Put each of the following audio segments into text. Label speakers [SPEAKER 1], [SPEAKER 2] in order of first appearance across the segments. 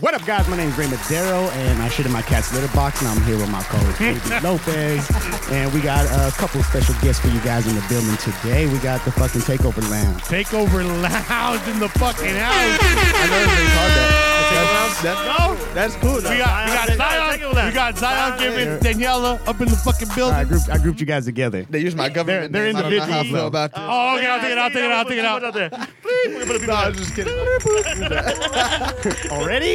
[SPEAKER 1] What up, guys? My name is Ray Madero, and I shit in my cat's litter box, and I'm here with my co-host Ruby Lopez, and we got a couple special guests for you guys in the building today. We got the fucking Takeover Lounge.
[SPEAKER 2] Take over loud in the fucking house.
[SPEAKER 3] I know they called that. That's, that's,
[SPEAKER 2] No,
[SPEAKER 3] that's cool.
[SPEAKER 2] we got we got
[SPEAKER 3] Zion.
[SPEAKER 2] Zion, we got Zion giving Daniela up in the fucking
[SPEAKER 1] I
[SPEAKER 2] building.
[SPEAKER 1] grouped, I grouped you guys together.
[SPEAKER 3] They use my government.
[SPEAKER 1] they're
[SPEAKER 3] name. I don't know how I
[SPEAKER 1] individuals,
[SPEAKER 3] feel about this.
[SPEAKER 2] Oh, okay, I'll take it out, take it out, take it out.
[SPEAKER 3] no, I was just kidding.
[SPEAKER 1] Already?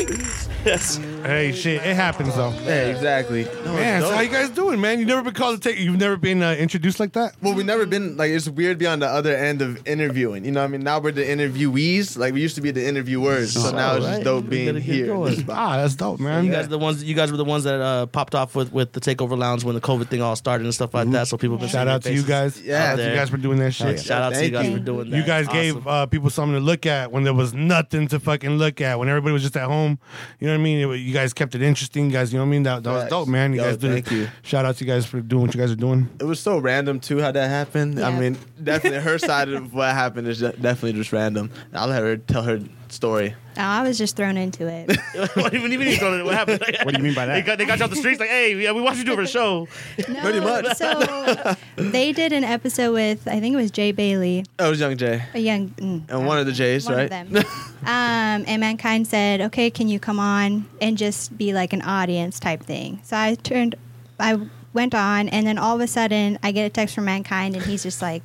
[SPEAKER 2] Hey, shit, it happens though.
[SPEAKER 3] yeah, exactly.
[SPEAKER 2] Man, so how you guys doing, man? You never been called to take. You've never been uh, introduced like that.
[SPEAKER 3] Well, we've never been like it's weird being on the other end of interviewing. You know, what I mean, now we're the interviewees. Like we used to be the interviewers, so now it's just
[SPEAKER 4] Alright,
[SPEAKER 3] dope
[SPEAKER 4] we
[SPEAKER 3] being
[SPEAKER 4] gotta get
[SPEAKER 3] here.
[SPEAKER 4] going.
[SPEAKER 2] Ah, that's dope, man.
[SPEAKER 4] You guys are the ones. You guys were the ones that uh, popped off with, with the takeover lounge when the COVID thing all started and stuff like
[SPEAKER 3] Mm-hmm.
[SPEAKER 4] that. So people been
[SPEAKER 2] Shout
[SPEAKER 4] seeing
[SPEAKER 2] out
[SPEAKER 4] their
[SPEAKER 2] to you
[SPEAKER 4] faces.
[SPEAKER 2] guys.
[SPEAKER 3] Yeah,
[SPEAKER 2] Shout out to
[SPEAKER 4] there.
[SPEAKER 2] you guys for doing that shit.
[SPEAKER 4] Shout out to you
[SPEAKER 3] Thank
[SPEAKER 4] guys
[SPEAKER 3] you.
[SPEAKER 4] for doing that.
[SPEAKER 2] You guys
[SPEAKER 4] Awesome.
[SPEAKER 2] gave uh, people something to look at when there was nothing to fucking look at. When everybody was just at home, you know what I mean. It, wa- you guys kept it interesting, you guys. You know what I mean. That, that was
[SPEAKER 3] Facts.
[SPEAKER 2] dope, man. You
[SPEAKER 3] Yo,
[SPEAKER 2] guys did
[SPEAKER 3] thank
[SPEAKER 2] it.
[SPEAKER 3] you.
[SPEAKER 2] Shout out to you guys for doing what you guys are doing.
[SPEAKER 3] It was so random too how that happened. I
[SPEAKER 5] Yeah.
[SPEAKER 3] mean, definitely her side of what happened is de- definitely just random. I'll let her tell her story.
[SPEAKER 5] Oh, I was just thrown into it.
[SPEAKER 4] what do you mean? you don't know What happened?
[SPEAKER 1] What do you mean by
[SPEAKER 4] They
[SPEAKER 1] that?
[SPEAKER 4] got, they got you off the streets like, hey, yeah, we watched you do it for the show.
[SPEAKER 5] No,
[SPEAKER 3] Pretty much.
[SPEAKER 5] So they did an episode with I think it was Jay Bailey,
[SPEAKER 3] That was Young Jay.
[SPEAKER 5] a young mm,
[SPEAKER 3] And one of the Jays,
[SPEAKER 5] one
[SPEAKER 3] right?
[SPEAKER 5] Of them. um, and mankind said, "Okay, can you come on and just be like an audience type thing?" So I turned, I went on, and then all of a sudden, I get a text from mankind, and he's just like.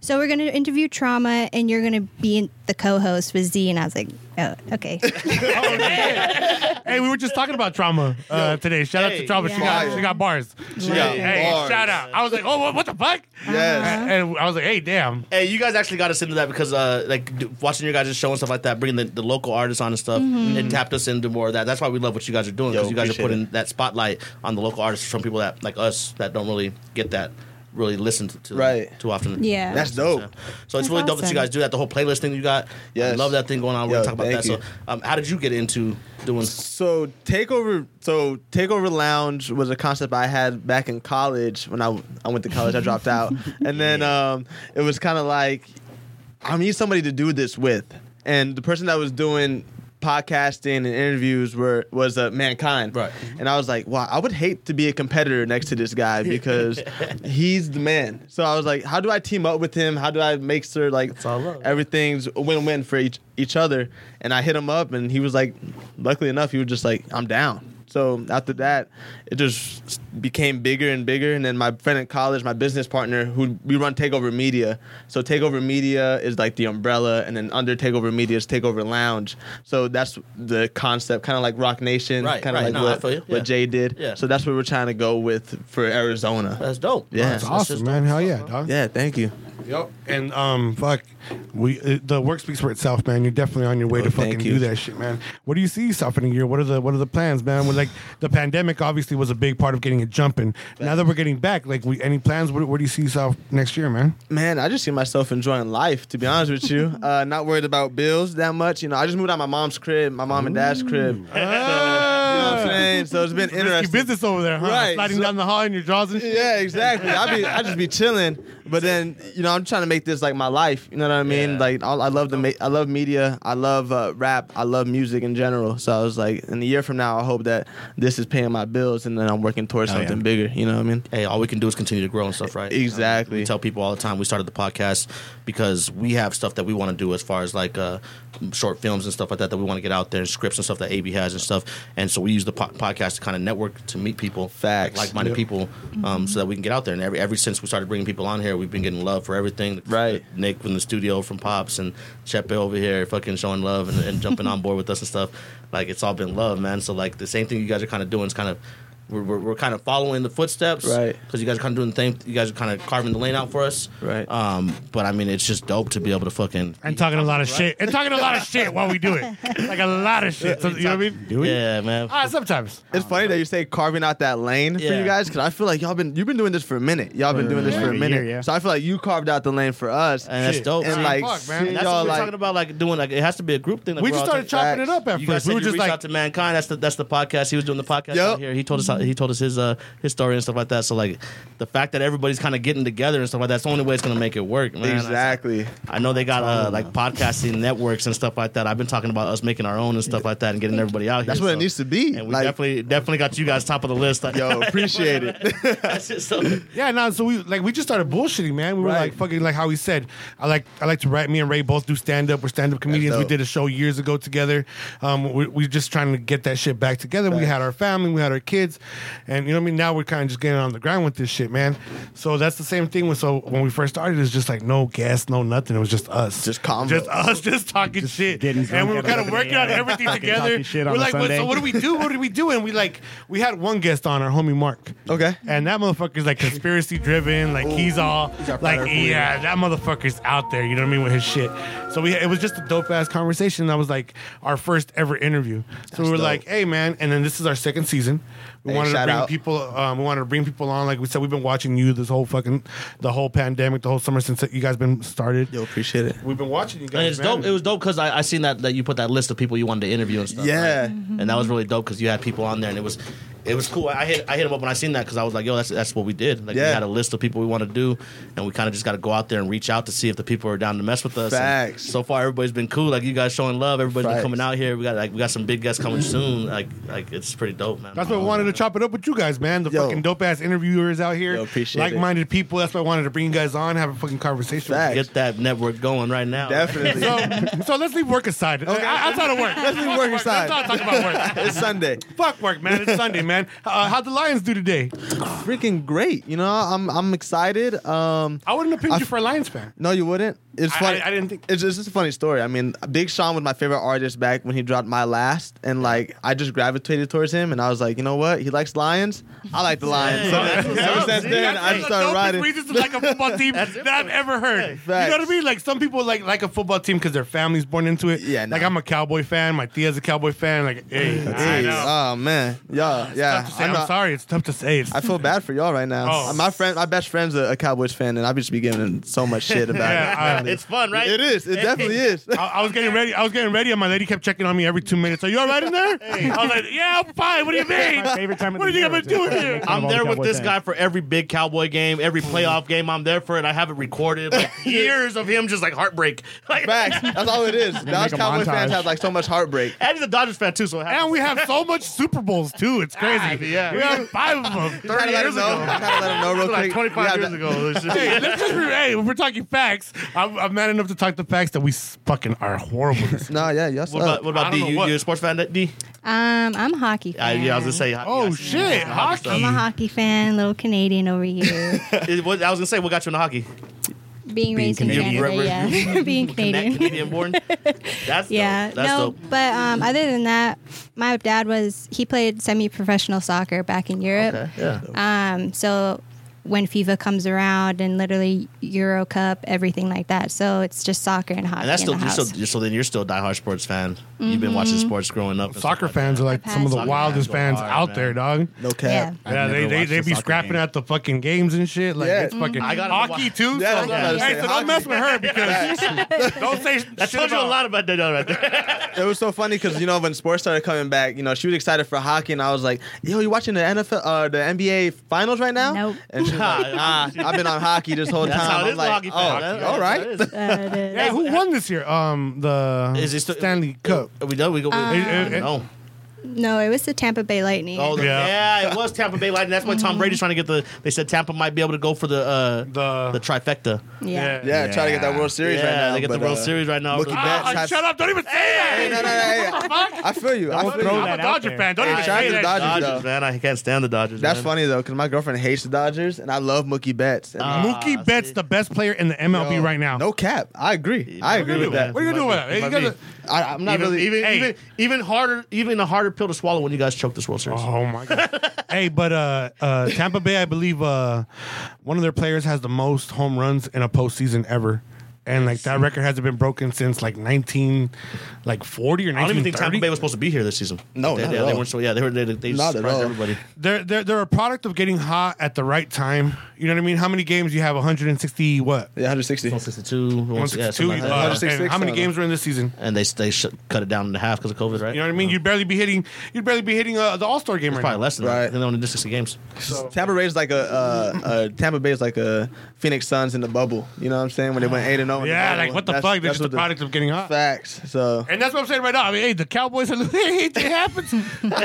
[SPEAKER 5] So we're gonna interview trauma, and you're gonna be in- the co-host with Z, and I was like, "Oh, okay."
[SPEAKER 2] Oh, Hey, we were just talking about trauma uh, today. Shout out to
[SPEAKER 4] Hey,
[SPEAKER 2] trauma. She got
[SPEAKER 3] fire.
[SPEAKER 2] she got bars.
[SPEAKER 3] She
[SPEAKER 2] hey,
[SPEAKER 3] got
[SPEAKER 2] hey,
[SPEAKER 3] bars.
[SPEAKER 2] shout out. I was like, oh, what, what the fuck?
[SPEAKER 3] Yes.
[SPEAKER 2] And and I was like, hey, damn.
[SPEAKER 4] Hey, you guys actually got us into that because, uh, like, d- watching your guys' show and stuff like that, bringing the, the local artists on and stuff,
[SPEAKER 5] Mm-hmm.
[SPEAKER 4] it tapped us into more of that. That's why we love what you guys are doing
[SPEAKER 3] Yo,
[SPEAKER 4] because you guys are
[SPEAKER 3] appreciate
[SPEAKER 4] putting
[SPEAKER 3] it.
[SPEAKER 4] that spotlight on the local artists from people that, like us, that don't really get that, really listen to, to them
[SPEAKER 3] Right.
[SPEAKER 4] too often.
[SPEAKER 5] Yeah.
[SPEAKER 3] That's dope.
[SPEAKER 4] So it's
[SPEAKER 5] That's
[SPEAKER 4] really dope that you
[SPEAKER 5] awesome.
[SPEAKER 4] guys do that. The whole playlist thing you got, yeah, I
[SPEAKER 3] Yes.
[SPEAKER 4] love that thing going on. We're
[SPEAKER 3] Yo,
[SPEAKER 4] gonna talk about
[SPEAKER 3] thank
[SPEAKER 4] that.
[SPEAKER 3] you.
[SPEAKER 4] So, um, how did you get into doing?
[SPEAKER 3] So takeover, so takeover lounge was a concept I had back in college when I I went to college. I dropped out, and then um, it was kind of like I need somebody to do this with, and the person that was doing podcasting and interviews were was uh, mankind
[SPEAKER 4] Right.
[SPEAKER 3] and i was like wow i would hate to be a competitor next to this guy because he's the man so i was like how do i team up with him how do i make sure like
[SPEAKER 4] all love.
[SPEAKER 3] everything's a win-win for each each other. And I hit him up, and he was like, luckily enough, he was just like, I'm down. So after that, it just became bigger and bigger. And then my friend in college, my business partner, who we run Takeover Media. So Takeover Media is like the umbrella, and then under Takeover Media is Takeover Lounge. So that's the concept, kind of like Rock Nation,
[SPEAKER 4] Right,
[SPEAKER 3] kind of
[SPEAKER 4] right.
[SPEAKER 3] like
[SPEAKER 4] No, I
[SPEAKER 3] what,
[SPEAKER 4] feel you.
[SPEAKER 3] what
[SPEAKER 4] Yeah.
[SPEAKER 3] Jay did.
[SPEAKER 4] Yeah.
[SPEAKER 3] So that's what we're trying to go with for Arizona.
[SPEAKER 4] That's dope.
[SPEAKER 3] Yeah.
[SPEAKER 4] That's
[SPEAKER 3] That's
[SPEAKER 2] Awesome,
[SPEAKER 4] just
[SPEAKER 2] man.
[SPEAKER 4] dope.
[SPEAKER 2] Hell yeah, dog.
[SPEAKER 3] yeah, thank you.
[SPEAKER 2] Yep. And um, fuck, we uh, the work speaks for itself, man. You're definitely on your way to
[SPEAKER 3] thank
[SPEAKER 2] fucking
[SPEAKER 3] you.
[SPEAKER 2] do that shit, man. What do you see yourself in a year? What are the what are the plans, man? Well, like the pandemic obviously was a big part of getting it jumping. Now that we're getting back, like, we, any plans? Where, where do you see yourself next year, man?
[SPEAKER 3] Man, I just see myself enjoying life, to be honest with you. Uh, not worried about bills that much. You know, I just moved out of my mom's crib, my mom and dad's crib. You know what I'm saying? So it's been
[SPEAKER 2] Ah! Risky
[SPEAKER 3] interesting.
[SPEAKER 2] business over there, huh?
[SPEAKER 3] Right.
[SPEAKER 2] Sliding
[SPEAKER 3] So-
[SPEAKER 2] down the hall in your drawers and shit.
[SPEAKER 3] Yeah, exactly. I be I just be chilling, but then you know I'm trying to make this like my life. You know what I mean?
[SPEAKER 4] Yeah.
[SPEAKER 3] Like I, I love the ma- I love media, I love uh, rap, I love music in general. So I was like, in a year from now, I hope that this is paying my bills, and then I'm working towards
[SPEAKER 1] yeah.
[SPEAKER 3] something bigger. You know what I mean?
[SPEAKER 4] Hey, all we can do is continue to grow and stuff, right?
[SPEAKER 3] Exactly.
[SPEAKER 4] we tell people all the time we started the podcast because we have stuff that we want to do as far as like uh, short films and stuff like that that we want to get out there and scripts and stuff that AB has and stuff. And so we use the po- podcast to kind of network to meet people,
[SPEAKER 3] Facts.
[SPEAKER 4] like-minded
[SPEAKER 2] Yep.
[SPEAKER 4] people,
[SPEAKER 2] Mm-hmm.
[SPEAKER 4] um, so that we can get out there. And every ever since we started bringing people on here, we've been getting love for everything.
[SPEAKER 3] Right.
[SPEAKER 4] Nick from the studio from Pops and Chepe over here fucking showing love and, and jumping on board with us and stuff. Like it's all been love, man. So like the same thing you guys are kind of doing is kind of we're, we're, we're kind of following the footsteps,
[SPEAKER 3] Right.
[SPEAKER 4] Because you guys are kind of doing the thing. You guys are kind of carving the lane out for us,
[SPEAKER 3] Right.
[SPEAKER 4] Um, but I mean, it's just dope to be able to fucking
[SPEAKER 2] And talking a lot of shit. And talking a lot of shit while we do it. Like a lot of shit. So, you know what I mean?
[SPEAKER 1] Do it.
[SPEAKER 4] yeah, man.
[SPEAKER 2] Ah, sometimes.
[SPEAKER 3] It's funny that you say carving out that lane for
[SPEAKER 4] Yeah.
[SPEAKER 3] you guys because I feel like y'all been you've been doing this for a minute. Y'all been doing this for
[SPEAKER 1] Over
[SPEAKER 3] a
[SPEAKER 1] a
[SPEAKER 3] minute,
[SPEAKER 1] year, yeah.
[SPEAKER 3] so I feel like you carved out the lane for us.
[SPEAKER 4] And that's
[SPEAKER 2] Shit.
[SPEAKER 4] dope.
[SPEAKER 3] And
[SPEAKER 4] man.
[SPEAKER 3] like,
[SPEAKER 2] fuck, man.
[SPEAKER 3] seeing
[SPEAKER 4] And that's
[SPEAKER 3] y'all
[SPEAKER 4] what we're
[SPEAKER 3] like,
[SPEAKER 4] talking about, like doing like it has to be a group thing. Like,
[SPEAKER 2] we
[SPEAKER 4] we're
[SPEAKER 2] just
[SPEAKER 4] all
[SPEAKER 2] started
[SPEAKER 4] talking-
[SPEAKER 2] chopping it up at
[SPEAKER 4] You guys
[SPEAKER 2] first.
[SPEAKER 4] said
[SPEAKER 2] We were
[SPEAKER 4] you
[SPEAKER 2] just
[SPEAKER 4] reached
[SPEAKER 2] like,
[SPEAKER 4] out to mankind. That's the that's the podcast he was doing the podcast
[SPEAKER 3] Yup.
[SPEAKER 4] out here. He told us how about he told us his uh his story and stuff like that. So like the fact that everybody's kind of getting together and stuff like that's the only way it's gonna make it work, man. I-
[SPEAKER 3] exactly.
[SPEAKER 4] I know they got uh, like podcasting networks and stuff like that. I've been talking about us making our own and stuff like that and getting everybody out here.
[SPEAKER 3] That's what it needs to be.
[SPEAKER 4] And we
[SPEAKER 3] Like-
[SPEAKER 4] definitely definitely got you guys top of the list.
[SPEAKER 3] Yo, appreciate it.
[SPEAKER 4] That's it. So-
[SPEAKER 2] Yeah, no. So we like we just started bullshitting, man. We were
[SPEAKER 3] Right.
[SPEAKER 2] like fucking like how he said. I like I like to write. Me and Ray both do stand up. We're stand up comedians. We
[SPEAKER 3] dope.
[SPEAKER 2] did a show years ago together. Um, we we just trying to get that shit back together. We
[SPEAKER 3] Facts.
[SPEAKER 2] had our family, we had our kids, and you know what I mean. Now we're kind of just getting on the ground with this shit, man. So that's the same thing. With so when we first started, it's just like no guests, no nothing. It was just us,
[SPEAKER 3] Just convo.
[SPEAKER 2] just us, just talking shit,
[SPEAKER 1] getting
[SPEAKER 2] and
[SPEAKER 1] drunk
[SPEAKER 2] we were
[SPEAKER 1] at
[SPEAKER 2] kind of
[SPEAKER 1] eleven
[SPEAKER 2] working on
[SPEAKER 1] a.m.
[SPEAKER 2] everything
[SPEAKER 1] Fucking
[SPEAKER 2] together.
[SPEAKER 1] talking shit
[SPEAKER 2] we're
[SPEAKER 1] on a
[SPEAKER 2] like, what,
[SPEAKER 1] Sunday.
[SPEAKER 2] so what do we do? What do we do? And we like we had one guest on our homie Mark.
[SPEAKER 3] Okay.
[SPEAKER 2] And that motherfucker's like conspiracy driven. Like he's all like, yeah, that motherfucker's out there. You know what I mean with his shit. So we it was just a dope ass conversation. That was like our first ever interview. so we were
[SPEAKER 3] dope.
[SPEAKER 2] like, hey man, and then this is our second season. We
[SPEAKER 3] Hey,
[SPEAKER 2] wanted to
[SPEAKER 3] shout
[SPEAKER 2] bring
[SPEAKER 3] out.
[SPEAKER 2] people. Um, we wanted to bring people on. Like we said, we've been watching you this whole fucking the whole pandemic, the whole summer since you guys been started.
[SPEAKER 3] Yo, appreciate it.
[SPEAKER 2] We've been watching you guys.
[SPEAKER 4] And it's
[SPEAKER 2] man.
[SPEAKER 4] dope. It was dope because I, I seen that that you put that list of people you wanted to interview and stuff.
[SPEAKER 3] Yeah.
[SPEAKER 4] right? and that was really dope because you had people on there, and it was it was cool. I hit I hit him up when I seen that because I was like, yo, that's that's what we did. Like we
[SPEAKER 3] Yeah.
[SPEAKER 4] had a list of people we want to do, and we kind of just got to go out there and reach out to see if the people are down to mess with us. And
[SPEAKER 3] Facts.
[SPEAKER 4] so far, everybody's been cool. Like you guys showing love. Everybody's been
[SPEAKER 3] Facts.
[SPEAKER 4] coming out here. We got like we got some big guests coming soon. Like like it's pretty dope, man.
[SPEAKER 2] That's why I wanted to chop it up with you guys, man. The
[SPEAKER 3] Yo.
[SPEAKER 2] fucking dope ass interviewers out here,
[SPEAKER 3] Yo, appreciate it.
[SPEAKER 2] like-minded people. That's why I wanted to bring you guys on, have a fucking conversation. with you.
[SPEAKER 3] Facts.
[SPEAKER 4] get that network going right now.
[SPEAKER 3] Definitely.
[SPEAKER 2] So, so let's leave work aside. Okay. Outside of work, let's
[SPEAKER 3] leave work aside.
[SPEAKER 2] Let's not talk about work.
[SPEAKER 3] it's Sunday.
[SPEAKER 2] Fuck work, man. It's Sunday, man. Uh, how'd the Lions do today?
[SPEAKER 3] Freaking great. You know, I'm I'm excited. Um
[SPEAKER 2] I wouldn't have picked
[SPEAKER 3] I-
[SPEAKER 2] you for a Lions fan.
[SPEAKER 3] No, you wouldn't. It's
[SPEAKER 2] I-
[SPEAKER 3] funny.
[SPEAKER 2] I- I didn't think-
[SPEAKER 3] It's, it's just a funny story. I mean, Big Sean was my favorite artist back when he dropped my last, and like I just gravitated towards him, and I was like, you know what? He likes lions. I like the lions. So ever since then, I just started
[SPEAKER 2] riding.
[SPEAKER 3] riding.
[SPEAKER 2] reasons to like a football team that I've ever heard. You know what I
[SPEAKER 3] Facts.
[SPEAKER 2] mean? Like some people like like a football team because their family's born into it.
[SPEAKER 3] Yeah, nah.
[SPEAKER 2] Like I'm a Cowboy fan. My tia's a Cowboy fan. Like, hey, I
[SPEAKER 3] Jeez.
[SPEAKER 2] know.
[SPEAKER 3] Oh man, yeah, yeah.
[SPEAKER 2] Tough to say.
[SPEAKER 3] I'm
[SPEAKER 2] Uh, I'm,
[SPEAKER 3] not-
[SPEAKER 2] sorry, it's tough to say. It's,
[SPEAKER 3] I feel bad for y'all right now.
[SPEAKER 2] Oh.
[SPEAKER 3] My friend, my best friend's a, a Cowboys fan, and I've just been giving him so much shit about
[SPEAKER 2] yeah, I,
[SPEAKER 4] It's fun, right?
[SPEAKER 3] it. It is. It definitely is.
[SPEAKER 2] I, I was getting ready. I was getting ready, and my lady kept checking on me every two minutes. Are you all right in there? I was like, Yeah, I'm fine. What do you mean?
[SPEAKER 1] My favorite time of
[SPEAKER 2] what do
[SPEAKER 1] the
[SPEAKER 2] you think
[SPEAKER 1] year
[SPEAKER 2] I'm
[SPEAKER 1] is
[SPEAKER 2] gonna do
[SPEAKER 1] the-
[SPEAKER 2] here?
[SPEAKER 4] I'm
[SPEAKER 1] all
[SPEAKER 4] there
[SPEAKER 1] the
[SPEAKER 4] with
[SPEAKER 1] Cowboy
[SPEAKER 4] this
[SPEAKER 1] fans.
[SPEAKER 4] guy for every big Cowboy game, every
[SPEAKER 3] Mm-hmm.
[SPEAKER 4] playoff game. I'm there for it. I have it recorded. Like years of him just like heartbreak. Like,
[SPEAKER 3] Facts. That's all it is. Dallas
[SPEAKER 1] make a
[SPEAKER 3] Cowboy fans
[SPEAKER 1] montage.
[SPEAKER 3] have like so much heartbreak.
[SPEAKER 4] And he's a Dodgers fan too, so it
[SPEAKER 2] And
[SPEAKER 4] happens.
[SPEAKER 2] we have so much Super Bowls too. It's crazy.
[SPEAKER 4] Yeah.
[SPEAKER 2] we have five of them.
[SPEAKER 3] Gotta
[SPEAKER 2] Thirty
[SPEAKER 3] let
[SPEAKER 2] years
[SPEAKER 3] him know.
[SPEAKER 2] ago.
[SPEAKER 3] Gotta let him know real quick.
[SPEAKER 4] like
[SPEAKER 3] We
[SPEAKER 4] 25
[SPEAKER 3] have
[SPEAKER 4] years
[SPEAKER 3] that-
[SPEAKER 4] ago. It's just-
[SPEAKER 2] Hey, let's just be, hey, we're talking facts. I'm, I'm mad enough to talk the facts that we s- fucking are horrible.
[SPEAKER 3] No, yeah, yes.
[SPEAKER 4] What about, what
[SPEAKER 2] I
[SPEAKER 4] about
[SPEAKER 2] don't
[SPEAKER 4] D?
[SPEAKER 2] know
[SPEAKER 4] You,
[SPEAKER 2] what-
[SPEAKER 4] you a sports fan, D?
[SPEAKER 5] Um, I'm a hockey
[SPEAKER 4] I,
[SPEAKER 5] fan.
[SPEAKER 4] yeah, I was gonna say.
[SPEAKER 2] Oh,
[SPEAKER 4] yeah, I-
[SPEAKER 2] shit,
[SPEAKER 4] I-
[SPEAKER 2] hockey.
[SPEAKER 5] I'm a hockey fan, little Canadian over here.
[SPEAKER 4] It was- I was gonna say, what got you into hockey?
[SPEAKER 5] Being, raised
[SPEAKER 1] Canadian.
[SPEAKER 5] in Canada, yeah. Being
[SPEAKER 4] Cana-
[SPEAKER 5] Canadian.
[SPEAKER 4] Canadian born. That's
[SPEAKER 5] Yeah.
[SPEAKER 4] dope. That's
[SPEAKER 5] no,
[SPEAKER 4] dope.
[SPEAKER 5] but um, other than that, my dad was he played semi-professional soccer back in Europe.
[SPEAKER 4] Okay, yeah.
[SPEAKER 5] Um, so when FIFA comes around and literally Euro Cup, everything like that. So it's just soccer and hockey.
[SPEAKER 4] And that's
[SPEAKER 5] in
[SPEAKER 4] still,
[SPEAKER 5] the
[SPEAKER 4] you're still
[SPEAKER 5] house. Mm-hmm.
[SPEAKER 4] you're- so then you're still a diehard sports fan. You've been watching sports growing up. and stuff
[SPEAKER 2] Soccer
[SPEAKER 4] like that.
[SPEAKER 2] fans are like some of the
[SPEAKER 5] Soccer
[SPEAKER 2] wildest
[SPEAKER 4] fans
[SPEAKER 2] fans
[SPEAKER 4] go hard,
[SPEAKER 2] out
[SPEAKER 4] man.
[SPEAKER 2] there, dog.
[SPEAKER 3] No
[SPEAKER 5] Yeah.
[SPEAKER 3] cap.
[SPEAKER 2] Yeah,
[SPEAKER 4] I've
[SPEAKER 2] they
[SPEAKER 4] never
[SPEAKER 2] they,
[SPEAKER 4] watched
[SPEAKER 2] they
[SPEAKER 4] a
[SPEAKER 2] be
[SPEAKER 4] soccer
[SPEAKER 2] scrapping
[SPEAKER 4] game.
[SPEAKER 2] at the fucking games and shit. Like
[SPEAKER 3] Yeah. Mm-hmm.
[SPEAKER 2] it's fucking
[SPEAKER 4] I gotta
[SPEAKER 2] hockey
[SPEAKER 4] watch-
[SPEAKER 2] too.
[SPEAKER 3] Yeah, I
[SPEAKER 2] so,
[SPEAKER 3] was about
[SPEAKER 2] hey,
[SPEAKER 3] to say,
[SPEAKER 2] so
[SPEAKER 3] hockey.
[SPEAKER 2] don't mess with her because don't say shit
[SPEAKER 4] That told you a
[SPEAKER 2] about-
[SPEAKER 4] lot about that right there.
[SPEAKER 3] It was so funny because you know when sports started coming back, you know she was excited for hockey, and I was like, "Yo, you watching the NFL, uh, the NBA finals right now?"
[SPEAKER 5] Nope.
[SPEAKER 3] And she was like, "Nah, I've been on hockey this whole
[SPEAKER 4] That's
[SPEAKER 3] time."
[SPEAKER 4] how
[SPEAKER 3] I'm
[SPEAKER 4] it is. with
[SPEAKER 3] like,
[SPEAKER 4] hockey
[SPEAKER 3] "Oh,
[SPEAKER 4] fans. That's-
[SPEAKER 3] all
[SPEAKER 4] that's how
[SPEAKER 3] right."
[SPEAKER 4] it is.
[SPEAKER 5] Uh, it is.
[SPEAKER 2] Hey, who won this year? Um, the
[SPEAKER 4] Is it still-
[SPEAKER 2] Stanley Cup.
[SPEAKER 4] Are we done? We go.
[SPEAKER 2] It- it- it-
[SPEAKER 4] no.
[SPEAKER 5] no, it was the Tampa Bay Lightning.
[SPEAKER 4] Oh, the-
[SPEAKER 2] Yeah.
[SPEAKER 4] yeah. it was Tampa Bay Lightning. That's why Tom Brady's trying to get the. They said Tampa might be able to go for the uh, the,
[SPEAKER 2] the,
[SPEAKER 4] trifecta.
[SPEAKER 5] yeah.
[SPEAKER 3] Yeah, try to get that World Series
[SPEAKER 4] yeah,
[SPEAKER 3] right now.
[SPEAKER 4] they get
[SPEAKER 3] but,
[SPEAKER 4] the World
[SPEAKER 3] uh,
[SPEAKER 4] Series right now.
[SPEAKER 3] Mookie
[SPEAKER 4] Ah,
[SPEAKER 3] Betts
[SPEAKER 2] Ah,
[SPEAKER 3] has-
[SPEAKER 2] shut up! Don't even say
[SPEAKER 3] Hey,
[SPEAKER 2] that.
[SPEAKER 3] no, no, no, hey, I feel you. I feel you.
[SPEAKER 2] I'm a
[SPEAKER 1] that out
[SPEAKER 2] Dodger
[SPEAKER 1] there.
[SPEAKER 2] fan. Don't
[SPEAKER 3] Hey,
[SPEAKER 2] even
[SPEAKER 3] shout out
[SPEAKER 2] say
[SPEAKER 3] to
[SPEAKER 2] that.
[SPEAKER 3] Dodgers,
[SPEAKER 4] Dodgers,
[SPEAKER 3] though.
[SPEAKER 4] man. I can't stand the Dodgers.
[SPEAKER 3] That's
[SPEAKER 4] man.
[SPEAKER 3] funny though, because my girlfriend hates the Dodgers, and I love Mookie Betts. And
[SPEAKER 4] Ah,
[SPEAKER 2] Mookie Betts,
[SPEAKER 4] see.
[SPEAKER 2] the best player in the MLB
[SPEAKER 3] Yo,
[SPEAKER 2] right now.
[SPEAKER 3] No cap. I agree. I agree with that.
[SPEAKER 2] What are you gonna do with that?
[SPEAKER 4] It might
[SPEAKER 2] You gotta-
[SPEAKER 4] be.
[SPEAKER 3] I, I'm not
[SPEAKER 4] even,
[SPEAKER 3] really.
[SPEAKER 4] even,
[SPEAKER 2] Hey.
[SPEAKER 4] even, even harder, even a harder pill to swallow when you guys choke this World Series.
[SPEAKER 2] Oh my god! hey, but uh, uh, Tampa Bay, I believe uh, one of their players has the most home runs in a postseason ever. and like that record hasn't been broken since like nineteen, like forty or
[SPEAKER 4] I don't even
[SPEAKER 2] nineteen
[SPEAKER 4] think Tampa Bay
[SPEAKER 2] thirty.
[SPEAKER 4] was supposed to be here this season.
[SPEAKER 3] No,
[SPEAKER 4] they,
[SPEAKER 3] not
[SPEAKER 4] they,
[SPEAKER 3] at
[SPEAKER 4] they
[SPEAKER 3] all.
[SPEAKER 4] weren't. So yeah, they were. They, they
[SPEAKER 3] Not at
[SPEAKER 4] surprised
[SPEAKER 3] all.
[SPEAKER 4] everybody.
[SPEAKER 2] They're, they're they're a product of getting hot at the right time. You know what I mean? How many games you have? One hundred and sixty what?
[SPEAKER 3] Yeah, 160.
[SPEAKER 4] 162,
[SPEAKER 2] 162.
[SPEAKER 4] 162 yeah, something like that.
[SPEAKER 2] uh,
[SPEAKER 3] 166,
[SPEAKER 2] and how many
[SPEAKER 3] I don't
[SPEAKER 2] games were in this season?
[SPEAKER 4] and they they sh- cut it down in half because of COVID, right?
[SPEAKER 2] You know what I mean? You'd barely be hitting. You'd barely be hitting uh, the All Star game right
[SPEAKER 4] Probably
[SPEAKER 2] now.
[SPEAKER 4] less than
[SPEAKER 3] Right.
[SPEAKER 4] that. They only did 60 games.
[SPEAKER 3] Tampa Bay is like a, uh, uh, Tampa Bay is like a Phoenix Suns in the bubble. You know what I'm saying? When they went eight and zero. in the
[SPEAKER 2] Yeah,
[SPEAKER 3] bubble.
[SPEAKER 2] like what the
[SPEAKER 3] That's-
[SPEAKER 2] fuck? They're
[SPEAKER 3] that's
[SPEAKER 2] just the
[SPEAKER 3] what
[SPEAKER 2] product of getting hot.
[SPEAKER 3] Facts. So
[SPEAKER 2] And that's what I'm saying right now. I mean, hey, the Cowboys are it happens.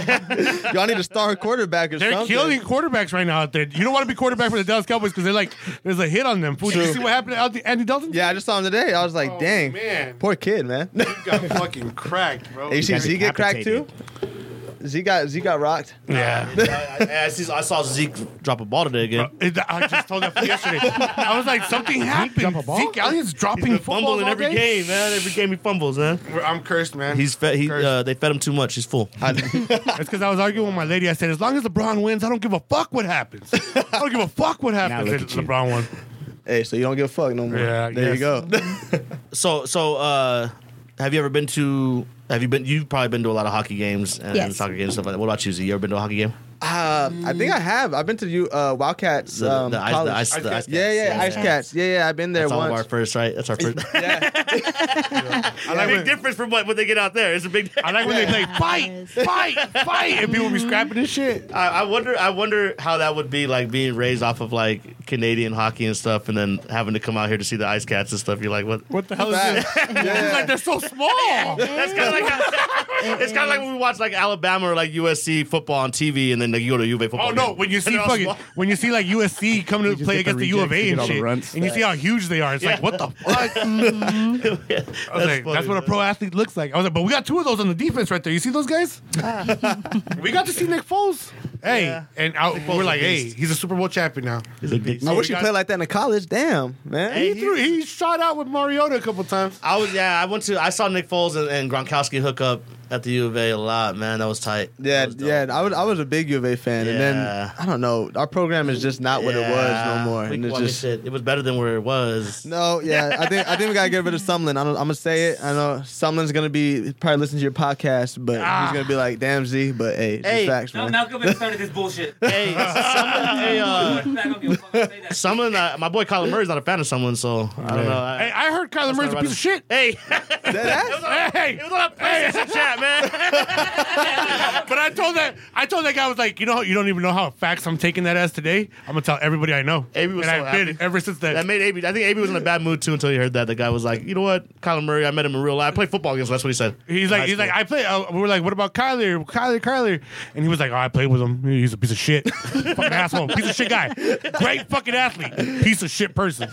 [SPEAKER 3] y'all need a star quarterback or
[SPEAKER 2] They're
[SPEAKER 3] something.
[SPEAKER 2] killing quarterbacks right now out there. You don't want to be quarterback for the Dallas Cowboys because they're like there's a hit on them. Fool, Did you
[SPEAKER 3] True.
[SPEAKER 2] see what happened to Andy- Andy Dalton?
[SPEAKER 3] Yeah, I just saw him today. I was like,
[SPEAKER 2] Oh,
[SPEAKER 3] dang,
[SPEAKER 2] man.
[SPEAKER 3] poor kid, man.
[SPEAKER 4] Oh,
[SPEAKER 2] got fucking cracked, bro.
[SPEAKER 3] Hey,
[SPEAKER 1] got
[SPEAKER 3] did Z get cracked too?
[SPEAKER 1] decapitated.
[SPEAKER 3] Z got Z got rocked.
[SPEAKER 2] Yeah.
[SPEAKER 4] I, I, I see- I saw Zeke drop a ball today again.
[SPEAKER 2] It- I just told that fool yesterday. I was like, something happened.
[SPEAKER 1] drop a ball?
[SPEAKER 2] Zeke Elliott's dropping footballs
[SPEAKER 4] Fumble in
[SPEAKER 2] all
[SPEAKER 4] every
[SPEAKER 2] day?
[SPEAKER 4] game, man. Every game he fumbles, man.
[SPEAKER 2] I'm cursed, man.
[SPEAKER 4] He's fed, he
[SPEAKER 2] Cursed.
[SPEAKER 4] uh, they fed him too much. He's full.
[SPEAKER 2] That's because I was arguing with my lady. I said, as long as LeBron wins, I don't give a fuck what happens. I don't give a fuck what happens.
[SPEAKER 1] look
[SPEAKER 2] if
[SPEAKER 1] at you.
[SPEAKER 2] LeBron won.
[SPEAKER 3] Hey, so you don't give a fuck no more.
[SPEAKER 2] Yeah, I
[SPEAKER 3] there you
[SPEAKER 2] guess.
[SPEAKER 3] go.
[SPEAKER 4] So so uh, have you ever been to? Have you been? You've probably been to a lot of hockey games and,
[SPEAKER 5] Yes.
[SPEAKER 4] soccer games and stuff like that. What about you? Z? You ever been to a hockey game?
[SPEAKER 3] uh, I think I have. I've been to you uh, Wildcats
[SPEAKER 4] The,
[SPEAKER 3] um,
[SPEAKER 4] the ice,
[SPEAKER 3] college.
[SPEAKER 4] the ice,
[SPEAKER 2] Ice
[SPEAKER 4] the ice
[SPEAKER 2] Cats.
[SPEAKER 3] yeah, yeah, Ice Cats. Yeah, yeah. I've been there
[SPEAKER 4] That's all of our
[SPEAKER 3] once.
[SPEAKER 4] first, right? That's our first.
[SPEAKER 3] yeah,
[SPEAKER 2] I like, when,
[SPEAKER 4] difference from what, what they get out there. It's a big.
[SPEAKER 2] I like when they play fight, fight, fight, and people be scrapping and shit.
[SPEAKER 4] I, I wonder. I wonder how that would be like being raised off of like Canadian hockey and stuff, and then having to come out here to see the Ice Cats and stuff. You're like, what?
[SPEAKER 2] What the hell is
[SPEAKER 3] Facts.
[SPEAKER 2] this? It's like they're so small.
[SPEAKER 4] That's kind of like how, it's kind of like when we watch like Alabama or like USC football on TV, and then like, you go to UVA football.
[SPEAKER 2] Oh no!
[SPEAKER 4] game.
[SPEAKER 2] When you
[SPEAKER 4] And
[SPEAKER 2] see
[SPEAKER 4] they're all
[SPEAKER 2] fucking,
[SPEAKER 4] small.
[SPEAKER 2] when you see like USC come to
[SPEAKER 1] just
[SPEAKER 2] play
[SPEAKER 1] get the
[SPEAKER 2] against the U of
[SPEAKER 1] rejects to
[SPEAKER 2] A
[SPEAKER 1] get
[SPEAKER 2] and
[SPEAKER 1] all the
[SPEAKER 2] shit,
[SPEAKER 1] runs.
[SPEAKER 2] and you see how huge they are, it's like what the fuck? I was like,
[SPEAKER 4] funny,
[SPEAKER 2] that's what a
[SPEAKER 4] man.
[SPEAKER 2] pro athlete looks like. I was like, but we got two of those on the defense right there. You see those guys? we got to see Nick Foles. Hey,
[SPEAKER 4] Yeah.
[SPEAKER 2] and I,
[SPEAKER 4] Foles
[SPEAKER 2] we're
[SPEAKER 4] is
[SPEAKER 2] like,
[SPEAKER 4] a
[SPEAKER 2] hey,
[SPEAKER 4] beast.
[SPEAKER 2] he's a Super Bowl champion now.
[SPEAKER 1] Big dick.
[SPEAKER 3] I
[SPEAKER 2] we
[SPEAKER 3] wish you
[SPEAKER 2] got-
[SPEAKER 3] played like that in college. Damn, man.
[SPEAKER 2] He threw, he shot out with Mariota a couple times.
[SPEAKER 4] I was yeah. I went to. I saw Nick Foles and, and Gronkowski hook up at the U of A a lot. Man, that was tight.
[SPEAKER 3] Yeah,
[SPEAKER 4] That was dope.
[SPEAKER 3] yeah. I was I was a big U of A fan, and then
[SPEAKER 4] Yeah.
[SPEAKER 3] I don't know. Our program is just not what it was
[SPEAKER 4] Yeah.
[SPEAKER 3] no more.
[SPEAKER 4] We-
[SPEAKER 3] And it's
[SPEAKER 4] well, I mean,
[SPEAKER 3] just
[SPEAKER 4] shit, it was better than where it was.
[SPEAKER 3] no. Yeah, I think I think we gotta get rid of Sumlin. I don't, I'm gonna say it. I know Sumlin's gonna be probably listen to your podcast, but
[SPEAKER 2] Ah.
[SPEAKER 3] he's gonna be like, "Damn Z," but hey, it's
[SPEAKER 4] Hey,
[SPEAKER 3] just facts,
[SPEAKER 6] No,
[SPEAKER 3] man.
[SPEAKER 6] now go back and started this bullshit.
[SPEAKER 4] Hey, someone, hey, uh,
[SPEAKER 6] Back up, you fucking say that.
[SPEAKER 4] someone. Uh, my boy Colin Murray's not a fan of someone, so I don't know. I,
[SPEAKER 2] Hey, I heard Kyler Murray's a piece of shit.
[SPEAKER 4] Hey,
[SPEAKER 3] Dead ass?
[SPEAKER 2] Hey,
[SPEAKER 4] it was on a PlayStation chat, man.
[SPEAKER 2] But I told that I told that guy I was like, you know, you don't even know how facts I'm taking that as today. I'm gonna tell everybody I know.
[SPEAKER 4] Avery was
[SPEAKER 2] and
[SPEAKER 4] so
[SPEAKER 2] I've been
[SPEAKER 4] happy.
[SPEAKER 2] ever since then.
[SPEAKER 4] That made AB. I think AB was in a bad mood too until he heard that. The guy was like, you know what, Colin Murray. I met him in real life. I played football games. That's what he said.
[SPEAKER 2] He's like, he's like, I play. Uh, we were like, what about Kyler? Kyler, Kyler, and he was like, oh, I played with him. He's a piece of shit, fucking asshole, piece of shit guy, great fucking athlete, piece of shit person.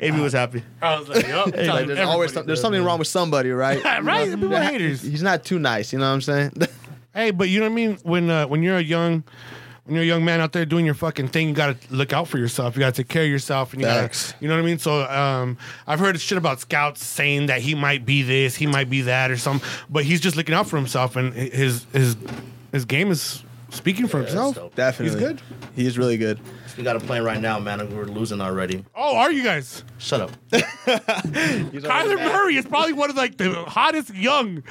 [SPEAKER 4] AB was happy.
[SPEAKER 2] I was like, yup.
[SPEAKER 4] Hey,
[SPEAKER 2] telling
[SPEAKER 4] like,
[SPEAKER 3] There's always
[SPEAKER 2] everybody.
[SPEAKER 3] some, there's something wrong with somebody, right?
[SPEAKER 2] right? People are haters.
[SPEAKER 3] He's not too nice, you know what I'm saying?
[SPEAKER 2] Hey, but you know what I mean? When uh, when you're a young when you're a young man out there doing your fucking thing, you gotta look out for yourself. You gotta take care of yourself, and you
[SPEAKER 3] Facts.
[SPEAKER 2] gotta, you know what I mean. So, um, I've heard shit about scouts saying that he might be this, he might be that, or something. But he's just looking out for himself, and his his his game is speaking for himself.
[SPEAKER 4] dope.
[SPEAKER 3] Definitely,
[SPEAKER 2] He's good.
[SPEAKER 3] He is really good.
[SPEAKER 4] We got a play right now, man. and We're losing already.
[SPEAKER 2] Oh, are you guys?
[SPEAKER 4] Shut up.
[SPEAKER 2] Kyler Murray is probably one of like the hottest young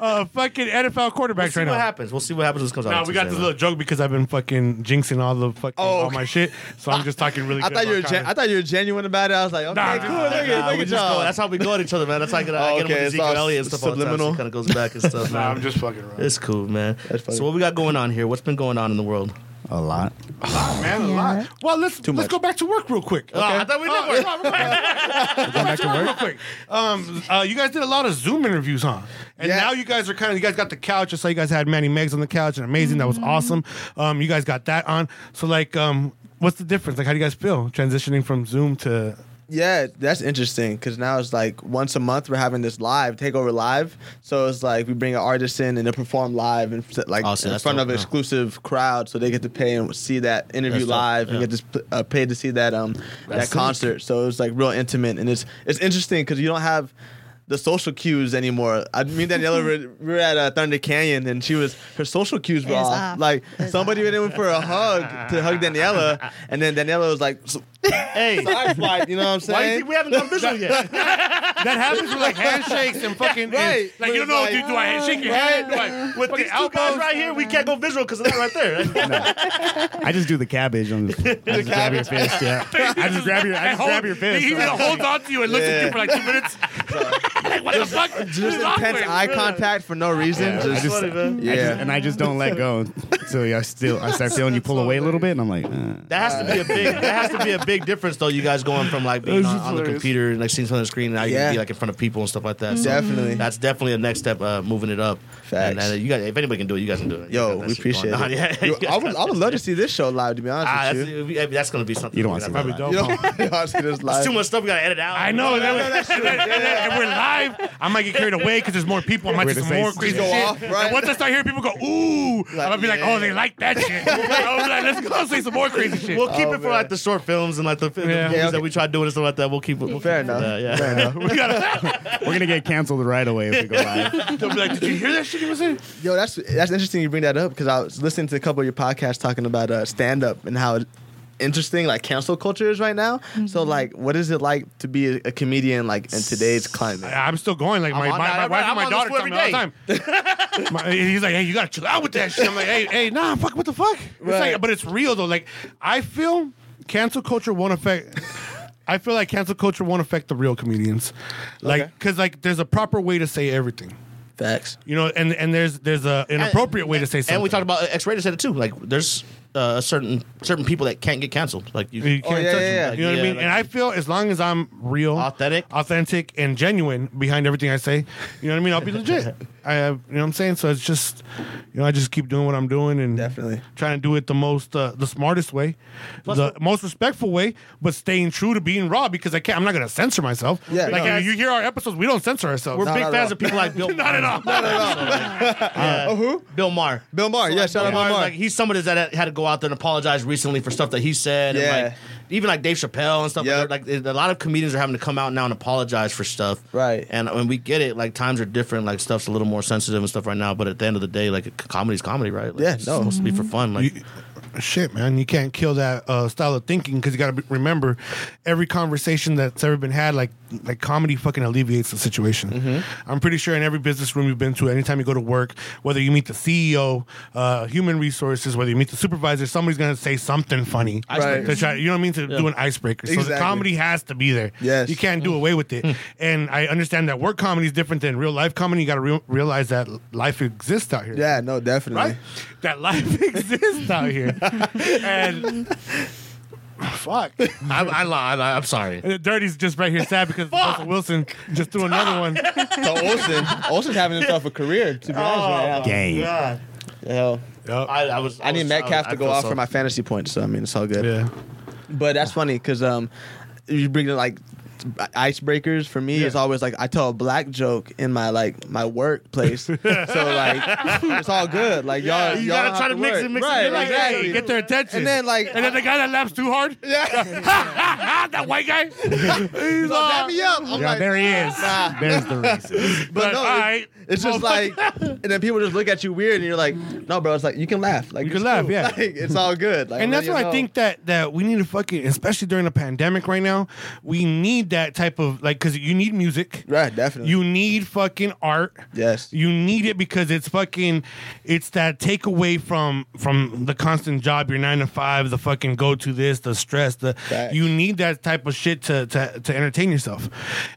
[SPEAKER 2] uh, fucking NFL quarterbacks
[SPEAKER 4] see
[SPEAKER 2] right now.
[SPEAKER 4] what happens. We'll see what happens when this comes out.
[SPEAKER 2] Now
[SPEAKER 4] on
[SPEAKER 2] we got this
[SPEAKER 4] Tuesday,
[SPEAKER 2] little
[SPEAKER 4] man.
[SPEAKER 2] joke because I've been fucking jinxing all the fucking
[SPEAKER 3] Oh,
[SPEAKER 2] all my shit, so I'm just talking really.
[SPEAKER 3] I
[SPEAKER 2] good
[SPEAKER 3] thought you were
[SPEAKER 2] about
[SPEAKER 3] gen-
[SPEAKER 2] Kyler.
[SPEAKER 3] I thought you were genuine about it. I was like, okay,
[SPEAKER 2] Nah,
[SPEAKER 3] cool.
[SPEAKER 2] nah,
[SPEAKER 3] look at
[SPEAKER 4] Nah,
[SPEAKER 3] look
[SPEAKER 4] we
[SPEAKER 3] at
[SPEAKER 4] just
[SPEAKER 3] y'all.
[SPEAKER 4] go- that's how we go at each other, man. That's how I get, I
[SPEAKER 3] Oh,
[SPEAKER 4] get him
[SPEAKER 3] okay,
[SPEAKER 4] with
[SPEAKER 3] it's
[SPEAKER 4] Zeke
[SPEAKER 3] all
[SPEAKER 4] and Elliott and stuff.
[SPEAKER 3] subliminal.
[SPEAKER 4] kind of goes back and stuff. man.
[SPEAKER 2] I'm just fucking around.
[SPEAKER 4] It's cool, man.
[SPEAKER 3] That's funny.
[SPEAKER 4] So what we got going on here? What's been going on in the world?
[SPEAKER 1] A lot.
[SPEAKER 2] Man, a
[SPEAKER 5] Yeah.
[SPEAKER 2] lot. Well, let's let's
[SPEAKER 3] much.
[SPEAKER 2] go back to work real quick.
[SPEAKER 4] Oh, I thought we did
[SPEAKER 2] Oh,
[SPEAKER 4] work.
[SPEAKER 2] no, we're going back to work real quick. Um, uh, you guys did a lot of Zoom interviews, huh? And
[SPEAKER 3] Yeah.
[SPEAKER 2] now you guys are kind of you guys got the couch. I saw you guys had Manny Megs on the couch, and amazing. That was awesome. Um, you guys got that on. So like, um, what's the difference? Like, how do you guys feel transitioning from Zoom to?
[SPEAKER 3] Yeah, that's interesting because now it's like once a month we're having this live takeover live. So it's like we bring an artist in and they perform live and like
[SPEAKER 4] Oh, see,
[SPEAKER 3] in
[SPEAKER 4] that's
[SPEAKER 3] front
[SPEAKER 4] dope,
[SPEAKER 3] of an
[SPEAKER 4] yeah.
[SPEAKER 3] exclusive crowd, so they get to pay and see that interview
[SPEAKER 4] That's dope,
[SPEAKER 3] live
[SPEAKER 4] yeah.
[SPEAKER 3] and get to uh, paid to see that um that concert. So it's like real intimate and it's it's interesting because you don't have the social cues anymore. I mean, Daniela, we were- we were at uh, Thunder Canyon, and she was her social cues were
[SPEAKER 5] It was
[SPEAKER 3] off.
[SPEAKER 5] off.
[SPEAKER 3] Like
[SPEAKER 5] It was
[SPEAKER 3] somebody
[SPEAKER 5] off.
[SPEAKER 3] went in for a hug to hug Daniela, and then Daniela was like, "So- "Hey, side flight," you know what I'm
[SPEAKER 2] Why you
[SPEAKER 3] saying?
[SPEAKER 2] think we haven't done official yet? that happens with like handshakes and fucking. and,
[SPEAKER 3] Right.
[SPEAKER 2] like you don't know,
[SPEAKER 3] Like,
[SPEAKER 2] dude. Do I shake your hand? Do I, with the elbows
[SPEAKER 7] right here, we can't go visual because of that right there.
[SPEAKER 1] I just do the cabbage on the, I just grab your fist. Yeah, I just grab your, I just grab your fist.
[SPEAKER 2] He just holds on to you and looks at you
[SPEAKER 3] Yeah.
[SPEAKER 2] for like two minutes. like, what the fuck? This
[SPEAKER 3] Just
[SPEAKER 2] is awkward.
[SPEAKER 3] intense eye contact for no reason.
[SPEAKER 1] Yeah, I
[SPEAKER 3] just,
[SPEAKER 1] just- Funny,
[SPEAKER 7] man.
[SPEAKER 1] I
[SPEAKER 3] yeah.
[SPEAKER 1] just- and I just don't let go. So yeah, I still, I start feeling you pull away a little bit, and I'm like, uh.
[SPEAKER 4] That has to be a big. That has to be a big difference, though. You guys going from like being
[SPEAKER 7] This
[SPEAKER 4] on,
[SPEAKER 7] is
[SPEAKER 4] on the
[SPEAKER 7] hilarious.
[SPEAKER 4] computer and like seeing something on the screen, and now you
[SPEAKER 3] Yeah.
[SPEAKER 4] can be like in front of people and stuff like that. So
[SPEAKER 3] Definitely.
[SPEAKER 4] that's definitely a next step, uh, moving it up.
[SPEAKER 3] Facts.
[SPEAKER 4] And, uh, you guys, if anybody can do it, you guys can do it. You
[SPEAKER 3] Yo,
[SPEAKER 4] got that
[SPEAKER 3] we
[SPEAKER 4] shit
[SPEAKER 3] appreciate
[SPEAKER 4] going
[SPEAKER 3] it.
[SPEAKER 4] on. Yeah,
[SPEAKER 3] Yo,
[SPEAKER 4] you guys
[SPEAKER 3] I would,
[SPEAKER 4] got
[SPEAKER 3] I would
[SPEAKER 4] that
[SPEAKER 3] love to
[SPEAKER 4] shit.
[SPEAKER 3] see this show live. To be honest
[SPEAKER 4] Ah,
[SPEAKER 3] with
[SPEAKER 4] that's,
[SPEAKER 3] you,
[SPEAKER 4] I mean, that's gonna be something.
[SPEAKER 1] You don't wanna see
[SPEAKER 2] Probably
[SPEAKER 1] that.
[SPEAKER 2] dope.
[SPEAKER 3] you know, honestly, this
[SPEAKER 4] It's
[SPEAKER 3] live.
[SPEAKER 4] too much stuff we gotta edit out.
[SPEAKER 2] I know. And then, and then- and then- and we're live. I might get carried away because there's more people. I might
[SPEAKER 1] We're
[SPEAKER 2] do some
[SPEAKER 1] the same-
[SPEAKER 2] more crazy
[SPEAKER 3] Go
[SPEAKER 2] shit.
[SPEAKER 3] off, right.
[SPEAKER 2] And once I start hearing people go, ooh,
[SPEAKER 3] Like,
[SPEAKER 2] I'm gonna be like,
[SPEAKER 3] yeah.
[SPEAKER 2] oh, they like that shit. I'm like, let's go say some more crazy shit.
[SPEAKER 4] We'll keep
[SPEAKER 3] Oh,
[SPEAKER 4] it for
[SPEAKER 3] man.
[SPEAKER 4] like the short films and like the, fi- the
[SPEAKER 2] Yeah.
[SPEAKER 4] movies
[SPEAKER 3] Yeah, okay.
[SPEAKER 4] that we try doing and stuff like that. We'll keep it. We'll keep
[SPEAKER 3] Fair
[SPEAKER 4] it for
[SPEAKER 3] enough.
[SPEAKER 4] that, yeah.
[SPEAKER 3] Fair enough.
[SPEAKER 2] we gotta.
[SPEAKER 1] we're gonna get canceled right away if we go live.
[SPEAKER 2] They'll be like, did you hear that shit he was in?
[SPEAKER 3] Yo, that's that's interesting. You bring that up because I was listening to a couple of your podcasts talking about uh, stand up and how interesting like cancel culture is right now. So like, what is it like to be a, a comedian like in today's climate?
[SPEAKER 2] I'm still going. Like my,
[SPEAKER 4] I'm
[SPEAKER 2] my,
[SPEAKER 4] on
[SPEAKER 2] my
[SPEAKER 4] that.
[SPEAKER 2] wife
[SPEAKER 4] I'm
[SPEAKER 2] and my
[SPEAKER 4] on this
[SPEAKER 2] daughter tell
[SPEAKER 4] one
[SPEAKER 2] me all the time. My- he's like, hey, you gotta chill out with that shit. I'm like, hey, hey, nah, fuck, what the fuck? It's
[SPEAKER 3] Right.
[SPEAKER 2] like, but it's real though. Like, I feel cancel culture won't affect. I feel like cancel culture won't affect the real comedians, like,
[SPEAKER 3] Okay.
[SPEAKER 2] cause like there's a proper way to say everything,
[SPEAKER 3] Facts.
[SPEAKER 2] you know, and and there's there's a an appropriate way to say something.
[SPEAKER 4] And we talked about X rated said it too. Like there's uh, a certain certain people that can't get canceled. Like you,
[SPEAKER 2] You can't
[SPEAKER 3] Oh, yeah,
[SPEAKER 2] touch
[SPEAKER 3] yeah,
[SPEAKER 2] them.
[SPEAKER 3] yeah.
[SPEAKER 2] You know what I
[SPEAKER 4] Yeah,
[SPEAKER 2] mean?
[SPEAKER 4] like-
[SPEAKER 2] and I feel as long as I'm real,
[SPEAKER 4] Authentic.
[SPEAKER 2] authentic, and genuine behind everything I say, you know what I mean? I'll be legit. I have, you know what I'm saying? So it's just, you know, I just keep doing what I'm doing and
[SPEAKER 3] Definitely.
[SPEAKER 2] trying to do it the most, uh, the smartest way, the most respectful way, but staying true to being raw because I can't, I'm not going to censor myself.
[SPEAKER 3] Yeah,
[SPEAKER 2] Like
[SPEAKER 3] no.
[SPEAKER 2] you, you hear our episodes, we don't censor ourselves.
[SPEAKER 4] we're
[SPEAKER 3] Not
[SPEAKER 4] big
[SPEAKER 3] at
[SPEAKER 4] fans
[SPEAKER 3] all.
[SPEAKER 4] of people like Bill.
[SPEAKER 2] not at all.
[SPEAKER 4] Oh, who? Bill Maher.
[SPEAKER 3] Uh, Bill Maher, yeah, shout out Bill
[SPEAKER 4] Maher's
[SPEAKER 3] Maher.
[SPEAKER 4] Like he's somebody that had- had to go out there and apologize recently for stuff that he said.
[SPEAKER 3] Yeah.
[SPEAKER 4] And like, even like Dave Chappelle and stuff.
[SPEAKER 3] Yep.
[SPEAKER 4] Like, that. like a lot of comedians are having to come out now and apologize for stuff.
[SPEAKER 3] Right.
[SPEAKER 4] And when we get it, like times are different. Like stuff's a little more sensitive and stuff right now. But at the end of the day, like comedy's comedy, right? Like,
[SPEAKER 3] Yeah,
[SPEAKER 4] it's
[SPEAKER 3] no.
[SPEAKER 4] supposed to be for fun. Like
[SPEAKER 2] You- shit, man, you can't kill that uh, style of thinking because you got to remember every conversation that's ever been had, like like comedy fucking alleviates the situation.
[SPEAKER 3] Mm-hmm.
[SPEAKER 2] I'm pretty sure in every business room you've been to, anytime you go to work, whether you meet the CEO, uh, human resources, whether you meet the supervisor, somebody's gonna say something funny.
[SPEAKER 3] Icebreaker.
[SPEAKER 2] To try, you know what I mean? To do an icebreaker. So the
[SPEAKER 3] Exactly.
[SPEAKER 2] comedy has to be there.
[SPEAKER 3] Yes. Mm.
[SPEAKER 2] You can't do away with it. and I understand that work comedy is different than real life comedy. You got to re- realize that life exists out here
[SPEAKER 3] Yeah, no, definitely.
[SPEAKER 2] right? That life exists out here. and fuck.
[SPEAKER 4] I, I lied. I, I'm sorry.
[SPEAKER 2] And the dirty's just right here sad because Russell Wilson just threw another one.
[SPEAKER 3] So Olsen, Olsen's having himself a career. To be honest, right
[SPEAKER 1] Game.
[SPEAKER 3] now. Hell,
[SPEAKER 4] I, I was. Oh. I,
[SPEAKER 3] I need
[SPEAKER 4] was-
[SPEAKER 3] Metcalf
[SPEAKER 4] I- I
[SPEAKER 3] to go
[SPEAKER 4] feel
[SPEAKER 3] off
[SPEAKER 4] so-
[SPEAKER 3] for my fantasy points. So I mean, it's all good.
[SPEAKER 2] Yeah.
[SPEAKER 3] But that's funny because um, you bring in like icebreakers for me. It's always like I tell a black joke in my like my workplace, so like it's all good. Like y'all,
[SPEAKER 4] you
[SPEAKER 3] y'all
[SPEAKER 4] gotta
[SPEAKER 3] have
[SPEAKER 4] try to mix
[SPEAKER 3] work.
[SPEAKER 4] it, mix it.
[SPEAKER 3] right?
[SPEAKER 4] You're like,
[SPEAKER 2] Hey,
[SPEAKER 3] exactly.
[SPEAKER 2] get their attention.
[SPEAKER 3] and then like,
[SPEAKER 2] and then the guy that laughs too hard, that white guy,
[SPEAKER 3] he's like, "Dap me up. I'm
[SPEAKER 1] Yeah,
[SPEAKER 3] like,
[SPEAKER 1] there he is.
[SPEAKER 3] Nah.
[SPEAKER 1] There's the reason.
[SPEAKER 2] but,
[SPEAKER 3] no,
[SPEAKER 2] all right,
[SPEAKER 3] It's just
[SPEAKER 2] Motherfucker.
[SPEAKER 3] like, and then people just look at you weird, and you're like, no, bro. It's like you can laugh. Like
[SPEAKER 2] You can
[SPEAKER 3] it's
[SPEAKER 2] laugh,
[SPEAKER 3] cool.
[SPEAKER 2] yeah.
[SPEAKER 3] Like, it's all good. Like,
[SPEAKER 2] and
[SPEAKER 3] let
[SPEAKER 2] that's
[SPEAKER 3] you
[SPEAKER 2] what
[SPEAKER 3] know.
[SPEAKER 2] I think that that we need to fucking, especially during the pandemic right now, we need that type of like because you need music,
[SPEAKER 3] Right, definitely.
[SPEAKER 2] You need fucking art.
[SPEAKER 3] Yes.
[SPEAKER 2] You need it because it's fucking it's that takeaway from from the constant job, your nine to five, the fucking go to this, the stress, the
[SPEAKER 3] Facts.
[SPEAKER 2] you need that type of shit to to, to entertain yourself.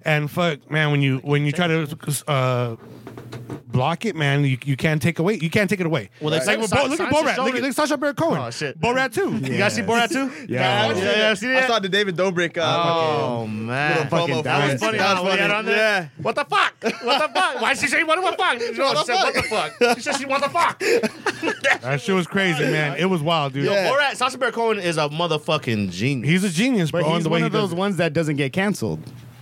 [SPEAKER 2] And fuck, man, when you when you try to uh Block it, man. You, you can't take away. You can't take it away.
[SPEAKER 4] Well,
[SPEAKER 2] Well, like,
[SPEAKER 4] they said
[SPEAKER 2] with
[SPEAKER 4] Sa-
[SPEAKER 2] Bo- look at
[SPEAKER 4] Sanchez
[SPEAKER 2] Borat.
[SPEAKER 4] showed
[SPEAKER 2] Look, at-
[SPEAKER 4] it.
[SPEAKER 2] look at Sasha Baron Cohen.
[SPEAKER 4] Oh, shit.
[SPEAKER 2] Borat too. You guys see Borat too?
[SPEAKER 1] Yeah.
[SPEAKER 3] I,
[SPEAKER 1] Yeah.
[SPEAKER 4] Yeah, I've seen
[SPEAKER 3] I
[SPEAKER 4] it.
[SPEAKER 3] saw the David Dobrik. Uh,
[SPEAKER 4] Oh man.
[SPEAKER 1] fucking
[SPEAKER 3] promo for
[SPEAKER 1] That was
[SPEAKER 3] it.
[SPEAKER 1] funny
[SPEAKER 3] That was
[SPEAKER 4] when he had
[SPEAKER 3] funny.
[SPEAKER 4] on there.
[SPEAKER 3] Yeah.
[SPEAKER 4] What the fuck? What the fuck? Why she say what the fuck? She said what the fuck. She said she what the fuck.
[SPEAKER 2] That shit was crazy, man. It was wild, dude.
[SPEAKER 4] Yo,
[SPEAKER 3] Yeah.
[SPEAKER 4] Borat, Sacha Baron Cohen is a motherfucking genius.
[SPEAKER 2] He's a genius, bro.
[SPEAKER 1] But
[SPEAKER 2] and
[SPEAKER 1] he's
[SPEAKER 2] the way
[SPEAKER 1] one
[SPEAKER 2] he
[SPEAKER 1] of
[SPEAKER 2] does
[SPEAKER 1] those
[SPEAKER 2] it.
[SPEAKER 1] ones that doesn't get canceled.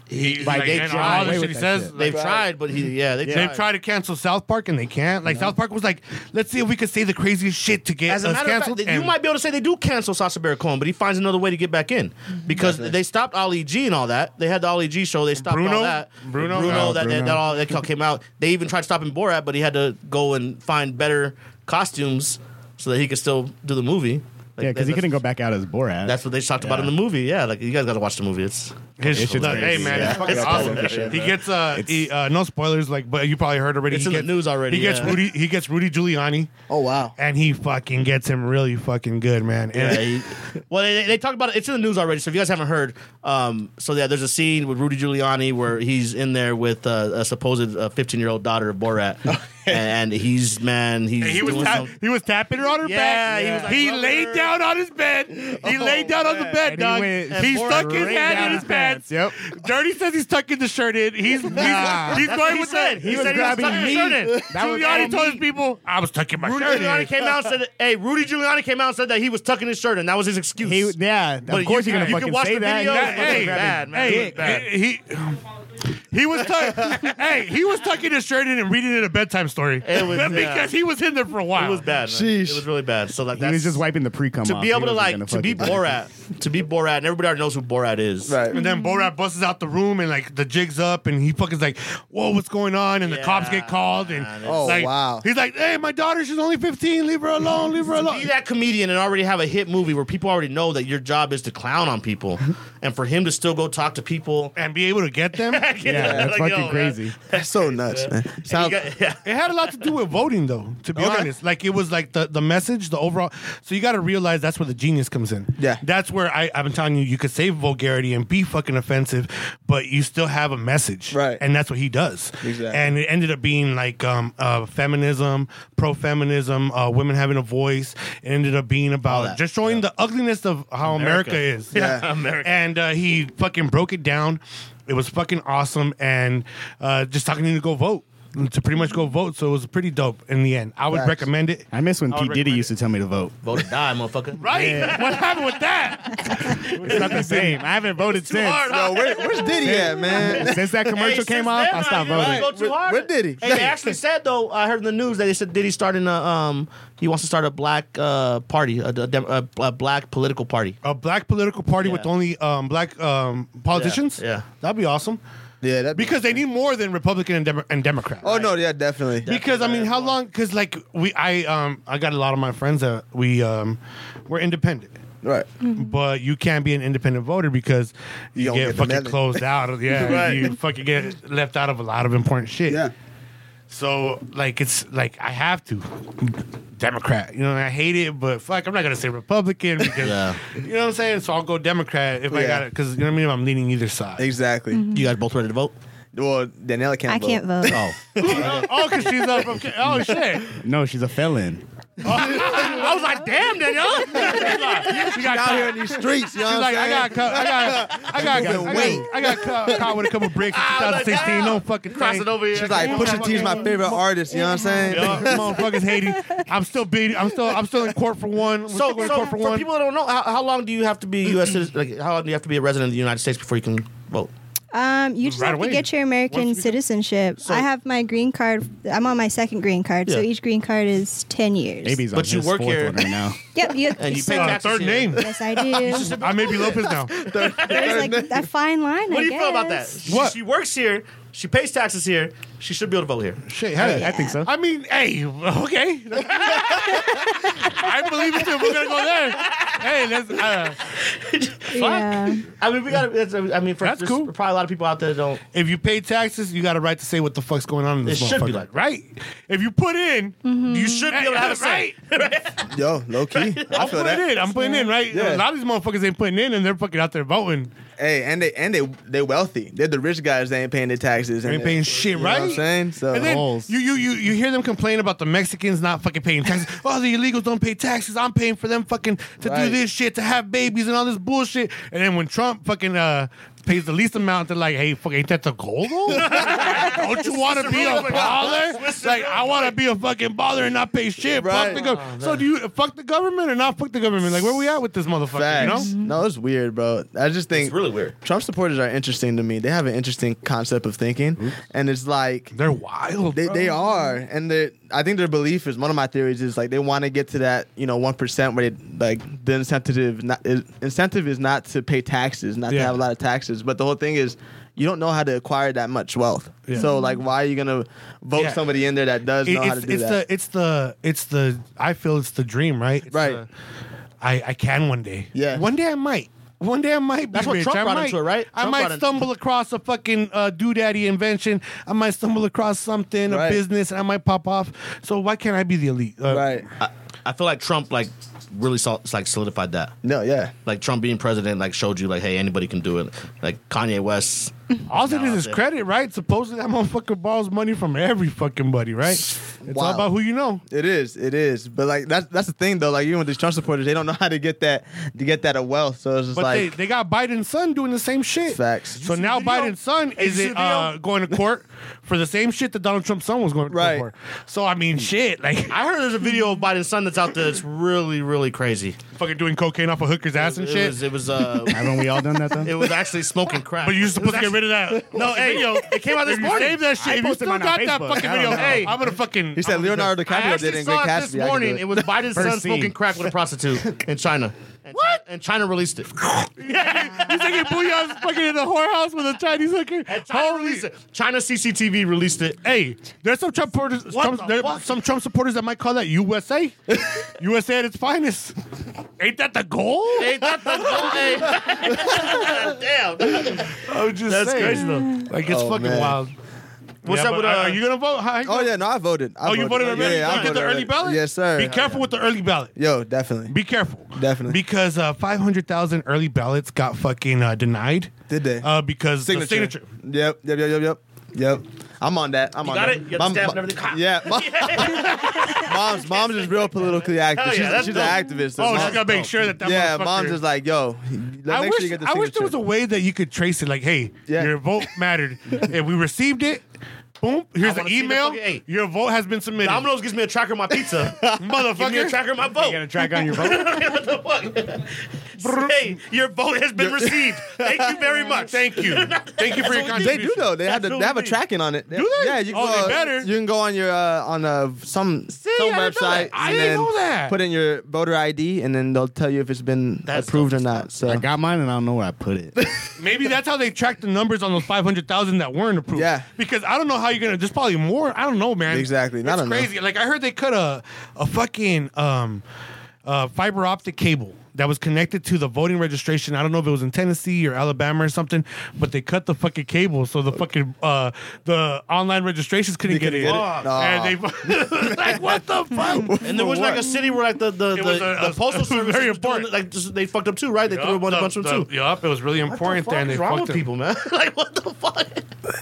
[SPEAKER 2] He,
[SPEAKER 1] Like, they
[SPEAKER 2] and
[SPEAKER 1] tried.
[SPEAKER 2] all the
[SPEAKER 1] Wait
[SPEAKER 2] shit
[SPEAKER 1] with
[SPEAKER 2] he
[SPEAKER 1] that
[SPEAKER 2] says.
[SPEAKER 1] shit.
[SPEAKER 2] like,
[SPEAKER 4] They've tried, but he yeah they
[SPEAKER 2] They've tried to cancel South Park and they can't. Like South Park was like, let's see if we could say the craziest shit to get
[SPEAKER 4] As a
[SPEAKER 2] us
[SPEAKER 4] matter
[SPEAKER 2] canceled.
[SPEAKER 4] of fact, you
[SPEAKER 2] and-
[SPEAKER 4] might be able to say they do cancel Sacha Baron Cohen, but he finds another way to get back in because they stopped Ali G and all that. They had the Ali G show. They stopped all
[SPEAKER 2] Bruno?
[SPEAKER 4] that.
[SPEAKER 2] Bruno?
[SPEAKER 4] Bruno,
[SPEAKER 2] Oh,
[SPEAKER 4] that, That,
[SPEAKER 2] Bruno.
[SPEAKER 4] that all that came out. They even tried stopping Borat, but he had to go and find better costumes so that he could still do the movie. Like,
[SPEAKER 1] Yeah, because he
[SPEAKER 4] that's-
[SPEAKER 1] couldn't go back out as Borat.
[SPEAKER 4] That's what they talked about in the movie. Yeah, like you guys got to watch the movie. It's
[SPEAKER 2] His,
[SPEAKER 1] It's just
[SPEAKER 2] look, hey
[SPEAKER 1] crazy.
[SPEAKER 2] man,
[SPEAKER 1] Yeah.
[SPEAKER 2] it's fucking
[SPEAKER 1] It's
[SPEAKER 2] awesome. He gets uh, he, uh, no spoilers, like, but you probably heard already.
[SPEAKER 4] It's
[SPEAKER 2] he
[SPEAKER 4] in the
[SPEAKER 2] gets-
[SPEAKER 4] news already,
[SPEAKER 2] He gets
[SPEAKER 4] yeah.
[SPEAKER 2] Rudy. He gets Rudy Giuliani,
[SPEAKER 3] Oh wow.
[SPEAKER 2] and he fucking gets him really fucking good, man.
[SPEAKER 4] Yeah,
[SPEAKER 2] And
[SPEAKER 4] he- well, they, they talked about it. It's in the news already. So if you guys haven't heard, um, so yeah, there's a scene with Rudy Giuliani where he's in there with uh, a supposed 15 year old daughter of Borat, and he's man, he's
[SPEAKER 2] he was
[SPEAKER 4] doing
[SPEAKER 2] tap-
[SPEAKER 4] some-
[SPEAKER 2] he was tapping her on her
[SPEAKER 4] Yeah,
[SPEAKER 2] back.
[SPEAKER 4] he was like,
[SPEAKER 2] He
[SPEAKER 4] "Love
[SPEAKER 2] laid
[SPEAKER 4] her."
[SPEAKER 2] down on his bed. He laid down on the bed,
[SPEAKER 1] And he
[SPEAKER 2] dog.
[SPEAKER 1] went-
[SPEAKER 2] He,
[SPEAKER 1] Borat
[SPEAKER 2] stuck his
[SPEAKER 1] right down
[SPEAKER 2] hand in his
[SPEAKER 1] his
[SPEAKER 2] pants.
[SPEAKER 1] pants, yep.
[SPEAKER 2] Dirty says he's tucking the shirt in. He's he's, he's
[SPEAKER 7] That's what
[SPEAKER 2] going
[SPEAKER 7] he
[SPEAKER 2] with
[SPEAKER 7] said.
[SPEAKER 2] that.
[SPEAKER 7] He said he was
[SPEAKER 1] grabbing
[SPEAKER 7] tucking his
[SPEAKER 1] meat.
[SPEAKER 7] shirt in.
[SPEAKER 1] That was all
[SPEAKER 2] Giuliani told his
[SPEAKER 1] meat.
[SPEAKER 2] people, "I was tucking my
[SPEAKER 7] Rudy
[SPEAKER 2] shirt
[SPEAKER 7] Giuliani
[SPEAKER 2] in."
[SPEAKER 7] came out and said, that, "Hey, Rudy Giuliani came out and said that he was tucking his shirt, and that was his excuse."
[SPEAKER 1] He, yeah, of
[SPEAKER 7] But
[SPEAKER 1] course
[SPEAKER 7] you
[SPEAKER 1] you're
[SPEAKER 7] can-
[SPEAKER 1] gonna
[SPEAKER 7] you
[SPEAKER 1] fucking
[SPEAKER 7] can watch
[SPEAKER 1] say
[SPEAKER 7] the
[SPEAKER 1] that.
[SPEAKER 7] video.
[SPEAKER 1] Yeah,
[SPEAKER 7] That-
[SPEAKER 1] hey,
[SPEAKER 2] hey,
[SPEAKER 7] bad, man. It
[SPEAKER 2] Hey,
[SPEAKER 7] was bad.
[SPEAKER 2] he he was tuck- hey he was tucking his shirt in and reading it a bedtime story
[SPEAKER 4] It was, yeah.
[SPEAKER 2] because he was in there for a while.
[SPEAKER 4] it was bad. man.
[SPEAKER 8] Sheesh.
[SPEAKER 4] It was really bad. So like
[SPEAKER 1] he
[SPEAKER 4] that's
[SPEAKER 1] was just wiping the pre cum
[SPEAKER 4] to be able to like to be Borat, to be Borat, and everybody already knows who Borat is.
[SPEAKER 2] And then Borat busts out the room and like the jig's up and he fucking like, whoa, what's going on? And the cops get called and
[SPEAKER 4] Yeah,
[SPEAKER 8] Oh,
[SPEAKER 2] like,
[SPEAKER 8] wow.
[SPEAKER 2] he's like, hey, my daughter, she's only fifteen, leave her alone, leave her alone.
[SPEAKER 4] be that comedian and already have a hit movie where people already know that your job is to clown on people, and for him to still go talk to people
[SPEAKER 2] And be able to get them. it
[SPEAKER 1] Yeah, that's
[SPEAKER 7] Like, yo,
[SPEAKER 1] fucking
[SPEAKER 7] man.
[SPEAKER 1] crazy.
[SPEAKER 3] That's so nuts, man. Sounds
[SPEAKER 2] had a lot to do with voting, though. To be
[SPEAKER 3] Okay.
[SPEAKER 2] honest, like it was like the, the message, the overall. So you got to realize that's where the genius comes in.
[SPEAKER 3] Yeah.
[SPEAKER 2] that's where I, I've been telling you, you could say vulgarity and be fucking offensive, but you still have a message,
[SPEAKER 3] Right.
[SPEAKER 2] And that's what he does.
[SPEAKER 3] Exactly.
[SPEAKER 2] And it ended up being like um, uh, feminism, pro feminism, uh, women having a voice. It ended up being about
[SPEAKER 4] that.
[SPEAKER 2] just showing the ugliness of how America,
[SPEAKER 4] America.
[SPEAKER 2] is.
[SPEAKER 3] Yeah.
[SPEAKER 2] America. And uh, he fucking broke it down. It was fucking awesome. And uh, just talking to him to go vote, to pretty much go vote. So it was pretty dope in the end. I would
[SPEAKER 3] Facts.
[SPEAKER 2] recommend it.
[SPEAKER 1] I miss when Pete Diddy
[SPEAKER 2] recommend
[SPEAKER 1] used to tell me to vote.
[SPEAKER 4] vote or die, motherfucker.
[SPEAKER 2] Right? What happened with that?
[SPEAKER 1] It's not the same. I haven't voted since.
[SPEAKER 3] Yo, where, where's Diddy at, man?
[SPEAKER 1] Since that
[SPEAKER 4] Hey,
[SPEAKER 1] commercial
[SPEAKER 4] since
[SPEAKER 1] came off,
[SPEAKER 4] then,
[SPEAKER 1] I
[SPEAKER 4] right,
[SPEAKER 1] stopped
[SPEAKER 4] you
[SPEAKER 1] voting.
[SPEAKER 4] Go too
[SPEAKER 3] Where-
[SPEAKER 4] hard.
[SPEAKER 3] where Diddy?
[SPEAKER 4] Hey, they actually said though. I heard in the news that they said Diddy's starting a um. He wants to start a black uh party, a, a, dem- a, a black political party.
[SPEAKER 2] A black political party with
[SPEAKER 4] Yeah.
[SPEAKER 2] only um, black um, politicians?
[SPEAKER 4] yeah.
[SPEAKER 2] That'd be awesome.
[SPEAKER 3] Yeah, that
[SPEAKER 2] Because they need more than Republican and, Demo- and Democrat.
[SPEAKER 3] Oh no, yeah, definitely.
[SPEAKER 2] because I mean, how long? Because like we, I um, I got a lot of my friends that we um, we're independent,
[SPEAKER 3] Right.
[SPEAKER 5] Mm-hmm.
[SPEAKER 2] but you can't be an independent voter because you,
[SPEAKER 3] Mm-hmm. don't
[SPEAKER 2] get,
[SPEAKER 3] get the
[SPEAKER 2] fucking
[SPEAKER 3] ballot.
[SPEAKER 2] closed out. Of, yeah, you fucking get left out of a lot of important shit.
[SPEAKER 3] Yeah.
[SPEAKER 2] So like it's like I have to. Democrat, you know, and I hate it, but fuck, I'm not gonna say Republican because
[SPEAKER 4] Yeah.
[SPEAKER 2] you know what I'm saying. So I'll go Democrat if I
[SPEAKER 3] Yeah.
[SPEAKER 2] got it, because you know what I mean. If I'm leaning either side,
[SPEAKER 3] Exactly.
[SPEAKER 4] You guys both ready to vote?
[SPEAKER 3] Well, Daniela can't.
[SPEAKER 5] Mm-hmm. I
[SPEAKER 3] vote.
[SPEAKER 4] Oh,
[SPEAKER 5] can't vote.
[SPEAKER 2] oh, because she's up. Okay. Oh shit,
[SPEAKER 1] No, she's a felon.
[SPEAKER 2] I was like, damn, Danielle, you got
[SPEAKER 3] Out here in these streets, you know
[SPEAKER 2] She's
[SPEAKER 3] what
[SPEAKER 2] like, I
[SPEAKER 3] I'm
[SPEAKER 2] got, cu- I got, I got, I got, I
[SPEAKER 3] wait.
[SPEAKER 2] got, cu- caught with a couple bricks in 2016. no fucking
[SPEAKER 7] Crossing
[SPEAKER 2] thing.
[SPEAKER 7] over here.
[SPEAKER 3] saying? She's like, Pusha T is my favorite artist. You know what I'm saying?
[SPEAKER 2] Yeah, motherfuckers hating. I'm still beating. I'm still, I'm still in court for one. I'm
[SPEAKER 4] so,
[SPEAKER 2] still going to
[SPEAKER 4] so
[SPEAKER 2] court for,
[SPEAKER 4] for
[SPEAKER 2] one.
[SPEAKER 4] people that don't know, how, how long do you have to be U.S. citizen? Like, how long do you have to be a resident of the United States before you can vote?
[SPEAKER 5] Um, you just
[SPEAKER 2] Right
[SPEAKER 5] have
[SPEAKER 2] away.
[SPEAKER 5] to get your American
[SPEAKER 2] Once you-
[SPEAKER 5] citizenship. I have my green card. I'm on my second green card, so
[SPEAKER 4] Yeah.
[SPEAKER 5] each green card is ten years.
[SPEAKER 1] AB's on
[SPEAKER 4] But you
[SPEAKER 1] his
[SPEAKER 4] work
[SPEAKER 1] fourth
[SPEAKER 4] here.
[SPEAKER 1] one right now.
[SPEAKER 5] Yep. You,
[SPEAKER 4] And you
[SPEAKER 5] so-
[SPEAKER 4] pay
[SPEAKER 2] Uh,
[SPEAKER 4] taxes
[SPEAKER 2] third
[SPEAKER 4] here.
[SPEAKER 2] name.
[SPEAKER 5] Yes, I do.
[SPEAKER 2] I may be Lopez now.
[SPEAKER 5] There's like that fine line.
[SPEAKER 4] What
[SPEAKER 5] I
[SPEAKER 4] do you feel about that?
[SPEAKER 5] guess.
[SPEAKER 4] She-
[SPEAKER 2] What?
[SPEAKER 4] She, works here. She pays taxes here. She should be able to vote here.
[SPEAKER 2] Shit, hell yeah.
[SPEAKER 1] I think so.
[SPEAKER 2] I mean, hey, okay. I believe it too. We're gonna go there. Hey, let's. Uh,
[SPEAKER 5] Yeah.
[SPEAKER 4] I mean, we got. I mean, for,
[SPEAKER 2] That's
[SPEAKER 4] there's
[SPEAKER 2] cool.
[SPEAKER 4] Probably a lot of people out there don't.
[SPEAKER 2] if you pay taxes, you got a right to say what the fuck's going on in this
[SPEAKER 4] It
[SPEAKER 2] motherfucker,
[SPEAKER 4] should be like-
[SPEAKER 2] right? If you put in,
[SPEAKER 4] You should be able to have a say.
[SPEAKER 2] right?
[SPEAKER 3] Yo, low key, I
[SPEAKER 2] I'm
[SPEAKER 3] feel
[SPEAKER 2] putting
[SPEAKER 3] that.
[SPEAKER 2] in. I'm putting in, right?
[SPEAKER 3] Yeah.
[SPEAKER 2] A lot of these motherfuckers ain't putting in, and they're fucking out there voting.
[SPEAKER 3] Hey, and they and they they wealthy. They're the rich guys. They ain't paying their taxes.
[SPEAKER 2] They
[SPEAKER 3] and
[SPEAKER 2] ain't paying shit, right?
[SPEAKER 3] You know what I'm saying? So
[SPEAKER 2] And then
[SPEAKER 1] Holes.
[SPEAKER 2] you, you you you hear them complain about the Mexicans not fucking paying taxes. oh, the illegals don't pay taxes. I'm paying for them fucking to
[SPEAKER 3] Right.
[SPEAKER 2] do this shit, to have babies and all this bullshit. And then when Trump fucking uh pays the least amount, they're like, hey, fuck, ain't that the goal though? Don't you want to be a baller? Like, I want to be a fucking baller and not pay shit.
[SPEAKER 3] Right. Oh,
[SPEAKER 2] Fuck the government. so do you fuck the government or not fuck the government? Like, where we at with this motherfucker?
[SPEAKER 3] Facts.
[SPEAKER 5] Mm-hmm.
[SPEAKER 2] You know?
[SPEAKER 3] No, it's weird, bro. I just think
[SPEAKER 4] It's really weird.
[SPEAKER 3] Trump supporters are interesting to me. They have an interesting concept of thinking,
[SPEAKER 2] Mm-hmm.
[SPEAKER 3] and it's like
[SPEAKER 2] They're wild.
[SPEAKER 3] they,
[SPEAKER 2] bro.
[SPEAKER 3] they are, and they I think their belief is one of my theories is like they want to get to that you know one percent where they, like the incentive not, is, incentive is not to pay taxes, not
[SPEAKER 2] Yeah.
[SPEAKER 3] to have a lot of taxes, but the whole thing is. You don't know how to acquire that much wealth,
[SPEAKER 2] Yeah.
[SPEAKER 3] so like, why are you gonna vote
[SPEAKER 2] Yeah.
[SPEAKER 3] somebody in there that does
[SPEAKER 2] It-
[SPEAKER 3] know how to
[SPEAKER 2] it's,
[SPEAKER 3] do
[SPEAKER 2] it's
[SPEAKER 3] that?
[SPEAKER 2] the it's the it's the I feel it's the dream, right? It's
[SPEAKER 3] Right.
[SPEAKER 2] the, I I can one day.
[SPEAKER 3] Yeah.
[SPEAKER 2] One day I might. One day I might be
[SPEAKER 4] That's what
[SPEAKER 2] rich.
[SPEAKER 4] Trump
[SPEAKER 2] I
[SPEAKER 4] brought
[SPEAKER 2] might,
[SPEAKER 4] into it, right?
[SPEAKER 2] I
[SPEAKER 4] Trump brought
[SPEAKER 2] might
[SPEAKER 4] in-
[SPEAKER 2] stumble across a fucking uh, doodaddy invention. I might stumble across something,
[SPEAKER 3] Right.
[SPEAKER 2] a business, and I might pop off. So why can't I be the elite? Uh,
[SPEAKER 3] right?
[SPEAKER 4] I, I feel like Trump like really sol- like solidified that.
[SPEAKER 3] No, yeah.
[SPEAKER 4] Like Trump being president like showed you like hey anybody can do it. Like Kanye West.
[SPEAKER 2] All it
[SPEAKER 4] No,
[SPEAKER 2] is is
[SPEAKER 4] dude.
[SPEAKER 2] credit, right? Supposedly that motherfucker borrows money from every fucking buddy, right? It's all
[SPEAKER 3] Wow.
[SPEAKER 2] about who you know.
[SPEAKER 3] It is, it is. But like that's that's the thing though. Like even with these Trump supporters, they don't know how to get that to get that a wealth. So it's just
[SPEAKER 2] But
[SPEAKER 3] like
[SPEAKER 2] they, they got Biden's son doing the same shit.
[SPEAKER 3] Facts. Did you
[SPEAKER 2] So
[SPEAKER 7] see
[SPEAKER 2] now
[SPEAKER 7] the video?
[SPEAKER 2] Biden's son
[SPEAKER 7] Hey, did you
[SPEAKER 2] is
[SPEAKER 7] see
[SPEAKER 2] it,
[SPEAKER 7] the video?
[SPEAKER 2] uh, going to court for the same shit that Donald Trump's son was going to
[SPEAKER 3] Right.
[SPEAKER 2] court for. So I mean, shit, like
[SPEAKER 7] I heard there's a video of Biden's son that's out there that's really, really crazy.
[SPEAKER 2] fucking doing cocaine off a hooker's ass and
[SPEAKER 4] It
[SPEAKER 2] shit.
[SPEAKER 4] was it was uh
[SPEAKER 1] Haven't we all done that though?
[SPEAKER 4] it was actually smoking crack.
[SPEAKER 2] but you're supposed to get rid of that.
[SPEAKER 7] No, hey, yo, it came out this
[SPEAKER 2] If you
[SPEAKER 7] morning.
[SPEAKER 2] save that shit,
[SPEAKER 7] I
[SPEAKER 2] if you
[SPEAKER 7] posted
[SPEAKER 2] still
[SPEAKER 7] mine on
[SPEAKER 2] got that
[SPEAKER 7] Facebook.
[SPEAKER 2] fucking
[SPEAKER 7] I don't
[SPEAKER 2] video,
[SPEAKER 7] know.
[SPEAKER 2] hey, I'm gonna fucking.
[SPEAKER 3] He said
[SPEAKER 2] I'm gonna-
[SPEAKER 3] Leonardo
[SPEAKER 7] I
[SPEAKER 3] DiCaprio did
[SPEAKER 7] actually
[SPEAKER 3] in
[SPEAKER 7] saw
[SPEAKER 3] Great
[SPEAKER 7] it this
[SPEAKER 3] Gatsby. I can do
[SPEAKER 7] morning. It was Biden's son smoking crack with a prostitute in China. And what? and China released it.
[SPEAKER 2] He's taking booyahs fucking in the whorehouse with a Chinese hooker.
[SPEAKER 7] China released it. China CCTV released it.
[SPEAKER 2] Hey, there's some Trump supporters. Trump,
[SPEAKER 7] the
[SPEAKER 2] there-
[SPEAKER 7] fuck?
[SPEAKER 2] some Trump supporters that might call that USA, USA at its finest. Ain't that the goal?
[SPEAKER 7] Hey, that's the Damn.
[SPEAKER 2] I'm just
[SPEAKER 7] That's crazy though.
[SPEAKER 2] Like it's
[SPEAKER 3] Oh,
[SPEAKER 2] fucking
[SPEAKER 3] man.
[SPEAKER 2] Wild.
[SPEAKER 7] What's
[SPEAKER 2] Yeah,
[SPEAKER 7] up
[SPEAKER 2] but
[SPEAKER 7] with uh?
[SPEAKER 2] are you gonna vote? How-
[SPEAKER 3] Oh yeah, no, I voted. I
[SPEAKER 2] Oh, you voted already?
[SPEAKER 3] Yeah,
[SPEAKER 2] you
[SPEAKER 3] I
[SPEAKER 2] get the
[SPEAKER 3] voted
[SPEAKER 2] early ballot?
[SPEAKER 3] Yes, sir.
[SPEAKER 2] Be careful with the early ballot.
[SPEAKER 3] Yo, definitely.
[SPEAKER 2] Be careful.
[SPEAKER 3] Definitely.
[SPEAKER 2] Because uh, 500,000 early ballots got fucking uh, denied.
[SPEAKER 3] Did they?
[SPEAKER 2] Uh, because the signature.
[SPEAKER 3] Yep, yep, yep, yep, yep. Yep. I'm on that. I'm on
[SPEAKER 7] got
[SPEAKER 3] that.
[SPEAKER 7] it? You got the stamp and everything?
[SPEAKER 3] mom- Yeah. Mom, mom's mom's is real politically active.
[SPEAKER 7] Hell yeah,
[SPEAKER 3] She's,
[SPEAKER 7] that's
[SPEAKER 3] she's
[SPEAKER 7] dope.
[SPEAKER 3] an activist. so
[SPEAKER 2] Oh,
[SPEAKER 3] mom-
[SPEAKER 2] she's gotta make sure that that
[SPEAKER 3] yeah,
[SPEAKER 2] motherfucker-
[SPEAKER 3] mom's just like, yo, make
[SPEAKER 2] I
[SPEAKER 3] sure
[SPEAKER 2] wish,
[SPEAKER 3] you get the
[SPEAKER 2] I wish there was
[SPEAKER 3] signature.
[SPEAKER 2] a way that you could trace it. Like, hey,
[SPEAKER 3] Yeah.
[SPEAKER 2] your vote mattered. and we received it. Boom. Here's
[SPEAKER 7] I
[SPEAKER 2] an
[SPEAKER 7] wanna see the
[SPEAKER 2] email.
[SPEAKER 7] fucking- hey.
[SPEAKER 2] Your vote has been submitted.
[SPEAKER 7] Domino's gives me a tracker of my pizza. Motherfucker. Give me a tracker of my
[SPEAKER 1] You got
[SPEAKER 7] vote.
[SPEAKER 1] to track on your vote.
[SPEAKER 7] what the fuck? hey, your vote has been received. Thank you very much.
[SPEAKER 2] Thank you. Thank you for your
[SPEAKER 3] They
[SPEAKER 2] contribution.
[SPEAKER 3] do though. They have the, they have a
[SPEAKER 7] Absolutely.
[SPEAKER 3] tracking on it. Do
[SPEAKER 2] they?
[SPEAKER 3] Yeah, you
[SPEAKER 2] Oh,
[SPEAKER 3] go,
[SPEAKER 2] they better.
[SPEAKER 3] You can go on your uh, on uh, some some
[SPEAKER 2] I didn't know
[SPEAKER 3] website
[SPEAKER 2] that. I
[SPEAKER 3] and
[SPEAKER 2] didn't
[SPEAKER 3] then
[SPEAKER 2] know that.
[SPEAKER 3] put in your voter ID and then they'll tell you if it's been
[SPEAKER 4] That's
[SPEAKER 3] approved
[SPEAKER 4] dope.
[SPEAKER 3] or not. So
[SPEAKER 1] I got mine and I don't know where I put it.
[SPEAKER 2] Maybe that's how they track the numbers on those five hundred thousand that weren't approved.
[SPEAKER 3] Yeah.
[SPEAKER 2] because I don't know how you're gonna. There's probably more. I don't know, man.
[SPEAKER 3] Exactly. I
[SPEAKER 2] That's
[SPEAKER 3] don't know.
[SPEAKER 2] crazy. Like I heard they cut a a fucking um uh fiber optic cable that was connected to the voting registration. I don't know if it was in Tennessee or Alabama or something, but they cut the fucking cable so the fucking uh the online registrations couldn't get,
[SPEAKER 3] couldn't
[SPEAKER 2] in.
[SPEAKER 3] get it?
[SPEAKER 2] And they like what the fuck?
[SPEAKER 4] And there was
[SPEAKER 3] what?
[SPEAKER 4] like a city where like the the, the,
[SPEAKER 2] was a-
[SPEAKER 4] the postal
[SPEAKER 2] it was
[SPEAKER 4] service
[SPEAKER 2] very
[SPEAKER 4] was doing,
[SPEAKER 2] important.
[SPEAKER 4] like just, they fucked up too, right? They threw a bunch, bunch of them too.
[SPEAKER 2] Yup, it was really important there, and they fucked it.
[SPEAKER 7] people, man? like, what the fuck?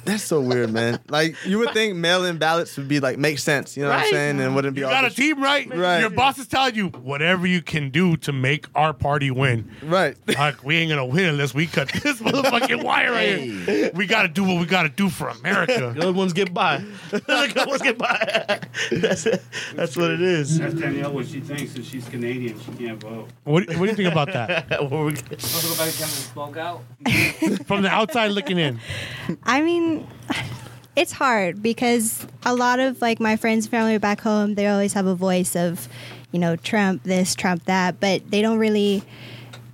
[SPEAKER 3] That's so weird, man. Like you would think mail-in ballots would be like make sense, you know what I'm
[SPEAKER 7] Right.
[SPEAKER 3] saying? And wouldn't be
[SPEAKER 2] You
[SPEAKER 3] all
[SPEAKER 2] got a
[SPEAKER 3] this-
[SPEAKER 2] team, right?
[SPEAKER 3] Right.
[SPEAKER 2] Your boss is telling you whatever you can do to make our party win.
[SPEAKER 3] right?
[SPEAKER 2] Like, we ain't gonna win unless we cut this motherfucking wire right here. We gotta do what we gotta do for America.
[SPEAKER 7] Good ones get by. the good ones get by. that's it. That's what it is.
[SPEAKER 8] That's Danielle what she thinks that she's Canadian. She can't vote.
[SPEAKER 2] What, what do you think about that?
[SPEAKER 8] Also, go back to Kevin spoke out.
[SPEAKER 2] From the outside looking in,
[SPEAKER 5] I mean, it's hard because a lot of like my friends and family back home, they always have a voice of, you know, Trump this, Trump that, but they don't really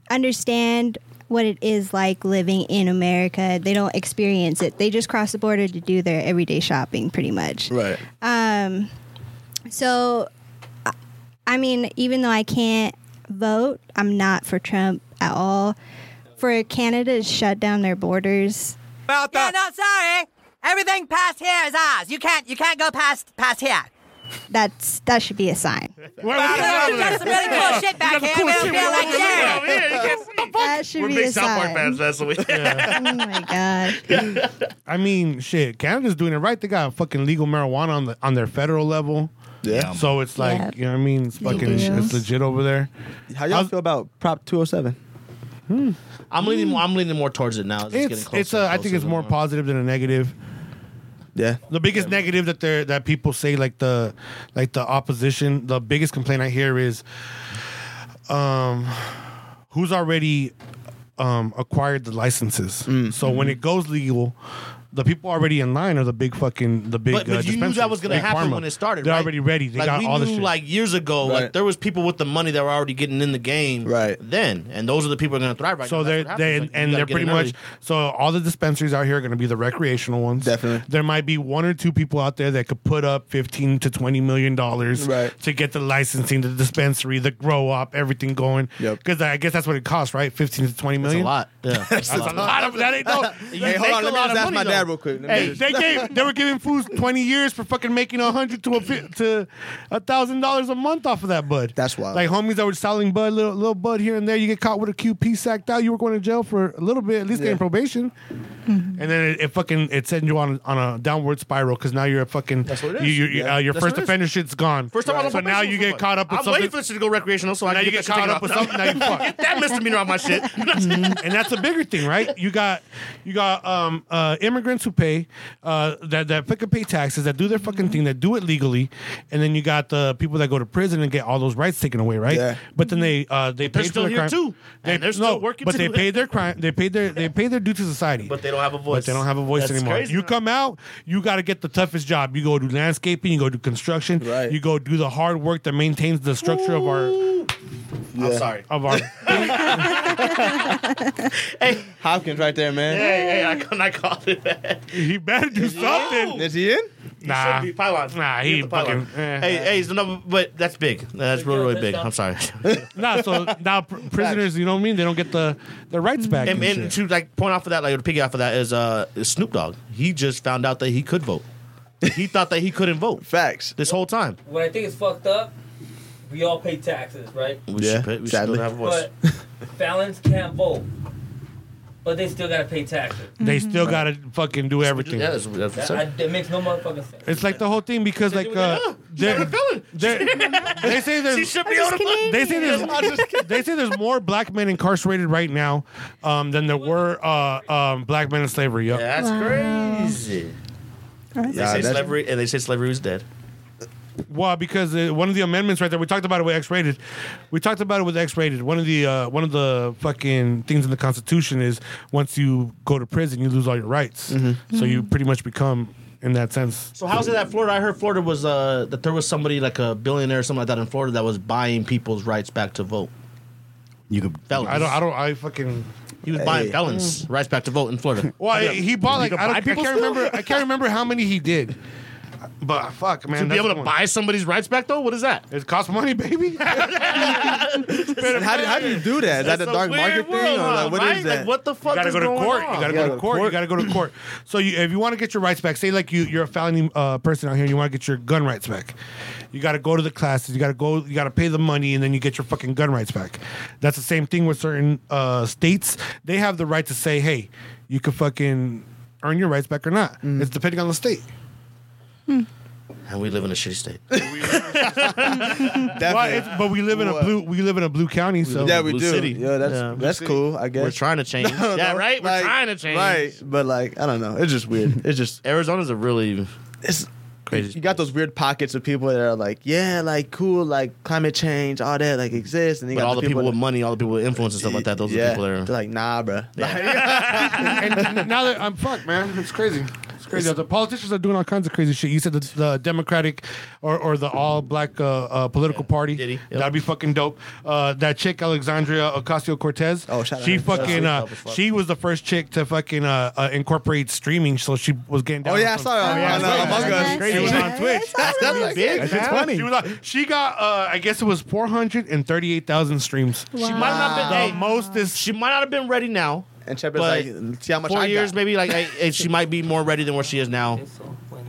[SPEAKER 5] understand what it is like living in America. They don't experience it. They just cross the border to do their everyday shopping pretty much.
[SPEAKER 3] Right.
[SPEAKER 5] Um, so, I- I mean, even though I can't vote, I'm not for Trump at all. For Canada to shut down their borders,
[SPEAKER 9] Yeah, no, sorry. Everything past here is ours. You can't, you can't go past, past here.
[SPEAKER 5] that's that should be a sign.
[SPEAKER 9] You know, we got some really cool shit back here. We don't feel like sharing. it.
[SPEAKER 5] That should
[SPEAKER 7] We're
[SPEAKER 5] be
[SPEAKER 7] big
[SPEAKER 5] a
[SPEAKER 7] South Park
[SPEAKER 5] sign.
[SPEAKER 7] fans. That's what we.
[SPEAKER 5] Oh my gosh.
[SPEAKER 2] I mean, shit, Canada's doing it right. They got fucking legal marijuana on the on their federal level.
[SPEAKER 3] Yeah.
[SPEAKER 2] So it's like,
[SPEAKER 5] Yeah.
[SPEAKER 2] you know what I mean? It's fucking,
[SPEAKER 5] do.
[SPEAKER 2] it's legit over there.
[SPEAKER 3] How y'all
[SPEAKER 2] How's-
[SPEAKER 3] feel about Prop 207?
[SPEAKER 4] I'm leaning. more- I'm leaning more towards it now. as getting
[SPEAKER 2] It's
[SPEAKER 4] closer
[SPEAKER 2] it's a,
[SPEAKER 4] and
[SPEAKER 2] I think
[SPEAKER 4] closer
[SPEAKER 2] it's
[SPEAKER 4] to
[SPEAKER 2] more
[SPEAKER 4] the-
[SPEAKER 2] positive than a negative.
[SPEAKER 3] Yeah.
[SPEAKER 2] The biggest negative that they that people say like the like the opposition, the biggest complaint I hear is um who's already um acquired the licenses.
[SPEAKER 4] Mm.
[SPEAKER 2] So when it goes legal the people already in line are the big fucking the big.
[SPEAKER 4] But,
[SPEAKER 2] uh,
[SPEAKER 4] but you knew that
[SPEAKER 2] dispensaries,
[SPEAKER 4] was going to
[SPEAKER 2] big
[SPEAKER 4] happen
[SPEAKER 2] pharma.
[SPEAKER 4] when it started.
[SPEAKER 2] They're
[SPEAKER 4] right?
[SPEAKER 2] already ready. They
[SPEAKER 4] like,
[SPEAKER 2] got
[SPEAKER 4] we
[SPEAKER 2] all the
[SPEAKER 4] knew,
[SPEAKER 2] shit.
[SPEAKER 4] Like years ago, like
[SPEAKER 3] Right.
[SPEAKER 4] there was people with the money that were already getting in the game.
[SPEAKER 3] Right.
[SPEAKER 4] Then, and those are the people that are going to thrive right
[SPEAKER 2] So
[SPEAKER 4] now.
[SPEAKER 2] they're
[SPEAKER 4] That's what
[SPEAKER 2] they
[SPEAKER 4] happens. Like, you
[SPEAKER 2] and
[SPEAKER 4] gotta
[SPEAKER 2] they're
[SPEAKER 4] get
[SPEAKER 2] pretty
[SPEAKER 4] in
[SPEAKER 2] much
[SPEAKER 4] early.
[SPEAKER 2] so all the dispensaries out here are going to be the recreational ones.
[SPEAKER 3] Definitely.
[SPEAKER 2] there might be one or two people out there that could put up fifteen to twenty million dollars
[SPEAKER 3] Right.
[SPEAKER 2] to get the licensing, the dispensary, the grow up, everything going.
[SPEAKER 3] Yep.
[SPEAKER 2] Because I guess that's what it costs, right? Fifteen to twenty
[SPEAKER 4] It's
[SPEAKER 2] million.
[SPEAKER 4] a lot. Yeah. It's
[SPEAKER 2] That's a lot of that ain't no.
[SPEAKER 3] Hey,
[SPEAKER 2] they
[SPEAKER 3] hold
[SPEAKER 2] make
[SPEAKER 3] on.
[SPEAKER 2] a
[SPEAKER 3] Let me
[SPEAKER 2] lot
[SPEAKER 3] just
[SPEAKER 2] of
[SPEAKER 3] ask
[SPEAKER 2] money,
[SPEAKER 3] my dad
[SPEAKER 2] though.
[SPEAKER 3] real quick. Let me
[SPEAKER 2] Hey,
[SPEAKER 3] just-
[SPEAKER 2] they gave they were giving fools twenty years for fucking making a hundred to a fi- to a thousand dollars a month off of that bud.
[SPEAKER 3] That's wild.
[SPEAKER 2] Like homies that were selling bud, little little bud here and there. You get caught with a QP sacked out, you were going to jail for a little bit, at least getting probation. And then it, it fucking it sends you on on a downward spiral because now you're a fucking
[SPEAKER 4] That's what it
[SPEAKER 2] You,
[SPEAKER 4] is.
[SPEAKER 2] you- you-
[SPEAKER 4] Yeah.
[SPEAKER 2] uh, your
[SPEAKER 4] That's
[SPEAKER 2] first
[SPEAKER 4] what it is.
[SPEAKER 2] offender shit's gone.
[SPEAKER 4] First time I was
[SPEAKER 2] so
[SPEAKER 4] on
[SPEAKER 2] now
[SPEAKER 4] probation
[SPEAKER 2] you
[SPEAKER 4] for
[SPEAKER 2] get
[SPEAKER 4] fuck.
[SPEAKER 2] caught up with
[SPEAKER 4] I'm
[SPEAKER 2] something.
[SPEAKER 4] waiting for this shit to go recreational, so I
[SPEAKER 2] now
[SPEAKER 4] can
[SPEAKER 2] you get
[SPEAKER 4] get, that
[SPEAKER 2] caught
[SPEAKER 4] shit taken
[SPEAKER 2] up with
[SPEAKER 4] off.
[SPEAKER 2] something. Now you fuck
[SPEAKER 7] that misdemeanor on my shit.
[SPEAKER 2] and that's a bigger thing, right? You got you got um, uh, immigrants who pay uh, that that fucking pay taxes, that do their fucking thing, that do it legally, and then you got the people that go to prison and get all those rights taken away, right?
[SPEAKER 3] Yeah.
[SPEAKER 2] But then they uh, they
[SPEAKER 4] they're
[SPEAKER 2] paid
[SPEAKER 4] still
[SPEAKER 2] for their crime.
[SPEAKER 4] here too.
[SPEAKER 2] They,
[SPEAKER 4] And they're
[SPEAKER 2] no,
[SPEAKER 4] still working
[SPEAKER 2] but
[SPEAKER 4] too.
[SPEAKER 2] they paid their crime. They paid their they paid their due to society.
[SPEAKER 4] But they don't have a voice.
[SPEAKER 2] But they don't have a voice
[SPEAKER 4] That's
[SPEAKER 2] anymore.
[SPEAKER 4] crazy.
[SPEAKER 2] You come out, you got to get the toughest job. You go do landscaping, you go do construction,
[SPEAKER 3] Right.
[SPEAKER 2] you go do the hard work that maintains the structure of our
[SPEAKER 4] I'm sorry.
[SPEAKER 2] of our
[SPEAKER 3] Hopkins right there, man.
[SPEAKER 4] Hey, hey, I, couldn't- I called it that.
[SPEAKER 2] He better do something.
[SPEAKER 3] Is he in?
[SPEAKER 2] Nah.
[SPEAKER 4] Should be pylon.
[SPEAKER 2] Nah, he
[SPEAKER 4] Get the pylon.
[SPEAKER 2] fucking- eh.
[SPEAKER 4] Hey, hey, it's another, but that's big. That's really, really big. I'm sorry.
[SPEAKER 2] Nah, so now pr- prisoners, you know what I mean? They don't get the their rights back.
[SPEAKER 4] and,
[SPEAKER 2] And,
[SPEAKER 4] and
[SPEAKER 2] shit.
[SPEAKER 4] to like point off of that, like to piggy off of that is uh is Snoop Dogg. He just found out that he could vote. He thought that he couldn't vote
[SPEAKER 3] Facts.
[SPEAKER 4] this whole time.
[SPEAKER 6] What I think is fucked up, we all pay taxes, right?
[SPEAKER 4] We
[SPEAKER 3] Yeah,
[SPEAKER 4] should, pay- we should
[SPEAKER 3] sadly.
[SPEAKER 4] still have a voice.
[SPEAKER 6] But Fallons can't vote. But they still gotta pay taxes.
[SPEAKER 2] they still gotta fucking do everything.
[SPEAKER 4] Yeah, that's, that's
[SPEAKER 6] That,
[SPEAKER 4] what's
[SPEAKER 6] I,
[SPEAKER 4] up.
[SPEAKER 6] that makes no motherfucking sense.
[SPEAKER 2] It's like the whole thing because like uh, they're, they're, they say
[SPEAKER 7] She
[SPEAKER 2] there's
[SPEAKER 7] should be
[SPEAKER 5] Just
[SPEAKER 7] on a
[SPEAKER 5] Canadian.
[SPEAKER 2] they say there's they say there's more black men incarcerated right now um, than there were uh, um, black men in slavery. Yup.
[SPEAKER 4] That's crazy. They
[SPEAKER 3] Yeah,
[SPEAKER 4] say
[SPEAKER 3] that's-
[SPEAKER 4] slavery, and they say slavery was dead.
[SPEAKER 2] Well, because uh, one of the amendments right there, we talked about it with X-rated. We talked about it with X-rated. One of the uh, one of the fucking things in the Constitution is once you go to prison, you lose all your rights. So you pretty much become, in that sense,
[SPEAKER 4] So how's it that Florida? I heard Florida was uh that there was somebody like a billionaire or something like that in Florida that was buying people's rights back to vote.
[SPEAKER 1] You could.
[SPEAKER 4] Felons.
[SPEAKER 2] I don't, I don't, I fucking.
[SPEAKER 4] He was
[SPEAKER 3] Hey. Mm.
[SPEAKER 4] buying felons rights back to vote in Florida.
[SPEAKER 2] Well, I- he bought like
[SPEAKER 4] could
[SPEAKER 2] I, don't,
[SPEAKER 4] buy
[SPEAKER 2] I can't
[SPEAKER 4] people still?
[SPEAKER 2] remember. I can't remember how many he did. But fuck, man,
[SPEAKER 4] to be
[SPEAKER 2] that's
[SPEAKER 4] able to
[SPEAKER 2] one.
[SPEAKER 4] buy somebody's rights back though, what is that?
[SPEAKER 2] It costs money, baby.
[SPEAKER 3] And how, do, how do you do that? Is that the
[SPEAKER 4] It's a
[SPEAKER 3] dark
[SPEAKER 4] weird
[SPEAKER 3] market thing?
[SPEAKER 4] world,
[SPEAKER 3] Or
[SPEAKER 4] huh,
[SPEAKER 3] like, what is
[SPEAKER 4] right?
[SPEAKER 3] that?
[SPEAKER 4] Like, what the fuck?
[SPEAKER 2] You gotta
[SPEAKER 4] is
[SPEAKER 2] go to
[SPEAKER 4] going
[SPEAKER 2] court.
[SPEAKER 4] on?
[SPEAKER 2] You gotta go to court. You gotta go to court. So you, if you want to get your rights back, say like you you're a felony uh, person out here, and you want to get your gun rights back, you gotta go to the classes. You gotta go. You gotta pay the money, and then you get your fucking gun rights back. That's the same thing with certain uh, states. They have the right to say, hey, you can fucking earn your rights back or not. It's depending on the state.
[SPEAKER 4] And we live in a shitty state.
[SPEAKER 3] Definitely.
[SPEAKER 2] But, it's, but we live in a
[SPEAKER 3] What?
[SPEAKER 2] blue. We live in a blue county, so
[SPEAKER 3] yeah, we
[SPEAKER 4] Blue
[SPEAKER 3] do.
[SPEAKER 4] City.
[SPEAKER 3] Yeah, that's
[SPEAKER 4] Yeah, Blue
[SPEAKER 3] that's
[SPEAKER 4] City.
[SPEAKER 3] cool. I guess
[SPEAKER 4] We're trying to change.
[SPEAKER 3] I don't
[SPEAKER 4] yeah,
[SPEAKER 3] know.
[SPEAKER 4] right. We're
[SPEAKER 3] Like,
[SPEAKER 4] trying to change.
[SPEAKER 3] Right, but like I don't know. It's just weird. It's just
[SPEAKER 4] Arizona's a really
[SPEAKER 3] it's
[SPEAKER 4] crazy.
[SPEAKER 3] You got those weird pockets of people that are like, yeah, like cool, like climate change, all that, like exists, and you
[SPEAKER 4] but
[SPEAKER 3] got
[SPEAKER 4] all the people,
[SPEAKER 3] that-
[SPEAKER 4] with money, all the people with influence and stuff like that. Those
[SPEAKER 3] yeah,
[SPEAKER 4] are the people that
[SPEAKER 3] They're
[SPEAKER 4] are.
[SPEAKER 3] like, nah, bro.
[SPEAKER 2] and now that I'm fucked, man, it's crazy. It's crazy. The politicians are doing all kinds of crazy shit. You said the, the Democratic or, or the all black uh, uh, political party.
[SPEAKER 4] Diddy, yep.
[SPEAKER 2] That'd be fucking dope. Uh, that chick Alexandria Ocasio Cortez.
[SPEAKER 3] Oh, shout out
[SPEAKER 2] She
[SPEAKER 3] to her.
[SPEAKER 2] fucking.
[SPEAKER 4] Shout
[SPEAKER 2] Uh,
[SPEAKER 4] out to her.
[SPEAKER 2] she was the first chick to fucking uh, uh, incorporate streaming. So she was getting. Down
[SPEAKER 3] oh yeah, I
[SPEAKER 2] on
[SPEAKER 3] saw it on,
[SPEAKER 2] yeah,
[SPEAKER 3] on,
[SPEAKER 2] it's
[SPEAKER 3] uh,
[SPEAKER 2] crazy.
[SPEAKER 3] Among
[SPEAKER 2] It's
[SPEAKER 3] Us.
[SPEAKER 2] crazy. It was on Twitch.
[SPEAKER 3] That's, that's like big. That's
[SPEAKER 2] Yeah.
[SPEAKER 3] funny.
[SPEAKER 2] She, was like, she got, uh, I guess it was 438,000 streams.
[SPEAKER 5] Wow.
[SPEAKER 4] Might not been-
[SPEAKER 2] The
[SPEAKER 4] hey,
[SPEAKER 2] most is
[SPEAKER 4] she might not have been ready now.
[SPEAKER 3] And Shepard's
[SPEAKER 4] But
[SPEAKER 3] like, see how much
[SPEAKER 4] Four
[SPEAKER 3] I
[SPEAKER 4] years,
[SPEAKER 3] got.
[SPEAKER 4] maybe. Like, I, and she might be more ready than where she is now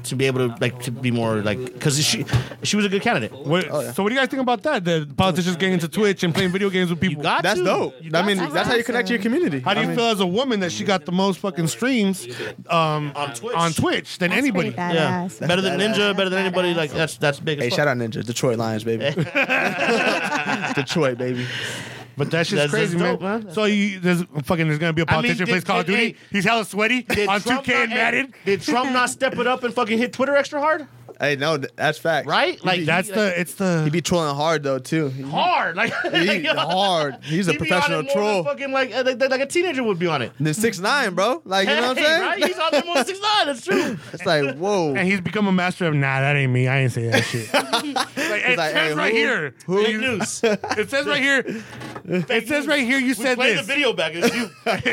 [SPEAKER 4] to be able to like to be more like because she she was a good candidate.
[SPEAKER 2] What,
[SPEAKER 3] Oh,
[SPEAKER 2] So what do you guys think about that? The politicians getting into Twitch and playing video games with people.
[SPEAKER 4] You got
[SPEAKER 3] That's
[SPEAKER 4] to.
[SPEAKER 3] dope.
[SPEAKER 4] You
[SPEAKER 3] I
[SPEAKER 4] got
[SPEAKER 3] mean,
[SPEAKER 4] to.
[SPEAKER 3] that's how you connect to your community.
[SPEAKER 2] How do you feel as a woman that she got the most fucking streams um,
[SPEAKER 4] on Twitch.
[SPEAKER 2] on Twitch than
[SPEAKER 5] That's
[SPEAKER 2] anybody?
[SPEAKER 5] pretty
[SPEAKER 4] Yeah,
[SPEAKER 5] badass.
[SPEAKER 4] better than
[SPEAKER 3] badass.
[SPEAKER 4] Ninja, better than anybody. Like that's that's big. as
[SPEAKER 3] Hey,
[SPEAKER 4] fuck.
[SPEAKER 3] shout out Ninja, Detroit Lions, baby. Detroit, baby.
[SPEAKER 2] But that shit's
[SPEAKER 4] That's- that's
[SPEAKER 2] crazy,
[SPEAKER 4] dope,
[SPEAKER 2] man.
[SPEAKER 4] man.
[SPEAKER 2] So you, there's fucking there's gonna be a
[SPEAKER 4] I mean,
[SPEAKER 2] politician who
[SPEAKER 4] did-
[SPEAKER 2] plays Call of
[SPEAKER 4] did-
[SPEAKER 2] Duty.
[SPEAKER 4] hey,
[SPEAKER 2] he's hella sweaty
[SPEAKER 4] Did
[SPEAKER 2] on
[SPEAKER 4] Trump
[SPEAKER 2] 2K and
[SPEAKER 4] not- e-
[SPEAKER 2] Madden.
[SPEAKER 4] Did Trump not step it up and fucking hit Twitter extra hard?
[SPEAKER 3] Hey, no, th- that's fact.
[SPEAKER 4] Right? Like
[SPEAKER 2] That's
[SPEAKER 4] he-
[SPEAKER 2] the it's
[SPEAKER 3] He
[SPEAKER 2] the
[SPEAKER 3] be trolling hard though too. He-
[SPEAKER 4] hard. Like
[SPEAKER 3] He, hard. He's a
[SPEAKER 4] he be on it
[SPEAKER 3] professional
[SPEAKER 4] more than
[SPEAKER 3] troll.
[SPEAKER 4] Fucking like, uh, like like a teenager would be on it.
[SPEAKER 3] Then six nine, bro. Like you know what I'm
[SPEAKER 4] Hey,
[SPEAKER 3] saying?
[SPEAKER 4] Right? He's on there more than six nine. That's true.
[SPEAKER 3] It's like whoa.
[SPEAKER 2] and he's become a master of nah. That ain't me. I ain't say that shit. like, it
[SPEAKER 3] like,
[SPEAKER 2] says
[SPEAKER 3] hey,
[SPEAKER 2] right
[SPEAKER 3] who-
[SPEAKER 2] here.
[SPEAKER 3] who-
[SPEAKER 4] Fake news.
[SPEAKER 2] It says right here. It says right here. You
[SPEAKER 4] We
[SPEAKER 2] said
[SPEAKER 4] played the
[SPEAKER 2] this.
[SPEAKER 4] video back. It's you.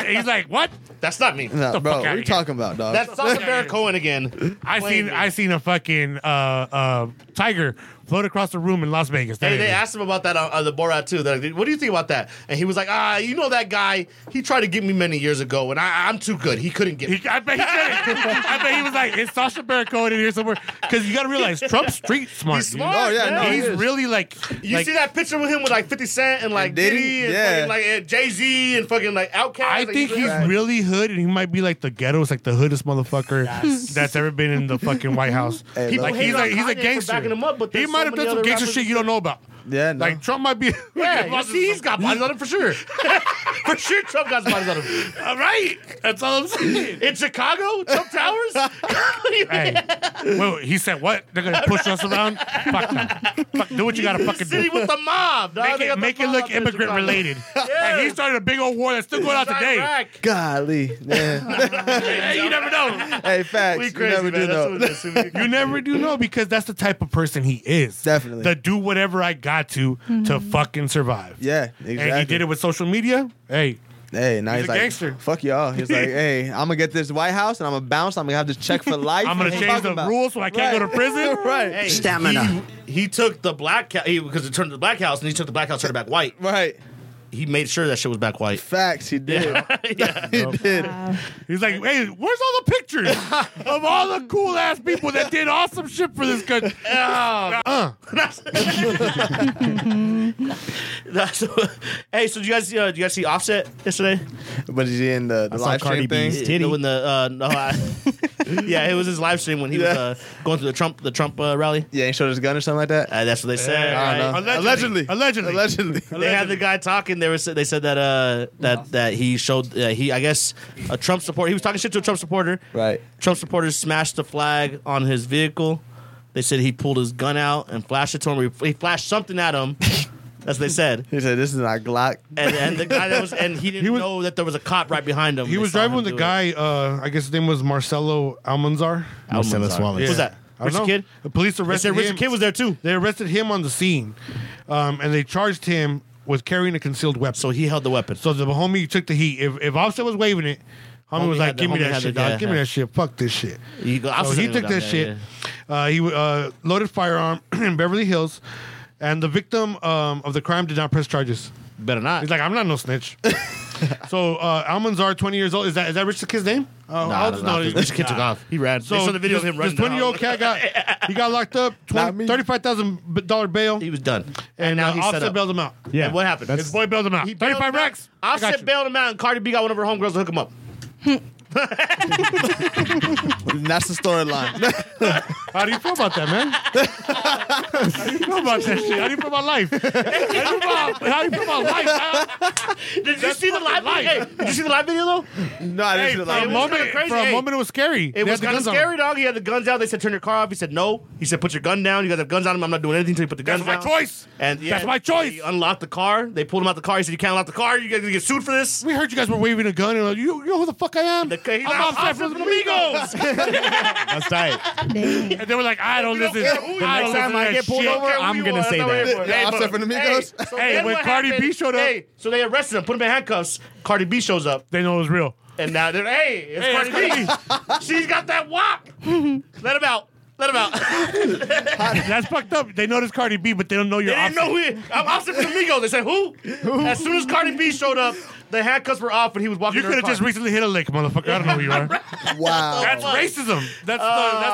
[SPEAKER 2] he's like, what?
[SPEAKER 4] That's not me.
[SPEAKER 3] Nah,
[SPEAKER 2] the
[SPEAKER 3] bro,
[SPEAKER 2] fuck
[SPEAKER 3] what
[SPEAKER 2] outta
[SPEAKER 3] are you
[SPEAKER 2] here.
[SPEAKER 3] talking about, dog?
[SPEAKER 4] That's Sasha Baron Cohen again.
[SPEAKER 2] I
[SPEAKER 4] Playing
[SPEAKER 2] seen
[SPEAKER 4] it.
[SPEAKER 2] I seen a fucking uh, uh, tiger float across the room in Las Vegas. That
[SPEAKER 4] Hey,
[SPEAKER 2] ain't
[SPEAKER 4] they
[SPEAKER 2] me.
[SPEAKER 4] asked him about that on, on the Borat too. They're like, "What do you think about that?" And he was like, "Ah, you know that guy. He tried to get me many years ago, and I, I'm too good. He couldn't get me."
[SPEAKER 2] He, I bet he said it. I bet he was like, "It's Sasha Baron Cohen in here somewhere?" Because you got to realize Trump's street smart.
[SPEAKER 4] He's
[SPEAKER 2] dude.
[SPEAKER 4] smart,
[SPEAKER 3] Oh, yeah, man. no, he
[SPEAKER 2] he's
[SPEAKER 3] is.
[SPEAKER 2] really like.
[SPEAKER 4] You
[SPEAKER 2] like,
[SPEAKER 4] see that picture with him with like 50 Cent and like
[SPEAKER 3] Diddy?
[SPEAKER 4] Diddy, and
[SPEAKER 3] Yeah.
[SPEAKER 4] fucking, like Jay Z and fucking like Outkast.
[SPEAKER 2] I think he's really hood, and he might be like the ghettoest, like the hoodest motherfucker that's ever been in the fucking White House.
[SPEAKER 3] Hey,
[SPEAKER 4] People
[SPEAKER 2] like
[SPEAKER 4] hate
[SPEAKER 2] he's
[SPEAKER 4] on
[SPEAKER 2] a he's a
[SPEAKER 4] Kanye for
[SPEAKER 2] gangster.
[SPEAKER 4] backing him up, but
[SPEAKER 2] he
[SPEAKER 4] there's
[SPEAKER 2] might
[SPEAKER 4] so
[SPEAKER 2] have
[SPEAKER 4] many
[SPEAKER 2] done some
[SPEAKER 4] other
[SPEAKER 2] gangster
[SPEAKER 4] rappers
[SPEAKER 2] shit you don't know about.
[SPEAKER 3] Yeah, no.
[SPEAKER 2] Like Trump might be.
[SPEAKER 4] Yeah, you see, he's got bodies on him for sure. for sure, Trump got bodies on him.
[SPEAKER 2] All right, that's all I'm saying.
[SPEAKER 4] In Chicago, Trump Towers.
[SPEAKER 2] Hey, wait, wait, he said what? They're gonna push us around? Fuck them. Fuck, do what you gotta fucking
[SPEAKER 4] City
[SPEAKER 2] do.
[SPEAKER 4] with the mob. dog.
[SPEAKER 2] Make
[SPEAKER 4] They
[SPEAKER 2] it,
[SPEAKER 4] got the
[SPEAKER 2] make it
[SPEAKER 4] mob
[SPEAKER 2] look
[SPEAKER 4] up in
[SPEAKER 2] immigrant
[SPEAKER 4] Chicago.
[SPEAKER 2] related.
[SPEAKER 4] Yeah.
[SPEAKER 2] Like he started a big old war that's still going on today.
[SPEAKER 4] Iraq.
[SPEAKER 3] Golly, man.
[SPEAKER 2] Hey, you never know.
[SPEAKER 3] hey, facts.
[SPEAKER 4] We
[SPEAKER 3] You
[SPEAKER 4] crazy,
[SPEAKER 3] never
[SPEAKER 4] man.
[SPEAKER 3] do
[SPEAKER 4] That's
[SPEAKER 3] know.
[SPEAKER 4] what it is.
[SPEAKER 2] You never do know because that's the type of person he is.
[SPEAKER 3] Definitely.
[SPEAKER 2] The do whatever I got to to
[SPEAKER 4] Mm-hmm.
[SPEAKER 2] fucking survive.
[SPEAKER 3] Yeah, exactly.
[SPEAKER 2] And he did it with social media. Hey,
[SPEAKER 3] Hey, now he's,
[SPEAKER 2] He's a
[SPEAKER 3] like,
[SPEAKER 2] gangster.
[SPEAKER 3] fuck y'all. He's like, hey, I'm gonna get this White House and I'm gonna bounce. I'm gonna have this check for life.
[SPEAKER 2] I'm gonna
[SPEAKER 3] What you
[SPEAKER 2] change
[SPEAKER 3] talking
[SPEAKER 2] the
[SPEAKER 3] about?
[SPEAKER 2] rules so I can't go to prison.
[SPEAKER 3] right.
[SPEAKER 4] Hey,
[SPEAKER 1] Stamina.
[SPEAKER 4] He, he took the black ca- he because it turned to the black house, and he took the black house turned it back white.
[SPEAKER 3] Right.
[SPEAKER 4] He made sure that shit was back white.
[SPEAKER 3] Facts. He did. he did.
[SPEAKER 5] Wow.
[SPEAKER 2] He's like, hey, where's all the pictures of all the cool ass people that did awesome shit for this country?
[SPEAKER 4] Oh,
[SPEAKER 2] Uh,
[SPEAKER 4] That's- hey, so do you guys uh, do you guys see Offset yesterday?
[SPEAKER 3] But is he in the, the
[SPEAKER 1] saw
[SPEAKER 3] live stream
[SPEAKER 1] Cardi
[SPEAKER 3] thing?
[SPEAKER 1] B's- His titty.
[SPEAKER 4] When the uh, no, I- yeah, it was his live stream when he
[SPEAKER 3] Yeah.
[SPEAKER 4] was uh, going to the Trump the Trump uh, rally.
[SPEAKER 3] Yeah, he showed his gun or something like that.
[SPEAKER 4] Uh, that's what they said.
[SPEAKER 3] I
[SPEAKER 4] right?
[SPEAKER 3] don't know.
[SPEAKER 2] Allegedly.
[SPEAKER 3] Allegedly.
[SPEAKER 2] Allegedly.
[SPEAKER 4] They had the guy talking. They were sa- they said that uh that that he showed uh, he I guess a Trump supporter. He was talking shit to a Trump supporter.
[SPEAKER 3] Right.
[SPEAKER 4] Trump supporters smashed the flag on his vehicle. They said he pulled his gun out and flashed it to him. He he flashed something at him. That's what they said.
[SPEAKER 3] He said, "This is not Glock."
[SPEAKER 4] And, and the guy that was and he didn't
[SPEAKER 2] He was-
[SPEAKER 4] know that there was a cop right behind him.
[SPEAKER 2] He
[SPEAKER 4] They
[SPEAKER 2] was
[SPEAKER 4] saw
[SPEAKER 2] driving
[SPEAKER 4] him
[SPEAKER 2] with a
[SPEAKER 4] do it.
[SPEAKER 2] guy. Uh, I guess his name was Marcelo Almanzar.
[SPEAKER 1] Marcellus
[SPEAKER 4] Almanzar.
[SPEAKER 1] Wallace.
[SPEAKER 4] Who's
[SPEAKER 1] Yeah.
[SPEAKER 4] that?
[SPEAKER 2] I don't
[SPEAKER 4] Richard
[SPEAKER 2] know.
[SPEAKER 4] Kid.
[SPEAKER 2] The police
[SPEAKER 4] They
[SPEAKER 2] arrested
[SPEAKER 4] said Richard
[SPEAKER 2] him.
[SPEAKER 4] Kid was there too.
[SPEAKER 2] They arrested him on the scene, um, and they charged him with carrying a concealed weapon. So,
[SPEAKER 4] So he held the weapon.
[SPEAKER 2] the homie took the heat. If if Offset was waving it, homie,
[SPEAKER 4] Homie
[SPEAKER 2] was like,
[SPEAKER 4] had the-
[SPEAKER 2] "Give me
[SPEAKER 4] homie
[SPEAKER 2] that
[SPEAKER 4] had the-
[SPEAKER 2] shit, dog.
[SPEAKER 4] yeah,
[SPEAKER 2] Give me
[SPEAKER 4] yeah.
[SPEAKER 2] that shit. Fuck this shit."
[SPEAKER 4] He go-
[SPEAKER 2] So
[SPEAKER 4] Offset
[SPEAKER 2] he
[SPEAKER 4] didn't go
[SPEAKER 2] took
[SPEAKER 4] down
[SPEAKER 2] that
[SPEAKER 4] there,
[SPEAKER 2] shit.
[SPEAKER 4] yeah.
[SPEAKER 2] Uh, he uh, loaded firearm in Beverly Hills, and the victim um, of the crime did not press charges.
[SPEAKER 4] Better not.
[SPEAKER 2] He's like, "I'm not no snitch." so uh, Almanzar, 20 years old. Is that is that Richard Kid's name? Oh,
[SPEAKER 4] Nah,
[SPEAKER 2] I'll
[SPEAKER 4] that's
[SPEAKER 2] just-
[SPEAKER 4] not-
[SPEAKER 2] no, he's-
[SPEAKER 4] Richard Kid took off. He ran.
[SPEAKER 2] so
[SPEAKER 4] they saw the video
[SPEAKER 2] this,
[SPEAKER 4] of him running.
[SPEAKER 2] This twenty year old
[SPEAKER 4] down.
[SPEAKER 2] cat got he got locked up.
[SPEAKER 3] Not me.
[SPEAKER 2] 20, Thirty-five thousand dollar bail,
[SPEAKER 4] He was done.
[SPEAKER 2] and
[SPEAKER 4] now
[SPEAKER 2] now
[SPEAKER 4] he's set
[SPEAKER 2] Offset
[SPEAKER 4] up.
[SPEAKER 2] bailed him out.
[SPEAKER 1] Yeah.
[SPEAKER 4] And what happened?
[SPEAKER 1] That's-
[SPEAKER 2] his boy bailed him out.
[SPEAKER 4] He bailed
[SPEAKER 2] Thirty-five
[SPEAKER 4] him out.
[SPEAKER 2] racks. I got
[SPEAKER 4] Offset
[SPEAKER 2] you.
[SPEAKER 4] bailed him out, and Cardi B got one of her homegirls to hook him up.
[SPEAKER 3] And That's the storyline.
[SPEAKER 2] How do you feel about that, man? How do you feel about that shit? How do you feel about life? How do you feel about, how do you feel about life? huh?
[SPEAKER 4] Did you see the live?
[SPEAKER 2] live-
[SPEAKER 4] Hey, did you see the live video though?
[SPEAKER 3] no, I didn't
[SPEAKER 2] Hey,
[SPEAKER 3] see
[SPEAKER 2] for
[SPEAKER 3] the
[SPEAKER 2] a
[SPEAKER 3] live. video.
[SPEAKER 2] moment,
[SPEAKER 4] kinda crazy.
[SPEAKER 2] for a
[SPEAKER 4] Hey,
[SPEAKER 2] moment, it was scary. They
[SPEAKER 4] It was
[SPEAKER 2] had the
[SPEAKER 4] kind of
[SPEAKER 2] guns on.
[SPEAKER 4] scary, dog. He had the guns out. They said turn your car off. He said no. He said put your gun down. You guys have guns on him. I'm not doing anything until you put the
[SPEAKER 2] That's
[SPEAKER 4] guns
[SPEAKER 2] my
[SPEAKER 4] down.
[SPEAKER 2] choice.
[SPEAKER 4] And yeah,
[SPEAKER 2] That's my choice.
[SPEAKER 4] He unlocked the car. They pulled him out the car. He said you can't unlock the car. You guys gonna get sued for this.
[SPEAKER 2] We heard you guys were waving a gun, and like, you, you know who the fuck I am?
[SPEAKER 4] The-
[SPEAKER 2] I'm
[SPEAKER 4] he's like,
[SPEAKER 2] Offset from the Amigos.
[SPEAKER 1] That's tight.
[SPEAKER 5] Dang.
[SPEAKER 2] and they were like, I don't listen. I don't
[SPEAKER 1] next time
[SPEAKER 2] listen to
[SPEAKER 1] I
[SPEAKER 2] that
[SPEAKER 1] get pulled
[SPEAKER 2] shit.
[SPEAKER 1] over, I'm gonna say that.
[SPEAKER 3] Yeah, Offset
[SPEAKER 4] but-
[SPEAKER 3] from the Migos.
[SPEAKER 4] Hey, so
[SPEAKER 2] Hey,
[SPEAKER 4] then
[SPEAKER 2] when
[SPEAKER 4] what
[SPEAKER 2] Cardi B
[SPEAKER 4] happened-
[SPEAKER 2] showed up-
[SPEAKER 4] hey, so they arrested him, put him in handcuffs. Cardi B shows up,
[SPEAKER 2] They know it was real.
[SPEAKER 4] and now they're hey, it's
[SPEAKER 2] Hey,
[SPEAKER 4] Cardi B. She's got that wop. Let him out. Let him out.
[SPEAKER 2] That's fucked up. They know this Cardi B, but they don't know your.
[SPEAKER 4] They didn't know who. He, I'm Offset from the Migos. They said who? As soon as Cardi B showed up, the handcuffs were off, and he was walking.
[SPEAKER 2] You
[SPEAKER 4] to her
[SPEAKER 2] could have
[SPEAKER 4] car.
[SPEAKER 2] just recently hit a lick, motherfucker. I don't know who you are. That's
[SPEAKER 3] Wow.
[SPEAKER 2] racism. That's the, that's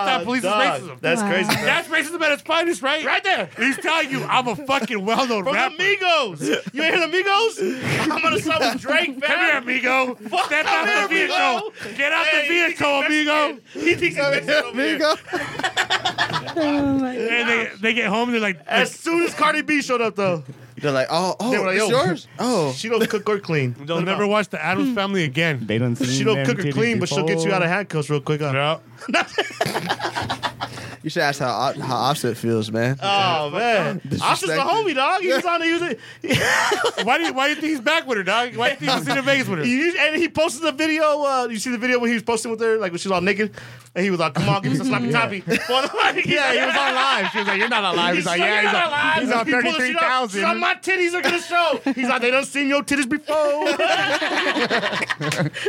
[SPEAKER 2] that police's
[SPEAKER 4] Dog,
[SPEAKER 2] racism.
[SPEAKER 4] That's
[SPEAKER 5] Wow.
[SPEAKER 4] crazy.
[SPEAKER 2] That's racism at its finest, right?
[SPEAKER 4] Right there.
[SPEAKER 2] He's telling you, I'm a fucking well-known
[SPEAKER 4] From
[SPEAKER 2] rapper.
[SPEAKER 4] the Migos. You ain't hear the Migos? I'm gonna stop with
[SPEAKER 2] Come
[SPEAKER 4] Drake,
[SPEAKER 2] here,
[SPEAKER 4] fam.
[SPEAKER 2] amigo. Step
[SPEAKER 4] come
[SPEAKER 2] out the
[SPEAKER 4] here,
[SPEAKER 2] vehicle. Get out
[SPEAKER 4] Hey,
[SPEAKER 2] the vehicle, amigo.
[SPEAKER 4] He thinks he's Mexican over here.
[SPEAKER 3] Amigo.
[SPEAKER 5] Oh my God. Oh
[SPEAKER 2] And they, they get home and they're like,
[SPEAKER 4] As soon as Cardi B showed up, though,
[SPEAKER 3] They're like, oh, oh,
[SPEAKER 7] They were like,
[SPEAKER 3] it's
[SPEAKER 7] "Yo,
[SPEAKER 3] yours. Oh,
[SPEAKER 7] She don't cook or clean.
[SPEAKER 2] They'll
[SPEAKER 7] What
[SPEAKER 2] never
[SPEAKER 7] about-
[SPEAKER 2] watch the Adams Family again.
[SPEAKER 1] They done seen
[SPEAKER 7] She don't
[SPEAKER 1] them
[SPEAKER 7] cook or
[SPEAKER 1] titties
[SPEAKER 7] clean, but she'll get you
[SPEAKER 1] before.
[SPEAKER 7] out of handcuffs real quick. Huh?
[SPEAKER 2] Yep.
[SPEAKER 3] you should ask how op- how opposite feels, man.
[SPEAKER 7] Oh man, Oscar's the homie, dog. He's on to use it.
[SPEAKER 2] Why do you, why do you think he's back with her, dog? Why do you think he's in Vegas with her?
[SPEAKER 7] You- and he posted the video. Uh, you see the video when he was posting with her, like when she was all naked, and he was like, "Come on, give me some sloppy toppy." yeah,
[SPEAKER 2] Yeah, he was on live. She was like, "You're not on live." He's like, "Yeah, he's on,
[SPEAKER 7] alive.
[SPEAKER 2] he's on
[SPEAKER 7] He pulled the shit out. She's on
[SPEAKER 2] 33,000."
[SPEAKER 7] my titties are gonna show. He's like, they done seen your titties before.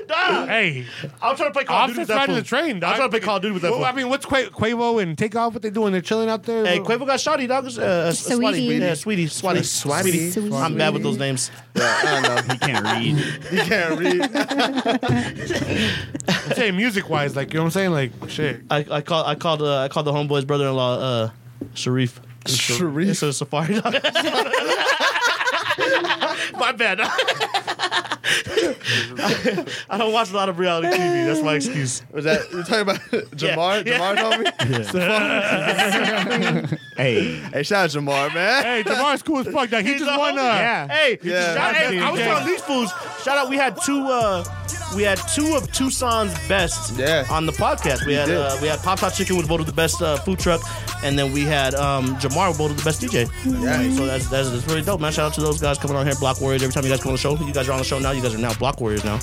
[SPEAKER 7] Dog,
[SPEAKER 2] Hey,
[SPEAKER 7] I'm trying to play Call of Duty.
[SPEAKER 2] opposite
[SPEAKER 7] with that
[SPEAKER 2] side of
[SPEAKER 7] fool.
[SPEAKER 2] the train.
[SPEAKER 7] I'm
[SPEAKER 2] Dog.
[SPEAKER 7] trying to play Call of Duty with that.
[SPEAKER 2] Well,
[SPEAKER 7] fool.
[SPEAKER 2] I mean, what's Qua- Quavo and Take Off? What they doing? They're chilling out there.
[SPEAKER 7] Hey, Quavo got shotty, dog. Uh,
[SPEAKER 5] Sweetie.
[SPEAKER 7] Swatty. Yeah, sweetie. Swatty.
[SPEAKER 3] Swatty.
[SPEAKER 5] Sweetie.
[SPEAKER 4] I'm bad with those names.
[SPEAKER 3] I don't know.
[SPEAKER 1] He can't read.
[SPEAKER 3] You can't read.
[SPEAKER 2] I'm saying music wise, like you know what I'm saying, like shit.
[SPEAKER 4] I, I call I called uh, I called the homeboy's brother-in-law uh, Sharif.
[SPEAKER 3] Sharif?
[SPEAKER 4] It's a safari dog.
[SPEAKER 7] My bad. I don't watch a lot of reality TV. That's my excuse.
[SPEAKER 3] Was that you talking about Jamar?
[SPEAKER 7] Yeah.
[SPEAKER 3] Jamar's homie.
[SPEAKER 1] hey,
[SPEAKER 3] Hey, shout out Jamar, man.
[SPEAKER 2] Hey, Jamar's cool as fuck. Dog. He
[SPEAKER 7] He's
[SPEAKER 2] just
[SPEAKER 7] a
[SPEAKER 2] won. Uh,
[SPEAKER 7] homie. Hey,
[SPEAKER 3] Yeah.
[SPEAKER 7] shout, hey, I was
[SPEAKER 2] Yeah.
[SPEAKER 7] telling these fools. Shout out. We had two. uh We had two of Tucson's best.
[SPEAKER 3] Yeah.
[SPEAKER 4] on the podcast. We had
[SPEAKER 3] did.
[SPEAKER 4] uh, we had Pop Top Chicken was voted the best uh, food truck, and then we had um, Jamar was voted the best DJ.
[SPEAKER 3] Yeah.
[SPEAKER 4] So that's, that's that's really dope, man. Shout out to those guys coming on here, Block Warriors. Every time you guys come on the show, you guys are on the show now. You guys are now Block Warriors now.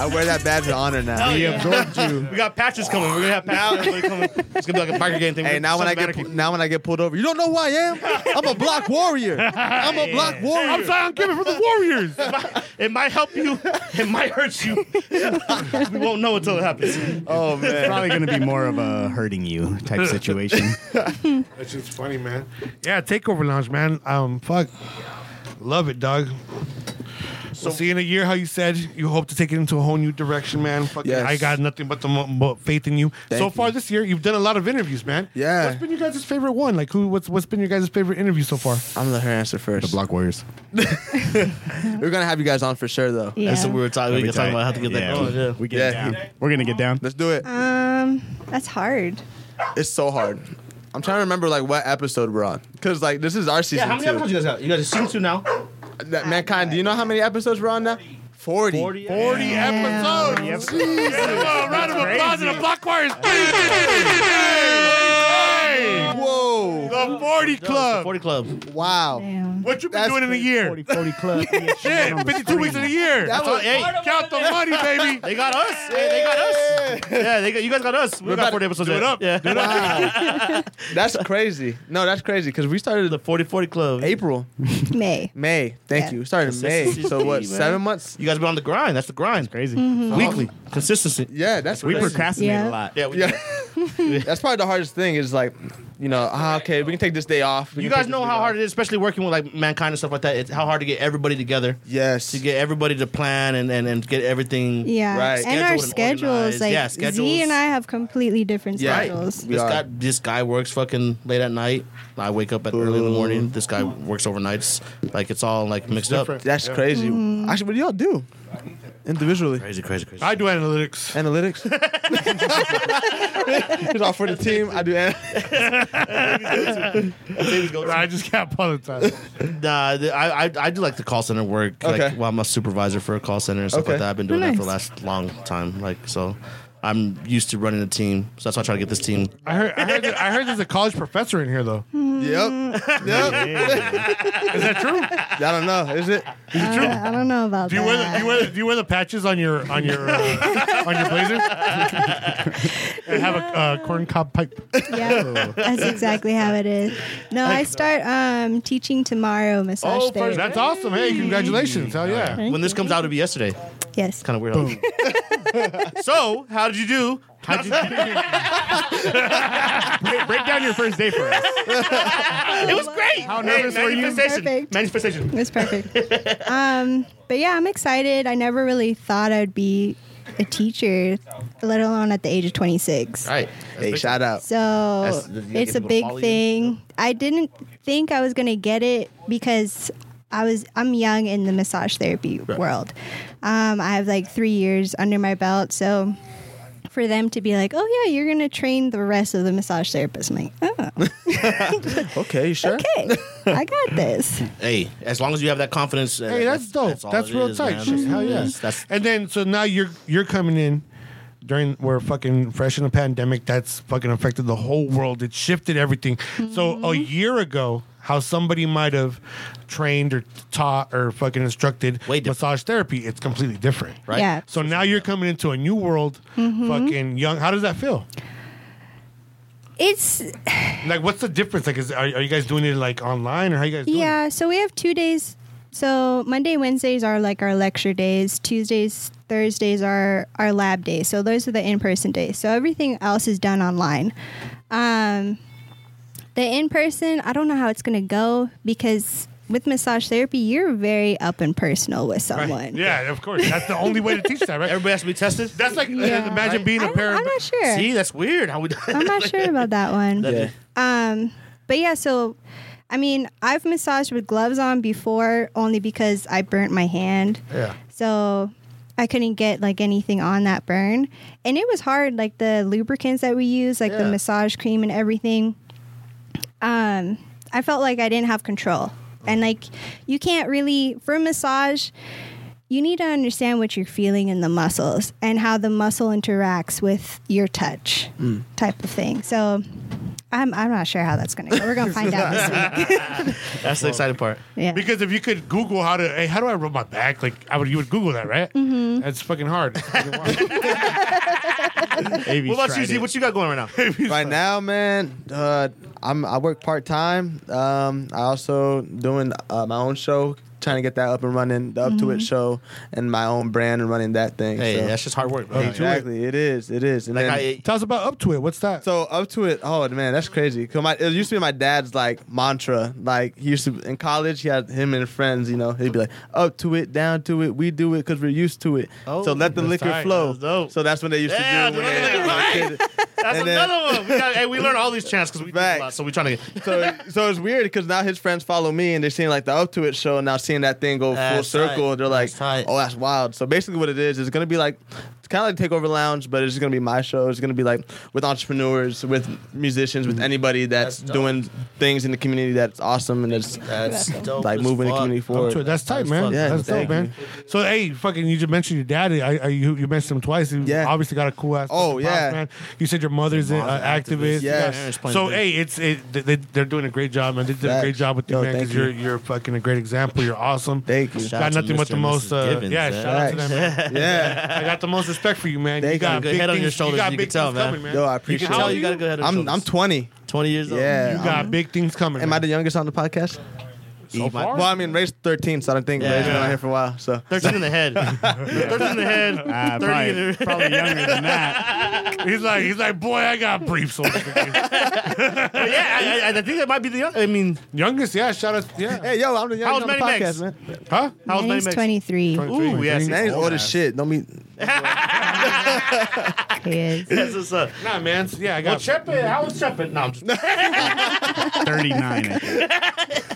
[SPEAKER 3] I wear that badge of honor now.
[SPEAKER 1] he absorbed you.
[SPEAKER 7] We got patches coming. We're gonna have patches coming. It's gonna be like a Parker game thing.
[SPEAKER 3] Hey, now when I get
[SPEAKER 7] Something
[SPEAKER 3] pu- now when I get pulled over, you don't know who I am. I'm a block warrior. I'm a block warrior.
[SPEAKER 2] I'm sorry, I'm giving for the Warriors.
[SPEAKER 7] matter- it might help you. It might hurt you. we won't know until it happens.
[SPEAKER 3] Oh man.
[SPEAKER 1] Probably gonna be more of a hurting you type situation.
[SPEAKER 2] That's just funny, man. Yeah, takeover lounge, man. Um, fuck, love it, dog. So see in a year how you said you hope to take it into a whole new direction, man. Fucking,
[SPEAKER 3] Yes.
[SPEAKER 2] I got nothing but the mo- mo- faith in you. so
[SPEAKER 3] you.
[SPEAKER 2] far this year, you've done a lot of interviews, man.
[SPEAKER 3] Yeah.
[SPEAKER 2] What's been your guys' favorite one? Like, who? What's What's been your guys' favorite interview so far?
[SPEAKER 3] I'm gonna let her answer first.
[SPEAKER 1] Block Warriors.
[SPEAKER 3] We're gonna have you guys on for sure though.
[SPEAKER 5] Yeah.
[SPEAKER 4] And so we were talking, we were talking about how to get
[SPEAKER 1] Yeah,
[SPEAKER 4] that going. Yeah.
[SPEAKER 1] We get
[SPEAKER 3] Yeah.
[SPEAKER 1] down. We're gonna get down.
[SPEAKER 3] Let's do it.
[SPEAKER 5] Um, that's hard.
[SPEAKER 3] It's so hard. I'm trying to remember like what episode we're on, cause like this is our season two.
[SPEAKER 7] you guys got? You guys are season two now.
[SPEAKER 3] That- mankind, do you know how many episodes we're on now? Forty.
[SPEAKER 2] Forty episodes.
[SPEAKER 1] Yep.
[SPEAKER 2] Yeah, a round of applause and a block warriors. Hey!
[SPEAKER 3] Whoa!
[SPEAKER 2] The Forty Club.
[SPEAKER 4] Forty Club.
[SPEAKER 3] Wow.
[SPEAKER 5] Damn.
[SPEAKER 2] What you been
[SPEAKER 3] That's
[SPEAKER 2] doing in a year?
[SPEAKER 1] 40, 40 club.
[SPEAKER 2] Shit, 52 weeks in a year.
[SPEAKER 3] That was
[SPEAKER 7] Hey,
[SPEAKER 2] Count the money, baby.
[SPEAKER 7] they got us. Hey, they got us. Yeah, they got, you guys got us. We got
[SPEAKER 3] about
[SPEAKER 7] forty
[SPEAKER 3] to
[SPEAKER 7] episodes.
[SPEAKER 2] do it
[SPEAKER 7] in.
[SPEAKER 2] up.
[SPEAKER 7] Yeah.
[SPEAKER 3] Wow. that's crazy. No, that's crazy because we started
[SPEAKER 4] The
[SPEAKER 3] the
[SPEAKER 4] 40 Club.
[SPEAKER 3] April,
[SPEAKER 5] May.
[SPEAKER 3] May. Thank
[SPEAKER 5] Yeah.
[SPEAKER 3] you. We started in May. So what?
[SPEAKER 4] Consistency, man.
[SPEAKER 3] Seven months.
[SPEAKER 4] You guys been on the grind. That's the grind.
[SPEAKER 1] Crazy.
[SPEAKER 4] Weekly consistency.
[SPEAKER 3] Yeah, that's
[SPEAKER 1] We
[SPEAKER 3] crazy.
[SPEAKER 1] procrastinate
[SPEAKER 5] Yeah.
[SPEAKER 1] a lot.
[SPEAKER 4] Yeah, we
[SPEAKER 3] Yeah. that's probably the hardest thing is like, you know, ah, okay, we can take this day off. We
[SPEAKER 4] You
[SPEAKER 3] can
[SPEAKER 4] guys
[SPEAKER 3] take
[SPEAKER 4] know
[SPEAKER 3] this
[SPEAKER 4] how
[SPEAKER 3] day
[SPEAKER 4] hard
[SPEAKER 3] off.
[SPEAKER 4] it is, especially working with like mankind and stuff like that. It's how hard to get everybody together,
[SPEAKER 3] Yes.
[SPEAKER 4] to get everybody to plan and, and, and get everything.
[SPEAKER 5] Yeah.
[SPEAKER 3] Right.
[SPEAKER 5] And our
[SPEAKER 4] Scheduled and
[SPEAKER 5] schedules,
[SPEAKER 4] organized.
[SPEAKER 5] like
[SPEAKER 4] Yeah, schedules.
[SPEAKER 5] Z and I have completely different
[SPEAKER 3] Yeah. Right.
[SPEAKER 5] schedules.
[SPEAKER 3] We
[SPEAKER 4] This
[SPEAKER 3] are.
[SPEAKER 4] guy, this guy works fucking late at night. I wake up at early in the morning. This guy works overnights. Like it's all like mixed up.
[SPEAKER 3] That's crazy. Actually, what do y'all do? Individually.
[SPEAKER 4] Crazy, crazy, crazy.
[SPEAKER 2] I do analytics.
[SPEAKER 3] Analytics. He's all for the team. I do. An-
[SPEAKER 2] I just can't apologize.
[SPEAKER 4] Nah, uh, th- I, I I do like the call center work.
[SPEAKER 3] Okay.
[SPEAKER 4] Like, well, I'm a supervisor for a call center and stuff
[SPEAKER 3] Okay.
[SPEAKER 4] like that. I've been doing that for the
[SPEAKER 5] Nice.
[SPEAKER 4] last long time. Like so, I'm used to running a team. So that's why I try to get this team.
[SPEAKER 2] I heard, I heard, that- I heard there's a college professor in here though.
[SPEAKER 3] yep. Yep.
[SPEAKER 2] Is that true?
[SPEAKER 3] I don't know. Is it?
[SPEAKER 5] I don't- Uh, I don't know about
[SPEAKER 2] Do you wear the,
[SPEAKER 5] that.
[SPEAKER 2] do you wear the, do you wear the patches on your on your uh, on your blazer? and have a uh, corn cob pipe.
[SPEAKER 5] yeah, that's exactly how it is. No, I start um, teaching tomorrow massage therapy.
[SPEAKER 2] Oh, That's awesome. Hey, congratulations. Hell yeah.
[SPEAKER 4] When this comes out, it'll be yesterday.
[SPEAKER 5] yes.
[SPEAKER 4] Kind of weird.
[SPEAKER 7] So, how did you do?
[SPEAKER 1] How'd you break, break down your first day for us.
[SPEAKER 7] It was great. How
[SPEAKER 5] nervous were you?
[SPEAKER 7] Manifestation.
[SPEAKER 5] Perfect.
[SPEAKER 7] Manifestation.
[SPEAKER 5] It's perfect. um, but yeah, I'm excited. I never really thought I'd be a teacher, let alone at the age of 26.
[SPEAKER 4] All right.
[SPEAKER 3] Hey, shout out.
[SPEAKER 5] So
[SPEAKER 4] That's- you gotta
[SPEAKER 5] it's
[SPEAKER 4] get
[SPEAKER 5] a
[SPEAKER 4] people to
[SPEAKER 5] big
[SPEAKER 4] follow you.
[SPEAKER 5] thing. I didn't think I was gonna get it because I was I'm young in the massage therapy world. Um, I have like three years under my belt, so for them to be like, oh, yeah, you're going to train the rest of the massage therapists. I'm like, oh,
[SPEAKER 3] Okay, you sure?
[SPEAKER 5] okay, I got this.
[SPEAKER 4] Hey, as long as you have that confidence. uh,
[SPEAKER 2] Hey, that's dope. That's,
[SPEAKER 4] all it
[SPEAKER 2] real
[SPEAKER 4] is,
[SPEAKER 2] tight.
[SPEAKER 4] man.
[SPEAKER 2] shit.
[SPEAKER 4] That's-
[SPEAKER 2] Hell yeah.
[SPEAKER 4] that's- That's
[SPEAKER 2] and then so now you're you're coming in during we're fucking fresh in the pandemic. That's fucking affected the whole world. It shifted everything. So a year ago, how somebody might have trained or taught or fucking instructed
[SPEAKER 4] Way different.
[SPEAKER 2] massage therapy, it's completely different.
[SPEAKER 4] right.
[SPEAKER 5] Yeah.
[SPEAKER 2] So now you're coming into a new world, fucking young. How does that feel?
[SPEAKER 5] It's,
[SPEAKER 2] Like, what's the difference? Like, is are, are you guys doing it like online or how you guys? Doing
[SPEAKER 5] yeah, so we have two days. So Monday, Wednesdays are like our lecture days. Tuesdays, Thursdays are our lab days. So those are the in person days. So everything else is done online. Um, the in person, I don't know how it's going to go because with massage therapy, you're very up and personal with
[SPEAKER 2] It?
[SPEAKER 5] someone.
[SPEAKER 2] Right. Yeah, of course. That's the only way to teach that, right?
[SPEAKER 4] Everybody has to be tested.
[SPEAKER 2] That's like uh,
[SPEAKER 5] Yeah.
[SPEAKER 2] imagine being
[SPEAKER 5] I
[SPEAKER 2] a
[SPEAKER 5] don't-
[SPEAKER 2] parent.
[SPEAKER 5] I'm not sure.
[SPEAKER 4] See, that's weird. How we.
[SPEAKER 5] I'm not sure about that one.
[SPEAKER 4] Yeah.
[SPEAKER 5] Um, but yeah, so I mean, I've massaged with gloves on before only because I burnt my hand.
[SPEAKER 2] Yeah.
[SPEAKER 5] So I couldn't get like anything on that burn. And it was hard, like the lubricants that we use, like the
[SPEAKER 4] Yeah.
[SPEAKER 5] massage cream and everything. Um, I felt like I didn't have control. And like you can't really for a massage you need to understand what you're feeling in the muscles and how the muscle interacts with your touch
[SPEAKER 2] Mm.
[SPEAKER 5] type of thing. So I'm, I'm not sure how that's going to go. We're going to find out this week.
[SPEAKER 4] That's the exciting part.
[SPEAKER 5] Yeah.
[SPEAKER 2] Because if you could Google how to, hey, how do I rub my back? Like, I would, you would Google that, right? That's fucking hard. It's fucking wild.
[SPEAKER 7] What about you, Z? What you got going right now?
[SPEAKER 3] Right now, man, uh, I'm I work part time. Um, I also doing uh, my own show, trying to get that up and running, the Up to It show, and my own brand and running that thing.
[SPEAKER 4] Hey,
[SPEAKER 3] so.
[SPEAKER 4] that's just hard work.
[SPEAKER 2] Hey,
[SPEAKER 4] man.
[SPEAKER 2] Julie.
[SPEAKER 3] exactly. It is. It is. And
[SPEAKER 4] Like
[SPEAKER 3] then-
[SPEAKER 4] I,
[SPEAKER 2] Tell us about up to it. What's that?
[SPEAKER 3] So up to it, oh man, that's crazy. Cause my, it used to be my dad's like mantra. Like he used to in college, he had him and friends. You know, he'd be like, up to it, down to it, we do it, cause we're used to it.
[SPEAKER 4] Oh,
[SPEAKER 3] so let the
[SPEAKER 2] that's
[SPEAKER 3] liquor
[SPEAKER 2] tight.
[SPEAKER 3] flow.
[SPEAKER 7] That's dope.
[SPEAKER 3] so that's when they used
[SPEAKER 7] Yeah,
[SPEAKER 3] to do.
[SPEAKER 7] that's
[SPEAKER 3] it. when I was a kid.
[SPEAKER 7] That's
[SPEAKER 3] And then-
[SPEAKER 7] another one. We got, hey, we learn all these chants because we do a lot,
[SPEAKER 3] Facts.
[SPEAKER 7] so we're trying to get.
[SPEAKER 3] so so it's weird because now his friends follow me and they're seeing like the up to it show and now seeing that thing go full
[SPEAKER 4] That's
[SPEAKER 3] circle
[SPEAKER 4] tight.
[SPEAKER 3] and they're like
[SPEAKER 4] That's tight.
[SPEAKER 3] oh that's wild so basically what it is it's gonna be like it's kind of like takeover lounge but it's just gonna be my show it's gonna be like with entrepreneurs with musicians with anybody that's,
[SPEAKER 4] Mm. That's dope.
[SPEAKER 3] doing things in the community that's awesome and that's
[SPEAKER 4] that's dope.
[SPEAKER 3] like
[SPEAKER 4] as
[SPEAKER 3] moving the
[SPEAKER 4] fuck.
[SPEAKER 3] community
[SPEAKER 2] Up to it.
[SPEAKER 3] forward
[SPEAKER 2] That's tight,
[SPEAKER 4] That's
[SPEAKER 2] man.
[SPEAKER 4] fun.
[SPEAKER 3] Yeah,
[SPEAKER 2] That's dope,
[SPEAKER 3] thank you.
[SPEAKER 2] man. So, hey, fucking, you just mentioned your daddy. I, I you, you mentioned him twice. You
[SPEAKER 3] Yeah.
[SPEAKER 2] obviously got a cool ass.
[SPEAKER 3] Oh,
[SPEAKER 2] fucking
[SPEAKER 3] yeah.
[SPEAKER 2] boss, man. You said your mother's an uh, activist.
[SPEAKER 3] Yes.
[SPEAKER 4] activist.
[SPEAKER 2] Yeah.
[SPEAKER 4] Parents playing
[SPEAKER 2] So,
[SPEAKER 4] big.
[SPEAKER 2] hey, it's it, they, they- they're doing a great job, man. They did a
[SPEAKER 3] Facts.
[SPEAKER 2] great job with you,
[SPEAKER 3] Yo,
[SPEAKER 2] man.
[SPEAKER 3] thank
[SPEAKER 2] Because
[SPEAKER 3] you.
[SPEAKER 2] you're you're fucking a great example. You're awesome.
[SPEAKER 3] thank you
[SPEAKER 4] Shout
[SPEAKER 2] got
[SPEAKER 4] out to
[SPEAKER 2] nothing but the
[SPEAKER 4] Mr. and
[SPEAKER 2] most.
[SPEAKER 4] Mrs.
[SPEAKER 2] Uh,
[SPEAKER 4] Gibbons,
[SPEAKER 2] yeah,
[SPEAKER 4] eh?
[SPEAKER 2] shout out to them.
[SPEAKER 3] Facts.
[SPEAKER 2] Man.
[SPEAKER 3] yeah
[SPEAKER 2] I got the most respect for you, man.
[SPEAKER 3] Thank
[SPEAKER 2] you got
[SPEAKER 3] you.
[SPEAKER 2] a
[SPEAKER 3] Good
[SPEAKER 2] big
[SPEAKER 4] head on
[SPEAKER 2] things-
[SPEAKER 4] your shoulders,
[SPEAKER 2] You got
[SPEAKER 4] you
[SPEAKER 2] big
[SPEAKER 4] can tell,
[SPEAKER 2] things
[SPEAKER 4] man.
[SPEAKER 2] coming, man.
[SPEAKER 3] yo I
[SPEAKER 4] You
[SPEAKER 3] appreciate
[SPEAKER 4] can
[SPEAKER 2] How
[SPEAKER 4] tell
[SPEAKER 2] old
[SPEAKER 3] it
[SPEAKER 4] you
[SPEAKER 2] are
[SPEAKER 4] got a
[SPEAKER 2] you?
[SPEAKER 4] good head on
[SPEAKER 3] I'm, I'm 20
[SPEAKER 4] 20 years old.
[SPEAKER 3] yeah
[SPEAKER 2] you
[SPEAKER 3] I'm-
[SPEAKER 2] got big things coming.
[SPEAKER 3] am I
[SPEAKER 2] man.
[SPEAKER 3] the youngest on the podcast
[SPEAKER 2] so
[SPEAKER 4] my-
[SPEAKER 2] far?
[SPEAKER 3] well I mean race 13 so I don't think
[SPEAKER 4] Yeah.
[SPEAKER 3] race been on here for a while so
[SPEAKER 4] 13 in the head.
[SPEAKER 7] 13 in the head,
[SPEAKER 1] Ah,
[SPEAKER 7] 30 in the
[SPEAKER 1] probably, probably younger than that.
[SPEAKER 2] He's like, he's like, boy, I got briefs on.
[SPEAKER 7] But yeah, I, I, I think that might be the. young- I mean,
[SPEAKER 2] Youngest, yeah, shout out, yeah,
[SPEAKER 3] hey yo I'm the
[SPEAKER 7] How's
[SPEAKER 3] youngest on the
[SPEAKER 7] Manny Max?
[SPEAKER 3] podcast man
[SPEAKER 2] huh?
[SPEAKER 7] how old
[SPEAKER 5] Manny's
[SPEAKER 7] is Manny
[SPEAKER 5] 23.
[SPEAKER 7] Max? Ooh, yes,
[SPEAKER 3] Man, he's
[SPEAKER 7] he's
[SPEAKER 3] old as shit. Don't be.
[SPEAKER 5] He is.
[SPEAKER 7] That's what's
[SPEAKER 4] uh,
[SPEAKER 7] up.
[SPEAKER 2] Nah, man, yeah, I
[SPEAKER 7] Well,
[SPEAKER 2] got
[SPEAKER 7] Chepe, how was Chepe? No, I'm just.
[SPEAKER 1] 39. I think.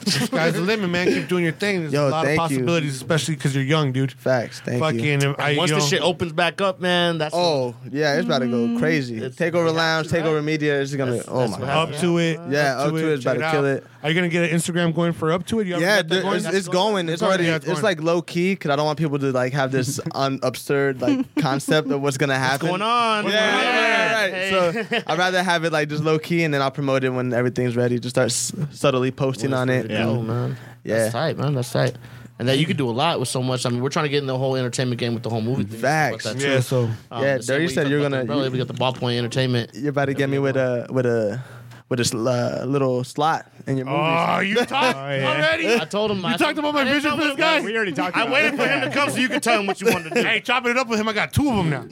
[SPEAKER 2] this guy's the limit, man. Keep doing your thing. There's
[SPEAKER 3] Yo,
[SPEAKER 2] a lot of
[SPEAKER 3] thank you.
[SPEAKER 2] possibilities, especially because you're young, dude.
[SPEAKER 3] Facts. Thank you.
[SPEAKER 2] Fucking, I,
[SPEAKER 4] Once
[SPEAKER 2] you
[SPEAKER 4] the
[SPEAKER 2] know,
[SPEAKER 4] shit opens back up, man, that's
[SPEAKER 3] Oh yeah, it's about to go crazy.
[SPEAKER 4] It's-
[SPEAKER 3] takeover Lounge, Takeover Media is gonna.
[SPEAKER 4] That's-
[SPEAKER 3] oh
[SPEAKER 4] that's
[SPEAKER 3] my
[SPEAKER 4] what
[SPEAKER 3] god.
[SPEAKER 2] up to it,
[SPEAKER 3] Yeah, up to it is about
[SPEAKER 2] check
[SPEAKER 3] to kill
[SPEAKER 2] out.
[SPEAKER 3] it.
[SPEAKER 2] Are you gonna get an Instagram going for up to it? You already
[SPEAKER 3] Yeah,
[SPEAKER 2] got that
[SPEAKER 3] there,
[SPEAKER 2] going?
[SPEAKER 3] it's, it's going. It's
[SPEAKER 2] going,
[SPEAKER 3] already.
[SPEAKER 2] yeah, it's
[SPEAKER 3] it's
[SPEAKER 2] going.
[SPEAKER 3] like low key because I don't want people to like have this un- absurd like concept of what's gonna happen.
[SPEAKER 7] going on?
[SPEAKER 3] Yeah, right, right, right. So I'd rather have it like just low key, and then I'll promote it when everything's ready. Just start s- subtly posting on it.
[SPEAKER 4] Yeah,
[SPEAKER 3] and-
[SPEAKER 4] man.
[SPEAKER 3] Yeah.
[SPEAKER 4] That's tight, man. That's tight. And that you could do a lot with so much. I mean, we're trying to get in the whole entertainment game with the whole movie thing.
[SPEAKER 3] Facts.
[SPEAKER 4] About that, too.
[SPEAKER 2] yeah, so
[SPEAKER 4] Um,
[SPEAKER 3] Yeah,
[SPEAKER 4] the same
[SPEAKER 3] Dirty
[SPEAKER 4] way
[SPEAKER 3] said
[SPEAKER 4] talked
[SPEAKER 3] you're
[SPEAKER 4] about
[SPEAKER 3] gonna-
[SPEAKER 4] the umbrella, we got the ballpoint entertainment.
[SPEAKER 3] You're about to get me with a with a with a sl- uh, little slot in your movie.
[SPEAKER 2] oh, you talked already.
[SPEAKER 4] I told him.
[SPEAKER 2] You talked about my vision for this guy.
[SPEAKER 1] We already talked about
[SPEAKER 7] I waited
[SPEAKER 1] it.
[SPEAKER 7] for him to come so you could tell him what you wanted to do.
[SPEAKER 2] Hey, chopping it up with him. I got two of them now.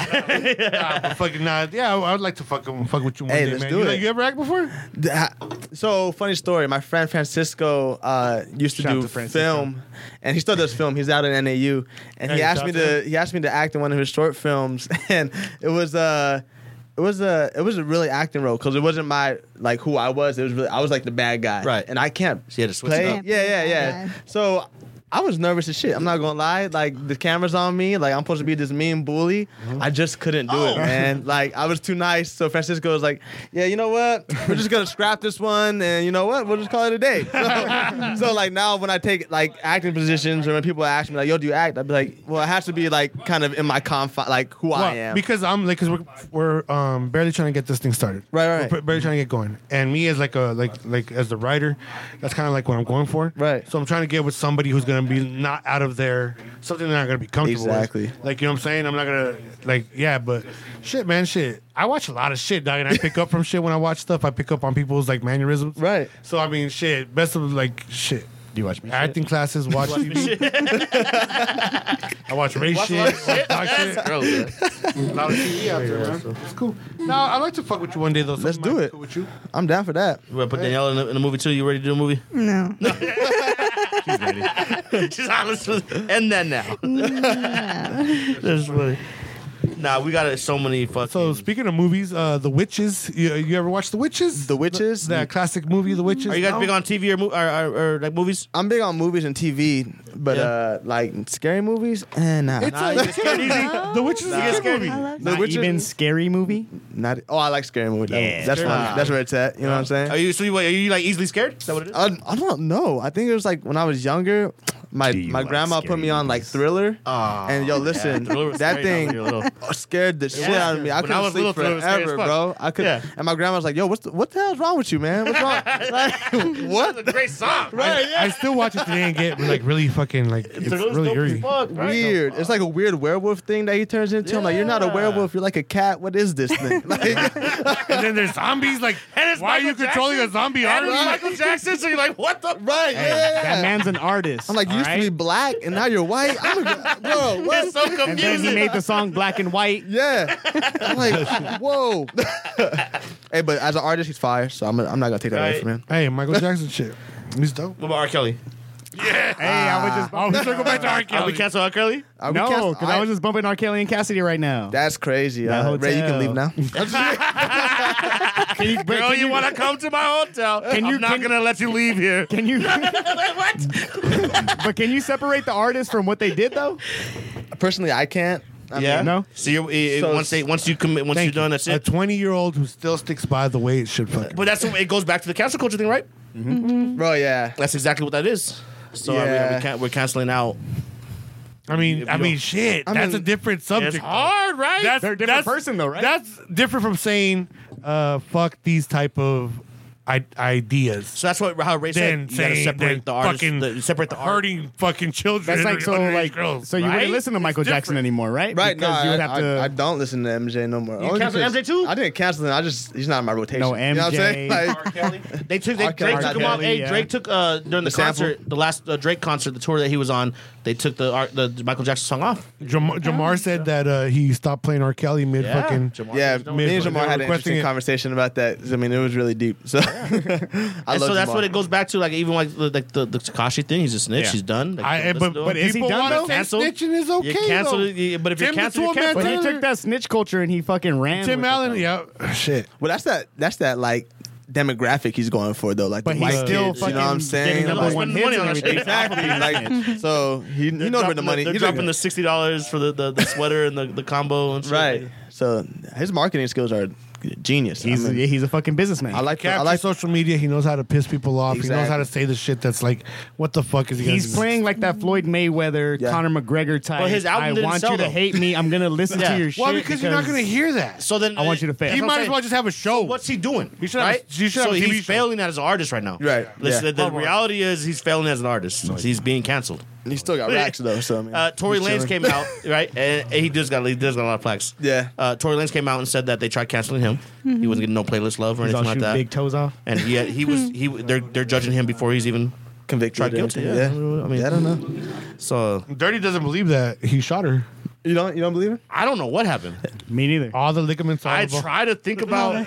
[SPEAKER 2] nah, but fucking nah. Yeah, I, I would like to fucking fuck with you one
[SPEAKER 3] Hey,
[SPEAKER 2] day,
[SPEAKER 3] let's
[SPEAKER 2] man.
[SPEAKER 3] do
[SPEAKER 2] you,
[SPEAKER 3] it.
[SPEAKER 2] Like, you ever act before?
[SPEAKER 3] Th- ha- So funny story. My friend Francisco uh, used to
[SPEAKER 1] Shout out
[SPEAKER 3] do
[SPEAKER 1] to Francisco.
[SPEAKER 3] film, and he still does film. He's out in NAU, and
[SPEAKER 2] Hey,
[SPEAKER 3] he asked
[SPEAKER 2] shout out to
[SPEAKER 3] me to
[SPEAKER 2] him.
[SPEAKER 3] he asked me to act in one of his short films, and it was uh it was a it was a really acting role because it wasn't my like who I was. It was really I was like the bad guy,
[SPEAKER 4] Right.
[SPEAKER 3] and I can't
[SPEAKER 4] She had to switch it
[SPEAKER 3] play.
[SPEAKER 4] up.
[SPEAKER 3] Yeah, yeah, yeah.
[SPEAKER 5] Yeah.
[SPEAKER 3] So. I was nervous as shit. I'm not gonna lie. Like the camera's on me. Like I'm supposed to be this mean bully.
[SPEAKER 2] Uh-huh.
[SPEAKER 3] I just couldn't do
[SPEAKER 2] Oh.
[SPEAKER 3] it, man. Like I was too nice. So Francisco was like, "Yeah, you know what? We're just gonna scrap this one, and you know what? We'll just call it a day." So, so, like now, when I take like acting positions, or when people ask me like, "Yo, do you act?" I'd be like, "Well, it has to be like kind of in my confine, like who
[SPEAKER 2] Well,
[SPEAKER 3] I am."
[SPEAKER 2] Because I'm like, because we're we're um, barely trying to get this thing started.
[SPEAKER 3] Right, right,
[SPEAKER 2] We're
[SPEAKER 3] right.
[SPEAKER 2] pr- barely trying to get going. And me as like a like like as the writer, that's kind of like what I'm going for.
[SPEAKER 3] Right.
[SPEAKER 2] So I'm trying to get with somebody who's gonna be not out of their something they're not gonna be comfortable. with.
[SPEAKER 3] Exactly.
[SPEAKER 2] Like you know what I'm saying? I'm not gonna like yeah, but shit, man, shit. I watch a lot of shit, dog, and I pick up from shit when I watch stuff. I pick up on people's like mannerisms.
[SPEAKER 3] Right.
[SPEAKER 2] So I mean, shit. Best of like shit.
[SPEAKER 1] Do you watch me?
[SPEAKER 2] Acting classes, watch TV. I watch race shit. watch shit. lot of TV out there, man. It's cool. No, I'd like to fuck with you one day, though.
[SPEAKER 3] Let's
[SPEAKER 2] Something might
[SPEAKER 3] do
[SPEAKER 2] be
[SPEAKER 3] it.
[SPEAKER 2] cool With you.
[SPEAKER 3] I'm down for that.
[SPEAKER 4] You ready to put Danielle in the, in the movie too? You ready to do a movie?
[SPEAKER 5] No.
[SPEAKER 4] She's honest. with- End that now. That's funny. Nah, we got uh, so many fucking.
[SPEAKER 2] So, speaking of movies, uh, The Witches. You, you ever watch The Witches?
[SPEAKER 3] The Witches.
[SPEAKER 2] that classic movie, The Witches.
[SPEAKER 4] are you guys
[SPEAKER 2] No?
[SPEAKER 3] oh.
[SPEAKER 4] big on TV or, mo- or, or, or like movies?
[SPEAKER 3] I'm big on movies and TV, but
[SPEAKER 4] Yeah.
[SPEAKER 3] uh, like scary movies, and nah,
[SPEAKER 2] It's a, it's scary. The Witches
[SPEAKER 5] Nah.
[SPEAKER 2] is a good
[SPEAKER 5] I
[SPEAKER 2] movie.
[SPEAKER 5] love
[SPEAKER 3] The
[SPEAKER 5] that.
[SPEAKER 1] Not
[SPEAKER 3] Witcher-
[SPEAKER 1] even scary movie.
[SPEAKER 3] not. Oh, I like scary movies. though.
[SPEAKER 1] Yeah.
[SPEAKER 3] that's
[SPEAKER 1] Scary
[SPEAKER 3] why.
[SPEAKER 4] movie.
[SPEAKER 3] That's where it's at. You know what I'm saying?
[SPEAKER 4] Are you so you, wait, are you like easily scared? Is that what it is?
[SPEAKER 3] I, I don't know. I think it was like when I was younger, my
[SPEAKER 1] Do you
[SPEAKER 3] my
[SPEAKER 1] like
[SPEAKER 3] grandma put
[SPEAKER 1] scary
[SPEAKER 3] me on like
[SPEAKER 1] movies?
[SPEAKER 3] Thriller,
[SPEAKER 4] Aw.
[SPEAKER 3] and yo, listen,
[SPEAKER 4] Thriller was
[SPEAKER 3] that
[SPEAKER 4] scary when I was
[SPEAKER 3] thing
[SPEAKER 4] little.
[SPEAKER 3] scared the shit out of me. I
[SPEAKER 7] When I
[SPEAKER 3] couldn't
[SPEAKER 7] was
[SPEAKER 3] sleep
[SPEAKER 7] little, Thriller was scary
[SPEAKER 3] forever,
[SPEAKER 7] as fuck.
[SPEAKER 3] bro. I could,
[SPEAKER 7] Yeah.
[SPEAKER 3] not and my grandma was like, "Yo, what's the, what the hell's wrong with you, man? What's wrong?" like,
[SPEAKER 7] That's a great song.
[SPEAKER 3] right?
[SPEAKER 2] I still watch it today and get like really fucking like it's really eerie.
[SPEAKER 3] Weird. It's like a weird werewolf thing that he turns into. I'm like, you're not a
[SPEAKER 4] Yeah.
[SPEAKER 3] werewolf. You're like a cat. What is this thing? Like,
[SPEAKER 2] And then there's zombies. Like,
[SPEAKER 7] And it's
[SPEAKER 2] why are
[SPEAKER 7] Michael
[SPEAKER 2] you controlling a
[SPEAKER 7] Jackson.
[SPEAKER 2] zombie
[SPEAKER 7] And
[SPEAKER 2] army?
[SPEAKER 7] it's Michael Jackson, so you're like, what the?
[SPEAKER 3] right?
[SPEAKER 1] Hey,
[SPEAKER 3] yeah.
[SPEAKER 1] That man's an artist.
[SPEAKER 3] I'm like, you
[SPEAKER 1] all
[SPEAKER 3] used to be
[SPEAKER 1] right?
[SPEAKER 3] black and now you're white. I'm like, bro, what?
[SPEAKER 7] It's so
[SPEAKER 1] And then he
[SPEAKER 7] confusing.
[SPEAKER 1] made the song Black and White.
[SPEAKER 3] Yeah. I'm like, whoa. hey, but as an artist, he's fire, so I'm, I'm not gonna take that away
[SPEAKER 4] Right.
[SPEAKER 3] from him.
[SPEAKER 2] Hey, Michael Jackson shit. He's dope.
[SPEAKER 4] What about R. Kelly?
[SPEAKER 1] Hey, I was just
[SPEAKER 2] Oh, we circle back to R.
[SPEAKER 4] Are we
[SPEAKER 2] Kelly.
[SPEAKER 4] cancel R. Kelly?
[SPEAKER 3] Are we
[SPEAKER 1] no,
[SPEAKER 3] cast-
[SPEAKER 1] because I was just bumping R. Kelly and Cassidy right now.
[SPEAKER 3] That's crazy.
[SPEAKER 1] That
[SPEAKER 3] Uh, Ray, you can
[SPEAKER 1] hotel.
[SPEAKER 3] leave now.
[SPEAKER 1] can you,
[SPEAKER 7] Girl, you want to come to my hotel?
[SPEAKER 1] Can you-
[SPEAKER 7] I'm not
[SPEAKER 1] can-
[SPEAKER 7] gonna let you leave here.
[SPEAKER 1] Can you? what? but can you separate the artist from what they did though?
[SPEAKER 3] Personally, I can't. I
[SPEAKER 4] yeah.
[SPEAKER 1] No?
[SPEAKER 4] So you're it, it-
[SPEAKER 3] So-
[SPEAKER 4] once they once you commit once you're
[SPEAKER 2] Thank
[SPEAKER 4] done, that's
[SPEAKER 2] A
[SPEAKER 4] it.
[SPEAKER 2] 20 year old who still sticks by the way it should fucking.
[SPEAKER 4] But that's it goes back to the cancel culture thing, right?
[SPEAKER 3] mean, bro, yeah.
[SPEAKER 4] That's exactly what that is. So are we- are we,
[SPEAKER 3] Yeah.
[SPEAKER 4] can, we're canceling out.
[SPEAKER 2] I mean,
[SPEAKER 4] If
[SPEAKER 2] I
[SPEAKER 4] you-
[SPEAKER 2] mean, shit.
[SPEAKER 3] I
[SPEAKER 2] that's
[SPEAKER 3] mean,
[SPEAKER 2] a different subject.
[SPEAKER 4] it's hard,
[SPEAKER 2] right? That's
[SPEAKER 1] They're a different
[SPEAKER 2] that's-
[SPEAKER 1] person, though, right?
[SPEAKER 2] That's different from saying, uh, "Fuck these type of I- ideas."
[SPEAKER 4] So that's what how Ray
[SPEAKER 2] Then
[SPEAKER 4] said. You gotta
[SPEAKER 2] saying
[SPEAKER 4] separate
[SPEAKER 2] that
[SPEAKER 4] the artist,
[SPEAKER 2] fucking
[SPEAKER 4] the, separate the art.
[SPEAKER 2] Hurting fucking children.
[SPEAKER 1] That's like so
[SPEAKER 2] underage
[SPEAKER 1] like
[SPEAKER 2] girls,
[SPEAKER 1] so you
[SPEAKER 2] right?
[SPEAKER 1] wouldn't listen to Michael
[SPEAKER 2] It's
[SPEAKER 1] Jackson
[SPEAKER 2] different.
[SPEAKER 1] anymore, right?
[SPEAKER 3] Right
[SPEAKER 1] because
[SPEAKER 3] now,
[SPEAKER 1] you would
[SPEAKER 3] I,
[SPEAKER 1] have
[SPEAKER 3] I-
[SPEAKER 1] to.
[SPEAKER 3] I, don't listen to MJ no more.
[SPEAKER 4] You canceled MJ too?
[SPEAKER 3] I didn't cancel him. I just he's not in my rotation.
[SPEAKER 1] No,
[SPEAKER 3] You know what I'm saying?
[SPEAKER 1] MJ.
[SPEAKER 3] Like,
[SPEAKER 6] R. Kelly.
[SPEAKER 4] They took they,
[SPEAKER 3] R. Kelly,
[SPEAKER 4] Drake took
[SPEAKER 3] R.
[SPEAKER 4] him off.
[SPEAKER 1] Kelly,
[SPEAKER 4] Hey,
[SPEAKER 1] yeah.
[SPEAKER 4] Drake took uh, during
[SPEAKER 3] The
[SPEAKER 4] the,
[SPEAKER 3] sample?
[SPEAKER 4] concert, the last uh, Drake concert, the tour that he was on. They took the art, the Michael Jackson song off.
[SPEAKER 2] Jamar, Jamar said that uh, he stopped playing R. Kelly mid fucking.
[SPEAKER 4] Jamar
[SPEAKER 3] yeah,
[SPEAKER 4] was doing
[SPEAKER 2] Mid-
[SPEAKER 3] me and
[SPEAKER 2] they were
[SPEAKER 3] Jamar had an
[SPEAKER 2] requesting
[SPEAKER 3] interesting
[SPEAKER 2] it.
[SPEAKER 3] conversation about that. I mean, it was really deep. So, I
[SPEAKER 4] And
[SPEAKER 3] love
[SPEAKER 4] so that's
[SPEAKER 3] Jamar.
[SPEAKER 4] what it goes back to, like even like the- like the the Takashi thing. He's a snitch.
[SPEAKER 1] Yeah.
[SPEAKER 4] He's done. Like,
[SPEAKER 2] I,
[SPEAKER 4] don't
[SPEAKER 2] but
[SPEAKER 4] listen to
[SPEAKER 2] but
[SPEAKER 4] him.
[SPEAKER 1] is he
[SPEAKER 2] people
[SPEAKER 1] done,
[SPEAKER 2] wanna
[SPEAKER 1] though?
[SPEAKER 2] say
[SPEAKER 4] Canceled?
[SPEAKER 2] Snitching is okay.
[SPEAKER 4] you canceled.
[SPEAKER 2] though.
[SPEAKER 4] it, you- But if you're
[SPEAKER 2] Tim the
[SPEAKER 4] canceled, you're
[SPEAKER 2] Tool Man
[SPEAKER 4] canceled.
[SPEAKER 1] but he took that snitch culture and he fucking ran.
[SPEAKER 2] Tim
[SPEAKER 1] with Oh, it,
[SPEAKER 2] Allen,
[SPEAKER 1] though.
[SPEAKER 2] yeah, shit.
[SPEAKER 3] Well, that's that. That's that like demographic he's going for though. Like,
[SPEAKER 1] But
[SPEAKER 3] the
[SPEAKER 1] he's
[SPEAKER 3] white
[SPEAKER 1] still
[SPEAKER 3] kids, you know
[SPEAKER 1] fucking
[SPEAKER 3] what I'm saying?
[SPEAKER 1] getting number
[SPEAKER 3] Like,
[SPEAKER 1] one
[SPEAKER 4] spending
[SPEAKER 1] hits and
[SPEAKER 4] money on that shit.
[SPEAKER 1] everything.
[SPEAKER 3] exactly. Like, so he, you know where the
[SPEAKER 4] Dropping
[SPEAKER 3] money.
[SPEAKER 4] They're
[SPEAKER 3] he's
[SPEAKER 4] dropping
[SPEAKER 3] like-
[SPEAKER 4] the sixty dollars for the, the, the sweater and the, the combo and shit.
[SPEAKER 3] right. So his marketing skills are genius.
[SPEAKER 1] He's
[SPEAKER 3] I, mean,
[SPEAKER 1] yeah, he's a fucking businessman.
[SPEAKER 3] I like. The, I
[SPEAKER 2] Capture
[SPEAKER 3] like.
[SPEAKER 2] social media. He knows how to piss people off. He knows
[SPEAKER 3] Exactly.
[SPEAKER 2] how to say the shit that's like, what the fuck is he? gonna
[SPEAKER 1] He's
[SPEAKER 2] do?
[SPEAKER 1] playing like that Floyd Mayweather,
[SPEAKER 3] Yeah.
[SPEAKER 1] Conor McGregor type.
[SPEAKER 4] But his album
[SPEAKER 1] I
[SPEAKER 4] didn't
[SPEAKER 1] want
[SPEAKER 4] sell,
[SPEAKER 1] you to
[SPEAKER 4] though.
[SPEAKER 1] hate me. I'm gonna listen
[SPEAKER 4] Yeah.
[SPEAKER 1] to your shit.
[SPEAKER 2] Well, because, you're not gonna hear that.
[SPEAKER 4] So then
[SPEAKER 1] I want you to fail.
[SPEAKER 4] That's
[SPEAKER 2] he
[SPEAKER 4] what I'm
[SPEAKER 2] might as
[SPEAKER 4] saying.
[SPEAKER 2] well just have a show.
[SPEAKER 4] What's he doing? He
[SPEAKER 2] should have a-
[SPEAKER 4] right?
[SPEAKER 2] he should have
[SPEAKER 4] so
[SPEAKER 2] a TV
[SPEAKER 4] he's
[SPEAKER 2] show.
[SPEAKER 4] failing as an artist right now.
[SPEAKER 3] Right,
[SPEAKER 4] Listen,
[SPEAKER 3] yeah.
[SPEAKER 4] The, the reality is he's failing as an artist. He's being canceled.
[SPEAKER 3] He still got racks though. So I mean,
[SPEAKER 4] Uh, Tory
[SPEAKER 3] he's
[SPEAKER 4] Lanez
[SPEAKER 3] chilling.
[SPEAKER 4] came out, right? And, and he does got he does got a lot of plaques.
[SPEAKER 3] Yeah.
[SPEAKER 4] Uh, Tory Lanez came out and said that they tried canceling him. He wasn't getting no playlist love or
[SPEAKER 1] He's all
[SPEAKER 4] anything like
[SPEAKER 1] shoot
[SPEAKER 4] that.
[SPEAKER 1] big toes off.
[SPEAKER 4] and he he was he they're they're judging him before he's even
[SPEAKER 3] convicted.
[SPEAKER 4] tried
[SPEAKER 3] or
[SPEAKER 4] guilty.
[SPEAKER 3] anything.
[SPEAKER 4] Yeah.
[SPEAKER 3] Yeah.
[SPEAKER 4] I mean,
[SPEAKER 3] Yeah, I don't know.
[SPEAKER 4] so
[SPEAKER 2] Dirty doesn't believe that he shot her.
[SPEAKER 3] You don't. You don't believe it?
[SPEAKER 4] I don't know what happened.
[SPEAKER 1] Me neither.
[SPEAKER 2] All the ligaments. all
[SPEAKER 4] I
[SPEAKER 2] of them.
[SPEAKER 4] try to think about.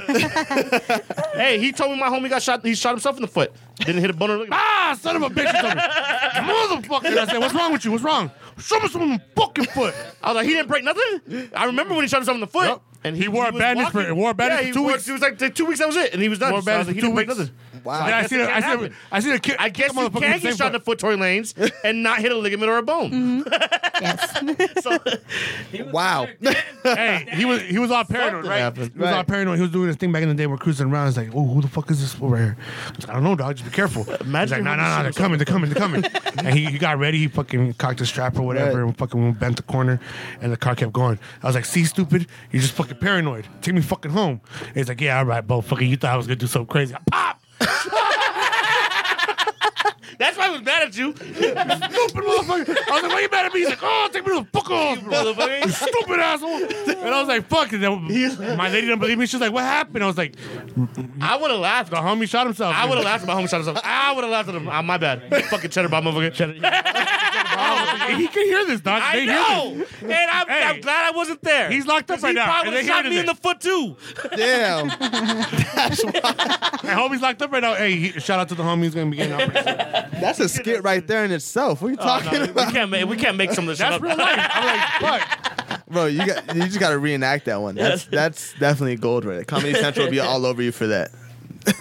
[SPEAKER 4] hey, he told me my homie got shot. He shot himself in the foot. Didn't hit a bone. or nothing.
[SPEAKER 2] Ah, son of a bitch! he told me. Motherfucker! I said, "What's wrong with you? What's wrong? Show me some fucking foot."
[SPEAKER 4] I was like, he didn't break nothing. I remember when he shot himself in the foot.
[SPEAKER 2] Yep.
[SPEAKER 4] And
[SPEAKER 2] He wore a
[SPEAKER 4] was
[SPEAKER 2] bandage for-
[SPEAKER 4] walking.
[SPEAKER 2] wore a bandage
[SPEAKER 4] yeah,
[SPEAKER 2] for
[SPEAKER 4] he
[SPEAKER 2] two
[SPEAKER 4] wore-
[SPEAKER 2] weeks.
[SPEAKER 4] He was like, "Two weeks. That was it." And he was done.
[SPEAKER 2] Wore a
[SPEAKER 4] So I was
[SPEAKER 2] bandage for
[SPEAKER 4] like, he
[SPEAKER 2] two
[SPEAKER 4] didn't break
[SPEAKER 2] weeks.
[SPEAKER 4] nothing.
[SPEAKER 3] Wow.
[SPEAKER 2] And I,
[SPEAKER 4] guess
[SPEAKER 2] see
[SPEAKER 4] it
[SPEAKER 2] the, I,
[SPEAKER 4] can't
[SPEAKER 2] see the,
[SPEAKER 4] happen.
[SPEAKER 2] I see the kid.
[SPEAKER 4] I guess you can get shot in the foot, Tory Lanes, and not hit a ligament or a bone.
[SPEAKER 5] Yes.
[SPEAKER 4] So,
[SPEAKER 6] He was
[SPEAKER 3] Wow.
[SPEAKER 6] there dancing.
[SPEAKER 2] Hey, he was he was all paranoid,
[SPEAKER 3] Something
[SPEAKER 2] right?
[SPEAKER 3] happened.
[SPEAKER 2] He was all
[SPEAKER 3] Right.
[SPEAKER 2] paranoid. He was doing this thing back in the day. We're cruising around. It's like, oh, who the fuck is this fool right here? I, was like, I don't know, dog. Just be careful. He's like,
[SPEAKER 3] Imagine
[SPEAKER 2] no,
[SPEAKER 3] how
[SPEAKER 2] no, no. They're
[SPEAKER 3] this
[SPEAKER 2] coming. They're coming. They're coming. and he, he got ready. He fucking cocked his strap or whatever,
[SPEAKER 3] Right.
[SPEAKER 2] and fucking bent the corner, and the car kept going. I was like, see, stupid, you're just fucking paranoid. Take me fucking home. And he's like, yeah, all right, bro. Fucking, you thought I was gonna do something crazy? I pop.
[SPEAKER 4] that's why I was mad at you.
[SPEAKER 2] Stupid motherfucker. I was like, why you mad at me? He's like, oh, take me to the fuck off, bro. You stupid asshole. And I was like, fuck. And then my lady didn't believe me. She was like, what happened? I was like,
[SPEAKER 4] I would have laughed.
[SPEAKER 2] the homie shot himself.
[SPEAKER 4] I would have laughed at my homie shot himself. I would have laughed at him. Ah, my bad. Fucking cheddar bomb motherfucker.
[SPEAKER 2] Oh, he can hear this, dog.
[SPEAKER 4] I
[SPEAKER 2] They hear
[SPEAKER 4] know, and I'm,
[SPEAKER 2] Hey.
[SPEAKER 4] I'm glad I wasn't there.
[SPEAKER 2] this. He's locked up right
[SPEAKER 4] Because he
[SPEAKER 2] now.
[SPEAKER 4] probably
[SPEAKER 2] And they hear
[SPEAKER 4] shot me
[SPEAKER 2] this.
[SPEAKER 4] in the foot too.
[SPEAKER 3] Damn.
[SPEAKER 2] My homie's locked up right now. Hey, he, shout out to the homie. He's gonna be getting out. pretty soon.
[SPEAKER 3] That's a skit right there in itself. What are you talking
[SPEAKER 4] Oh, we
[SPEAKER 3] about?
[SPEAKER 4] can't make we can't make some of this shit
[SPEAKER 2] That's
[SPEAKER 4] up.
[SPEAKER 2] real life. I'm like, fuck.
[SPEAKER 3] Bro, you got you just gotta reenact that one. That's that's definitely gold right there. Comedy Central will be all over you for that.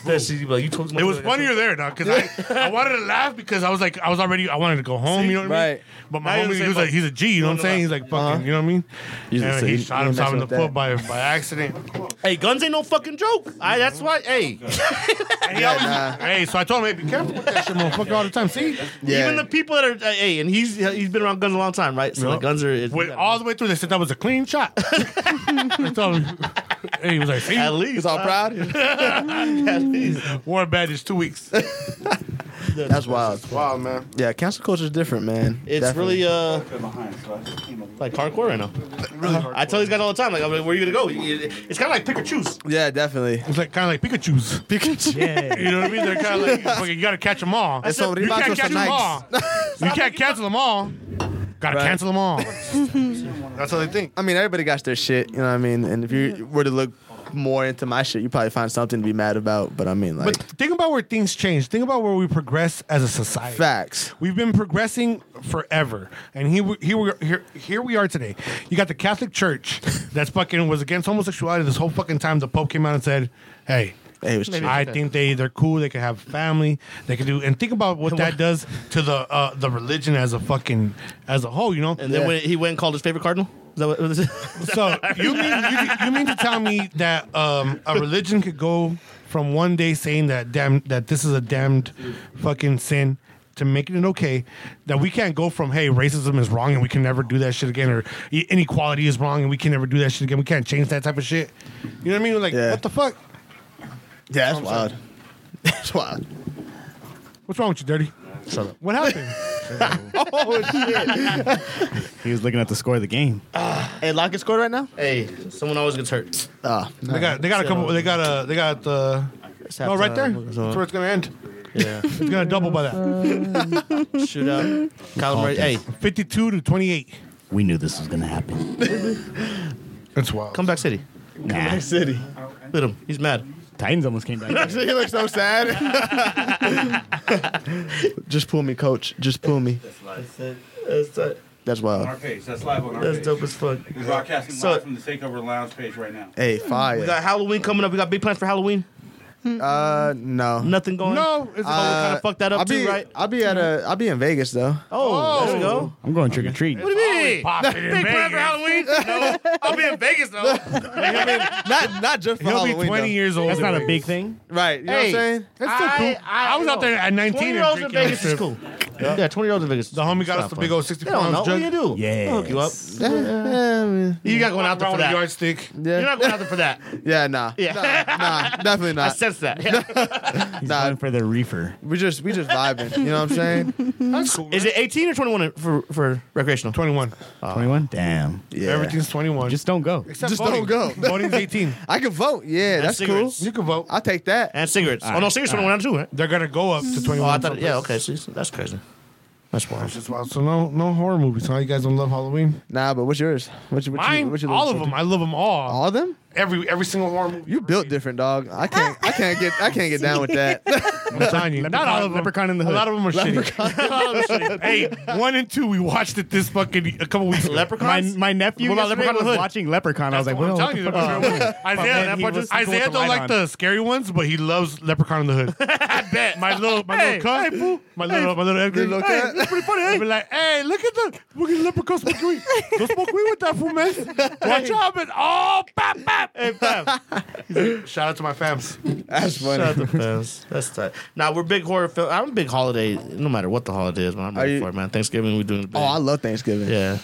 [SPEAKER 4] That shit, you be like, you told me
[SPEAKER 2] It was funnier there, dog, because I, I wanted to laugh because I was like, I was already, I wanted to go home. You know what I mean?
[SPEAKER 3] Right. Uh-huh.
[SPEAKER 2] But my
[SPEAKER 4] Now
[SPEAKER 2] homie,
[SPEAKER 4] you're the
[SPEAKER 2] he
[SPEAKER 4] same
[SPEAKER 2] was like,
[SPEAKER 4] boat.
[SPEAKER 2] he's a G. You know what I'm saying? He's like, fucking. You know what I mean?
[SPEAKER 3] He's
[SPEAKER 2] and
[SPEAKER 3] a-
[SPEAKER 2] he
[SPEAKER 3] he-
[SPEAKER 2] shot
[SPEAKER 3] he
[SPEAKER 2] himself
[SPEAKER 3] messing
[SPEAKER 2] in the
[SPEAKER 3] with that.
[SPEAKER 2] foot by by accident.
[SPEAKER 4] Hey, guns ain't no fucking joke. I, that's why. Hey,
[SPEAKER 2] And he always, hey, so I told him, hey, be careful with that shit, motherfucker, all the time. See,
[SPEAKER 3] Yeah.
[SPEAKER 4] even the people that are uh, hey, and he's he's been around guns a long time, right? So
[SPEAKER 2] Yup.
[SPEAKER 4] like guns are it's-
[SPEAKER 2] Went all the way through. They said that was a clean shot. I told him, and he was like, see,
[SPEAKER 4] at least
[SPEAKER 3] He's all proud.
[SPEAKER 4] at least.
[SPEAKER 2] war badges two weeks.
[SPEAKER 3] That's wild.
[SPEAKER 2] wow, man.
[SPEAKER 3] Yeah, cancel culture is different, man.
[SPEAKER 4] It's
[SPEAKER 3] Definitely.
[SPEAKER 4] really uh
[SPEAKER 8] behind, so I just came over.
[SPEAKER 4] like hardcore right now. Uh, I tell these guys all the time, like, I'm like, where you gonna go? You- you- It's kind of like pick or choose.
[SPEAKER 3] yeah, definitely.
[SPEAKER 2] It's like kind of like Pikachu's.
[SPEAKER 3] Pikachu.
[SPEAKER 2] You know what I mean? They're kind of like fucking, you gotta catch them all.
[SPEAKER 3] It's so
[SPEAKER 2] you can't
[SPEAKER 3] ribato
[SPEAKER 2] catch them
[SPEAKER 3] Nikes.
[SPEAKER 2] all. You can't cancel them all. Gotta
[SPEAKER 3] Right.
[SPEAKER 2] cancel them all. That's how they think.
[SPEAKER 3] I mean, everybody got their shit. You know what I mean? And if you were to look more into my shit, you probably find something to be mad about. But I mean, like
[SPEAKER 2] But think about where things change. Think about where we progress as a society.
[SPEAKER 3] facts.
[SPEAKER 2] We've been progressing forever, and here, we- here, we- here, here we are today. You got the Catholic Church that's fucking was against homosexuality this whole fucking time. The Pope came out and said, "Hey,
[SPEAKER 3] Hey, it was chill.
[SPEAKER 2] I think they they're cool. They can have family. They can do and think about what that does to the uh, the religion as a fucking as a whole. You know,
[SPEAKER 4] And then
[SPEAKER 3] Yeah.
[SPEAKER 4] when he went and called his favorite cardinal. Is that what was it?
[SPEAKER 2] so you mean you, you mean to tell me that um, a religion could go from one day saying that damn that this is a damned fucking sin to making it okay that we can't go from hey racism is wrong and we can never do that shit again or i- inequality is wrong and we can never do that shit again we can't change that type of shit you know what I mean like
[SPEAKER 3] Yeah.
[SPEAKER 2] what the fuck
[SPEAKER 3] Yeah, that's wild. That's wild.
[SPEAKER 2] what's wrong with you dirty
[SPEAKER 10] Shut up.
[SPEAKER 2] what happened
[SPEAKER 11] He was looking at the score of the game.
[SPEAKER 3] Hey, Lockett scored right now.
[SPEAKER 10] Hey, someone always gets hurt.
[SPEAKER 3] Ah,
[SPEAKER 2] they got they got a couple they got a they got the oh right there that's where it's gonna end
[SPEAKER 10] Yeah.
[SPEAKER 2] it's gonna double by that uh,
[SPEAKER 10] Shootout. Kyler Murray. Hey,
[SPEAKER 2] fifty two to twenty eight
[SPEAKER 11] We knew this was gonna happen.
[SPEAKER 2] that's wild
[SPEAKER 10] come back city.
[SPEAKER 11] Nah,
[SPEAKER 3] City.
[SPEAKER 10] Look at him. He's mad.
[SPEAKER 11] Titans almost came back.
[SPEAKER 3] he looks so sad. Just pull me, coach. Just pull me.
[SPEAKER 10] That's,
[SPEAKER 3] That's
[SPEAKER 8] On our
[SPEAKER 3] wild.
[SPEAKER 8] page. That's live on our page.
[SPEAKER 10] as fuck.
[SPEAKER 8] We're broadcasting
[SPEAKER 10] So-
[SPEAKER 8] live from the Takeover Lounge page right now.
[SPEAKER 3] Hey,
[SPEAKER 4] We got
[SPEAKER 3] fire.
[SPEAKER 4] Halloween coming up. We got big plans for Halloween.
[SPEAKER 3] Uh, no.
[SPEAKER 4] Nothing going.
[SPEAKER 2] no it's
[SPEAKER 4] Oh, we kind of fucked that up
[SPEAKER 3] Uh, I'll be,
[SPEAKER 4] too, right?
[SPEAKER 3] I'll be at a. I'll be in Vegas though.
[SPEAKER 4] Oh, there we go.
[SPEAKER 11] I'm going trick or treat.
[SPEAKER 4] What do you mean?
[SPEAKER 2] popping in
[SPEAKER 4] Big plan for
[SPEAKER 2] Vegas.
[SPEAKER 4] Halloween? No, I'll be in Vegas though.
[SPEAKER 3] Not not just for
[SPEAKER 2] He'll
[SPEAKER 3] Halloween.
[SPEAKER 2] be 20
[SPEAKER 3] though.
[SPEAKER 2] years old.
[SPEAKER 11] That's
[SPEAKER 2] in
[SPEAKER 11] not a
[SPEAKER 2] Vegas.
[SPEAKER 11] big thing.
[SPEAKER 3] Right. You know
[SPEAKER 4] Hey.
[SPEAKER 3] what I'm saying?
[SPEAKER 2] That's still cool. I, was out there at 19.
[SPEAKER 4] Twenty
[SPEAKER 2] and
[SPEAKER 4] year olds in
[SPEAKER 2] drinking
[SPEAKER 4] Vegas is
[SPEAKER 2] strip.
[SPEAKER 4] cool. Yeah, twenty year olds in Vegas.
[SPEAKER 2] The homie got us the big old 60
[SPEAKER 4] They don't know.
[SPEAKER 2] pounds
[SPEAKER 4] What are you
[SPEAKER 2] jug.
[SPEAKER 4] gonna do?
[SPEAKER 11] Yeah.
[SPEAKER 4] They'll hook you up.
[SPEAKER 3] Yeah. Yeah. I mean,
[SPEAKER 4] You got going out there for
[SPEAKER 2] Around a
[SPEAKER 4] that.
[SPEAKER 2] yardstick.
[SPEAKER 4] You're
[SPEAKER 3] yeah.
[SPEAKER 4] not going out there for that.
[SPEAKER 3] yeah nah.
[SPEAKER 4] Yeah.
[SPEAKER 3] Nah, nah, Definitely
[SPEAKER 4] I
[SPEAKER 3] not.
[SPEAKER 4] sense that.
[SPEAKER 11] He's
[SPEAKER 3] Nah.
[SPEAKER 11] going for the reefer.
[SPEAKER 3] We just we just vibing. You know what I'm saying?
[SPEAKER 2] That's cool.
[SPEAKER 4] Is it 18 or 21 for, for recreational?
[SPEAKER 2] 21.
[SPEAKER 11] 21? Damn.
[SPEAKER 3] Yeah.
[SPEAKER 2] Everything's 21.
[SPEAKER 11] Just don't go.
[SPEAKER 2] Except
[SPEAKER 3] just don't go.
[SPEAKER 2] Voting's 18.
[SPEAKER 3] I can vote. Yeah. That's cool.
[SPEAKER 4] cigarettes.
[SPEAKER 2] You can vote.
[SPEAKER 3] I'll take that.
[SPEAKER 4] And cigarettes. Oh, no, cigarettes 21 too, right?
[SPEAKER 2] They're going to go up to 21.
[SPEAKER 4] Oh, I thought, yeah, okay. See, that's crazy. That's wild.
[SPEAKER 2] Just wild. So no, no horror movies. Huh? You guys don't love Halloween?
[SPEAKER 3] Nah, but what's yours? What's your, what you,
[SPEAKER 2] Mine,
[SPEAKER 3] what you
[SPEAKER 2] all of
[SPEAKER 3] looking
[SPEAKER 2] them. I love them all.
[SPEAKER 3] for? All of them?
[SPEAKER 2] every every single horror movie.
[SPEAKER 3] You built different, dog. I can't. I can't get. I can't get down with that.
[SPEAKER 2] I'm telling you, not all of them.
[SPEAKER 7] Leprechaun in the
[SPEAKER 2] A
[SPEAKER 7] Hood.
[SPEAKER 2] lot of them are shitty. hey, one and two, we watched it this fucking a couple weeks ago.
[SPEAKER 1] My,
[SPEAKER 7] Leprechauns?
[SPEAKER 1] my nephew
[SPEAKER 7] What about
[SPEAKER 1] yesterday
[SPEAKER 7] Leprechaun in
[SPEAKER 1] was
[SPEAKER 7] the Hood?
[SPEAKER 1] watching Leprechaun. I was
[SPEAKER 2] That's
[SPEAKER 1] like,
[SPEAKER 2] what
[SPEAKER 1] well,
[SPEAKER 2] I'm telling you. Isaiah,
[SPEAKER 7] man,
[SPEAKER 2] that
[SPEAKER 7] he
[SPEAKER 2] part
[SPEAKER 7] was
[SPEAKER 2] just-
[SPEAKER 7] sleeping with
[SPEAKER 2] Isaiah
[SPEAKER 7] the light
[SPEAKER 2] don't like
[SPEAKER 7] on.
[SPEAKER 2] the scary ones, but he loves Leprechaun in the Hood. I bet my little my
[SPEAKER 7] Hey,
[SPEAKER 2] little cut,
[SPEAKER 7] hey, boo.
[SPEAKER 2] my little my little Edgar.
[SPEAKER 3] little
[SPEAKER 2] hey,
[SPEAKER 3] cut.
[SPEAKER 2] that's pretty funny. Hey. Be like, hey, look at the look at the Leprechaun smoke weed. Don't smoke weed with that fool, man. Watch out, man. Oh, bap bap. Hey, bap. He's like, Shout out to my fams.
[SPEAKER 3] That's
[SPEAKER 4] Shut
[SPEAKER 3] funny.
[SPEAKER 4] the fans. That's tight. Now we're big horror film. I'm a big holiday, no matter what the holiday is. But I'm
[SPEAKER 3] Are
[SPEAKER 4] ready
[SPEAKER 3] you-
[SPEAKER 4] for it, man. Thanksgiving, we doing. the big.
[SPEAKER 3] Oh, I love Thanksgiving.
[SPEAKER 4] yeah.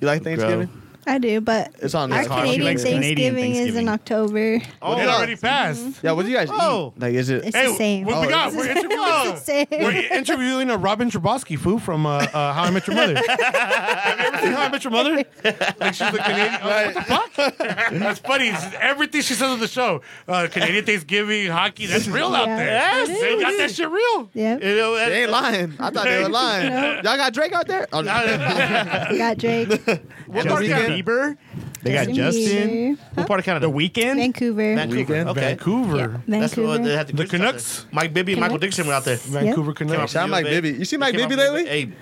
[SPEAKER 3] You like Thanksgiving?
[SPEAKER 5] I do, but
[SPEAKER 3] It's on
[SPEAKER 5] our
[SPEAKER 3] this hard.
[SPEAKER 5] Canadian
[SPEAKER 1] likes
[SPEAKER 5] Thanksgiving,
[SPEAKER 1] Canadian
[SPEAKER 5] is
[SPEAKER 1] Thanksgiving.
[SPEAKER 5] in October.
[SPEAKER 2] Oh, it already passed.
[SPEAKER 3] Yeah, what do you guys
[SPEAKER 2] Oh.
[SPEAKER 3] eat? Like, is it?
[SPEAKER 5] It's
[SPEAKER 2] Hey,
[SPEAKER 5] the same.
[SPEAKER 2] what we
[SPEAKER 3] Oh,
[SPEAKER 2] got?
[SPEAKER 3] it's-
[SPEAKER 2] We're
[SPEAKER 5] It's
[SPEAKER 2] interviewing.
[SPEAKER 5] the same.
[SPEAKER 2] We're interviewing a Robin Trubosky foo from uh, uh, How I Met Your Mother. Have you ever seen How I Met Your Mother? Like she's a Canadian. I'm like, what the fuck? That's funny. It's everything she says on the show. Uh, Canadian Thanksgiving, hockey. That's real out
[SPEAKER 5] Yeah.
[SPEAKER 2] there.
[SPEAKER 5] Yes,
[SPEAKER 2] they got that shit real.
[SPEAKER 5] Yep.
[SPEAKER 2] You know,
[SPEAKER 3] They ain't
[SPEAKER 2] and-
[SPEAKER 3] lying. I thought they were lying. Y'all got Drake out there? Oh, no.
[SPEAKER 5] got Drake.
[SPEAKER 2] what part
[SPEAKER 1] Justin
[SPEAKER 2] of Canada?
[SPEAKER 1] Bieber. They got
[SPEAKER 5] Justin
[SPEAKER 1] Justin.
[SPEAKER 5] Bieber.
[SPEAKER 1] What part of Canada? The Weekend.
[SPEAKER 5] Vancouver.
[SPEAKER 3] Weekend.
[SPEAKER 4] Okay.
[SPEAKER 2] Vancouver.
[SPEAKER 4] That's what they
[SPEAKER 5] Vancouver.
[SPEAKER 4] had to
[SPEAKER 2] The
[SPEAKER 4] do something.
[SPEAKER 2] Canucks?
[SPEAKER 4] Mike Bibby, and Michael
[SPEAKER 5] Canucks.
[SPEAKER 4] Dixon were out there.
[SPEAKER 2] Vancouver Canucks.
[SPEAKER 3] Shout out Mike Bibby. You see Mike Bibby lately?
[SPEAKER 4] Hey,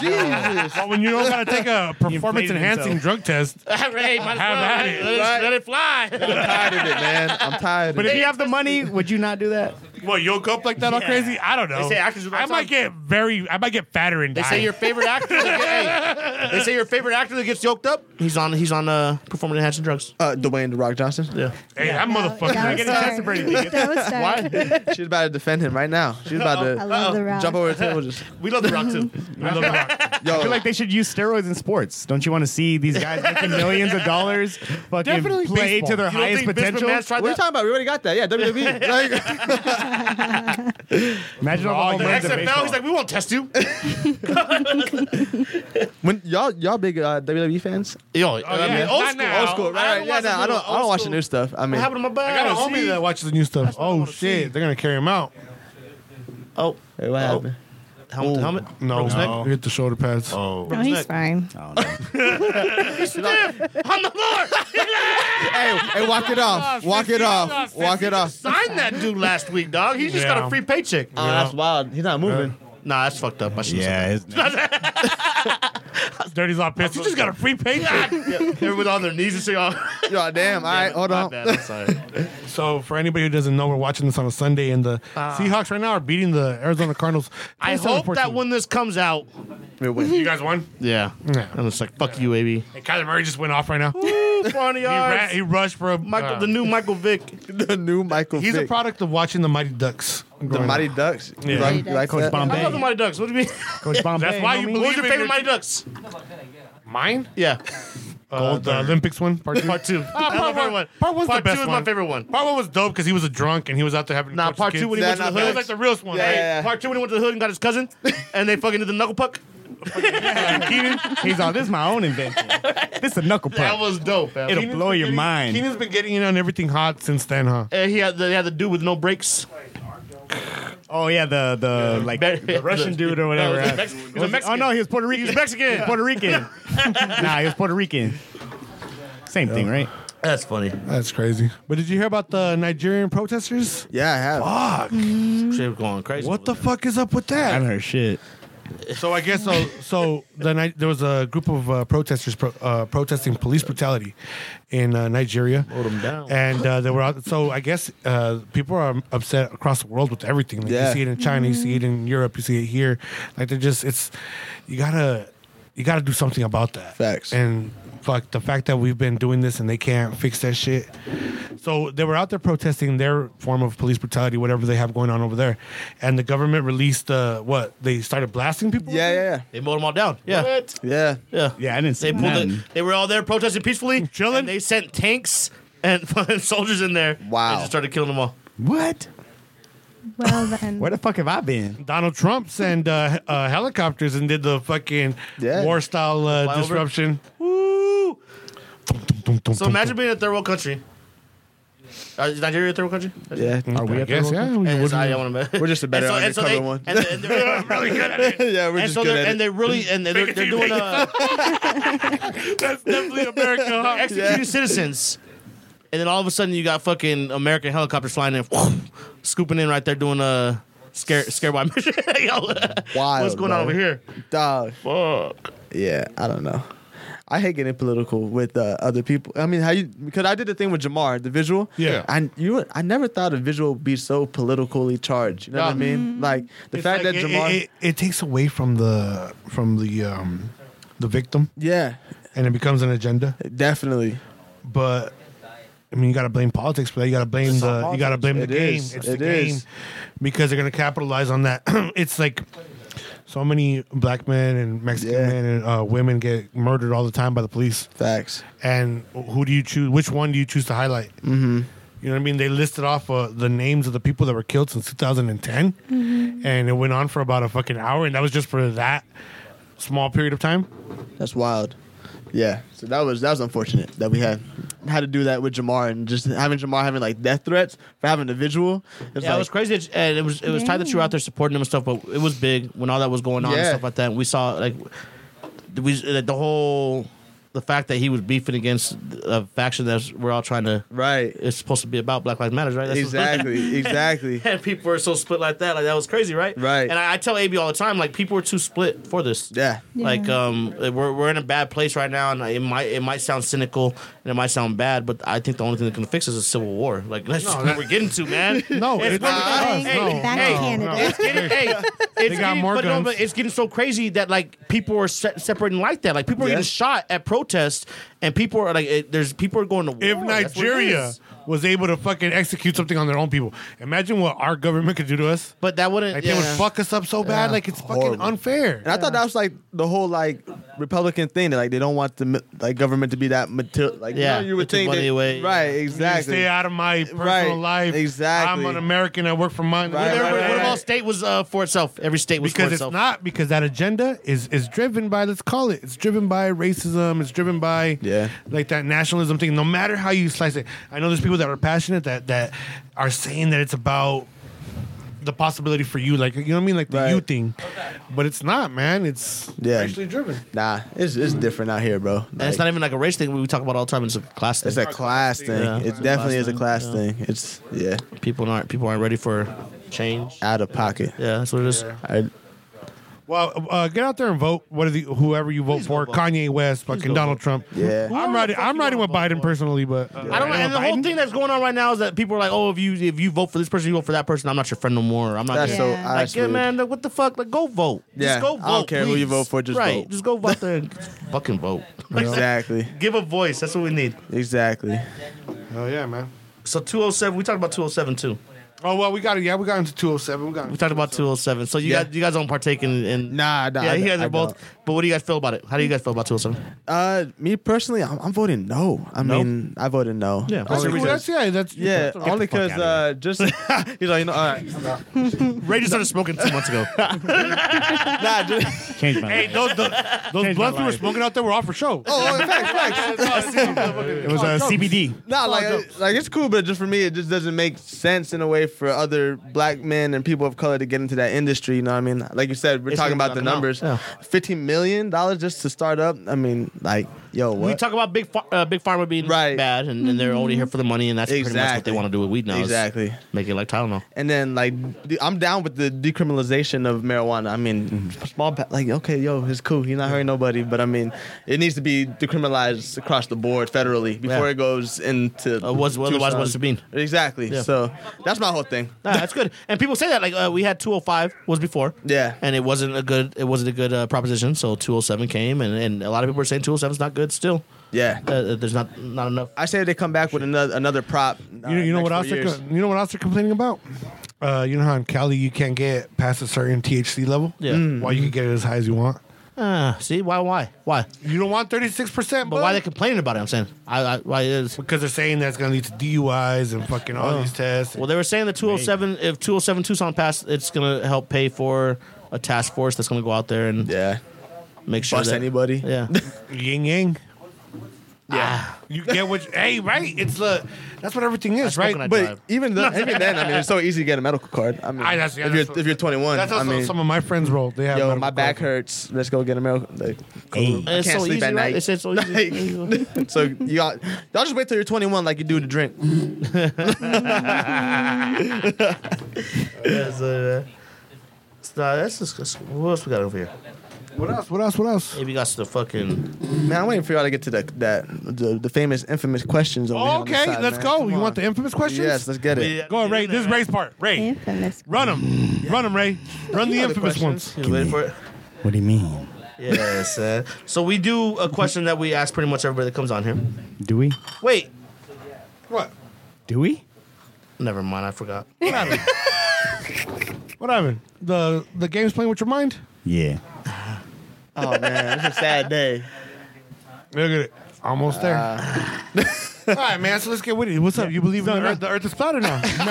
[SPEAKER 3] Jesus.
[SPEAKER 2] Well, when you don't gotta take a performance enhancing
[SPEAKER 1] himself.
[SPEAKER 2] drug test,
[SPEAKER 4] have
[SPEAKER 2] at it.
[SPEAKER 4] Let it fly.
[SPEAKER 3] I'm tired of it, man. I'm tired of
[SPEAKER 1] But if
[SPEAKER 3] it.
[SPEAKER 1] you have the money, would you not do that?
[SPEAKER 2] what yoke up like that all crazy? I don't know.
[SPEAKER 1] They say actors with
[SPEAKER 2] I might
[SPEAKER 1] Alzheimer's-
[SPEAKER 2] get very. I might get fatter and
[SPEAKER 4] They
[SPEAKER 2] die.
[SPEAKER 4] say your favorite actor. That get, hey, they say your favorite actor that gets yoked up. He's on. He's on uh, performing enhancing drugs.
[SPEAKER 3] Uh, Dwayne The Rock Johnson.
[SPEAKER 4] Yeah.
[SPEAKER 2] hey, that motherfucker.
[SPEAKER 5] That was
[SPEAKER 1] tested for anything.
[SPEAKER 5] That was
[SPEAKER 3] She's about to defend him right now. She's about
[SPEAKER 5] I
[SPEAKER 3] to
[SPEAKER 5] love the rock.
[SPEAKER 3] jump over the table. Just,
[SPEAKER 7] We love The Rock too.
[SPEAKER 2] I love The Rock.
[SPEAKER 1] I
[SPEAKER 3] yo,
[SPEAKER 1] feel like they should use steroids in sports. Don't you want to see these guys making millions of dollars fucking
[SPEAKER 2] Definitely
[SPEAKER 1] play
[SPEAKER 2] baseball.
[SPEAKER 1] to their
[SPEAKER 2] You don't
[SPEAKER 1] highest
[SPEAKER 2] think Vince
[SPEAKER 1] potential?
[SPEAKER 2] McMahon's
[SPEAKER 3] what are you talking about? We already got that. Yeah, WWE. Like,
[SPEAKER 1] Imagine all the
[SPEAKER 7] The
[SPEAKER 1] home runs of
[SPEAKER 7] XFL,
[SPEAKER 1] baseball.
[SPEAKER 7] he's like, we won't test
[SPEAKER 4] Oh,
[SPEAKER 7] you.
[SPEAKER 3] when y'all y'all big uh, WWE fans?
[SPEAKER 4] Yo.
[SPEAKER 2] yeah.
[SPEAKER 4] I mean,
[SPEAKER 2] Not
[SPEAKER 4] old school.
[SPEAKER 2] now.
[SPEAKER 4] Old
[SPEAKER 3] Old school,
[SPEAKER 4] school.
[SPEAKER 3] right? right. Yeah, no, I
[SPEAKER 4] little
[SPEAKER 3] don't. I don't
[SPEAKER 4] old
[SPEAKER 3] watch the
[SPEAKER 4] school-
[SPEAKER 3] new stuff. I mean,
[SPEAKER 4] What happened to my
[SPEAKER 2] I
[SPEAKER 4] bag?
[SPEAKER 2] got a homie that watches the new stuff. Oh shit, they're gonna carry him out.
[SPEAKER 4] Oh,
[SPEAKER 3] Hey, what
[SPEAKER 4] Oh.
[SPEAKER 3] happened?
[SPEAKER 4] helmet, to helmet.
[SPEAKER 2] No,
[SPEAKER 4] Broke his neck?
[SPEAKER 2] no. hit the shoulder pads. Oh,
[SPEAKER 5] No, he's fine.
[SPEAKER 3] hey, hey, walk it off. Walk it off. Walk it off.
[SPEAKER 4] Signed that dude last week, dog. He just
[SPEAKER 2] Yeah.
[SPEAKER 4] got a free paycheck.
[SPEAKER 3] Oh, that's wild. He's not moving.
[SPEAKER 4] Nah, that's fucked up. I should yeah.
[SPEAKER 1] his
[SPEAKER 2] Dirty's all pissed. You just got a free paycheck.
[SPEAKER 4] Everyone's on their knees and shit. Oh,
[SPEAKER 3] Yo, damn. All right, hold
[SPEAKER 4] my
[SPEAKER 3] on.
[SPEAKER 4] bad. I'm sorry.
[SPEAKER 2] so for anybody who doesn't know, we're watching this on a Sunday, and the Seahawks right now are beating the Arizona Cardinals.
[SPEAKER 4] I hope
[SPEAKER 2] 27-14.
[SPEAKER 4] that when this comes out,
[SPEAKER 2] you guys won.
[SPEAKER 4] yeah,
[SPEAKER 2] Yeah.
[SPEAKER 4] and it's like fuck you, AB.
[SPEAKER 2] And Kyler Murray just went off right now. He, ra- he rushed for a,
[SPEAKER 4] Michael,
[SPEAKER 2] uh,
[SPEAKER 4] the new Michael Vick.
[SPEAKER 3] The new Michael.
[SPEAKER 2] He's a
[SPEAKER 3] Vick.
[SPEAKER 2] product of watching the Mighty Ducks.
[SPEAKER 3] The
[SPEAKER 2] growing up.
[SPEAKER 3] Mighty Ducks. You like, you like
[SPEAKER 1] Coach
[SPEAKER 3] that?
[SPEAKER 1] Bombay.
[SPEAKER 4] I love the Mighty Ducks. What do you mean?
[SPEAKER 1] Coach Bombay.
[SPEAKER 2] That's why you
[SPEAKER 1] homie.
[SPEAKER 2] believe-
[SPEAKER 4] What was
[SPEAKER 2] in
[SPEAKER 4] your
[SPEAKER 2] your-
[SPEAKER 4] favorite Mighty Ducks?
[SPEAKER 2] Mine?
[SPEAKER 4] Yeah,
[SPEAKER 2] Uh, the Olympics one, part two.
[SPEAKER 4] part two.
[SPEAKER 2] Ah, part one. Part one's the
[SPEAKER 4] Part
[SPEAKER 2] best
[SPEAKER 4] two is
[SPEAKER 2] one.
[SPEAKER 4] my favorite one.
[SPEAKER 2] Part one was dope because he was a drunk and he was out there having.
[SPEAKER 4] Nah, part two when he
[SPEAKER 3] Nah,
[SPEAKER 4] went to the
[SPEAKER 3] not
[SPEAKER 4] hood.
[SPEAKER 2] was like the realest one,
[SPEAKER 3] Yeah,
[SPEAKER 2] right?
[SPEAKER 3] yeah,
[SPEAKER 4] Part two when he went to the hood and got his cousin, and they fucking did the knuckle puck.
[SPEAKER 1] Keenan, he's all, this is my own invention. This is a knuckle
[SPEAKER 4] That
[SPEAKER 1] puck.
[SPEAKER 4] was dope. man.
[SPEAKER 1] It'll blow your mind.
[SPEAKER 2] Keenan's been getting in on everything hot since then, huh?
[SPEAKER 4] And he had the, they had the dude with no brakes.
[SPEAKER 1] oh, yeah, the, the like
[SPEAKER 4] Be-
[SPEAKER 1] the Russian dude or whatever.
[SPEAKER 4] No, it was a
[SPEAKER 1] Was
[SPEAKER 4] Mex-
[SPEAKER 1] it-
[SPEAKER 4] it was a Mexican.
[SPEAKER 1] Oh, no, he was Puerto Rican. He's Mexican. Puerto Rican. nah, he was Puerto Rican. Same thing, right?
[SPEAKER 4] That's funny.
[SPEAKER 2] That's crazy. But did you hear about the Nigerian protesters?
[SPEAKER 3] Yeah, I have.
[SPEAKER 2] Fuck.
[SPEAKER 4] Shit was going crazy.
[SPEAKER 2] What the
[SPEAKER 4] fuck?
[SPEAKER 2] fuck is up with
[SPEAKER 1] I
[SPEAKER 2] that?
[SPEAKER 1] don't know shit.
[SPEAKER 2] So I guess so. So the Ni- there was a group of uh, protesters pro- uh, protesting police brutality in uh, Nigeria. Hold
[SPEAKER 4] them down.
[SPEAKER 2] And uh, they were out. So I guess uh, people are upset across the world with everything. Like
[SPEAKER 3] Yeah.
[SPEAKER 2] You see it in China. You see it in Europe. You see it here. Like they're just. It's you gotta you gotta do something about that.
[SPEAKER 3] Facts.
[SPEAKER 2] And fuck the fact that we've been doing this and they can't fix that shit. So they were out there protesting their form of police brutality, whatever they have going on over there, and the government released uh, what they started blasting people.
[SPEAKER 3] Yeah, yeah,
[SPEAKER 4] They mowed them all down. Yeah.
[SPEAKER 3] yeah. Yeah.
[SPEAKER 4] Yeah.
[SPEAKER 1] Yeah, I didn't see
[SPEAKER 4] They pulled
[SPEAKER 1] nothing.
[SPEAKER 4] it. They were all there protesting peacefully,
[SPEAKER 2] Chilling.
[SPEAKER 4] and They sent tanks and fucking soldiers in there.
[SPEAKER 3] Wow.
[SPEAKER 4] And just started killing them all.
[SPEAKER 1] What?
[SPEAKER 5] Well then.
[SPEAKER 1] Where the fuck have I been?
[SPEAKER 2] Donald Trump sent uh, he- uh, helicopters and did the fucking
[SPEAKER 3] Yeah.
[SPEAKER 2] war style uh,
[SPEAKER 4] Flyover.
[SPEAKER 2] disruption.
[SPEAKER 4] Woo!
[SPEAKER 2] Dum, dum, dum,
[SPEAKER 4] So
[SPEAKER 2] dum, dum.
[SPEAKER 4] imagine being a third world country. Uh, is Nigeria a third world country?
[SPEAKER 3] Yeah.
[SPEAKER 1] Are we
[SPEAKER 2] I
[SPEAKER 1] at the
[SPEAKER 2] guess,
[SPEAKER 1] road?
[SPEAKER 2] yeah.
[SPEAKER 4] And
[SPEAKER 2] we
[SPEAKER 4] it's- I
[SPEAKER 2] wouldn't-
[SPEAKER 4] don't wanna-
[SPEAKER 3] We're just a better
[SPEAKER 4] and so, and so they,
[SPEAKER 3] undercover one.
[SPEAKER 4] And, and they're really good at it.
[SPEAKER 3] yeah, we're
[SPEAKER 4] and
[SPEAKER 3] just
[SPEAKER 4] so
[SPEAKER 3] good
[SPEAKER 4] they're,
[SPEAKER 3] at
[SPEAKER 4] and
[SPEAKER 3] it.
[SPEAKER 4] they really and they're, they're doing uh,
[SPEAKER 7] That's definitely America. huh?
[SPEAKER 4] executing citizens. And then all of a sudden, you got fucking American helicopters flying in, scooping in right there, doing a scare scare by mission. Yo,
[SPEAKER 3] Wild,
[SPEAKER 4] What's going
[SPEAKER 3] bro.
[SPEAKER 4] on over here?
[SPEAKER 3] Dog.
[SPEAKER 4] Fuck.
[SPEAKER 3] Yeah, I don't know. I hate getting political with uh, other people. I mean, how you? Because I did the thing with Jamar, the visual.
[SPEAKER 2] Yeah.
[SPEAKER 3] I you. I never thought a visual would be so politically charged. You know what I mean? Like the
[SPEAKER 2] It's
[SPEAKER 3] fact
[SPEAKER 2] like
[SPEAKER 3] that
[SPEAKER 2] it-
[SPEAKER 3] Jamar.
[SPEAKER 2] it, it, it takes away from the from the um the victim
[SPEAKER 3] yeah,
[SPEAKER 2] and it becomes an agenda.
[SPEAKER 3] definitely.
[SPEAKER 2] But I mean, you gotta blame politics for that. You gotta blame the you gotta blame the
[SPEAKER 3] It
[SPEAKER 2] game.
[SPEAKER 3] is.
[SPEAKER 2] It's
[SPEAKER 3] It
[SPEAKER 2] the
[SPEAKER 3] is.
[SPEAKER 2] game because they're gonna capitalize on that. it's like. So many black men and Mexican
[SPEAKER 3] Yeah.
[SPEAKER 2] men and uh, women get murdered all the time by the police.
[SPEAKER 3] Facts.
[SPEAKER 2] and who do you choose? Which one do you choose to highlight? Mm-hmm. You know what I mean? They listed off uh, the names of the people that were killed since 2010, and it went on for about a fucking hour, and that was just for that small period of time.
[SPEAKER 3] That's wild. Yeah. So that was that was unfortunate that we had had to do that with Jamar and just having Jamar having like death threats for having a visual. It's
[SPEAKER 4] Yeah,
[SPEAKER 3] like,
[SPEAKER 4] it was crazy, that- and it was it was tight that you were out there supporting them and stuff. But it was big when all that was going on and
[SPEAKER 3] Yeah.
[SPEAKER 4] stuff like that. we saw like we the whole the fact that he was beefing against a faction that we're all trying to.
[SPEAKER 3] Right.
[SPEAKER 4] It's supposed to be about Black Lives Matters, right? That's what-
[SPEAKER 3] Exactly. exactly.
[SPEAKER 4] and people were so split like that. Like that was crazy, right?
[SPEAKER 3] Right.
[SPEAKER 4] And I, I tell AB all the time, like people are too split for this.
[SPEAKER 3] Yeah.
[SPEAKER 4] Like um, we're we're in a bad place right now, and it might it might sound cynical and it might sound bad, but I think the only thing that can fix is a civil war. Like that's just what we're getting to, man.
[SPEAKER 2] No, it's not.
[SPEAKER 4] not-
[SPEAKER 5] Hey,
[SPEAKER 2] No,
[SPEAKER 5] back
[SPEAKER 2] no,
[SPEAKER 5] to Canada.
[SPEAKER 2] no.
[SPEAKER 4] It's getting, hey, it's
[SPEAKER 2] got
[SPEAKER 4] getting,
[SPEAKER 2] more
[SPEAKER 4] but, no,
[SPEAKER 2] guns.
[SPEAKER 4] but it's getting so crazy that like people are se- separating like that. Like people are
[SPEAKER 3] Yeah.
[SPEAKER 4] getting shot at protests, and people are like, it, there's people are going to war.
[SPEAKER 2] If
[SPEAKER 4] That's what it
[SPEAKER 2] Nigeria
[SPEAKER 4] is.
[SPEAKER 2] was able to fucking execute something on their own people, imagine what our government could do to us.
[SPEAKER 4] but that wouldn't.
[SPEAKER 2] Like
[SPEAKER 4] yeah.
[SPEAKER 2] they would fuck us up so bad. Like it's fucking
[SPEAKER 3] Horrible.
[SPEAKER 2] unfair.
[SPEAKER 3] And I thought that was like the whole like Republican thing that like they don't want the mi- like government to be that material. Like you know,
[SPEAKER 4] Yeah,
[SPEAKER 3] you
[SPEAKER 4] put
[SPEAKER 3] would
[SPEAKER 4] the
[SPEAKER 3] think
[SPEAKER 4] money
[SPEAKER 3] that,
[SPEAKER 4] away.
[SPEAKER 3] right?
[SPEAKER 2] You
[SPEAKER 3] Exactly.
[SPEAKER 2] Stay out of my personal
[SPEAKER 3] Right,
[SPEAKER 2] life.
[SPEAKER 3] exactly.
[SPEAKER 2] I'm an American. I work for mine.
[SPEAKER 3] Right,
[SPEAKER 4] Every,
[SPEAKER 3] right, right,
[SPEAKER 4] what
[SPEAKER 3] right.
[SPEAKER 4] all state was uh, for itself. Every state was
[SPEAKER 2] because it's
[SPEAKER 4] for itself.
[SPEAKER 2] not because that agenda is is driven by let's call it it's driven by racism it's driven by
[SPEAKER 3] Yeah.
[SPEAKER 2] like that nationalism thing no matter how you slice it i know there's people that are passionate that that are saying that it's about the possibility for you like you know what i mean like the
[SPEAKER 3] Right.
[SPEAKER 2] you thing but it's not man it's
[SPEAKER 3] Yeah.
[SPEAKER 2] racially driven
[SPEAKER 3] Nah, it's it's different out here, bro.
[SPEAKER 4] and it's not even like a race thing. We talk about all the time. It's a class thing.
[SPEAKER 3] It's a class thing.
[SPEAKER 4] Yeah.
[SPEAKER 3] It definitely is a class thing. It's yeah,
[SPEAKER 4] people aren't people aren't ready for change.
[SPEAKER 3] out of pocket.
[SPEAKER 4] Yeah, that's what it is.
[SPEAKER 3] I,
[SPEAKER 2] well uh, get out there and vote whether the, whoever you vote for
[SPEAKER 4] vote.
[SPEAKER 2] kanye west fucking
[SPEAKER 4] go
[SPEAKER 2] donald
[SPEAKER 4] vote.
[SPEAKER 2] trump
[SPEAKER 3] Yeah.
[SPEAKER 2] i'm riding
[SPEAKER 4] fuck
[SPEAKER 2] i'm
[SPEAKER 4] you
[SPEAKER 2] riding with
[SPEAKER 4] wanna vote
[SPEAKER 2] biden
[SPEAKER 4] for?
[SPEAKER 2] personally but uh,
[SPEAKER 4] I don't.
[SPEAKER 2] riding
[SPEAKER 4] And the
[SPEAKER 2] with
[SPEAKER 4] whole
[SPEAKER 2] Biden?
[SPEAKER 4] thing that's going on right now is that people are like, "Oh, if you if you vote for this person, you vote for that person. I'm not your friend no more. I'm not."
[SPEAKER 3] that's
[SPEAKER 4] your,
[SPEAKER 3] so.
[SPEAKER 5] Yeah.
[SPEAKER 4] like,
[SPEAKER 3] That's
[SPEAKER 4] yeah,
[SPEAKER 3] weird.
[SPEAKER 4] man, like, what the fuck? Like, go vote.
[SPEAKER 3] Yeah,
[SPEAKER 4] just go
[SPEAKER 3] I
[SPEAKER 4] vote.
[SPEAKER 3] don't care who you
[SPEAKER 4] please.
[SPEAKER 3] vote for, just
[SPEAKER 4] right.
[SPEAKER 3] vote.
[SPEAKER 4] Just go vote there. and fucking vote.
[SPEAKER 3] Exactly.
[SPEAKER 4] Give a voice. That's what we need.
[SPEAKER 3] Exactly.
[SPEAKER 2] oh yeah man
[SPEAKER 4] So 207. We talked about 207 too.
[SPEAKER 2] Oh well, we got it. Yeah, we got into 207. We got
[SPEAKER 4] We talked about 207. So you
[SPEAKER 3] Yeah.
[SPEAKER 4] guys, you guys don't partake in. in
[SPEAKER 3] Nah, nah.
[SPEAKER 4] yeah,
[SPEAKER 3] I,
[SPEAKER 4] you guys
[SPEAKER 3] I
[SPEAKER 4] are both.
[SPEAKER 3] don't.
[SPEAKER 4] But what do you guys feel about it? How do you guys feel about 207?
[SPEAKER 3] Uh, me personally, I'm, I'm voting no. I mean, I voted no.
[SPEAKER 4] Yeah.
[SPEAKER 2] That's,
[SPEAKER 4] Only
[SPEAKER 2] cool.
[SPEAKER 4] because-
[SPEAKER 2] that's yeah. That's
[SPEAKER 3] Yeah,
[SPEAKER 2] Get the
[SPEAKER 3] only
[SPEAKER 2] fuck
[SPEAKER 3] because
[SPEAKER 2] outta
[SPEAKER 3] uh, just he's like, you know, all right,
[SPEAKER 4] Ray just started smoking two months ago.
[SPEAKER 3] nah, just,
[SPEAKER 1] Change my
[SPEAKER 2] here. hey,
[SPEAKER 1] life.
[SPEAKER 2] those those, those
[SPEAKER 1] my
[SPEAKER 2] blunts we were
[SPEAKER 1] life.
[SPEAKER 2] smoking out there were off for show. uh,
[SPEAKER 3] oh, in fact, facts.
[SPEAKER 1] It was
[SPEAKER 2] Oh,
[SPEAKER 1] a CBD.
[SPEAKER 3] Nah, like, uh, like it's cool, but just for me, it just doesn't make sense in a way for other black men and people of color to get into that industry. You know what I mean? Like you said, we're
[SPEAKER 4] It's
[SPEAKER 3] talking
[SPEAKER 4] gonna
[SPEAKER 3] about the
[SPEAKER 4] knock 'em out.
[SPEAKER 3] numbers.
[SPEAKER 4] Yeah.
[SPEAKER 3] Fifteen million dollars just to start up. I mean, like, yo, what?
[SPEAKER 4] We talk about big Fa- uh, big pharma being
[SPEAKER 3] Right.
[SPEAKER 4] bad, and, and they're only here for the money, and that's pretty much what they
[SPEAKER 3] Exactly.
[SPEAKER 4] want to do with weed now. is
[SPEAKER 3] Exactly.
[SPEAKER 4] Make it like Tylenol.
[SPEAKER 3] and then like, the- I'm down with the decriminalization of marijuana. I mean, small, pa- like, okay, yo, it's cool. You're not hurting nobody, but I mean, it needs to be decriminalized across the board federally before
[SPEAKER 4] Yeah.
[SPEAKER 3] it goes into.
[SPEAKER 4] Uh, what's- what otherwise, what's it been?
[SPEAKER 3] Exactly.
[SPEAKER 4] Yeah.
[SPEAKER 3] So that's my whole thing.
[SPEAKER 4] Nah, that's good. And people say that like uh, we had 205 was before.
[SPEAKER 3] Yeah.
[SPEAKER 4] And it wasn't a good it wasn't a good uh, proposition. So 207 came, and, and a lot of people are saying 207 is not good still.
[SPEAKER 3] Yeah.
[SPEAKER 4] Uh, Uh, there's not not enough.
[SPEAKER 3] I say they come back with another another prop. uh,
[SPEAKER 2] You, know- you know what else? They're, co- you know what else they're complaining about? Uh, you know how in Cali you can't get past a certain THC level.
[SPEAKER 4] Yeah. Mm.
[SPEAKER 2] While you can get it as high as you want.
[SPEAKER 4] Uh, see why why why?
[SPEAKER 2] You don't want 36. percent
[SPEAKER 4] But why they complaining about it? I'm saying I, I why is
[SPEAKER 2] Because they're saying that's gonna lead to DUIs and fucking all
[SPEAKER 3] Oh.
[SPEAKER 2] these tests.
[SPEAKER 4] well they were saying the 207 if 207 Tucson passed, it's gonna help pay for a task force that's gonna go out there and
[SPEAKER 3] Yeah.
[SPEAKER 4] make sure
[SPEAKER 3] Bust
[SPEAKER 4] that
[SPEAKER 3] anybody.
[SPEAKER 4] Yeah.
[SPEAKER 2] Yin yang.
[SPEAKER 4] Yeah.
[SPEAKER 2] Ah, You get what? hey, right? It's the that's what everything is,
[SPEAKER 7] smoke
[SPEAKER 2] right?
[SPEAKER 7] when I
[SPEAKER 2] But
[SPEAKER 7] drive.
[SPEAKER 3] But even the, even then, I mean, it's so easy to get a medical card. I mean,
[SPEAKER 2] I- that's- yeah,
[SPEAKER 3] if
[SPEAKER 2] that's
[SPEAKER 3] you're
[SPEAKER 2] what-
[SPEAKER 3] if you're 21,
[SPEAKER 2] that's
[SPEAKER 3] I
[SPEAKER 2] also
[SPEAKER 3] mean,
[SPEAKER 2] some of my friends roll. They have
[SPEAKER 3] yo,
[SPEAKER 2] medical
[SPEAKER 3] my back
[SPEAKER 2] cards.
[SPEAKER 3] hurts. Let's go get a medical. Like, cool. I can't
[SPEAKER 4] It's so
[SPEAKER 3] sleep
[SPEAKER 4] easy,
[SPEAKER 3] at
[SPEAKER 4] right?
[SPEAKER 3] night.
[SPEAKER 4] It's- it's so easy.
[SPEAKER 3] Like, so y'all, y'all just wait till you're 21, like you do to drink.
[SPEAKER 4] Yes, uh, it's not- that's just, that's- what else we got over here?
[SPEAKER 2] What else? What else? What else?
[SPEAKER 4] Hey, we got the fucking.
[SPEAKER 3] Man, I'm waiting for y'all to get to the that the, the famous infamous questions. Over here on the
[SPEAKER 2] okay,
[SPEAKER 3] side,
[SPEAKER 2] let's
[SPEAKER 3] man.
[SPEAKER 2] go.
[SPEAKER 3] Come
[SPEAKER 2] you
[SPEAKER 3] on.
[SPEAKER 2] want the infamous questions?
[SPEAKER 3] Yes, let's get it. Mm.
[SPEAKER 2] Go on, Ray. This is Ray's part. Ray,
[SPEAKER 5] Infamous.
[SPEAKER 2] run him. Run him, Ray. Run the
[SPEAKER 3] You know
[SPEAKER 2] infamous
[SPEAKER 3] questions.
[SPEAKER 2] ones.
[SPEAKER 4] You ready for it?
[SPEAKER 1] What do you mean?
[SPEAKER 4] Yes. Uh, so we do a question that we ask pretty much everybody that comes on here.
[SPEAKER 1] Do we?
[SPEAKER 4] Wait,
[SPEAKER 2] What?
[SPEAKER 1] Do we?
[SPEAKER 4] never mind. I forgot.
[SPEAKER 2] What happened? The the game's playing with your mind.
[SPEAKER 1] Yeah.
[SPEAKER 3] Oh man, it's a sad day.
[SPEAKER 2] Look at it. Almost there. All right, man. So let's get with it. What's up? You believe in the earth, the earth is flat or Uh. no?
[SPEAKER 1] no, no, wait, no,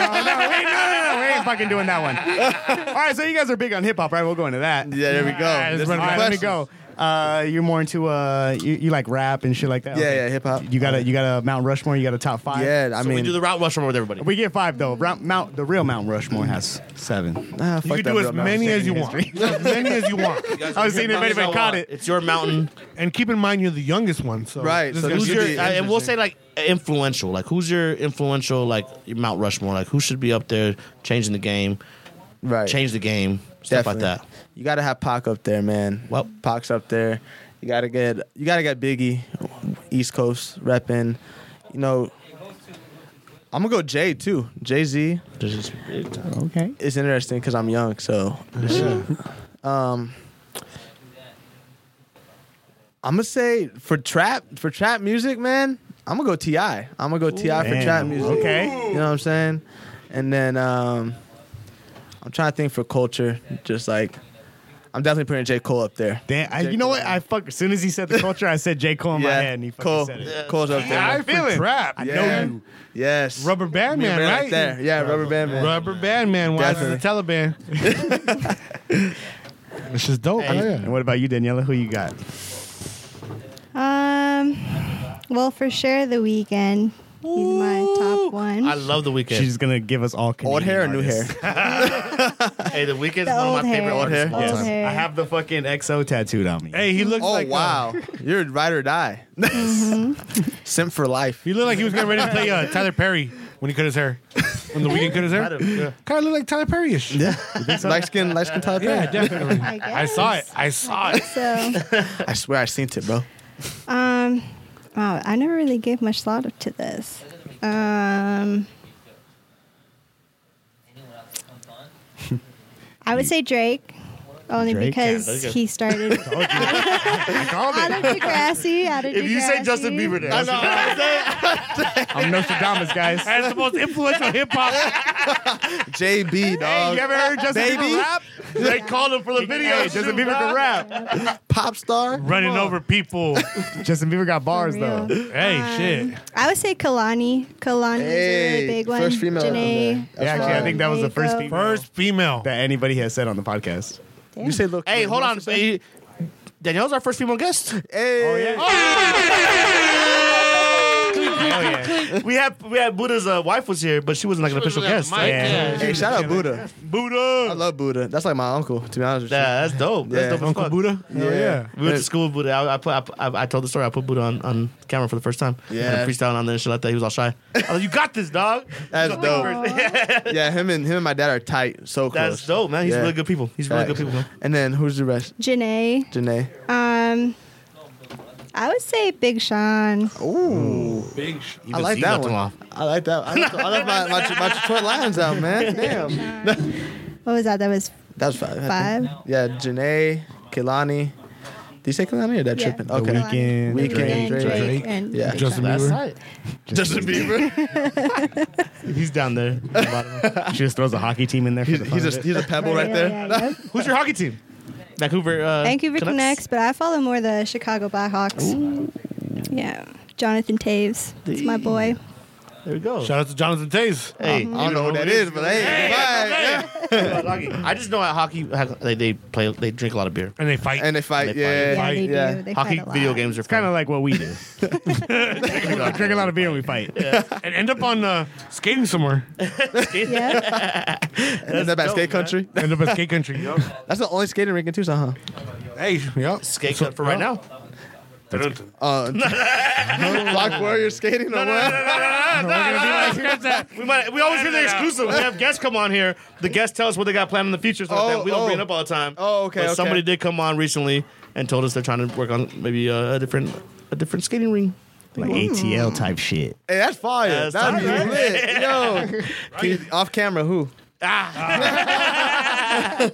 [SPEAKER 1] no, no, we ain't fucking doing that one. All right, so you guys are big on hip hop, right? We'll go into that.
[SPEAKER 3] Yeah, there we go.
[SPEAKER 2] let's
[SPEAKER 3] This
[SPEAKER 1] All
[SPEAKER 2] run
[SPEAKER 3] is
[SPEAKER 1] right, let me
[SPEAKER 3] questions.
[SPEAKER 1] go. Uh, you're more into uh, you, you like rap and shit like that.
[SPEAKER 3] Yeah, yeah, hip hop.
[SPEAKER 1] You got a you got a Mount Rushmore. You got a top five.
[SPEAKER 3] Yeah, I
[SPEAKER 4] so we
[SPEAKER 3] mean,
[SPEAKER 4] do the route rushmore with everybody.
[SPEAKER 1] we get five though. Ra- Mount the real Mount Rushmore has seven.
[SPEAKER 3] ah,
[SPEAKER 2] You can
[SPEAKER 3] fuck that
[SPEAKER 2] do as
[SPEAKER 3] real man.
[SPEAKER 2] many as you want. As many as you want.
[SPEAKER 1] I was seeing if
[SPEAKER 4] Mountains
[SPEAKER 1] anybody
[SPEAKER 4] I
[SPEAKER 1] caught
[SPEAKER 4] want.
[SPEAKER 1] it.
[SPEAKER 4] It's your mountain.
[SPEAKER 2] And keep in mind, you're the youngest one. So
[SPEAKER 3] Right,
[SPEAKER 2] this
[SPEAKER 3] so
[SPEAKER 2] is
[SPEAKER 3] who's
[SPEAKER 4] Who's
[SPEAKER 2] gonna
[SPEAKER 4] your?
[SPEAKER 2] be-
[SPEAKER 3] be
[SPEAKER 4] Uh, and we'll say like influential. Like who's your influential? Like your Mount Rushmore. Like who should be up there changing the game?
[SPEAKER 3] Right.
[SPEAKER 4] Change the game. Stuff like that.
[SPEAKER 3] You gotta have Pac up there, man.
[SPEAKER 4] Well-
[SPEAKER 3] Pac's up there. You gotta get you gotta get Biggie, East Coast repping. You know, I'm gonna go Jay too. Jay Z
[SPEAKER 4] This is- it-
[SPEAKER 1] Okay.
[SPEAKER 3] is interesting because I'm young, so. um, I'm gonna say for trap for trap music, man. I'm gonna go Ti. I'm gonna go Ti for
[SPEAKER 1] Damn.
[SPEAKER 3] trap music.
[SPEAKER 1] Okay.
[SPEAKER 3] You know what I'm saying? And then um, I'm trying to think for culture, just like I'm definitely putting J. Cole up there.
[SPEAKER 1] Damn, I,
[SPEAKER 3] J.
[SPEAKER 1] you know
[SPEAKER 3] Cole.
[SPEAKER 1] what? I fuck. As soon as he said the culture, I said J Cole in my head, and he fucking
[SPEAKER 3] Cole.
[SPEAKER 1] said it.
[SPEAKER 3] Cole's up there.
[SPEAKER 2] I feel it. Trap.
[SPEAKER 1] I
[SPEAKER 3] Yeah.
[SPEAKER 1] know you.
[SPEAKER 3] Yes.
[SPEAKER 2] Rubber band man,
[SPEAKER 3] right,
[SPEAKER 2] right?
[SPEAKER 3] there. Yeah, rubber band man.
[SPEAKER 2] Rubber band man. Why is it the Taliban? This is dope. Oh, yeah.
[SPEAKER 1] And what about you, Daniela? Who you got?
[SPEAKER 5] Um, well, for sure, the weekend. He's my top one.
[SPEAKER 4] I love the weekend.
[SPEAKER 1] She's gonna give us all Canadian
[SPEAKER 3] Old hair or new
[SPEAKER 1] artists.
[SPEAKER 3] hair?
[SPEAKER 4] hey, the weekend
[SPEAKER 5] the
[SPEAKER 4] is one of my
[SPEAKER 5] old hair.
[SPEAKER 4] favorite artists. of all
[SPEAKER 5] Old
[SPEAKER 4] time.
[SPEAKER 5] hair.
[SPEAKER 1] I have the fucking XO tattooed on me.
[SPEAKER 2] Hey, he looks
[SPEAKER 3] Oh
[SPEAKER 2] like uh,
[SPEAKER 3] wow, you're ride or die. Simp for life.
[SPEAKER 2] he looked like he was getting ready to play uh, Tyler Perry when he cut his hair. When the weekend cut his hair, kind of looked like Tyler Perry-ish. Yeah,
[SPEAKER 3] Light skin, light skin Tyler Perry.
[SPEAKER 2] definitely.
[SPEAKER 5] I, guess.
[SPEAKER 2] I saw it. I saw it.
[SPEAKER 5] So,
[SPEAKER 3] I swear I seen it, bro.
[SPEAKER 5] um, wow, I never really gave much thought to this. Um, I would say Drake, only
[SPEAKER 1] Drake?
[SPEAKER 4] Yeah,
[SPEAKER 5] because
[SPEAKER 4] look at-
[SPEAKER 5] he started out of Degrassi. Out of
[SPEAKER 7] If you say
[SPEAKER 5] Degrassi.
[SPEAKER 7] Justin Bieber, then
[SPEAKER 1] I'm Nostradamus, guys. hey,
[SPEAKER 2] That's the most influential hip hop.
[SPEAKER 3] JB dog,
[SPEAKER 1] you ever heard Justin
[SPEAKER 3] Baby.
[SPEAKER 1] Bieber rap?
[SPEAKER 7] they called him for the video.
[SPEAKER 1] Hey, Justin Bieber can rap.
[SPEAKER 3] pop star.
[SPEAKER 2] Running over people.
[SPEAKER 1] Justin Bieber got bars
[SPEAKER 5] real.
[SPEAKER 1] though.
[SPEAKER 2] Hey, shit.
[SPEAKER 5] I would say Kalani. Kalani is a really big one.
[SPEAKER 3] first female. up
[SPEAKER 5] Janae.
[SPEAKER 3] there.
[SPEAKER 1] Yeah, actually, I think that was the first
[SPEAKER 5] Jacob.
[SPEAKER 1] female
[SPEAKER 2] First female.
[SPEAKER 1] that anybody has said on the podcast.
[SPEAKER 3] You say look.
[SPEAKER 4] Hey, hold on. Hey, Danielle's our first female guest.
[SPEAKER 3] Hey.
[SPEAKER 1] Hell yeah.
[SPEAKER 7] We had we had Buddha's uh, wife was here, but she wasn't like an official guest. right?
[SPEAKER 1] Yeah.
[SPEAKER 3] Hey, shout out Buddha.
[SPEAKER 7] Buddha.
[SPEAKER 3] I love Buddha. That's like my uncle. To be honest with you.
[SPEAKER 4] Yeah, that's dope. That's
[SPEAKER 3] Yeah.
[SPEAKER 4] dope as
[SPEAKER 2] Uncle
[SPEAKER 4] fuck.
[SPEAKER 2] Buddha. Hell
[SPEAKER 3] Yeah.
[SPEAKER 4] We went to school with Buddha. I, I put. I, put- I, I told the story. I put Buddha on, on camera for the first time.
[SPEAKER 3] Yeah.
[SPEAKER 4] and freestyling on there and shit like that. He was all shy. I
[SPEAKER 1] Oh,
[SPEAKER 4] was like, "You got this, dog."
[SPEAKER 3] That's dope.
[SPEAKER 5] Aw.
[SPEAKER 3] Yeah, him and him and my dad are tight. So close.
[SPEAKER 4] That's dope, man. He's
[SPEAKER 3] Yeah.
[SPEAKER 4] really good people. He's really good
[SPEAKER 3] Facts.
[SPEAKER 4] people, man.
[SPEAKER 3] And then who's the rest?
[SPEAKER 5] Janae.
[SPEAKER 3] Janae.
[SPEAKER 5] Um, I would say Big Sean.
[SPEAKER 3] Ooh. I
[SPEAKER 4] was-
[SPEAKER 3] like
[SPEAKER 4] he
[SPEAKER 3] that
[SPEAKER 4] left
[SPEAKER 3] one.
[SPEAKER 4] him off.
[SPEAKER 3] I like that. I left, I left my, my, my Detroit Lions out, man. Damn.
[SPEAKER 5] What was that? That was
[SPEAKER 3] That was five. I think.
[SPEAKER 5] five.
[SPEAKER 3] Yeah, Janae, Kilani. Did you say Kilani or that
[SPEAKER 5] Yeah.
[SPEAKER 3] tripping?
[SPEAKER 5] The
[SPEAKER 3] Okay.
[SPEAKER 1] Weeknd,
[SPEAKER 3] Weeknd,
[SPEAKER 5] And Drake,
[SPEAKER 3] Drake.
[SPEAKER 5] and
[SPEAKER 3] Yeah.
[SPEAKER 5] Big
[SPEAKER 2] Justin
[SPEAKER 5] Sean.
[SPEAKER 2] Bieber.
[SPEAKER 4] Justin Bieber. He's down there.
[SPEAKER 1] She just throws a hockey team in there. For
[SPEAKER 3] He's,
[SPEAKER 1] the fun
[SPEAKER 3] he's,
[SPEAKER 1] of
[SPEAKER 3] a,
[SPEAKER 1] it.
[SPEAKER 3] he's a pebble right
[SPEAKER 5] Yeah,
[SPEAKER 3] there.
[SPEAKER 5] yeah, yeah.
[SPEAKER 4] Who's your hockey team? Vancouver. Uh,
[SPEAKER 5] Vancouver Canucks, but I follow more the Chicago Blackhawks. Yeah, Jonathan Taves. It's my boy.
[SPEAKER 7] There we go.
[SPEAKER 2] Shout out to Jonathan Taze.
[SPEAKER 12] Hey,
[SPEAKER 3] I don't know what that is, but hey, fine.
[SPEAKER 12] I just know how hockey how they, they play. They drink a lot of beer.
[SPEAKER 2] And they fight.
[SPEAKER 3] And they fight,
[SPEAKER 12] They
[SPEAKER 3] yeah.
[SPEAKER 5] Yeah, they
[SPEAKER 3] yeah.
[SPEAKER 5] do. They
[SPEAKER 12] hockey
[SPEAKER 5] fight a lot.
[SPEAKER 12] video games are
[SPEAKER 1] It's kind of like what we do. Drink a lot of beer and we fight.
[SPEAKER 2] and end up on uh, skating somewhere.
[SPEAKER 5] Yeah.
[SPEAKER 3] And is that by skate country?
[SPEAKER 2] End up at skate country. Yup.
[SPEAKER 3] That's the only skating rink in Tucson, huh?
[SPEAKER 2] Hey, yup.
[SPEAKER 12] skate cut for right now.
[SPEAKER 3] Uh, Lock Warrior skating or what?
[SPEAKER 7] We might. We always hear the exclusive. We have guests come on here. The guests tell us what they got planned in the future. So
[SPEAKER 3] Oh,
[SPEAKER 7] that we don't
[SPEAKER 3] oh.
[SPEAKER 7] bring it up all the time.
[SPEAKER 3] Oh, okay,
[SPEAKER 12] But
[SPEAKER 3] okay.
[SPEAKER 12] somebody did come on recently and told us they're trying to work on maybe uh, a different a different skating ring.
[SPEAKER 1] Like ATL type shit.
[SPEAKER 3] Hey, that's fire.
[SPEAKER 12] That's
[SPEAKER 3] That'd be
[SPEAKER 12] tight,
[SPEAKER 3] lit. Yo. Can- Off camera, who?
[SPEAKER 7] I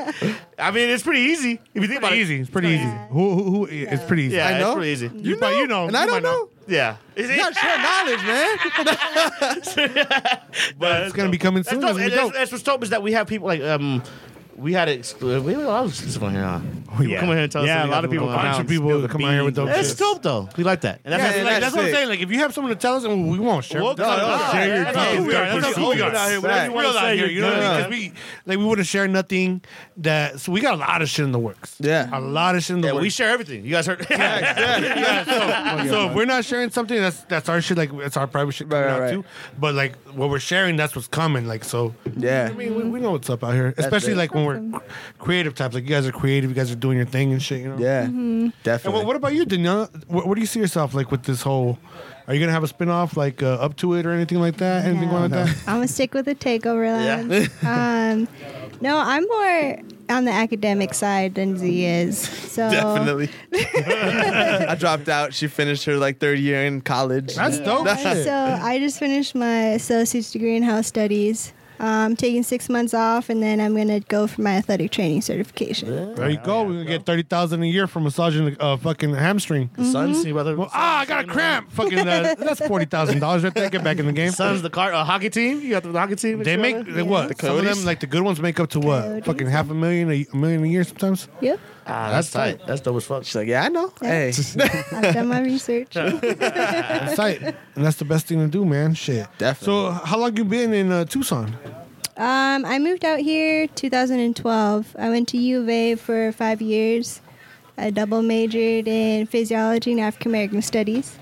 [SPEAKER 7] mean, it's pretty easy if you think about
[SPEAKER 2] Pretty
[SPEAKER 7] it.
[SPEAKER 2] easy. It's pretty easy.
[SPEAKER 5] Yeah.
[SPEAKER 2] Who, who, who, it's pretty easy.
[SPEAKER 12] Yeah,
[SPEAKER 3] I know.
[SPEAKER 12] it's pretty easy.
[SPEAKER 2] You, know? you know.
[SPEAKER 3] And I
[SPEAKER 2] You
[SPEAKER 3] don't
[SPEAKER 2] might
[SPEAKER 3] know.
[SPEAKER 12] Yeah,
[SPEAKER 7] Is
[SPEAKER 3] You
[SPEAKER 7] it?
[SPEAKER 3] gotta share knowledge, man.
[SPEAKER 12] but
[SPEAKER 2] It's going to be coming
[SPEAKER 12] That's,
[SPEAKER 2] soon.
[SPEAKER 12] dope.
[SPEAKER 2] It'll be
[SPEAKER 12] And that's,
[SPEAKER 2] dope.
[SPEAKER 12] that's what's dope is that we have people like um. We had exclusive. We had a lot of exclusive on here. Huh? People
[SPEAKER 1] yeah.
[SPEAKER 12] come in here and tell us.
[SPEAKER 1] Yeah,
[SPEAKER 12] that
[SPEAKER 1] a
[SPEAKER 12] we
[SPEAKER 1] lot
[SPEAKER 12] got
[SPEAKER 1] of people come
[SPEAKER 12] going on.
[SPEAKER 2] Bunch of people come out here with dope
[SPEAKER 12] That's
[SPEAKER 2] shit.
[SPEAKER 12] dope though. We like that. And that's
[SPEAKER 3] Yeah,
[SPEAKER 12] how-
[SPEAKER 2] Like,
[SPEAKER 3] that's
[SPEAKER 2] that's what I'm
[SPEAKER 3] sick.
[SPEAKER 2] saying. Like, if you have someone to tell us, we won't share.
[SPEAKER 7] Well,
[SPEAKER 2] with them.
[SPEAKER 7] no, no,
[SPEAKER 2] Share
[SPEAKER 7] no,
[SPEAKER 2] your
[SPEAKER 7] that's
[SPEAKER 2] thoughts.
[SPEAKER 7] how we are.
[SPEAKER 2] That's
[SPEAKER 7] That's
[SPEAKER 2] how
[SPEAKER 7] how
[SPEAKER 2] we
[SPEAKER 7] we
[SPEAKER 2] are.
[SPEAKER 7] are.
[SPEAKER 2] out here.
[SPEAKER 3] Whatever
[SPEAKER 2] We're
[SPEAKER 3] you
[SPEAKER 7] wanna
[SPEAKER 2] real out
[SPEAKER 7] say,
[SPEAKER 2] here. You know what I mean?
[SPEAKER 3] yeah.
[SPEAKER 2] 'Cause we like we wouldn't share nothing. That so we got a lot of shit in the works.
[SPEAKER 3] Yeah.
[SPEAKER 2] a lot of shit in the
[SPEAKER 12] yeah,
[SPEAKER 2] works.
[SPEAKER 12] we share everything. You guys heard?
[SPEAKER 2] So if we're not sharing something, that's that's our shit. Like that's our private shit coming
[SPEAKER 3] Right,
[SPEAKER 2] out
[SPEAKER 3] right,
[SPEAKER 2] too.
[SPEAKER 3] right.
[SPEAKER 2] But like what we're sharing, that's what's coming. Like so,
[SPEAKER 3] Yeah.
[SPEAKER 2] I mean, we, we know what's up out here, especially
[SPEAKER 3] it.
[SPEAKER 2] like when we're cr- creative types. Like you guys are creative. You guys are doing your thing and shit. You know.
[SPEAKER 3] Yeah.
[SPEAKER 2] And
[SPEAKER 5] Mm-hmm.
[SPEAKER 3] Definitely.
[SPEAKER 2] what, what about you, Danielle? What, what do you see yourself like with this whole? Are you gonna have a spin off like uh, up to it or anything like that? Anything
[SPEAKER 5] No.
[SPEAKER 2] going like that?
[SPEAKER 5] I'm gonna stick with the takeover lounge. um, no, I'm more on the academic side than Z is. So
[SPEAKER 3] Definitely. I dropped out. She finished her like third year in college.
[SPEAKER 2] That's dope. shit.
[SPEAKER 5] So I just finished my associate's degree in house studies. Um, taking six months off, and then I'm gonna go for my athletic training certification.
[SPEAKER 2] There you go. We're gonna get thirty thousand a year from massaging a uh, fucking hamstring.
[SPEAKER 5] Mm-hmm.
[SPEAKER 12] Sons, you brother.
[SPEAKER 2] Well, ah, I got a cramp. Fucking, uh, that's forty thousand dollars right there. Get back in the game.
[SPEAKER 12] Sons, the car, uh, hockey team. You got the hockey team.
[SPEAKER 2] They make they what?
[SPEAKER 5] The
[SPEAKER 2] Some of them,
[SPEAKER 3] Coyotes?
[SPEAKER 2] like the good ones, make up to what?
[SPEAKER 5] Coyotes.
[SPEAKER 2] Fucking half a million, a, a million a year sometimes.
[SPEAKER 5] Yep,
[SPEAKER 12] Ah, that's tight. That's dope as fuck.
[SPEAKER 3] She's like, yeah, I know. Hey.
[SPEAKER 5] I've done my research.
[SPEAKER 2] That's tight, and that's the best thing to do, man. Shit. So,
[SPEAKER 3] Definitely.
[SPEAKER 2] how long you been in uh, Tucson?
[SPEAKER 5] Um, I moved out here 2012. I went to U of A for five years. I double majored in physiology and African American studies.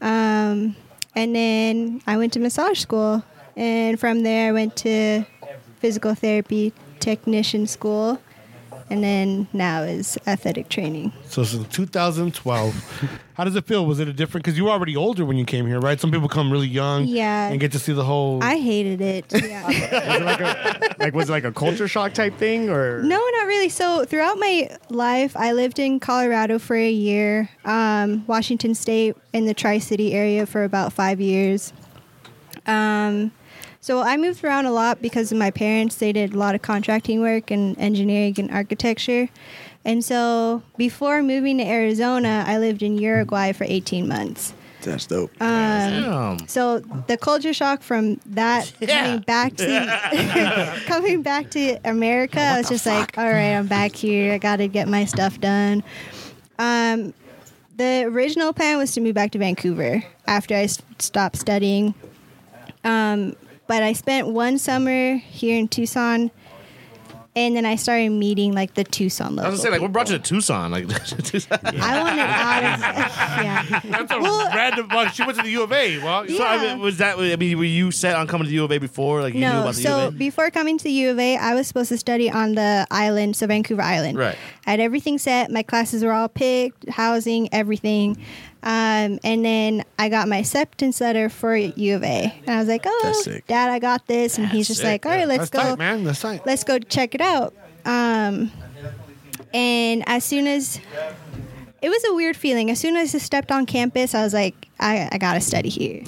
[SPEAKER 5] Um, and then I went to massage school, and from there I went to physical therapy technician school, and then now is athletic training.
[SPEAKER 2] So since 2012. How does it feel? Was it a different? Because you were already older when you came here, right? Some people come really young,
[SPEAKER 5] Yeah.
[SPEAKER 2] and get to see the whole.
[SPEAKER 5] I hated it. to be honest.
[SPEAKER 12] Was it like a, like was it like a culture shock type thing or?
[SPEAKER 5] No, not really. So throughout my life, I lived in Colorado for a year, um, Washington State, in the Tri City area for about five years. Um, so I moved around a lot because of my parents. They did a lot of contracting work and engineering and architecture. And so before moving to Arizona, I lived in Uruguay for 18 months.
[SPEAKER 3] That's dope.
[SPEAKER 5] Uh,
[SPEAKER 12] Damn.
[SPEAKER 5] So the culture shock from that coming back to coming back to America, I was just like, all right, I'm back here. I got to get my stuff done. Um, the original plan was to move back to Vancouver after I s- stopped studying. Um, but I spent one summer here in Tucson, and then I started meeting like the Tucson
[SPEAKER 12] I
[SPEAKER 5] level.
[SPEAKER 12] was gonna say like what brought you to Tucson? Like Tucson.
[SPEAKER 5] I wanted out of yeah. Well,
[SPEAKER 2] random bunch. She went to the U of A. Well,
[SPEAKER 12] So I mean, was that? I mean, were you set on coming to the U of A before? Like you knew
[SPEAKER 5] No,
[SPEAKER 12] about the U
[SPEAKER 5] so
[SPEAKER 12] of A?
[SPEAKER 5] before coming to the U of A, I was supposed to study on the island, so Vancouver Island.
[SPEAKER 12] Right.
[SPEAKER 5] I had everything set. My classes were all picked, housing, everything. Um, and then I got my acceptance letter for U of A, and I was like, "Oh,
[SPEAKER 3] That's sick.
[SPEAKER 5] Dad, I got this." And he's just like, "All right,
[SPEAKER 2] that's
[SPEAKER 5] let's go."
[SPEAKER 2] tight, man. That's tight.
[SPEAKER 5] let's go check it out. Um, and as soon as it was a weird feeling, as soon as I stepped on campus, I was like, I, I gotta study here.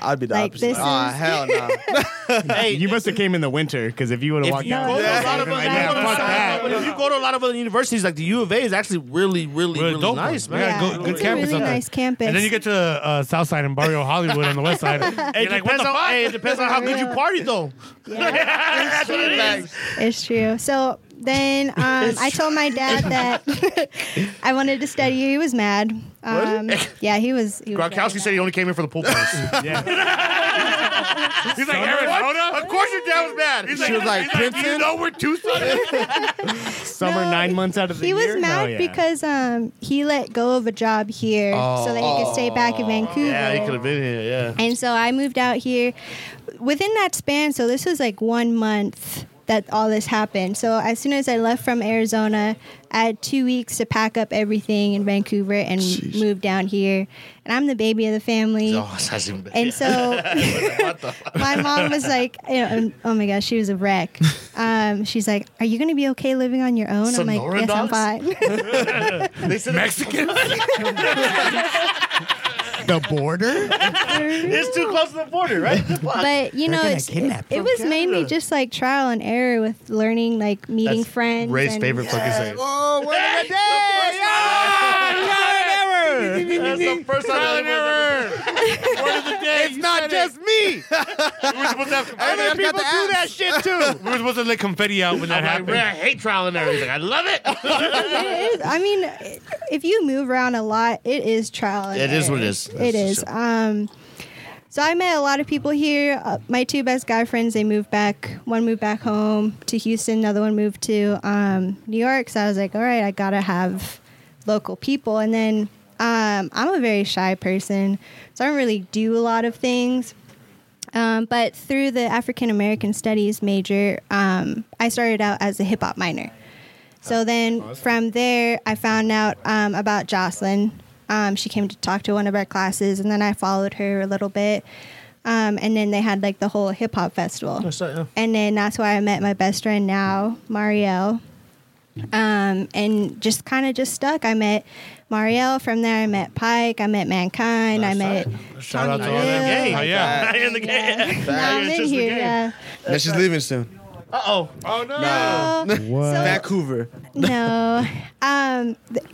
[SPEAKER 3] I'd be the
[SPEAKER 5] Like,
[SPEAKER 3] opposite.
[SPEAKER 5] this
[SPEAKER 3] Ah,
[SPEAKER 5] is-
[SPEAKER 3] hell no.
[SPEAKER 12] Hey,
[SPEAKER 1] You must have came in the winter because if you would have walked
[SPEAKER 12] you
[SPEAKER 1] out,
[SPEAKER 5] go
[SPEAKER 12] go
[SPEAKER 5] to
[SPEAKER 12] to
[SPEAKER 5] Yeah.
[SPEAKER 12] a lot of other,
[SPEAKER 5] Yeah,
[SPEAKER 12] you go to
[SPEAKER 5] fuck
[SPEAKER 12] some-
[SPEAKER 5] that.
[SPEAKER 12] but if you go to a lot of other universities, like the U of A is actually really, really,
[SPEAKER 2] Really
[SPEAKER 12] really,
[SPEAKER 2] dope.
[SPEAKER 12] nice, man.
[SPEAKER 2] Yeah, go- good
[SPEAKER 5] it's a
[SPEAKER 2] campus
[SPEAKER 5] really
[SPEAKER 2] up there.
[SPEAKER 5] nice campus.
[SPEAKER 2] And then you get to uh, Southside and Barrio Hollywood on the west side.
[SPEAKER 12] Hey,
[SPEAKER 2] You're
[SPEAKER 12] it
[SPEAKER 2] like, what
[SPEAKER 12] depends
[SPEAKER 2] the
[SPEAKER 12] on,
[SPEAKER 2] fuck?
[SPEAKER 12] hey, it depends on how good you party, though.
[SPEAKER 5] It's true. So then um, I told my dad that I wanted to study. He was mad. Um, Um, yeah, he was. He was
[SPEAKER 7] Gronkowski said he only came here for the pool parties. He's like Arizona. Of course your dad was bad. He's
[SPEAKER 11] She was like,
[SPEAKER 7] he's you
[SPEAKER 11] Clemson?
[SPEAKER 7] know we're Tucson.
[SPEAKER 11] Summer
[SPEAKER 5] No,
[SPEAKER 11] nine months out of the
[SPEAKER 5] He
[SPEAKER 11] year.
[SPEAKER 1] Oh,
[SPEAKER 5] was mad
[SPEAKER 11] Hell yeah.
[SPEAKER 5] because um, he let go of a job here so that he could stay back in Vancouver.
[SPEAKER 12] Yeah, he could have been here. Yeah.
[SPEAKER 5] And so I moved out here within that span. So this was like one month that all this happened. So as soon as I left from Arizona, I had two weeks to pack up everything in Vancouver and move down here. And I'm the baby of the family.
[SPEAKER 4] Oh, that's even better.
[SPEAKER 5] And so my mom was like, you know, um, oh my gosh, she was a wreck. Um, she's like, are you going to be okay living on your own? I'm
[SPEAKER 12] Sonoran
[SPEAKER 5] like, yes,
[SPEAKER 12] dogs?
[SPEAKER 5] I'm fine.
[SPEAKER 2] Mexican?
[SPEAKER 1] The border?
[SPEAKER 12] It's too close to the border, right?
[SPEAKER 5] but you know,
[SPEAKER 1] gonna
[SPEAKER 5] it's, it,
[SPEAKER 1] kidnap
[SPEAKER 5] it
[SPEAKER 1] from
[SPEAKER 5] was mainly just like trial and error with learning, like meeting friends.
[SPEAKER 12] Ray's
[SPEAKER 5] and-
[SPEAKER 12] favorite fucking saying.
[SPEAKER 1] Oh, word of the day! Yeah! Trial and error!
[SPEAKER 7] That's the first time I ever. Word of the day.
[SPEAKER 1] It's not just me!
[SPEAKER 7] We were supposed to have confetti.
[SPEAKER 1] Other people do that shit too!
[SPEAKER 2] we were supposed to let confetti out when that
[SPEAKER 7] I'm
[SPEAKER 2] happened.
[SPEAKER 7] like, I hate trial and error. He's like, I love it.
[SPEAKER 5] It is- I mean, if you move around a lot, it is trial and
[SPEAKER 12] It is
[SPEAKER 5] error.
[SPEAKER 12] what it is.
[SPEAKER 5] It is. Um, so I met a lot of people here. Uh, my two best guy friends, they moved back. One moved back home to Houston. Another one moved to um, New York. So I was like, all right, I gotta have local people. And then um, I'm a very shy person, so I don't really do a lot of things. Um, but through the African American Studies major, um, I started out as a hip hop minor. So then from there, I found out um, about Jocelyn. Um, she came to talk to one of our classes, and then I followed her a little bit. Um, and then they had like the whole hip hop festival. And then that's where I met my best friend now, Marielle. Um, and just kind of just stuck. I met Marielle. From there, I met Pike. I met Mankind. I met.
[SPEAKER 2] Shout out to
[SPEAKER 5] Tommy
[SPEAKER 2] all them.
[SPEAKER 5] Hill.
[SPEAKER 2] Oh, yeah.
[SPEAKER 3] Facts.
[SPEAKER 7] in the game.
[SPEAKER 5] Yeah. Now I'm
[SPEAKER 7] It's
[SPEAKER 5] in
[SPEAKER 7] just the
[SPEAKER 5] here.
[SPEAKER 7] game.
[SPEAKER 5] Yeah.
[SPEAKER 3] And she's leaving soon.
[SPEAKER 7] Oh no.
[SPEAKER 3] Nah.
[SPEAKER 5] So-
[SPEAKER 3] Vancouver.
[SPEAKER 5] no. Um, th-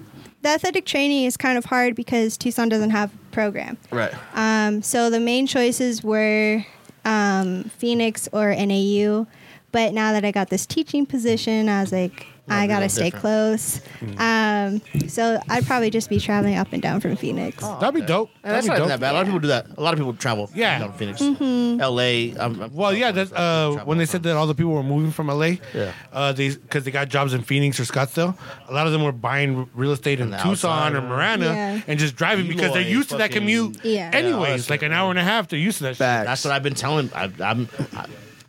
[SPEAKER 5] the athletic training is kind of hard because Tucson doesn't have a program.
[SPEAKER 3] Right.
[SPEAKER 5] Um, so the main choices were um, Phoenix or NAU. But now that I got this teaching position, I was like, I gotta stay close. Um, so I'd probably just be traveling up and down from Phoenix.
[SPEAKER 2] That'd be dope.
[SPEAKER 4] And
[SPEAKER 2] That'd
[SPEAKER 4] that's not
[SPEAKER 2] be dope.
[SPEAKER 4] even that bad. A lot of people do that. A lot of people travel.
[SPEAKER 2] Yeah.
[SPEAKER 4] down to Phoenix,
[SPEAKER 12] Mm-hmm.
[SPEAKER 4] L.A. I'm, I'm-
[SPEAKER 2] Well, yeah, that's uh, when they said that all the people were moving from LA.
[SPEAKER 4] Yeah.
[SPEAKER 2] Uh, they because they got jobs in Phoenix or Scottsdale. A lot of them were buying r- real estate in
[SPEAKER 4] the
[SPEAKER 2] Tucson
[SPEAKER 4] outside,
[SPEAKER 2] or
[SPEAKER 4] yeah.
[SPEAKER 2] Marana
[SPEAKER 5] Yeah.
[SPEAKER 2] and just driving because they're
[SPEAKER 4] Eloy,
[SPEAKER 2] used to that
[SPEAKER 4] fucking-
[SPEAKER 2] commute.
[SPEAKER 5] Yeah.
[SPEAKER 4] Yeah, all that
[SPEAKER 2] Anyways,
[SPEAKER 4] shit,
[SPEAKER 2] like an hour and a half, they're used to that. Shit.
[SPEAKER 3] Facts.
[SPEAKER 4] That's what I've been telling. I, I'm. I,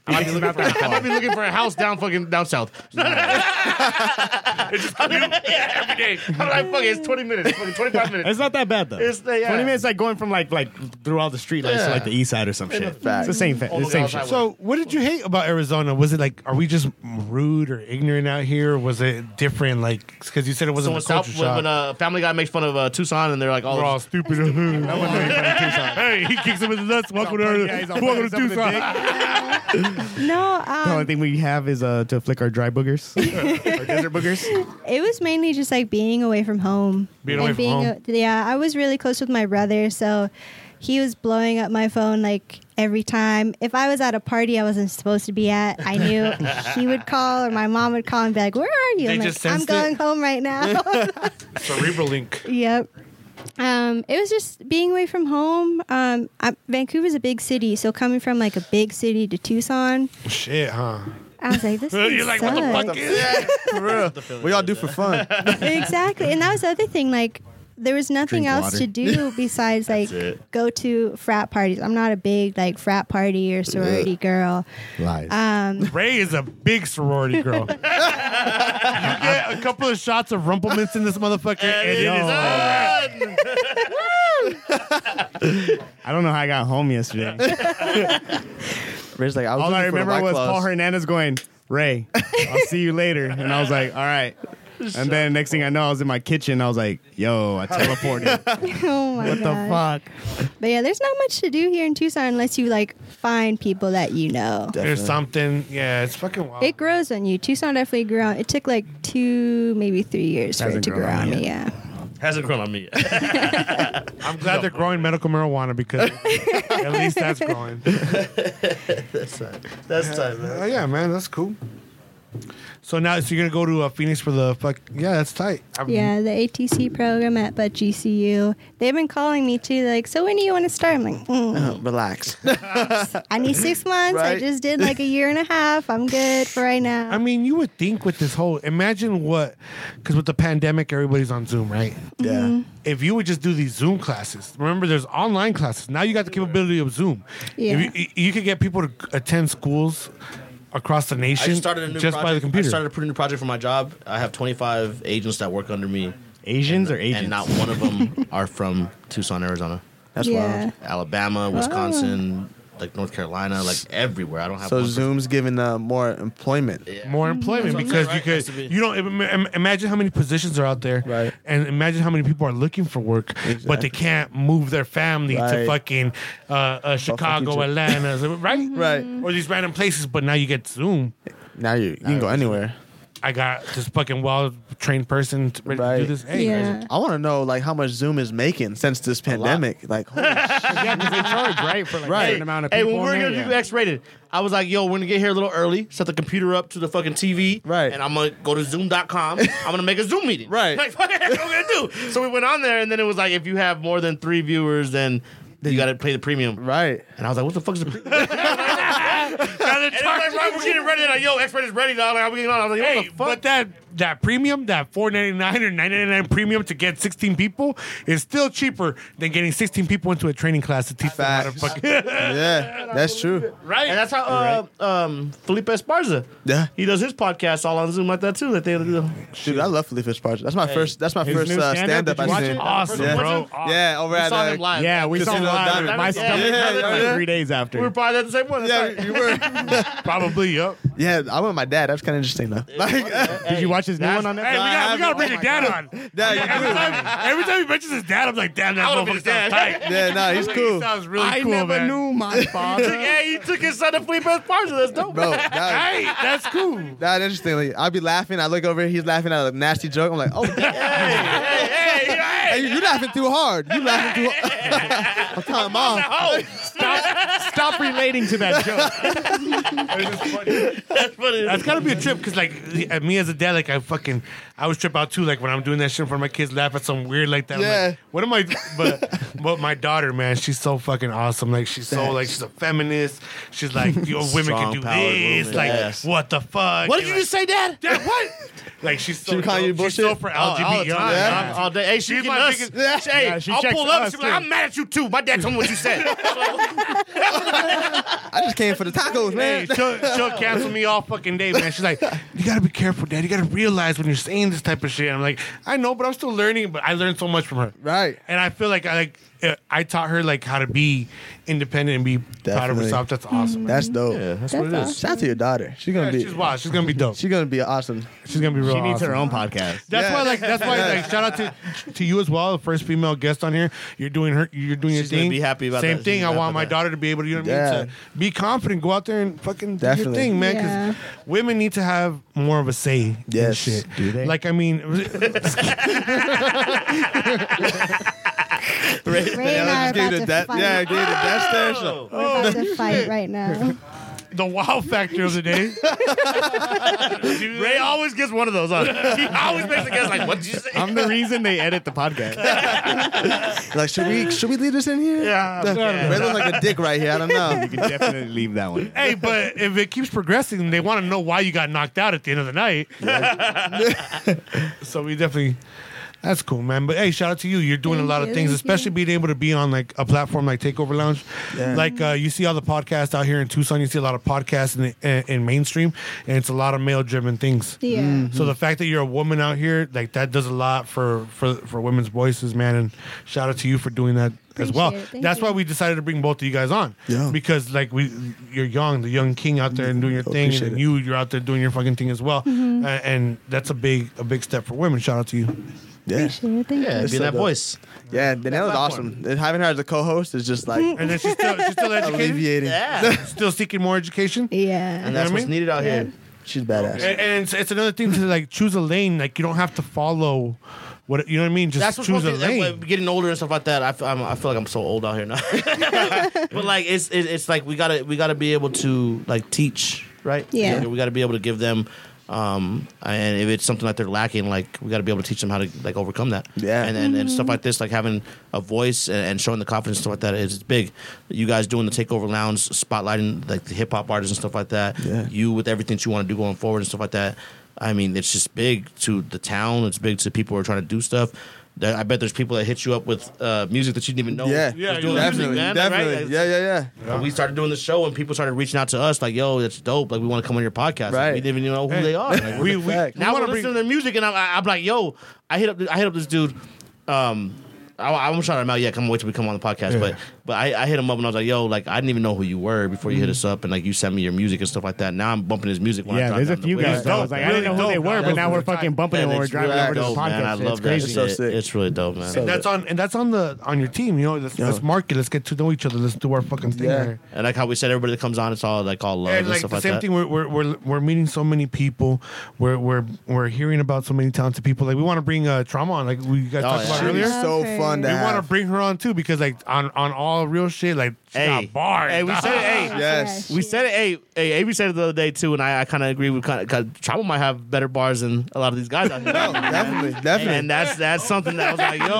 [SPEAKER 7] I might, be looking for, I might be looking for a house down fucking down south. it's just commute every day. I'm like, fuck it, it's 20 minutes, fucking 25 minutes.
[SPEAKER 11] It's not that bad though.
[SPEAKER 7] It's the- yeah.
[SPEAKER 11] Twenty minutes like going from like like through all the street lights to like the east side or some shit. It's the same thing.
[SPEAKER 7] All
[SPEAKER 11] It's
[SPEAKER 7] the
[SPEAKER 11] the same
[SPEAKER 7] way
[SPEAKER 11] shit.
[SPEAKER 7] outside.
[SPEAKER 2] So, what did you hate about Arizona? Was it like, are we just rude or ignorant out here? Or was it different? Like, because you said it
[SPEAKER 7] So
[SPEAKER 2] wasn't
[SPEAKER 7] when,
[SPEAKER 2] a culture
[SPEAKER 7] South, when,
[SPEAKER 2] shock.
[SPEAKER 7] when uh, Family Guy makes fun of uh, Tucson and they're like,
[SPEAKER 4] "Oh,
[SPEAKER 2] we're all
[SPEAKER 7] all
[SPEAKER 2] stupid. hey, he kicks him in the nuts. Welcome to,
[SPEAKER 11] Yeah, he's all
[SPEAKER 2] welcome
[SPEAKER 11] fucking
[SPEAKER 2] to Tucson.
[SPEAKER 11] dick.
[SPEAKER 5] No,
[SPEAKER 11] The only
[SPEAKER 5] um,
[SPEAKER 11] thing we have is uh, to flick our dry boogers, our desert boogers.
[SPEAKER 5] it was mainly just like being away from home.
[SPEAKER 2] Being
[SPEAKER 5] And
[SPEAKER 2] away from home.
[SPEAKER 5] a- yeah, I was really close with my brother, so he was blowing up my phone like every time. If I was at a party I wasn't supposed to be at, I knew he would call or my mom would call and be like, "Where are you?"
[SPEAKER 2] They
[SPEAKER 5] I'm like,
[SPEAKER 2] just
[SPEAKER 5] "I'm
[SPEAKER 2] sensed
[SPEAKER 5] going
[SPEAKER 2] it?
[SPEAKER 5] home right now."
[SPEAKER 2] Cerebral link.
[SPEAKER 5] yep. Um, it was just being away from home. Um, I, Vancouver's a big city, so coming from like a big city to Tucson,
[SPEAKER 2] Shit, huh?
[SPEAKER 5] I was like, "This
[SPEAKER 2] You're
[SPEAKER 5] thing
[SPEAKER 2] like, what the
[SPEAKER 5] sucks."
[SPEAKER 2] fuck is that?
[SPEAKER 3] What y'all do for fun?
[SPEAKER 5] exactly and that was the other thing like there was nothing
[SPEAKER 11] Drink
[SPEAKER 5] else
[SPEAKER 11] water.
[SPEAKER 5] to do besides like go to frat parties i'm not a big like frat party or sorority girl
[SPEAKER 11] Lies.
[SPEAKER 5] um
[SPEAKER 2] Ray is a big sorority girl. you get a couple of shots of Rumplemintz in this motherfucker, and it is
[SPEAKER 11] I don't know how I got home yesterday.
[SPEAKER 3] Ray's like, I was
[SPEAKER 11] All I
[SPEAKER 3] looking for the
[SPEAKER 11] remember
[SPEAKER 3] White
[SPEAKER 11] was
[SPEAKER 3] Claws.
[SPEAKER 11] Paul Hernandez going, Ray, I'll see you later. And I was like, all right. And then next thing I know, I was in my kitchen. I was like, yo, I teleported. what
[SPEAKER 5] oh my
[SPEAKER 11] the
[SPEAKER 5] god
[SPEAKER 11] fuck?
[SPEAKER 5] but yeah there's not much to do here in tucson unless you like find people that you know
[SPEAKER 2] There's something. Yeah, it's fucking wild.
[SPEAKER 5] it grows on you tucson definitely grew on it took like two maybe three years for it
[SPEAKER 11] Hasn't
[SPEAKER 5] to
[SPEAKER 11] grown
[SPEAKER 5] grow
[SPEAKER 11] on
[SPEAKER 5] on
[SPEAKER 11] you.
[SPEAKER 5] me yeah
[SPEAKER 12] Hasn't grown on me yet.
[SPEAKER 2] I'm glad they're growing medical marijuana because at least that's growing.
[SPEAKER 12] That's tight, man.
[SPEAKER 2] Oh yeah, man, that's cool. So now, so you're gonna go to uh, Phoenix for the fuck? Yeah, that's tight. I'm-
[SPEAKER 5] Yeah, the ATC program at Butt GCU. They've been calling me too, like, so when do you want to start? I'm like, mm,
[SPEAKER 3] relax.
[SPEAKER 5] I need six months. I
[SPEAKER 3] Uh, Right.
[SPEAKER 5] just did like a year and a half. I'm good for right now.
[SPEAKER 2] I mean, you would think with this whole imagine what, because with the pandemic, everybody's on Zoom, right?
[SPEAKER 3] Yeah.
[SPEAKER 2] If you would just do these Zoom classes, remember there's online classes. Now you got the capability of Zoom.
[SPEAKER 5] Yeah.
[SPEAKER 2] If you, you could get people to attend schools across the
[SPEAKER 4] I
[SPEAKER 2] nation
[SPEAKER 4] just started a new
[SPEAKER 2] just
[SPEAKER 4] project.
[SPEAKER 2] by the computer.
[SPEAKER 4] I started a pretty new project for my job. I have 25 agents that work under me.
[SPEAKER 11] Asians or agents?
[SPEAKER 4] And not one of them are from Tucson, Arizona.
[SPEAKER 3] That's
[SPEAKER 5] Mm-hmm. Yeah.
[SPEAKER 3] wild.
[SPEAKER 4] Alabama, Wisconsin, like North Carolina, like everywhere. I don't have
[SPEAKER 3] So
[SPEAKER 4] one person-
[SPEAKER 3] Zoom's giving uh, more employment.
[SPEAKER 2] more
[SPEAKER 11] Mm-hmm.
[SPEAKER 2] employment
[SPEAKER 4] That's what
[SPEAKER 2] because
[SPEAKER 4] I'm
[SPEAKER 2] you
[SPEAKER 4] saying, right?
[SPEAKER 2] could
[SPEAKER 4] Has to be.
[SPEAKER 2] you don't im- im- imagine how many positions are out there
[SPEAKER 3] Right.
[SPEAKER 2] and imagine how many people are looking for work but they
[SPEAKER 3] Exactly.
[SPEAKER 2] can't move their family to
[SPEAKER 3] Right.
[SPEAKER 2] fucking uh, uh, Chicago
[SPEAKER 3] Japan.
[SPEAKER 2] Atlanta so- right
[SPEAKER 3] Right.
[SPEAKER 2] or these random places but now you get Zoom
[SPEAKER 3] Now you, you can go anywhere.
[SPEAKER 2] I got this fucking well trained person t- ready to do
[SPEAKER 3] Right.
[SPEAKER 2] this hey
[SPEAKER 5] yeah.
[SPEAKER 3] I want to know like how much Zoom is making since this pandemic. Like, holy shit.
[SPEAKER 11] Yeah, because they charge right for like
[SPEAKER 4] Right.
[SPEAKER 11] a certain amount of
[SPEAKER 12] Hey,
[SPEAKER 11] people.
[SPEAKER 12] when we we're
[SPEAKER 11] in
[SPEAKER 12] gonna
[SPEAKER 11] there,
[SPEAKER 12] do
[SPEAKER 11] yeah.
[SPEAKER 12] X rated, I was like, "Yo, we're gonna get here a little early. Set the computer up to the fucking TV,
[SPEAKER 3] Right.
[SPEAKER 12] And I'm gonna go to Zoom.com. I'm gonna make a Zoom meeting,
[SPEAKER 3] Right.
[SPEAKER 12] Like, fuck, that's what we're gonna do. So we went on there, and then it was like, if you have more than three viewers, then you got to pay the premium.
[SPEAKER 3] right?
[SPEAKER 12] And I was like, what the fuck's the premium?
[SPEAKER 7] And I'm like, right, we're getting ready. Like, yo, expert is ready, dog. Like, I'm getting on. I was like,
[SPEAKER 2] Hey,
[SPEAKER 7] what the fuck?
[SPEAKER 2] but that that premium, that four ninety nine or nine ninety nine premium to get sixteen people is still cheaper than getting sixteen people into a training class to teach
[SPEAKER 3] Facts.
[SPEAKER 2] them how to fucking
[SPEAKER 3] Yeah, that's true.
[SPEAKER 2] right.
[SPEAKER 12] and that's how uh, um, Felipe Esparza,
[SPEAKER 3] Yeah.
[SPEAKER 12] he does his podcast all on Zoom like that too. That they do.
[SPEAKER 3] Dude, I love Felipe Esparza. That's my first. That's my first
[SPEAKER 11] new
[SPEAKER 3] uh,
[SPEAKER 11] stand-up,
[SPEAKER 3] stand-up.
[SPEAKER 11] did you
[SPEAKER 3] I
[SPEAKER 11] watch
[SPEAKER 3] did.
[SPEAKER 11] it?
[SPEAKER 2] awesome,
[SPEAKER 3] Yeah.
[SPEAKER 2] bro.
[SPEAKER 3] Yeah, over
[SPEAKER 12] I
[SPEAKER 3] at
[SPEAKER 12] saw
[SPEAKER 3] uh,
[SPEAKER 12] him live.
[SPEAKER 11] Yeah, we saw him
[SPEAKER 3] Casino
[SPEAKER 11] live.
[SPEAKER 3] Diamond.
[SPEAKER 11] My stomach
[SPEAKER 3] Yeah,
[SPEAKER 11] hurt like
[SPEAKER 3] yeah.
[SPEAKER 11] three days after.
[SPEAKER 12] We were probably at the same one. That's
[SPEAKER 3] Yeah,
[SPEAKER 12] right.
[SPEAKER 3] you were.
[SPEAKER 2] Probably, yep.
[SPEAKER 3] yeah, I went with my dad. That was kind of interesting though. Like,
[SPEAKER 11] Did you watch his new one on
[SPEAKER 2] Hey, we
[SPEAKER 11] Netflix?
[SPEAKER 2] got we
[SPEAKER 3] I
[SPEAKER 2] got to bring your dad
[SPEAKER 3] haven't-
[SPEAKER 2] on.
[SPEAKER 3] yeah,
[SPEAKER 2] Every
[SPEAKER 3] you
[SPEAKER 2] time, every time he mentions his dad, I'm like, damn, that
[SPEAKER 7] would've been
[SPEAKER 2] motherfucker
[SPEAKER 7] his
[SPEAKER 2] sounds tight.
[SPEAKER 3] do. yeah, nah, he's cool,
[SPEAKER 2] He sounds really
[SPEAKER 11] I
[SPEAKER 2] cool,
[SPEAKER 11] never
[SPEAKER 2] man.
[SPEAKER 11] knew my father.
[SPEAKER 12] yeah, he took his son to Felipe Esparza. That's dope.
[SPEAKER 3] bro. That,
[SPEAKER 2] Hey, that's cool.
[SPEAKER 3] that interestingly, I'll be laughing. I look over, he's laughing at a nasty joke. I'm like, oh, hey, you laughing too hard. You laughing too hard. I'm telling mom.
[SPEAKER 2] Oh.
[SPEAKER 11] Stop relating to that joke.
[SPEAKER 2] That's gotta be a trip, cause like uh, me as a dad, like I fucking, I always trip out too. Like when I'm doing that shit in front of my kids, laugh at some weird like that. I'm
[SPEAKER 3] Yeah.
[SPEAKER 2] like, what am I? But but my daughter, man, she's so fucking awesome. Like she's so like she's a feminist. She's like, yo, women can
[SPEAKER 4] Strong,
[SPEAKER 2] do
[SPEAKER 4] powered
[SPEAKER 2] this.
[SPEAKER 4] woman.
[SPEAKER 2] Like
[SPEAKER 4] Yes.
[SPEAKER 2] what the fuck?
[SPEAKER 12] What
[SPEAKER 2] And,
[SPEAKER 12] did you
[SPEAKER 2] like,
[SPEAKER 12] just say, Dad?
[SPEAKER 2] Dad, what? Like she's so
[SPEAKER 3] She calling
[SPEAKER 2] dope.
[SPEAKER 3] you
[SPEAKER 2] She's so
[SPEAKER 3] bullshit?
[SPEAKER 2] for
[SPEAKER 12] all, all the
[SPEAKER 2] LGBT.
[SPEAKER 12] time,
[SPEAKER 3] yeah.
[SPEAKER 12] dog, all day. Hey, she
[SPEAKER 2] She's
[SPEAKER 12] getting
[SPEAKER 2] my
[SPEAKER 12] us.
[SPEAKER 2] biggest-
[SPEAKER 12] Hey,
[SPEAKER 11] Yeah, she
[SPEAKER 12] I'll
[SPEAKER 11] checks
[SPEAKER 12] pull up.
[SPEAKER 11] us,
[SPEAKER 12] She's like,
[SPEAKER 11] too.
[SPEAKER 12] I'm mad at you too. My dad told me what you said.
[SPEAKER 3] I just came for the tacos,
[SPEAKER 2] Hey,
[SPEAKER 3] man.
[SPEAKER 2] she'll, she'll cancel me all fucking day, man. She's like, you gotta be careful, dad. You gotta realize when you're saying this type of shit. I'm like, I know, but I'm still learning. But I learned so much from her,
[SPEAKER 3] Right.
[SPEAKER 2] And I feel like I like uh, I taught her like how to be independent and be proud of
[SPEAKER 3] Definitely.
[SPEAKER 2] herself. That's awesome.
[SPEAKER 3] That's dope.
[SPEAKER 5] Mm-hmm. That's awesome.
[SPEAKER 3] Shout out to your daughter. Mm-hmm. She's gonna
[SPEAKER 2] Yeah,
[SPEAKER 3] be.
[SPEAKER 2] she's wild. She's gonna be dope.
[SPEAKER 3] She's gonna be awesome.
[SPEAKER 2] She's gonna be real.
[SPEAKER 11] She needs
[SPEAKER 2] awesome.
[SPEAKER 11] her own podcast.
[SPEAKER 2] That's
[SPEAKER 3] Yeah.
[SPEAKER 2] why, like, that's why, like, shout out to to you as well, the first female guest on here. You're doing her, you're doing
[SPEAKER 12] She's
[SPEAKER 2] your
[SPEAKER 12] gonna
[SPEAKER 2] thing.
[SPEAKER 12] be happy about
[SPEAKER 2] Same
[SPEAKER 12] that.
[SPEAKER 2] thing.
[SPEAKER 12] She's
[SPEAKER 2] I
[SPEAKER 12] happy
[SPEAKER 2] want
[SPEAKER 12] about
[SPEAKER 2] my
[SPEAKER 12] that.
[SPEAKER 2] daughter to be able to, you know what I mean,
[SPEAKER 3] Yeah.
[SPEAKER 2] to be confident, go out there and fucking do your
[SPEAKER 3] Definitely.
[SPEAKER 2] thing, man. Because
[SPEAKER 5] Yeah.
[SPEAKER 2] women need to have more of a say. Yeah,
[SPEAKER 3] Yes.
[SPEAKER 2] shit.
[SPEAKER 11] Do they?
[SPEAKER 2] Like, I mean,
[SPEAKER 5] Ray and I are about to fight.
[SPEAKER 3] Yeah, gave the death stare. She's like,
[SPEAKER 5] We're about to fight right now.
[SPEAKER 2] the wow factor of the day.
[SPEAKER 12] Ray always gets one of those on. He always makes the guess like, what did you say?
[SPEAKER 11] I'm the reason they edit the podcast.
[SPEAKER 3] Like, should we should we leave this in here?
[SPEAKER 12] Yeah,
[SPEAKER 3] The-
[SPEAKER 12] yeah.
[SPEAKER 3] Ray looks like a dick right here. I don't know.
[SPEAKER 11] You can definitely leave that one.
[SPEAKER 2] hey, but if it keeps progressing, they want to know why you got knocked out at the end of the night. so we definitely. That's cool, man. But hey, shout out to you. You're doing a
[SPEAKER 5] Thank
[SPEAKER 2] lot of
[SPEAKER 5] you,
[SPEAKER 2] things,
[SPEAKER 5] thank
[SPEAKER 2] especially
[SPEAKER 5] you.
[SPEAKER 2] being able to be on like a platform like Takeover Lounge. Like uh, you see all the podcasts out here in Tucson. You see a lot of podcasts in, in, in mainstream, and it's a lot of male-driven things.
[SPEAKER 5] Yeah.
[SPEAKER 2] So the fact that you're a woman out here, like that does a lot for for for women's voices, man. And shout out to you for doing that as well.
[SPEAKER 5] Appreciate it. Thank
[SPEAKER 2] That's why
[SPEAKER 5] you.
[SPEAKER 2] we decided to bring both of you guys on.
[SPEAKER 3] Yeah.
[SPEAKER 2] Because like we, you're young, the young king out there and doing your thing, and
[SPEAKER 3] appreciate
[SPEAKER 2] then
[SPEAKER 3] it.
[SPEAKER 2] you, you're out there doing your fucking thing as well.
[SPEAKER 5] Mm-hmm.
[SPEAKER 2] Uh, and that's a big a big step for women. Shout out to you.
[SPEAKER 3] Yeah,
[SPEAKER 5] Sure, thank
[SPEAKER 4] Yeah,
[SPEAKER 5] you.
[SPEAKER 4] be that voice.
[SPEAKER 3] yeah. Daniela's awesome. And Having her as a co-host is just like
[SPEAKER 2] And then she's still she's still educating,
[SPEAKER 3] alleviating.
[SPEAKER 12] Yeah.
[SPEAKER 2] still seeking more education.
[SPEAKER 5] Yeah.
[SPEAKER 4] And that's
[SPEAKER 2] I
[SPEAKER 4] what's
[SPEAKER 2] mean?
[SPEAKER 4] needed out here.
[SPEAKER 3] She's badass.
[SPEAKER 2] And, and it's, it's another thing to like choose a lane. Like you don't have to follow. What you know what I mean? Just
[SPEAKER 4] That's what's
[SPEAKER 2] choose a
[SPEAKER 4] supposed to
[SPEAKER 2] lane.
[SPEAKER 4] like, Getting older and stuff like that. I feel, I'm, I feel like I'm so old out here now. but like it's it, it's like we gotta we gotta be able to like teach, right?
[SPEAKER 5] Yeah.
[SPEAKER 4] We gotta be able to give them
[SPEAKER 13] Um, and if it's something that they're lacking, like we got to be able to teach them how to like overcome that.
[SPEAKER 3] Yeah.
[SPEAKER 13] and and, and stuff like this, like having a voice and, and showing the confidence and stuff like that is big. You guys doing the Takeover Lounge, spotlighting like the hip hop artists and stuff like that.
[SPEAKER 3] Yeah.
[SPEAKER 13] You with everything that you want to do going forward and stuff like that. I mean, it's just big to the town. It's big to people who are trying to do stuff. There, I bet there's people that hit you up with uh, music that you didn't even know.
[SPEAKER 3] Yeah,
[SPEAKER 13] was
[SPEAKER 14] Yeah,
[SPEAKER 13] doing
[SPEAKER 14] you're
[SPEAKER 13] music,
[SPEAKER 3] definitely,
[SPEAKER 13] man, like, right?
[SPEAKER 3] definitely.
[SPEAKER 13] Like,
[SPEAKER 3] Yeah, yeah, yeah.
[SPEAKER 13] and we started doing the show, and people started reaching out to us like, "Yo, that's dope! Like, we want to come on your podcast." Like,
[SPEAKER 3] Right.
[SPEAKER 13] we didn't even know who they are. Like, we're-
[SPEAKER 2] We, we,
[SPEAKER 3] Fact.
[SPEAKER 2] we
[SPEAKER 4] now
[SPEAKER 2] want
[SPEAKER 4] we're
[SPEAKER 2] to bring
[SPEAKER 4] listening to their music, and I'm, I'm like, yo, I hit up, I hit up this dude. Um, I, I won't shout him out yet. I'm wait till we come on the podcast, but but I, I hit him up and I was like, yo, like I didn't even know who you were before you hit us up, and like you sent me your music and stuff like that. Now I'm bumping his music. When I
[SPEAKER 11] yeah,
[SPEAKER 13] drive
[SPEAKER 11] there's a
[SPEAKER 13] down the
[SPEAKER 11] few
[SPEAKER 13] way.
[SPEAKER 11] guys.
[SPEAKER 13] It's
[SPEAKER 11] Though. I
[SPEAKER 13] dope.
[SPEAKER 11] was like, I didn't know who they were, but now we're fucking bumping
[SPEAKER 13] And
[SPEAKER 11] them when we're
[SPEAKER 13] it's
[SPEAKER 11] driving
[SPEAKER 13] really
[SPEAKER 11] over to the
[SPEAKER 13] dope, man. I
[SPEAKER 11] podcast. It's
[SPEAKER 13] love that.
[SPEAKER 11] crazy.
[SPEAKER 13] It's,
[SPEAKER 3] So sick.
[SPEAKER 13] it's really dope, man.
[SPEAKER 3] So-
[SPEAKER 2] That's on and that's on the on your team. You know, let's, let's market. Let's get to know each other. Let's do our fucking thing.
[SPEAKER 3] Yeah.
[SPEAKER 4] Oh,
[SPEAKER 2] here.
[SPEAKER 13] and like how we said, everybody that comes on, it's all like all love and,
[SPEAKER 2] And like
[SPEAKER 13] stuff
[SPEAKER 2] the
[SPEAKER 13] like
[SPEAKER 2] same
[SPEAKER 13] that.
[SPEAKER 2] thing, we're, we're we're we're meeting so many people. We're we're we're hearing about so many talented people. Like we want to bring uh, trauma on. Like we guys
[SPEAKER 13] Oh,
[SPEAKER 2] talked
[SPEAKER 13] yeah.
[SPEAKER 2] about
[SPEAKER 13] Shit.
[SPEAKER 2] earlier.
[SPEAKER 3] It's so
[SPEAKER 5] Okay.
[SPEAKER 3] fun to
[SPEAKER 2] We
[SPEAKER 3] have.
[SPEAKER 2] want to bring her on too because like on on all real shit, like she
[SPEAKER 4] Hey.
[SPEAKER 2] got bars.
[SPEAKER 4] Hey, we said, hey,
[SPEAKER 3] Yes.
[SPEAKER 4] We said it. Hey, hey, Avery said it the other day too, and I, I kind of agree with kind of Chavo might have better bars than a lot of these guys out here.
[SPEAKER 3] No, definitely,
[SPEAKER 4] and,
[SPEAKER 3] definitely.
[SPEAKER 4] that's that's something that I was like, yo,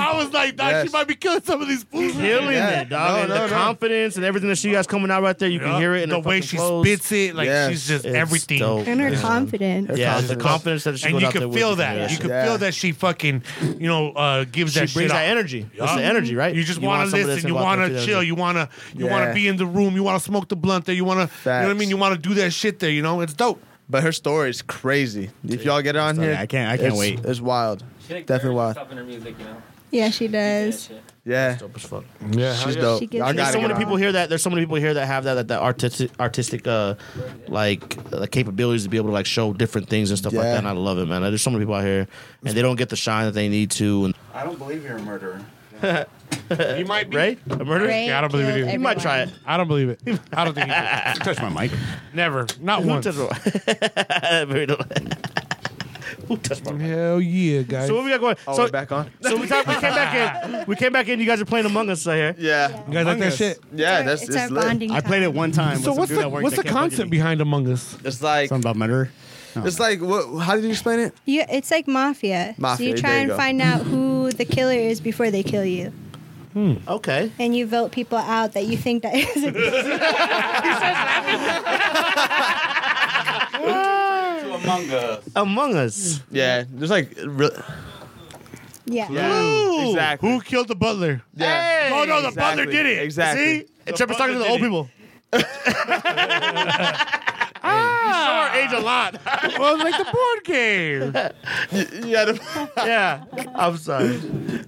[SPEAKER 2] I was like, nah,
[SPEAKER 3] Yes.
[SPEAKER 2] she might be killing some of these fools.
[SPEAKER 4] killing
[SPEAKER 3] Yeah.
[SPEAKER 4] it, dog.
[SPEAKER 3] No,
[SPEAKER 4] and
[SPEAKER 3] no,
[SPEAKER 4] the
[SPEAKER 3] no.
[SPEAKER 4] confidence and everything that she has coming out right there, you
[SPEAKER 2] Yeah.
[SPEAKER 4] can hear it. In
[SPEAKER 2] the
[SPEAKER 4] her
[SPEAKER 2] way
[SPEAKER 4] fucking
[SPEAKER 2] she
[SPEAKER 4] clothes.
[SPEAKER 2] spits it, like
[SPEAKER 3] Yes.
[SPEAKER 2] she's just
[SPEAKER 13] It's
[SPEAKER 2] everything.
[SPEAKER 13] dope.
[SPEAKER 5] And her confidence.
[SPEAKER 13] Yeah,
[SPEAKER 3] Her
[SPEAKER 13] the confidence
[SPEAKER 3] confidence.
[SPEAKER 13] that she
[SPEAKER 2] and
[SPEAKER 13] goes
[SPEAKER 2] you
[SPEAKER 13] out there
[SPEAKER 2] can
[SPEAKER 13] with,
[SPEAKER 2] feel
[SPEAKER 13] can
[SPEAKER 2] that. You
[SPEAKER 13] shit.
[SPEAKER 2] can
[SPEAKER 3] Yeah.
[SPEAKER 2] feel that she fucking, you know, uh, gives
[SPEAKER 4] She
[SPEAKER 2] that shit
[SPEAKER 4] brings that
[SPEAKER 2] off.
[SPEAKER 4] energy. It's the
[SPEAKER 2] Yeah.
[SPEAKER 4] energy, right?
[SPEAKER 2] You just want to
[SPEAKER 4] somebody that's
[SPEAKER 2] listen. You
[SPEAKER 4] involved
[SPEAKER 2] want
[SPEAKER 4] in
[SPEAKER 2] to
[SPEAKER 4] the
[SPEAKER 2] chill.
[SPEAKER 4] energy.
[SPEAKER 2] You want to you want
[SPEAKER 3] Yeah.
[SPEAKER 2] to be in the room. You want to smoke the blunt there. You want to you know what I mean. You
[SPEAKER 3] Facts.
[SPEAKER 2] want to do that shit there. You know, it's dope.
[SPEAKER 3] But her story is crazy. If y'all get on
[SPEAKER 11] Yeah,
[SPEAKER 3] here,
[SPEAKER 11] I can't- I can't
[SPEAKER 3] it's-
[SPEAKER 11] wait.
[SPEAKER 3] It's wild.
[SPEAKER 6] She like
[SPEAKER 3] Definitely wild.
[SPEAKER 6] Stuff in her music, you know.
[SPEAKER 5] Yeah, she
[SPEAKER 6] Yeah,
[SPEAKER 5] does.
[SPEAKER 6] shit.
[SPEAKER 3] Yeah,
[SPEAKER 13] Dope as fuck.
[SPEAKER 2] Yeah,
[SPEAKER 3] she's dope.
[SPEAKER 5] She gives
[SPEAKER 3] y'all
[SPEAKER 5] me-
[SPEAKER 3] gotta
[SPEAKER 5] There's
[SPEAKER 4] so
[SPEAKER 3] get
[SPEAKER 4] many
[SPEAKER 3] on.
[SPEAKER 4] people here that there's so many people here that have that, that, that artistic artistic uh like uh, capabilities to be able to like show different things and stuff like
[SPEAKER 3] Yeah.
[SPEAKER 4] that and I love it man there's so many people out here and they don't get the shine that they need to and
[SPEAKER 8] I don't believe you're a murderer.
[SPEAKER 2] You might be.
[SPEAKER 4] right a murder
[SPEAKER 5] Ray
[SPEAKER 2] Yeah, I don't believe it
[SPEAKER 5] killed
[SPEAKER 2] either.
[SPEAKER 4] you might try it
[SPEAKER 5] everyone.
[SPEAKER 2] I don't believe it. I don't think he did.
[SPEAKER 11] Touch my mic.
[SPEAKER 2] Never. Not once.
[SPEAKER 4] who touched my- Very little. Who touched my mic?
[SPEAKER 2] Hell yeah, guys.
[SPEAKER 4] so what we got going
[SPEAKER 3] Oh,
[SPEAKER 4] so,
[SPEAKER 3] we're back on.
[SPEAKER 4] so we, talk, we came back in we came back in you guys are playing Among Us right here
[SPEAKER 3] Yeah,
[SPEAKER 2] you guys like that shit?
[SPEAKER 3] yeah.
[SPEAKER 5] It's
[SPEAKER 3] That's
[SPEAKER 5] it's our
[SPEAKER 3] it's lit.
[SPEAKER 5] bonding.
[SPEAKER 11] I played it
[SPEAKER 5] time.
[SPEAKER 11] one time. with
[SPEAKER 2] So
[SPEAKER 11] some
[SPEAKER 2] what's
[SPEAKER 11] dude
[SPEAKER 2] the
[SPEAKER 11] at work
[SPEAKER 2] what's
[SPEAKER 11] that
[SPEAKER 2] the
[SPEAKER 11] kept bugging
[SPEAKER 2] concept
[SPEAKER 11] me.
[SPEAKER 2] behind Among Us?
[SPEAKER 3] It's like
[SPEAKER 11] Something about murder.
[SPEAKER 3] it's like what? How did you explain it?
[SPEAKER 5] You, it's like mafia.
[SPEAKER 3] Mafia,
[SPEAKER 5] So you
[SPEAKER 3] there
[SPEAKER 5] try
[SPEAKER 3] you
[SPEAKER 5] and
[SPEAKER 3] go.
[SPEAKER 5] find out who the killer is before they kill you,
[SPEAKER 13] Okay.
[SPEAKER 5] and you vote people out that you think that is.
[SPEAKER 8] To Among Us.
[SPEAKER 4] Among Us
[SPEAKER 3] Yeah, there's like real
[SPEAKER 5] yeah.
[SPEAKER 4] Ooh.
[SPEAKER 3] exactly.
[SPEAKER 2] Who killed the butler?
[SPEAKER 3] Yeah.
[SPEAKER 2] Oh no, the butler
[SPEAKER 3] Exactly.
[SPEAKER 2] did it.
[SPEAKER 3] Exactly.
[SPEAKER 2] See?
[SPEAKER 4] And Trevor's talking to the old people
[SPEAKER 2] Ah, age a lot. well, it's like the board game.
[SPEAKER 3] Yeah, the,
[SPEAKER 4] yeah I'm sorry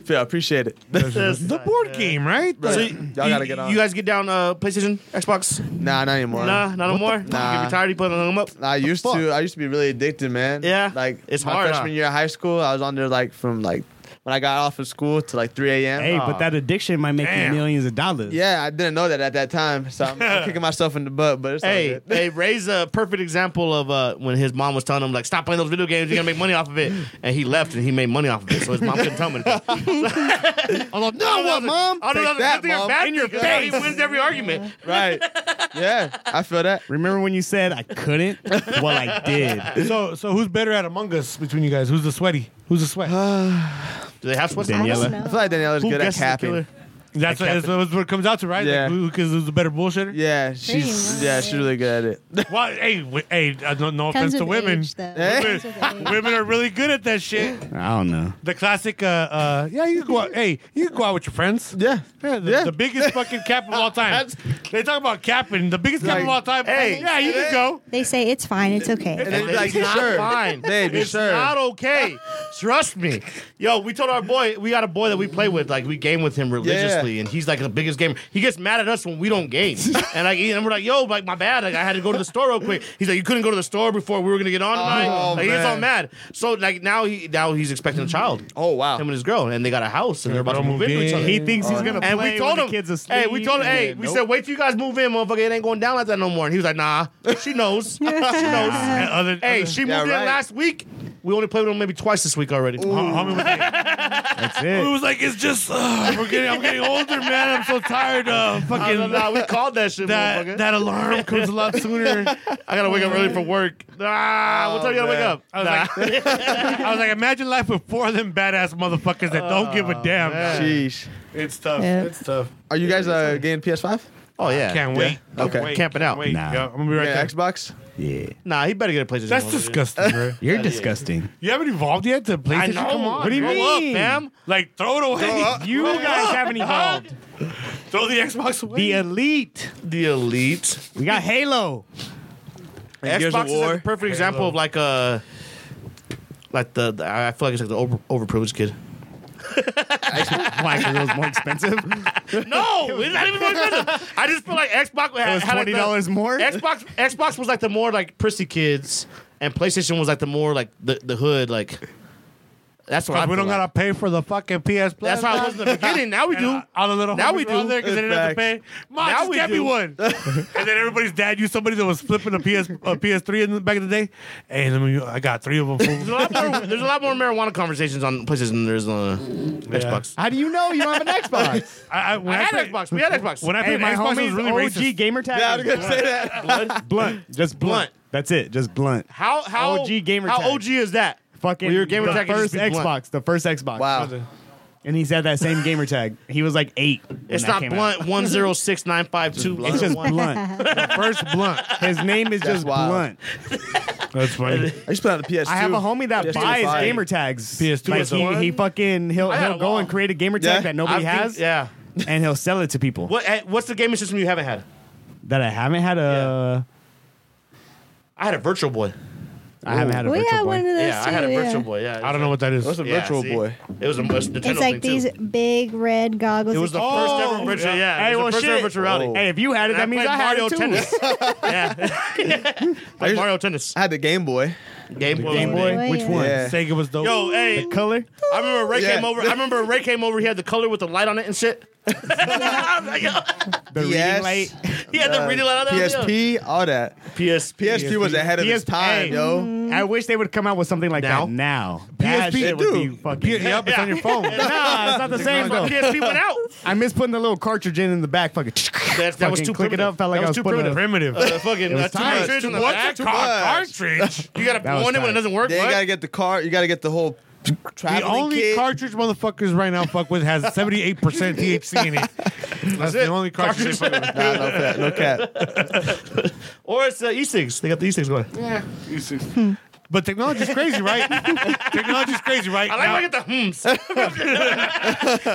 [SPEAKER 3] yeah. I Appreciate it.
[SPEAKER 2] the board game, right?
[SPEAKER 3] Right.
[SPEAKER 4] So
[SPEAKER 3] Y'all
[SPEAKER 4] you,
[SPEAKER 3] gotta get on.
[SPEAKER 4] You guys get down uh, PlayStation, Xbox?
[SPEAKER 3] nah, not anymore.
[SPEAKER 4] Nah, not no more. You
[SPEAKER 3] Nah.
[SPEAKER 4] get retired, you put them up.
[SPEAKER 3] I used to. I used to be really addicted, man.
[SPEAKER 4] Yeah?
[SPEAKER 3] like
[SPEAKER 4] It's
[SPEAKER 3] my
[SPEAKER 4] hard, huh?
[SPEAKER 3] freshman year of high school. I was on there like from like when I got off of school to like 3 a.m.
[SPEAKER 11] Hey, but that addiction might make
[SPEAKER 2] Damn.
[SPEAKER 11] you millions of dollars.
[SPEAKER 3] Yeah, I didn't know that at that time, so I'm, I'm kicking myself in the butt. But it's all
[SPEAKER 4] Hey,
[SPEAKER 3] good.
[SPEAKER 4] hey, Ray's a perfect example of uh, when his mom was telling him like, "Stop playing those video games. You're gonna make money off of it." And he left, and he made money off of it. So his mom couldn't tell him. Anything.
[SPEAKER 2] I was like, no, what, mom?
[SPEAKER 4] I don't know if that's
[SPEAKER 3] that,
[SPEAKER 4] a good thing or
[SPEAKER 3] Mom.
[SPEAKER 4] bad
[SPEAKER 3] In
[SPEAKER 4] thing,
[SPEAKER 3] your
[SPEAKER 4] 'cause now He wins every argument.
[SPEAKER 3] right? Yeah, I feel that.
[SPEAKER 11] Remember when you said I couldn't? well, I did.
[SPEAKER 2] So, so who's better at Among Us between you guys? Who's the sweaty? Who's the sweat?
[SPEAKER 4] Do they have sweats?
[SPEAKER 5] I
[SPEAKER 11] Daniela.
[SPEAKER 5] don't
[SPEAKER 3] I
[SPEAKER 5] know.
[SPEAKER 3] feel like Daniela's
[SPEAKER 4] Who
[SPEAKER 3] good at
[SPEAKER 4] guesses the
[SPEAKER 3] capping.
[SPEAKER 4] killer?
[SPEAKER 2] that's, what, that's what it comes out to, right?
[SPEAKER 3] Yeah.
[SPEAKER 2] Like, who- cause who's the better bullshitter?
[SPEAKER 3] Yeah,
[SPEAKER 5] much,
[SPEAKER 3] she's yeah, she's
[SPEAKER 5] yeah.
[SPEAKER 3] really good at it.
[SPEAKER 2] Well, hey, w- hey, uh, no, no offense
[SPEAKER 5] Comes
[SPEAKER 2] to
[SPEAKER 5] with
[SPEAKER 2] women.
[SPEAKER 5] age, though.
[SPEAKER 3] Eh?
[SPEAKER 5] Comes with age.
[SPEAKER 2] Women are really good at that shit.
[SPEAKER 11] I don't know.
[SPEAKER 2] The classic, uh, uh, yeah, you can go out. Hey, you can go out with your friends.
[SPEAKER 3] Yeah,
[SPEAKER 2] Yeah, the,
[SPEAKER 3] Yeah.
[SPEAKER 2] the biggest fucking cap of all time. they talk about capping. The biggest cap of all time. Hey, yeah, you can go.
[SPEAKER 5] They say it's fine. It's okay.
[SPEAKER 3] and then like
[SPEAKER 4] It's not
[SPEAKER 3] sure,
[SPEAKER 4] fine.
[SPEAKER 3] babe,
[SPEAKER 4] it's
[SPEAKER 3] sure.
[SPEAKER 4] not okay. Trust me. Yo, we told our boy, we got a boy that we play with, like we game with him religiously, and he's like the biggest gamer. He gets mad at us when we don't game, and like, and we're like, yo, like my bad, like I had to go to the store real quick. He's like, you couldn't go to the store before we were gonna get on tonight.
[SPEAKER 3] Oh,
[SPEAKER 4] like, he gets all
[SPEAKER 3] man.
[SPEAKER 4] mad. So like now he now he's expecting a child.
[SPEAKER 3] Oh wow,
[SPEAKER 4] Him and his girl, and they got a house, and they're about to move into each other.
[SPEAKER 11] He thinks he's gonna
[SPEAKER 4] And
[SPEAKER 11] play
[SPEAKER 4] we told
[SPEAKER 11] when
[SPEAKER 4] him,
[SPEAKER 11] the kids asleep.
[SPEAKER 4] hey, we told him, hey, we said, wait till you guys move in, motherfucker. It ain't going down like that no more. And he was like, nah, she knows, she knows.
[SPEAKER 2] And other,
[SPEAKER 4] Hey,
[SPEAKER 2] other-
[SPEAKER 4] she
[SPEAKER 3] Yeah,
[SPEAKER 4] moved
[SPEAKER 3] right.
[SPEAKER 4] in last week. We only played with him maybe twice this week already.
[SPEAKER 2] Homie was like,
[SPEAKER 11] That's
[SPEAKER 2] he
[SPEAKER 11] it.
[SPEAKER 2] was like, it's just uh, we're getting, I'm getting older, man. I'm so tired of fucking.
[SPEAKER 4] Nah, nah, nah, we called that shit, motherfucker.
[SPEAKER 2] that, that alarm comes a lot sooner. Oh,
[SPEAKER 4] I gotta wake up early for work. Ah, what time you gotta wake up?
[SPEAKER 2] I was like, I was like, imagine life with four of them badass motherfuckers that don't give
[SPEAKER 4] Oh,
[SPEAKER 2] a damn.
[SPEAKER 3] Sheesh.
[SPEAKER 2] It's tough.
[SPEAKER 5] Yeah.
[SPEAKER 2] It's tough.
[SPEAKER 3] Are you guys uh, getting PS5?
[SPEAKER 4] Oh yeah,
[SPEAKER 2] Can't wait.
[SPEAKER 3] Okay.
[SPEAKER 2] Wait,
[SPEAKER 4] Camping out.
[SPEAKER 2] Wait.
[SPEAKER 11] Nah.
[SPEAKER 2] Yeah, I'm gonna be right
[SPEAKER 3] Yeah,
[SPEAKER 2] there.
[SPEAKER 3] Xbox.
[SPEAKER 11] Yeah.
[SPEAKER 4] Nah, he better get a PlayStation.
[SPEAKER 2] That's
[SPEAKER 4] one, dude.
[SPEAKER 2] disgusting, bro.
[SPEAKER 11] You're disgusting.
[SPEAKER 2] You haven't evolved yet to PlayStation.
[SPEAKER 4] I know.
[SPEAKER 2] Come on,
[SPEAKER 4] what do you
[SPEAKER 2] bro.
[SPEAKER 4] mean,
[SPEAKER 11] mean?
[SPEAKER 4] fam?
[SPEAKER 2] Like throw it away.
[SPEAKER 11] You guys haven't evolved.
[SPEAKER 2] throw the Xbox away.
[SPEAKER 11] The elite.
[SPEAKER 4] The elite.
[SPEAKER 11] We got Halo.
[SPEAKER 3] And Gears of
[SPEAKER 4] Xbox is like
[SPEAKER 3] War.
[SPEAKER 4] a perfect example of like a. Like the, the- I feel like it's like the over, overprivileged kid.
[SPEAKER 11] Why? Because it was more expensive.
[SPEAKER 4] No, it's not even more expensive. I just feel like Xbox had,
[SPEAKER 11] It was
[SPEAKER 4] had like
[SPEAKER 11] twenty
[SPEAKER 4] the-
[SPEAKER 11] dollars more.
[SPEAKER 4] Xbox Xbox was like the more like prissy kids, and PlayStation was like the more like the, the hood like. That's what I
[SPEAKER 2] Because we
[SPEAKER 4] feel
[SPEAKER 2] don't
[SPEAKER 4] like.
[SPEAKER 2] gotta pay for the fucking PS Plus.
[SPEAKER 4] That's how it was in the beginning. Now we
[SPEAKER 2] And
[SPEAKER 4] do.
[SPEAKER 2] all- All the little
[SPEAKER 4] Now
[SPEAKER 2] homies
[SPEAKER 4] we
[SPEAKER 2] were
[SPEAKER 4] do.
[SPEAKER 2] out there because they didn't have to pay.
[SPEAKER 3] Facts.
[SPEAKER 2] Mom,
[SPEAKER 4] Now
[SPEAKER 2] just
[SPEAKER 4] we
[SPEAKER 2] get me
[SPEAKER 4] do.
[SPEAKER 2] one. and then everybody's dad used somebody that was flipping a PS a PS3 in the, back in the day. Hey, let me. I got three of them.
[SPEAKER 4] There's
[SPEAKER 2] fool.
[SPEAKER 4] a lot more. There's a lot more marijuana conversations on PlayStation than there is on Xbox.
[SPEAKER 11] How do you know you don't have an Xbox?
[SPEAKER 2] I, I, when
[SPEAKER 4] I had
[SPEAKER 2] played-
[SPEAKER 4] Xbox. We had Xbox.
[SPEAKER 2] When I
[SPEAKER 11] hey,
[SPEAKER 2] played
[SPEAKER 11] my
[SPEAKER 2] Xbox, it was
[SPEAKER 11] homie's
[SPEAKER 2] really
[SPEAKER 11] OG
[SPEAKER 2] racist.
[SPEAKER 11] gamer tag.
[SPEAKER 3] Yeah, I was gonna say that.
[SPEAKER 11] blunt. blunt. Just blunt.
[SPEAKER 4] Blunt.
[SPEAKER 11] That's it. Just blunt.
[SPEAKER 4] How how
[SPEAKER 11] OG gamer
[SPEAKER 4] How
[SPEAKER 11] tag.
[SPEAKER 4] OG is that?
[SPEAKER 11] Fucking
[SPEAKER 4] Well, your gamer
[SPEAKER 11] the
[SPEAKER 4] tag can
[SPEAKER 11] first
[SPEAKER 4] just be
[SPEAKER 11] Xbox.
[SPEAKER 4] blunt.
[SPEAKER 11] The first Xbox.
[SPEAKER 3] Wow.
[SPEAKER 11] And he's had that same gamer tag. He was like eight. when
[SPEAKER 4] It's
[SPEAKER 11] that
[SPEAKER 4] not
[SPEAKER 11] came
[SPEAKER 4] blunt. One zero six nine five two.
[SPEAKER 11] out. It's just blunt.
[SPEAKER 2] The first blunt.
[SPEAKER 11] His name is
[SPEAKER 3] That's
[SPEAKER 11] just
[SPEAKER 3] wild.
[SPEAKER 11] blunt.
[SPEAKER 2] That's funny.
[SPEAKER 3] I used to play on the PS2.
[SPEAKER 11] I have a homie that
[SPEAKER 3] PS2
[SPEAKER 11] buys
[SPEAKER 3] fire.
[SPEAKER 11] gamer tags.
[SPEAKER 2] PS2
[SPEAKER 11] Like
[SPEAKER 2] was the
[SPEAKER 11] he,
[SPEAKER 2] one?
[SPEAKER 11] he fucking he'll
[SPEAKER 4] I had
[SPEAKER 11] he'll
[SPEAKER 4] a
[SPEAKER 11] go
[SPEAKER 4] lot.
[SPEAKER 11] and create a gamer
[SPEAKER 3] Yeah.
[SPEAKER 11] tag that nobody has,
[SPEAKER 4] yeah.
[SPEAKER 11] and he'll sell it to people.
[SPEAKER 4] What eh, what's the gaming system you haven't had?
[SPEAKER 11] That I haven't had a.
[SPEAKER 4] I had a Virtual Boy.
[SPEAKER 11] I haven't had a
[SPEAKER 5] We
[SPEAKER 11] virtual
[SPEAKER 5] had
[SPEAKER 11] boy.
[SPEAKER 5] one of those
[SPEAKER 4] Yeah,
[SPEAKER 5] too.
[SPEAKER 4] I had a
[SPEAKER 5] yeah.
[SPEAKER 4] Virtual Boy. Yeah.
[SPEAKER 2] I don't know what that is.
[SPEAKER 3] What's a
[SPEAKER 4] Yeah,
[SPEAKER 3] Virtual
[SPEAKER 4] see?
[SPEAKER 3] Boy?
[SPEAKER 4] It was a it was Nintendo
[SPEAKER 5] It's like
[SPEAKER 4] thing,
[SPEAKER 5] these
[SPEAKER 4] Too.
[SPEAKER 5] big red goggles.
[SPEAKER 4] It was the
[SPEAKER 5] It's-
[SPEAKER 4] first ever virtual. Yeah.
[SPEAKER 11] Oh. Hey,
[SPEAKER 4] it
[SPEAKER 11] well,
[SPEAKER 4] was the first
[SPEAKER 11] shit.
[SPEAKER 4] ever virtual reality.
[SPEAKER 3] Oh.
[SPEAKER 11] Hey, if you had it,
[SPEAKER 4] And
[SPEAKER 11] that means
[SPEAKER 4] played
[SPEAKER 11] I had
[SPEAKER 4] Mario
[SPEAKER 11] it too.
[SPEAKER 4] Tennis. yeah. Like Mario Tennis.
[SPEAKER 3] I had the Game Boy.
[SPEAKER 4] Game Boy.
[SPEAKER 11] Game Boy,
[SPEAKER 5] Boy,
[SPEAKER 11] which
[SPEAKER 5] yeah.
[SPEAKER 11] one?
[SPEAKER 3] Yeah.
[SPEAKER 2] Sega was dope.
[SPEAKER 4] Yo, hey,
[SPEAKER 11] Color?
[SPEAKER 4] I remember Ray
[SPEAKER 3] Yeah.
[SPEAKER 4] came over. I remember Ray came over. He had the color with the light on it and shit. I was like, yo.
[SPEAKER 11] The reading
[SPEAKER 3] Yes.
[SPEAKER 11] light.
[SPEAKER 4] He had
[SPEAKER 3] uh,
[SPEAKER 4] the reading light on there.
[SPEAKER 3] PSP, all that.
[SPEAKER 4] PS,
[SPEAKER 3] PS2 was ahead of its
[SPEAKER 11] PSP.
[SPEAKER 3] time, yo.
[SPEAKER 11] I wish they would come out with something like
[SPEAKER 4] Now?
[SPEAKER 11] that now. That
[SPEAKER 2] PSP
[SPEAKER 11] shit would
[SPEAKER 3] do.
[SPEAKER 11] be fucking.
[SPEAKER 2] Yep, it's on your phone.
[SPEAKER 11] Nah, it's not the same though.
[SPEAKER 4] PSP went out.
[SPEAKER 11] I miss putting the little cartridge in in the back. Fucking.
[SPEAKER 4] That, that was
[SPEAKER 11] Fucking
[SPEAKER 4] too
[SPEAKER 11] click it
[SPEAKER 4] primitive.
[SPEAKER 11] up, felt like
[SPEAKER 4] that
[SPEAKER 11] I was
[SPEAKER 4] too
[SPEAKER 11] putting
[SPEAKER 4] primitive.
[SPEAKER 2] Primitive.
[SPEAKER 4] Uh, fucking uh,
[SPEAKER 11] was
[SPEAKER 4] two
[SPEAKER 11] tight.
[SPEAKER 4] cartridges in the
[SPEAKER 3] What's
[SPEAKER 4] back.
[SPEAKER 2] Car-
[SPEAKER 3] much.
[SPEAKER 2] cartridge.
[SPEAKER 4] You gotta
[SPEAKER 11] That was
[SPEAKER 4] go in it when it
[SPEAKER 11] tight.
[SPEAKER 4] doesn't work.
[SPEAKER 3] Then you
[SPEAKER 4] what?
[SPEAKER 3] gotta get the car. You gotta get the whole
[SPEAKER 2] The
[SPEAKER 3] traveling
[SPEAKER 2] only
[SPEAKER 3] kit.
[SPEAKER 2] cartridge motherfuckers right now fuck with has 78% THC in it. That's, the only cartridge they fuck with.
[SPEAKER 3] Nah, no cap. No cap.
[SPEAKER 4] or it's uh, E6. They got the E6 going.
[SPEAKER 2] But technology's crazy, right? technology's crazy, right?
[SPEAKER 4] I like
[SPEAKER 2] now,
[SPEAKER 4] when I get the hmms.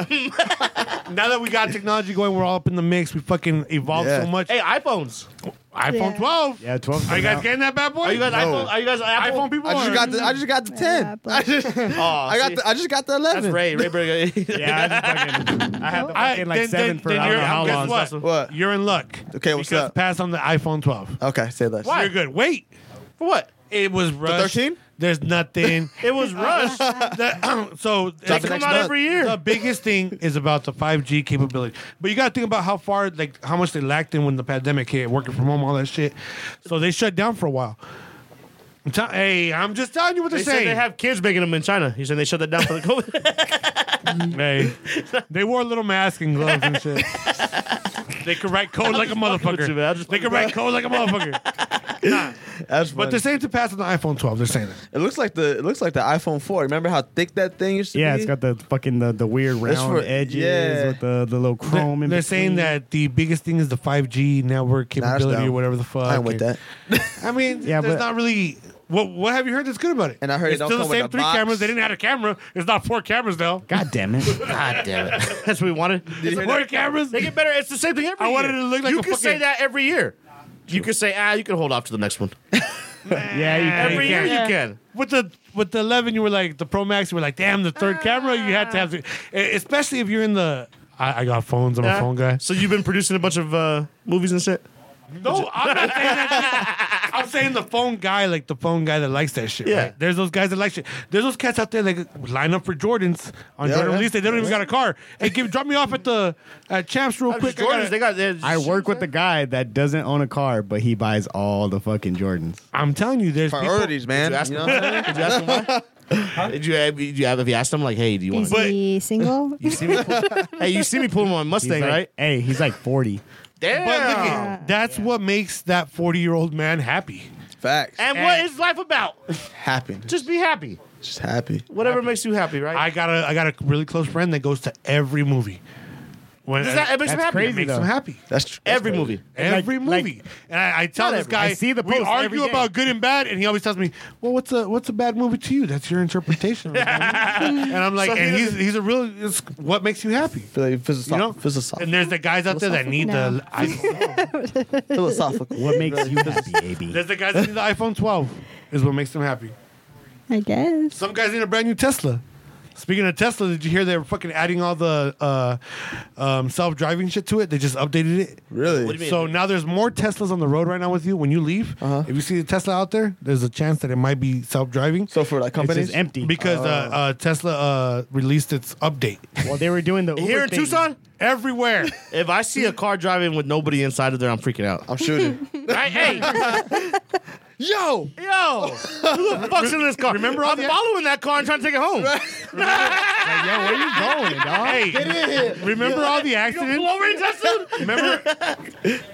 [SPEAKER 2] now that we got technology going, we're all up in the mix. We fucking evolved
[SPEAKER 3] Yeah.
[SPEAKER 2] so much.
[SPEAKER 4] hey, iPhones.
[SPEAKER 2] iPhone
[SPEAKER 5] Yeah.
[SPEAKER 2] 12.
[SPEAKER 11] Yeah, twelve.
[SPEAKER 2] Are you guys getting that bad boy?
[SPEAKER 4] Are you guys
[SPEAKER 3] No.
[SPEAKER 4] iPhone? Are you guys Apple?
[SPEAKER 2] iPhone people?
[SPEAKER 3] I just
[SPEAKER 2] or-
[SPEAKER 3] got the. I just got the ten. I just.
[SPEAKER 4] Oh,
[SPEAKER 3] I got. The, I just got the
[SPEAKER 4] That's
[SPEAKER 3] eleven.
[SPEAKER 4] Ray. Ray Berger.
[SPEAKER 11] Yeah, I just fucking. I had the
[SPEAKER 2] I-
[SPEAKER 11] fucking like
[SPEAKER 2] then-
[SPEAKER 11] seven
[SPEAKER 2] then-
[SPEAKER 11] for
[SPEAKER 2] then
[SPEAKER 11] I don't
[SPEAKER 2] you're-
[SPEAKER 11] know how
[SPEAKER 2] guess
[SPEAKER 11] long.
[SPEAKER 2] What?
[SPEAKER 3] What?
[SPEAKER 2] You're in luck.
[SPEAKER 3] Okay, what's
[SPEAKER 2] because
[SPEAKER 3] up?
[SPEAKER 2] Pass on the iPhone 12.
[SPEAKER 3] Okay, say less.
[SPEAKER 2] You're good. Wait.
[SPEAKER 4] For what?
[SPEAKER 2] It was rushed.
[SPEAKER 3] 13?
[SPEAKER 2] There's nothing.
[SPEAKER 4] It was Rush.
[SPEAKER 2] The- so
[SPEAKER 3] Drop
[SPEAKER 4] They
[SPEAKER 3] it
[SPEAKER 4] come
[SPEAKER 3] next
[SPEAKER 4] out
[SPEAKER 3] month.
[SPEAKER 4] every year.
[SPEAKER 2] The biggest thing is about the 5G capability. But you got to think about how far, like, how much they lacked in when the pandemic hit, working from home, all that shit. So they shut down for a while. I'm tell- hey, I'm just telling you what they're
[SPEAKER 4] They said
[SPEAKER 2] saying.
[SPEAKER 4] they have kids making them in China. You said they shut that down for the COVID.
[SPEAKER 2] hey, they wore little masks and gloves and shit. they could write code like a
[SPEAKER 4] with you, man. I was
[SPEAKER 2] motherfucker.
[SPEAKER 4] just
[SPEAKER 2] They could write code like a motherfucker.
[SPEAKER 3] That's
[SPEAKER 2] But
[SPEAKER 3] funny.
[SPEAKER 2] the same to pass on the iPhone 12. They're saying that.
[SPEAKER 3] it looks like the. It looks like the iPhone four. Remember how thick that thing used to
[SPEAKER 11] Yeah,
[SPEAKER 3] be?
[SPEAKER 11] it's got the fucking the, the weird round
[SPEAKER 3] for-
[SPEAKER 11] edges
[SPEAKER 3] yeah.
[SPEAKER 11] with the, the little chrome.
[SPEAKER 2] They're,
[SPEAKER 11] in
[SPEAKER 2] they're
[SPEAKER 11] between.
[SPEAKER 2] saying that the biggest thing is the 5G network
[SPEAKER 3] that's
[SPEAKER 2] capability
[SPEAKER 3] down.
[SPEAKER 2] or whatever the fuck.
[SPEAKER 3] I ain't with
[SPEAKER 2] and-
[SPEAKER 3] that.
[SPEAKER 2] I mean,
[SPEAKER 11] Yeah,
[SPEAKER 2] there's
[SPEAKER 11] but-
[SPEAKER 2] not really. What what have you heard that's good about it?
[SPEAKER 3] And I heard it
[SPEAKER 2] it's
[SPEAKER 3] don't
[SPEAKER 2] still the
[SPEAKER 3] come with
[SPEAKER 2] same
[SPEAKER 3] a
[SPEAKER 2] three
[SPEAKER 3] box.
[SPEAKER 2] cameras. They didn't add a camera. It's not four cameras now.
[SPEAKER 11] God damn it!
[SPEAKER 4] God damn it. That's what we wanted.
[SPEAKER 3] Did you hear
[SPEAKER 2] Four
[SPEAKER 3] that?
[SPEAKER 2] cameras.
[SPEAKER 4] They get better. It's the same thing every
[SPEAKER 2] I
[SPEAKER 4] year.
[SPEAKER 2] wanted it to look like
[SPEAKER 4] you
[SPEAKER 2] a
[SPEAKER 4] can
[SPEAKER 2] fucking-
[SPEAKER 4] say that every year. You can say ah, you can hold off to the next one.
[SPEAKER 11] yeah, you can.
[SPEAKER 4] Every
[SPEAKER 2] you
[SPEAKER 4] year
[SPEAKER 2] can.
[SPEAKER 4] you can.
[SPEAKER 2] with the with the 11, you were like the Pro Max. You were like, damn, the third camera. You had to have, to, e- especially if you're in the. I, I got phones. I'm a phone guy.
[SPEAKER 4] So you've been producing a bunch of uh, movies and shit.
[SPEAKER 2] No, I'm not saying that. I'm saying the phone guy, like the phone guy that likes that shit.
[SPEAKER 15] Yeah.
[SPEAKER 2] right? There's those guys that like shit. There's those cats out there like line up for Jordans on
[SPEAKER 15] Yeah,
[SPEAKER 2] Jordan
[SPEAKER 15] yeah.
[SPEAKER 2] release day. They don't even
[SPEAKER 15] Yeah.
[SPEAKER 2] got a car. Hey, give drop me off at the at Champs real quick. I gotta-
[SPEAKER 11] I work with the guy that doesn't own a car, but he buys all the fucking Jordans.
[SPEAKER 2] I'm telling you, there's
[SPEAKER 3] Priorities, man.
[SPEAKER 16] Did you ask
[SPEAKER 3] You
[SPEAKER 16] him?
[SPEAKER 3] know what I'm saying?
[SPEAKER 16] Did you ask him why? Did you have you have have you asked him like, hey, do you want?
[SPEAKER 5] Is he single?
[SPEAKER 16] You see me? Pull, hey, you see me pulling my
[SPEAKER 11] He's
[SPEAKER 16] Mustang,
[SPEAKER 11] like,
[SPEAKER 16] right?
[SPEAKER 11] Hey, he's like 40.
[SPEAKER 2] But look at- that's what makes that 40 year old man happy.
[SPEAKER 3] Facts.
[SPEAKER 4] And what is life about?
[SPEAKER 3] Happy.
[SPEAKER 4] Just be happy.
[SPEAKER 3] Just happy.
[SPEAKER 4] Whatever makes you happy, right?
[SPEAKER 2] I got a I got a really close friend that goes to every movie. When,
[SPEAKER 4] Does that- it makes him
[SPEAKER 2] that's
[SPEAKER 4] happy?
[SPEAKER 2] crazy,
[SPEAKER 4] It
[SPEAKER 2] makes
[SPEAKER 4] though.
[SPEAKER 2] him happy.
[SPEAKER 3] That's true.
[SPEAKER 4] every movie.
[SPEAKER 2] Every movie, and I, I tell
[SPEAKER 11] Not
[SPEAKER 2] this
[SPEAKER 11] every-
[SPEAKER 2] guy,
[SPEAKER 11] I see the
[SPEAKER 2] we
[SPEAKER 11] post every
[SPEAKER 2] argue
[SPEAKER 11] day.
[SPEAKER 2] about good and bad, and he always tells me, "Well, what's a what's a bad movie to you? That's your interpretation." of it, man." and I'm like,
[SPEAKER 4] So he
[SPEAKER 2] and he's
[SPEAKER 4] doesn't-
[SPEAKER 2] he's a real. It's what makes you happy,
[SPEAKER 3] Philosoph-
[SPEAKER 2] you know.
[SPEAKER 3] philosoph-
[SPEAKER 2] And there's the guys out there that need the. I,
[SPEAKER 3] philosophical.
[SPEAKER 11] What makes you happy, AB?
[SPEAKER 2] there's the guys that need the iPhone 12 is what makes them happy.
[SPEAKER 5] I guess.
[SPEAKER 2] Some guys need a brand new Tesla. Speaking of Tesla, did you hear they were fucking adding all the uh, um, self-driving shit to it? They just updated it.
[SPEAKER 3] Really?
[SPEAKER 16] do you
[SPEAKER 2] So now there's more Teslas on the road right now with you. When you leave,
[SPEAKER 4] Uh-huh.
[SPEAKER 2] if you see a Tesla out there, there's a chance that it might be self-driving.
[SPEAKER 3] So for like
[SPEAKER 11] It's
[SPEAKER 3] companies,
[SPEAKER 11] just empty.
[SPEAKER 2] because uh,
[SPEAKER 4] Oh.
[SPEAKER 2] uh, Tesla uh, released its update
[SPEAKER 11] well, they were doing the Uber
[SPEAKER 4] Here in
[SPEAKER 11] thing.
[SPEAKER 4] Tucson,
[SPEAKER 2] everywhere.
[SPEAKER 4] if I see a car driving with nobody inside of there, I'm freaking out.
[SPEAKER 3] I'm shooting.
[SPEAKER 4] Right? Hey,
[SPEAKER 3] Yo,
[SPEAKER 4] yo, who the fuck's in this car? Remember, I'm following that car and trying to take it home.
[SPEAKER 11] Like, yo, where you going, dog?
[SPEAKER 2] hey, remember all the accidents?
[SPEAKER 4] Pull over and test it?
[SPEAKER 2] Remember,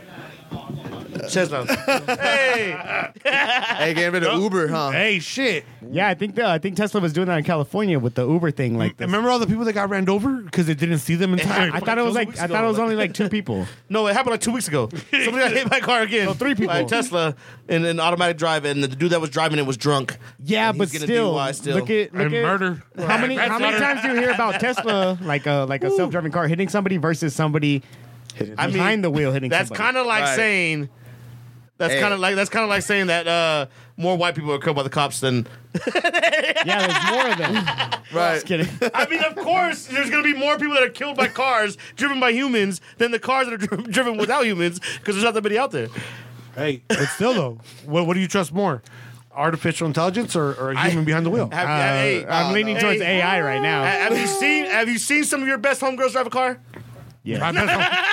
[SPEAKER 4] Hey,
[SPEAKER 3] hey, getting rid of Uber, huh?
[SPEAKER 2] hey, shit!
[SPEAKER 11] Yeah, I think the, I think Tesla was doing that in California with the Uber thing. Like, this.
[SPEAKER 2] Remember all the people that got ran over because they didn't see them in time.
[SPEAKER 11] I thought it was like I thought it was only like two people.
[SPEAKER 4] no, it happened like two weeks ago. Somebody got hit by a car again. No, three people. By a Tesla in an automatic drive, and the dude that was driving it was drunk.
[SPEAKER 11] Yeah,
[SPEAKER 4] And
[SPEAKER 11] but
[SPEAKER 4] he's getting
[SPEAKER 11] still,
[SPEAKER 4] DUI still.
[SPEAKER 11] look at look
[SPEAKER 2] And
[SPEAKER 11] at
[SPEAKER 2] murder.
[SPEAKER 11] How many
[SPEAKER 2] That's
[SPEAKER 11] how many
[SPEAKER 2] murder.
[SPEAKER 11] times do you hear about Tesla like a like a self driving car hitting somebody versus somebody
[SPEAKER 4] I mean,
[SPEAKER 11] behind the wheel hitting?
[SPEAKER 4] That's kind of like
[SPEAKER 3] Right.
[SPEAKER 4] saying. That's
[SPEAKER 3] Hey.
[SPEAKER 4] kind of like that's kind of like saying that uh, more white people are killed by the cops than.
[SPEAKER 11] of yeah. There's more of them.
[SPEAKER 3] right.
[SPEAKER 11] Just kidding.
[SPEAKER 4] I mean, of course, there's going to be more people that are killed by cars driven by humans than the cars that are dri- driven without humans because there's not that many out there.
[SPEAKER 2] Hey, but still though, what, what do you trust more, artificial intelligence or, or a human behind the wheel?
[SPEAKER 4] Have,
[SPEAKER 11] Uh,
[SPEAKER 4] hey,
[SPEAKER 11] I'm
[SPEAKER 4] uh,
[SPEAKER 11] leaning
[SPEAKER 4] hey,
[SPEAKER 11] towards AI right
[SPEAKER 4] ha-
[SPEAKER 11] now.
[SPEAKER 4] Have you seen Have you seen some of your best homegirls drive a car?
[SPEAKER 2] I bet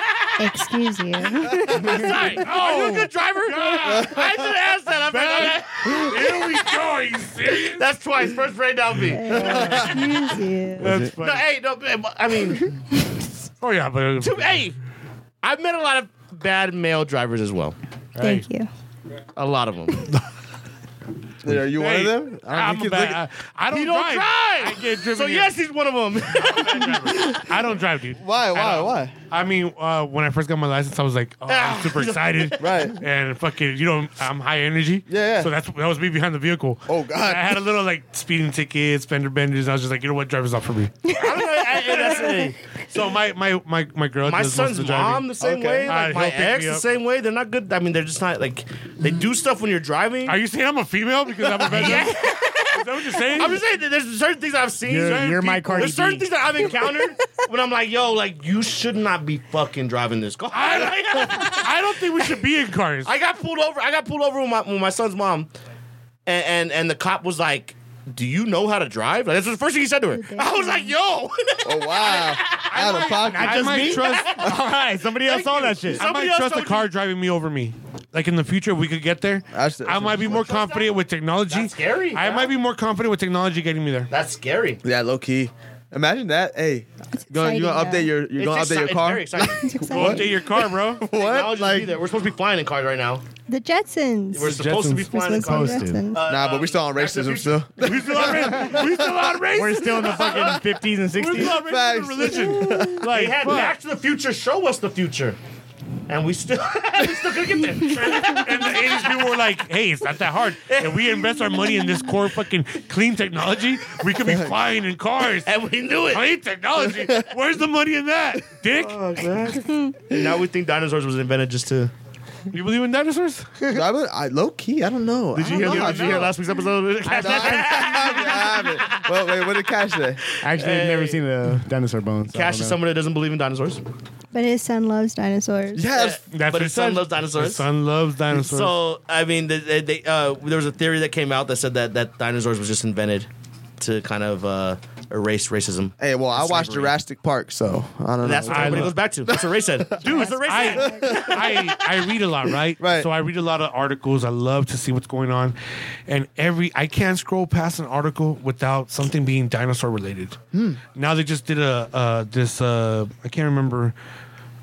[SPEAKER 5] Excuse you.
[SPEAKER 4] Sorry, are
[SPEAKER 2] Oh,
[SPEAKER 4] you a good driver? I should ask that. I'm like,
[SPEAKER 2] some- Here we go. you see?
[SPEAKER 4] that's twice. First brain down B. No,
[SPEAKER 5] Excuse you.
[SPEAKER 2] That's funny.
[SPEAKER 4] hey, no, I mean,
[SPEAKER 2] Oh yeah, but
[SPEAKER 4] to- hey, I've met a lot of bad male drivers as well.
[SPEAKER 5] Thank you.
[SPEAKER 4] A lot of them.
[SPEAKER 3] Are you one
[SPEAKER 2] Hey,
[SPEAKER 3] of them? I
[SPEAKER 2] I'm
[SPEAKER 3] don't
[SPEAKER 2] a
[SPEAKER 3] think
[SPEAKER 2] bad, I, I don't
[SPEAKER 4] You don't
[SPEAKER 2] drive.
[SPEAKER 4] drive.
[SPEAKER 2] I get driven.
[SPEAKER 4] so
[SPEAKER 2] here.
[SPEAKER 4] yes, he's one of them.
[SPEAKER 2] I don't drive, dude.
[SPEAKER 3] Why?
[SPEAKER 2] I
[SPEAKER 3] Why?
[SPEAKER 2] don't-
[SPEAKER 3] Why?
[SPEAKER 2] I mean, uh, when I first got my license, I was like, oh, I'm super excited,
[SPEAKER 3] Right.
[SPEAKER 2] And fucking, you know, I'm high energy,
[SPEAKER 3] Yeah, yeah.
[SPEAKER 2] So that's that was me behind the vehicle.
[SPEAKER 3] Oh, God.
[SPEAKER 2] I had a little like speeding tickets, fender benders. And I was just like, you know what, driver's off for me.
[SPEAKER 4] I don't know, I- I- that's- hey,
[SPEAKER 2] so my my my my girl,
[SPEAKER 4] my
[SPEAKER 2] does most of
[SPEAKER 4] son's
[SPEAKER 2] the driving.
[SPEAKER 4] mom the same
[SPEAKER 3] Okay.
[SPEAKER 4] way. Like
[SPEAKER 2] Alright,
[SPEAKER 4] my
[SPEAKER 2] he'll pick
[SPEAKER 4] ex
[SPEAKER 2] me
[SPEAKER 4] the
[SPEAKER 2] up.
[SPEAKER 4] same way. They're not good. I mean, they're just not like they do stuff when you're driving.
[SPEAKER 2] Are you saying I'm a female because I'm a veteran? Is that what you're saying?
[SPEAKER 4] I'm just saying that there's certain things I've seen.
[SPEAKER 11] You're-
[SPEAKER 4] certain
[SPEAKER 11] you're my
[SPEAKER 4] people-
[SPEAKER 11] Cardi
[SPEAKER 4] There's certain
[SPEAKER 11] B.
[SPEAKER 4] things that I've encountered when I'm like, yo, like you should not be fucking driving this car. I,
[SPEAKER 2] I don't think we should be in cars.
[SPEAKER 4] got pulled over. I got pulled over with my, with my son's mom, and, and and the cop was like. Do you know how to drive? Like, that's the first thing he said to her. I was like, "Yo,
[SPEAKER 3] Oh wow! Out of pocket.
[SPEAKER 2] I might trust.
[SPEAKER 11] All right, somebody else saw that shit.
[SPEAKER 2] I
[SPEAKER 4] Somebody
[SPEAKER 2] might
[SPEAKER 4] else
[SPEAKER 2] trust a
[SPEAKER 4] told
[SPEAKER 2] car driving me over me. Like in the future, if we could get there.
[SPEAKER 3] That's- that's
[SPEAKER 2] I might be more confident with technology.
[SPEAKER 4] That's scary,
[SPEAKER 2] I
[SPEAKER 4] yeah.
[SPEAKER 2] might be more confident with technology getting me there.
[SPEAKER 4] that's scary."
[SPEAKER 3] Yeah, low key. Imagine that. Hey, going you gonna
[SPEAKER 5] exciting,
[SPEAKER 3] update
[SPEAKER 5] though.
[SPEAKER 3] your you gonna
[SPEAKER 4] It's
[SPEAKER 3] update your
[SPEAKER 4] exci-
[SPEAKER 3] car?
[SPEAKER 4] It's very exciting.
[SPEAKER 2] Go update your car, bro.
[SPEAKER 3] What?
[SPEAKER 4] Technology's be
[SPEAKER 3] Like
[SPEAKER 4] there. We're supposed to be flying in cars right now.
[SPEAKER 5] The Jetsons.
[SPEAKER 4] We're supposed to be
[SPEAKER 11] Jetsons.
[SPEAKER 4] flying in
[SPEAKER 5] We're
[SPEAKER 4] cars.
[SPEAKER 5] supposed to be Jetsons.
[SPEAKER 3] nah, but we still on racism still.
[SPEAKER 2] we still on race. We still on race.
[SPEAKER 11] We're still in the fucking 50s and
[SPEAKER 2] We're
[SPEAKER 11] 60s.
[SPEAKER 2] still on race
[SPEAKER 3] Facts.
[SPEAKER 2] religion.
[SPEAKER 4] They
[SPEAKER 2] Like,
[SPEAKER 4] had
[SPEAKER 2] fuck.
[SPEAKER 4] Back to the Future show us the future, and we still we still couldn't get there.
[SPEAKER 2] And the 80s people were like, hey, it's not that hard. If we invest our money in this core fucking clean technology, we could be flying in cars.
[SPEAKER 4] and we knew it.
[SPEAKER 2] Clean technology. Where's the money in that, dick?
[SPEAKER 4] now we think dinosaurs was invented just to
[SPEAKER 2] You believe in dinosaurs?
[SPEAKER 3] I, would- I low key. I don't know.
[SPEAKER 17] Did you hear?
[SPEAKER 3] Know.
[SPEAKER 17] Did you hear last week's episode?
[SPEAKER 3] I, no, I, haven't- I haven't. Well, wait. What did Cash say?
[SPEAKER 11] Actually, I've never seen a dinosaur bone. so I don't
[SPEAKER 4] Cash is
[SPEAKER 11] know.
[SPEAKER 4] someone that doesn't believe in dinosaurs.
[SPEAKER 5] But his son loves dinosaurs.
[SPEAKER 3] Yes.
[SPEAKER 2] That's
[SPEAKER 4] but
[SPEAKER 2] what
[SPEAKER 4] his
[SPEAKER 2] it
[SPEAKER 4] son
[SPEAKER 2] says.
[SPEAKER 4] loves dinosaurs.
[SPEAKER 2] His son loves dinosaurs.
[SPEAKER 18] So I mean, they, they, they, uh, there was a theory that came out that said that that dinosaurs was just invented to kind of uh, erase racism.
[SPEAKER 3] Hey, well, I watched
[SPEAKER 18] Slavery.
[SPEAKER 3] Jurassic Park, so I don't know.
[SPEAKER 4] That's what
[SPEAKER 2] I
[SPEAKER 4] everybody
[SPEAKER 2] love-
[SPEAKER 4] goes back to. That's what Ray said. Dude, it's a race.
[SPEAKER 2] I, I I read a lot, right?
[SPEAKER 3] Right.
[SPEAKER 2] So I read a lot of articles. I love to see what's going on, and every I can't scroll past an article without something being dinosaur related.
[SPEAKER 3] Hmm.
[SPEAKER 2] Now they just did a uh, this uh, I can't remember.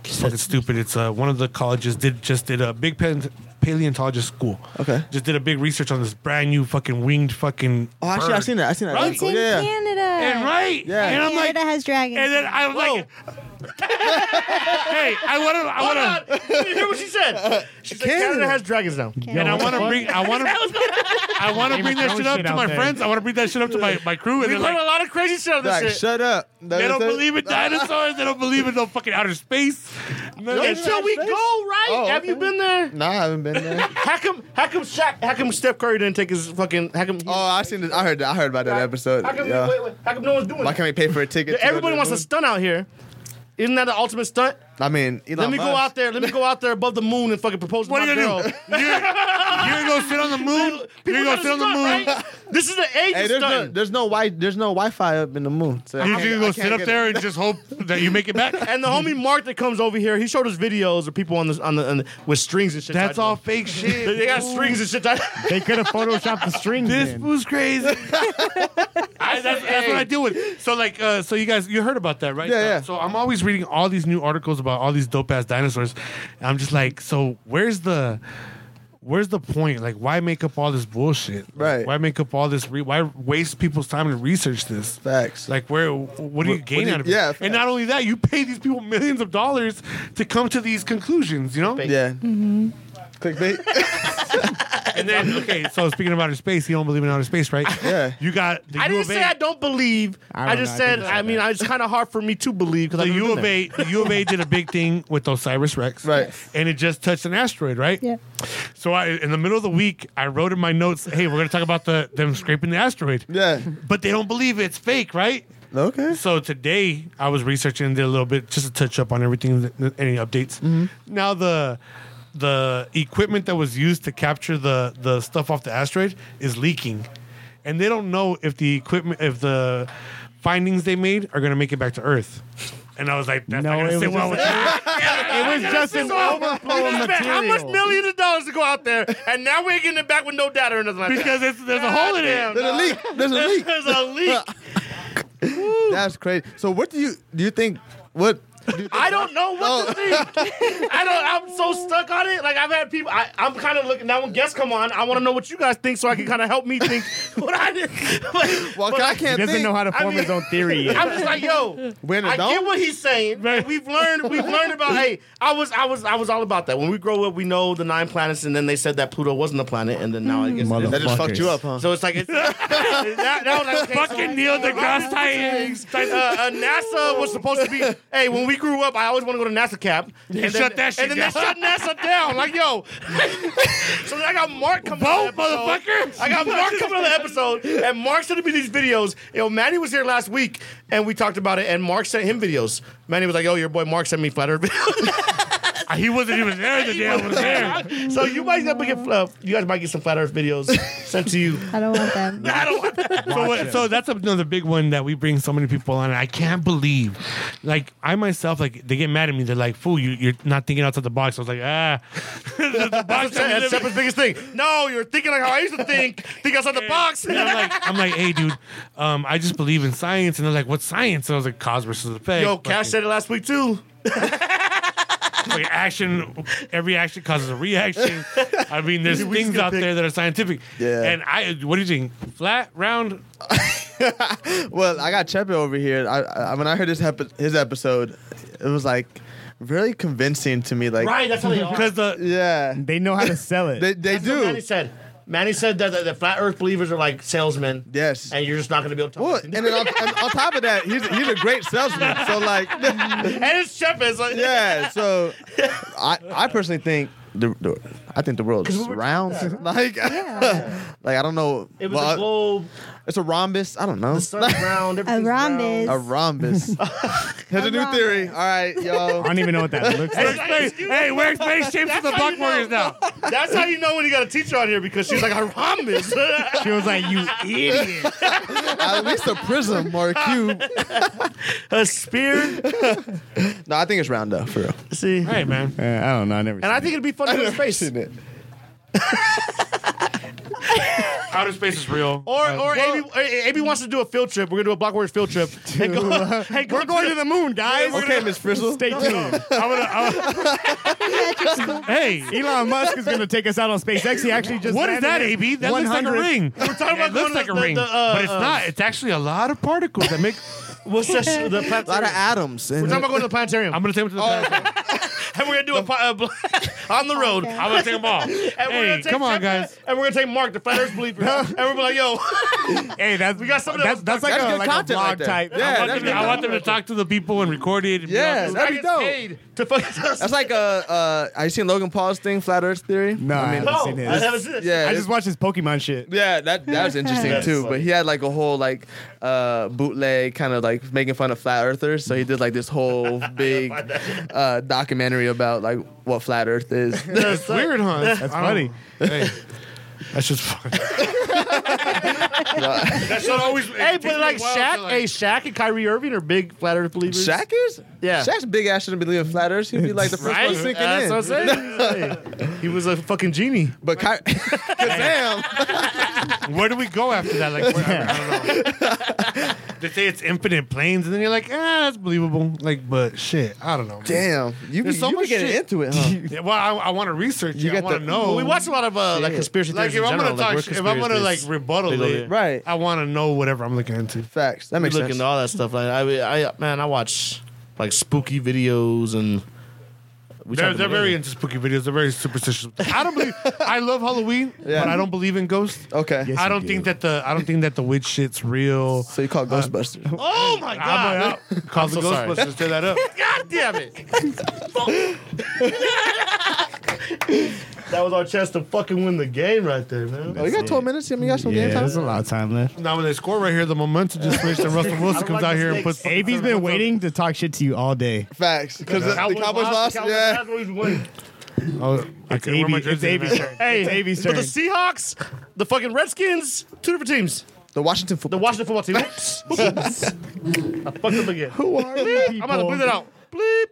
[SPEAKER 2] It's fucking stupid. It's uh, one of the colleges did just did a big paleont- paleontologist school.
[SPEAKER 3] Okay.
[SPEAKER 2] Just did a big research on this brand new fucking winged fucking.
[SPEAKER 3] Oh, actually,
[SPEAKER 2] bird.
[SPEAKER 3] I've seen that. I've seen that.
[SPEAKER 2] Right?
[SPEAKER 5] It's
[SPEAKER 3] article.
[SPEAKER 5] in
[SPEAKER 3] Yeah. yeah.
[SPEAKER 5] Canada.
[SPEAKER 2] And right.
[SPEAKER 3] Yeah.
[SPEAKER 2] And I'm like,
[SPEAKER 5] Canada has dragons.
[SPEAKER 2] and then I'm like, hey, I want to, I want to.
[SPEAKER 4] Did you hear what she said? She said Uh, Canada,
[SPEAKER 3] Canada.
[SPEAKER 4] has dragons now.
[SPEAKER 5] Canada.
[SPEAKER 2] And I want to bring, I want to, I want to
[SPEAKER 11] Game
[SPEAKER 2] bring
[SPEAKER 11] of
[SPEAKER 2] that
[SPEAKER 11] Thrones
[SPEAKER 2] shit up
[SPEAKER 11] shit
[SPEAKER 2] to
[SPEAKER 11] out
[SPEAKER 2] my
[SPEAKER 11] there.
[SPEAKER 2] friends. I want to bring that shit up to my, my crew. And
[SPEAKER 4] We
[SPEAKER 2] they're
[SPEAKER 4] learned
[SPEAKER 2] like,
[SPEAKER 4] a lot of crazy shit on this
[SPEAKER 3] Like,
[SPEAKER 4] shit.
[SPEAKER 3] shut up.
[SPEAKER 2] they don't believe in dinosaurs. They don't believe in no fucking outer space. No,
[SPEAKER 4] Until we go, right?
[SPEAKER 3] Oh,
[SPEAKER 4] Have
[SPEAKER 3] okay.
[SPEAKER 4] you been there?
[SPEAKER 3] Nah, I haven't been there.
[SPEAKER 4] How come? How come Shaq? How come Steph Curry didn't take his fucking? How come? He,
[SPEAKER 3] oh, I seen. This, I heard. that. I heard about that episode.
[SPEAKER 4] How come?
[SPEAKER 3] Yeah.
[SPEAKER 4] Wait, wait, how come no one's doing?
[SPEAKER 3] Why
[SPEAKER 4] it?
[SPEAKER 3] can't we pay for a ticket? to go
[SPEAKER 4] Everybody
[SPEAKER 3] the
[SPEAKER 4] wants to
[SPEAKER 3] moon?
[SPEAKER 4] stunt out here. Isn't that the ultimate stunt?
[SPEAKER 3] I mean, Elon
[SPEAKER 4] let me go
[SPEAKER 3] Musk.
[SPEAKER 4] out there. Let me go out there above the moon and fucking propose to
[SPEAKER 2] What
[SPEAKER 4] my
[SPEAKER 2] are you
[SPEAKER 4] girl.
[SPEAKER 2] gonna do? You're, you're gonna go sit on the moon. You're gonna
[SPEAKER 4] gotta
[SPEAKER 2] go sit on the moon.
[SPEAKER 4] stunt, right? This is the age
[SPEAKER 3] Hey,
[SPEAKER 4] of
[SPEAKER 3] there's no,
[SPEAKER 4] stunting.
[SPEAKER 3] there's no wi- there's no Wi-Fi up in the moon. So I
[SPEAKER 2] You're
[SPEAKER 3] can't-
[SPEAKER 2] just gonna
[SPEAKER 3] I
[SPEAKER 2] go
[SPEAKER 3] can't
[SPEAKER 2] sit up
[SPEAKER 3] get
[SPEAKER 2] there
[SPEAKER 3] it.
[SPEAKER 2] and just hope that you make it back.
[SPEAKER 4] and the homie Mark that comes over here, he showed us videos of people on the on the, on the with strings and shit. tied
[SPEAKER 2] That's
[SPEAKER 4] to
[SPEAKER 2] all
[SPEAKER 4] them.
[SPEAKER 2] fake
[SPEAKER 4] They
[SPEAKER 2] shit.
[SPEAKER 4] they got strings and shit. tied-
[SPEAKER 11] They could have photoshopped the strings
[SPEAKER 2] This
[SPEAKER 11] in.
[SPEAKER 2] was crazy. I, that's, that's what I deal with. So like, uh, so you guys, you heard about that, right?
[SPEAKER 3] Yeah,
[SPEAKER 2] Uh,
[SPEAKER 3] yeah.
[SPEAKER 2] So I'm always reading all these new articles about all these dope ass dinosaurs. And I'm just like, so where's the, where's the point? Like, why make up all this bullshit? Like,
[SPEAKER 3] Right.
[SPEAKER 2] Why make up all this? Re- why waste people's time to research this?
[SPEAKER 3] Facts.
[SPEAKER 2] Like, where? What do you gain
[SPEAKER 3] do you-
[SPEAKER 2] out of
[SPEAKER 3] yeah,
[SPEAKER 2] it? And not only that, you pay these people millions of dollars to come to these conclusions. You know.
[SPEAKER 3] yeah. Mm-hmm. Clickbait.
[SPEAKER 2] And then okay, so speaking of outer space, you don't believe in outer space, right?
[SPEAKER 3] Yeah.
[SPEAKER 2] You got the
[SPEAKER 4] I
[SPEAKER 2] U
[SPEAKER 4] didn't
[SPEAKER 2] of
[SPEAKER 4] say
[SPEAKER 2] A.
[SPEAKER 4] I don't believe.
[SPEAKER 11] I
[SPEAKER 4] I,
[SPEAKER 11] don't
[SPEAKER 4] just
[SPEAKER 11] know. I
[SPEAKER 4] said.
[SPEAKER 11] think
[SPEAKER 4] I, mean, it's kind of hard for me to believe because
[SPEAKER 2] the
[SPEAKER 4] I've never
[SPEAKER 2] U
[SPEAKER 4] been
[SPEAKER 2] of
[SPEAKER 4] there.
[SPEAKER 2] A, the U of A did a big thing with Osiris Rex,
[SPEAKER 3] Right.
[SPEAKER 2] And it just touched an asteroid, right?
[SPEAKER 5] Yeah.
[SPEAKER 2] So I, in the middle of the week, I wrote in my notes, "Hey, we're gonna talk about the them scraping the asteroid."
[SPEAKER 3] yeah.
[SPEAKER 2] But they don't believe it's fake, right?
[SPEAKER 3] Okay.
[SPEAKER 2] So today I was researching did a little bit just to touch up on everything, that- any updates.
[SPEAKER 11] Mm-hmm.
[SPEAKER 2] Now the the equipment that was used to capture the the stuff off the asteroid is leaking, and they don't know if the equipment if the findings they made are going to make it back to Earth. And I was like, that's
[SPEAKER 11] No,
[SPEAKER 2] not
[SPEAKER 11] it
[SPEAKER 2] going to
[SPEAKER 11] was
[SPEAKER 2] sit well with
[SPEAKER 11] just
[SPEAKER 2] you.
[SPEAKER 11] It was just an overflow of
[SPEAKER 4] How much
[SPEAKER 11] material.
[SPEAKER 4] millions of dollars to go out there, and now we're getting it back with no data or nothing like that.
[SPEAKER 2] Because it's, there's a hole in it.
[SPEAKER 3] There's a leak. There's a leak.
[SPEAKER 4] There's a leak.
[SPEAKER 3] That's crazy. So what do you do? You think what? Do you think,
[SPEAKER 4] I don't know what to think. I don't. I'm so stuck on it. Like I've had people. I, I'm kind of looking now. When guests come on, I want to know what you guys think, so I can kind of help me think what I did. Like,
[SPEAKER 3] well,
[SPEAKER 4] but
[SPEAKER 3] I
[SPEAKER 11] He
[SPEAKER 3] can't
[SPEAKER 11] doesn't
[SPEAKER 3] think.
[SPEAKER 11] know how to
[SPEAKER 4] I
[SPEAKER 11] form
[SPEAKER 4] mean-
[SPEAKER 11] his own theory yet.
[SPEAKER 4] I'm just like, yo,
[SPEAKER 3] Win or
[SPEAKER 4] I get
[SPEAKER 3] don't?
[SPEAKER 4] what he's saying. We've learned, we've learned about. Hey, I was, I was, I was all about that. When we grow up, we know the nine planets, and then they said that Pluto wasn't a planet, and then now I guess.
[SPEAKER 11] Mother-
[SPEAKER 3] that just fucked you up, huh?
[SPEAKER 4] So it's like it's that, that was like, okay, so-
[SPEAKER 2] Fucking Neil deGrasse Tyson.
[SPEAKER 4] It's like, uh, uh, NASA was supposed to be. Hey, when we grew up, I always want to go to NASA camp. And then,
[SPEAKER 2] shut that shit
[SPEAKER 4] And then they
[SPEAKER 2] down.
[SPEAKER 4] shut NASA down. Like, yo. so then I got Mark coming.
[SPEAKER 2] Vote,
[SPEAKER 4] on the episode.
[SPEAKER 2] motherfucker.
[SPEAKER 4] I got Mark coming on the episode, and Mark sent me these videos. Yo, Manny was here last week, and we talked about it, and Mark sent him videos. Manny was like, "Yo, your boy Mark sent me flat Earth videos."
[SPEAKER 2] He wasn't even there the day I was there.
[SPEAKER 4] so you might have to get uh, you guys might get some flat Earth videos sent to you.
[SPEAKER 5] I don't want them.
[SPEAKER 2] I don't want that. So, what- so that's another big one that we bring so many people on. And I can't believe, like I myself, like they get mad at me. They're like, "Fool, you, you're not thinking outside the box." I was like, "Ah, the box." that we
[SPEAKER 4] That's
[SPEAKER 2] live in."
[SPEAKER 4] Shepard's biggest thing. No, you're thinking like how I used to think. Think outside the box.
[SPEAKER 2] And I'm like, I'm like, hey, dude, um, I just believe in science. And they're like, what's science? And I was like, cause versus effect.
[SPEAKER 4] Yo, Cash said it last week too.
[SPEAKER 2] Fucking action, every action causes a reaction. I mean, there's
[SPEAKER 4] We just
[SPEAKER 2] things
[SPEAKER 4] gonna
[SPEAKER 2] out
[SPEAKER 4] pick-
[SPEAKER 2] there that are scientific.
[SPEAKER 3] Yeah.
[SPEAKER 2] And I, what do you think? Flat, round,
[SPEAKER 3] Well, I got Chepe over here. I, I when I heard his epi- his episode, it was like really convincing to me. Like
[SPEAKER 4] Right, that's how they are.
[SPEAKER 2] because the
[SPEAKER 3] yeah,
[SPEAKER 11] They know how to sell it.
[SPEAKER 3] they they
[SPEAKER 4] That's what Manny
[SPEAKER 3] do.
[SPEAKER 4] said. Manny said that the, the flat Earth believers are like salesmen.
[SPEAKER 3] Yes.
[SPEAKER 4] and you're just not going to be able to.
[SPEAKER 3] Well,
[SPEAKER 4] Talk.
[SPEAKER 3] and then on, and on top of that, he's he's a great salesman. So like.
[SPEAKER 4] Mm-hmm. and it's Shepard. It's like,
[SPEAKER 3] yeah. So I I personally think the, the I think the world is round. like, like I don't know.
[SPEAKER 12] It was
[SPEAKER 3] Well, I-
[SPEAKER 12] a globe.
[SPEAKER 3] It's a rhombus. I don't know.
[SPEAKER 12] The sun's round.
[SPEAKER 5] A
[SPEAKER 12] everything's round.
[SPEAKER 5] rhombus.
[SPEAKER 3] A rhombus. Here's a new
[SPEAKER 5] rhombus.
[SPEAKER 3] theory. All right, yo.
[SPEAKER 11] I don't even know what that looks like.
[SPEAKER 2] Hey, we're space shapes with the
[SPEAKER 7] how
[SPEAKER 2] Black
[SPEAKER 7] you know.
[SPEAKER 2] Warriors now.
[SPEAKER 7] That's how you know when you got a teacher on here because she's like, I promise.
[SPEAKER 11] She was like, "You idiot."
[SPEAKER 3] At least a prism or a cube.
[SPEAKER 12] A spear.
[SPEAKER 3] No, I think it's round though, for real.
[SPEAKER 12] See.
[SPEAKER 2] Hey, man.
[SPEAKER 11] Uh, I don't know. I never.
[SPEAKER 7] and I think it'd be fun to do in space.
[SPEAKER 3] it.
[SPEAKER 2] Outer space is real.
[SPEAKER 7] Or,
[SPEAKER 2] Uh,
[SPEAKER 7] or AB, eh, AB wants to do a field trip. We're gonna do a Block Warriors field trip. And go, and go
[SPEAKER 11] we're going to the moon, guys.
[SPEAKER 3] Okay, Miss Frizzle.
[SPEAKER 11] Stay tuned.
[SPEAKER 2] I'm gonna, I'm, hey,
[SPEAKER 11] Elon Musk is going to take us out on SpaceX. He actually just
[SPEAKER 2] what is that,
[SPEAKER 11] landed
[SPEAKER 2] AB?
[SPEAKER 11] it.
[SPEAKER 2] That looks like a
[SPEAKER 11] 100th.
[SPEAKER 2] ring. We're
[SPEAKER 7] talking about
[SPEAKER 2] it
[SPEAKER 7] going
[SPEAKER 2] looks like
[SPEAKER 7] to
[SPEAKER 2] a
[SPEAKER 7] the-
[SPEAKER 2] ring,
[SPEAKER 7] the, uh,
[SPEAKER 2] but it's not. It's actually a lot of particles that make.
[SPEAKER 7] What's that? sh- The
[SPEAKER 3] A lot of
[SPEAKER 7] planetarium.
[SPEAKER 3] atoms.
[SPEAKER 7] We're
[SPEAKER 3] And
[SPEAKER 7] talking about going to the planetarium. Oh.
[SPEAKER 2] I'm gonna take them to the. bathroom.
[SPEAKER 7] and we're gonna do a po- uh, bl- on the road.
[SPEAKER 5] Okay.
[SPEAKER 2] I'm gonna take them all.
[SPEAKER 7] And we're
[SPEAKER 2] hey,
[SPEAKER 7] gonna take
[SPEAKER 2] come on,
[SPEAKER 7] Chuck-
[SPEAKER 2] guys.
[SPEAKER 7] And we're gonna take Mark, the flat Earth believer, and we're like, yo,
[SPEAKER 11] Hey, that's
[SPEAKER 7] We got something
[SPEAKER 11] That's,
[SPEAKER 7] else.
[SPEAKER 11] that's like
[SPEAKER 3] That's
[SPEAKER 11] a
[SPEAKER 3] good
[SPEAKER 11] like a
[SPEAKER 3] content
[SPEAKER 11] vlog
[SPEAKER 3] right there.
[SPEAKER 11] type.
[SPEAKER 2] I
[SPEAKER 3] Yeah,
[SPEAKER 2] want,
[SPEAKER 3] that'd
[SPEAKER 2] them
[SPEAKER 3] be
[SPEAKER 2] to, I
[SPEAKER 3] dope.
[SPEAKER 2] want them to talk to the people and record it. and be
[SPEAKER 3] Yeah,
[SPEAKER 2] honest.
[SPEAKER 3] that'd be
[SPEAKER 7] I get
[SPEAKER 3] dope.
[SPEAKER 7] paid to fuck us.
[SPEAKER 3] That's like a. Uh, have you seen Logan Paul's thing, flat Earth theory?
[SPEAKER 11] No, I, haven't
[SPEAKER 7] no,
[SPEAKER 11] seen
[SPEAKER 7] I
[SPEAKER 11] his.
[SPEAKER 7] haven't seen it.
[SPEAKER 3] Yeah.
[SPEAKER 11] I
[SPEAKER 3] it's-
[SPEAKER 11] just watched his Pokemon shit.
[SPEAKER 3] Yeah, that that was interesting
[SPEAKER 7] That's
[SPEAKER 3] too.
[SPEAKER 7] funny.
[SPEAKER 3] But he had like a whole like uh, bootleg kind of like making fun of flat earthers. So he did like this whole big uh, documentary about like what flat Earth is.
[SPEAKER 2] That's weird, huh? That's
[SPEAKER 11] funny.
[SPEAKER 2] Oh, Hey, that's just fun. that's not always.
[SPEAKER 7] Hey, but like Shaq, hey, Shaq and Kyrie Irving are big flat Earth believers.
[SPEAKER 3] Shaq is?
[SPEAKER 7] Yeah.
[SPEAKER 3] Shaq's big ass shouldn't believe in flat Earth. He'd be like the first
[SPEAKER 7] Right?
[SPEAKER 3] one sinking
[SPEAKER 7] That's
[SPEAKER 3] in.
[SPEAKER 7] what I'm saying. he was a fucking genie.
[SPEAKER 3] But Ky- Kazam.
[SPEAKER 2] Where do we go after that? Like, where, I, don't know. they say it's infinite planes, and then you're like, ah, that's believable. Like, but shit, I don't know. man.
[SPEAKER 3] Damn. You be,
[SPEAKER 2] There's so
[SPEAKER 3] you be
[SPEAKER 2] much
[SPEAKER 3] getting
[SPEAKER 2] shit.
[SPEAKER 3] into it, huh?
[SPEAKER 2] Yeah, well, I, I want to research.
[SPEAKER 3] You
[SPEAKER 2] You I
[SPEAKER 3] got
[SPEAKER 2] want
[SPEAKER 3] the-
[SPEAKER 2] to know.
[SPEAKER 7] Well, we watch a lot of uh, like
[SPEAKER 3] Shit.
[SPEAKER 7] conspiracy
[SPEAKER 2] Like,
[SPEAKER 7] theories
[SPEAKER 2] if
[SPEAKER 7] in
[SPEAKER 2] I'm
[SPEAKER 7] general. like,
[SPEAKER 2] gonna talk,
[SPEAKER 7] we're
[SPEAKER 2] sh- if I'm gonna like
[SPEAKER 12] conspiracy
[SPEAKER 2] rebuttal
[SPEAKER 12] big
[SPEAKER 2] it,
[SPEAKER 12] over
[SPEAKER 3] here. Right.
[SPEAKER 2] I want to know whatever I'm looking into.
[SPEAKER 3] Facts. That
[SPEAKER 4] We
[SPEAKER 3] makes
[SPEAKER 4] look
[SPEAKER 3] sense.
[SPEAKER 4] into all that stuff. Like I, I, man, I watch like spooky videos and. We
[SPEAKER 2] They're,
[SPEAKER 4] tried to
[SPEAKER 2] they're very
[SPEAKER 4] believe
[SPEAKER 2] into spooky videos. They're very superstitious. I don't believe. I love Halloween,
[SPEAKER 3] Yeah.
[SPEAKER 2] but I don't believe in ghosts.
[SPEAKER 3] Okay.
[SPEAKER 11] Yes.
[SPEAKER 2] I
[SPEAKER 11] you
[SPEAKER 2] don't
[SPEAKER 11] do.
[SPEAKER 2] think that the I don't think that the witch shit's real.
[SPEAKER 3] So you call it Ghostbusters.
[SPEAKER 7] oh my god!
[SPEAKER 2] I'm gonna out- call the
[SPEAKER 12] sorry.
[SPEAKER 2] Ghostbusters. Tear that up.
[SPEAKER 7] God damn it! that was our chance to fucking win the game right there, man.
[SPEAKER 3] Oh, you got 12 minutes? I mean, you got some
[SPEAKER 11] Yeah,
[SPEAKER 3] game time?
[SPEAKER 11] there's a lot of time left.
[SPEAKER 2] Now when they score right here, the momentum just switched, and Russell Wilson comes
[SPEAKER 7] like
[SPEAKER 2] out
[SPEAKER 7] the
[SPEAKER 2] here and
[SPEAKER 7] stakes.
[SPEAKER 2] puts.
[SPEAKER 11] AB's been waiting to talk shit to you all day.
[SPEAKER 3] Facts. Because the, the Cowboys lost?
[SPEAKER 7] The Cowboys
[SPEAKER 3] Yeah.
[SPEAKER 7] lost, Cowboys won.
[SPEAKER 2] Oh, I
[SPEAKER 11] It's
[SPEAKER 2] can wear
[SPEAKER 11] AB.
[SPEAKER 2] my
[SPEAKER 11] It's
[SPEAKER 2] jersey
[SPEAKER 11] AB's
[SPEAKER 2] tonight.
[SPEAKER 11] turn.
[SPEAKER 7] Hey,
[SPEAKER 11] it's AB's
[SPEAKER 7] But
[SPEAKER 11] turn.
[SPEAKER 7] the Seahawks, the fucking Redskins, two different teams.
[SPEAKER 3] The Washington football.
[SPEAKER 7] The Washington football team. Oops. Oops. I fucked up again.
[SPEAKER 3] Who are they?
[SPEAKER 7] I'm about to bleep it out. Bleep.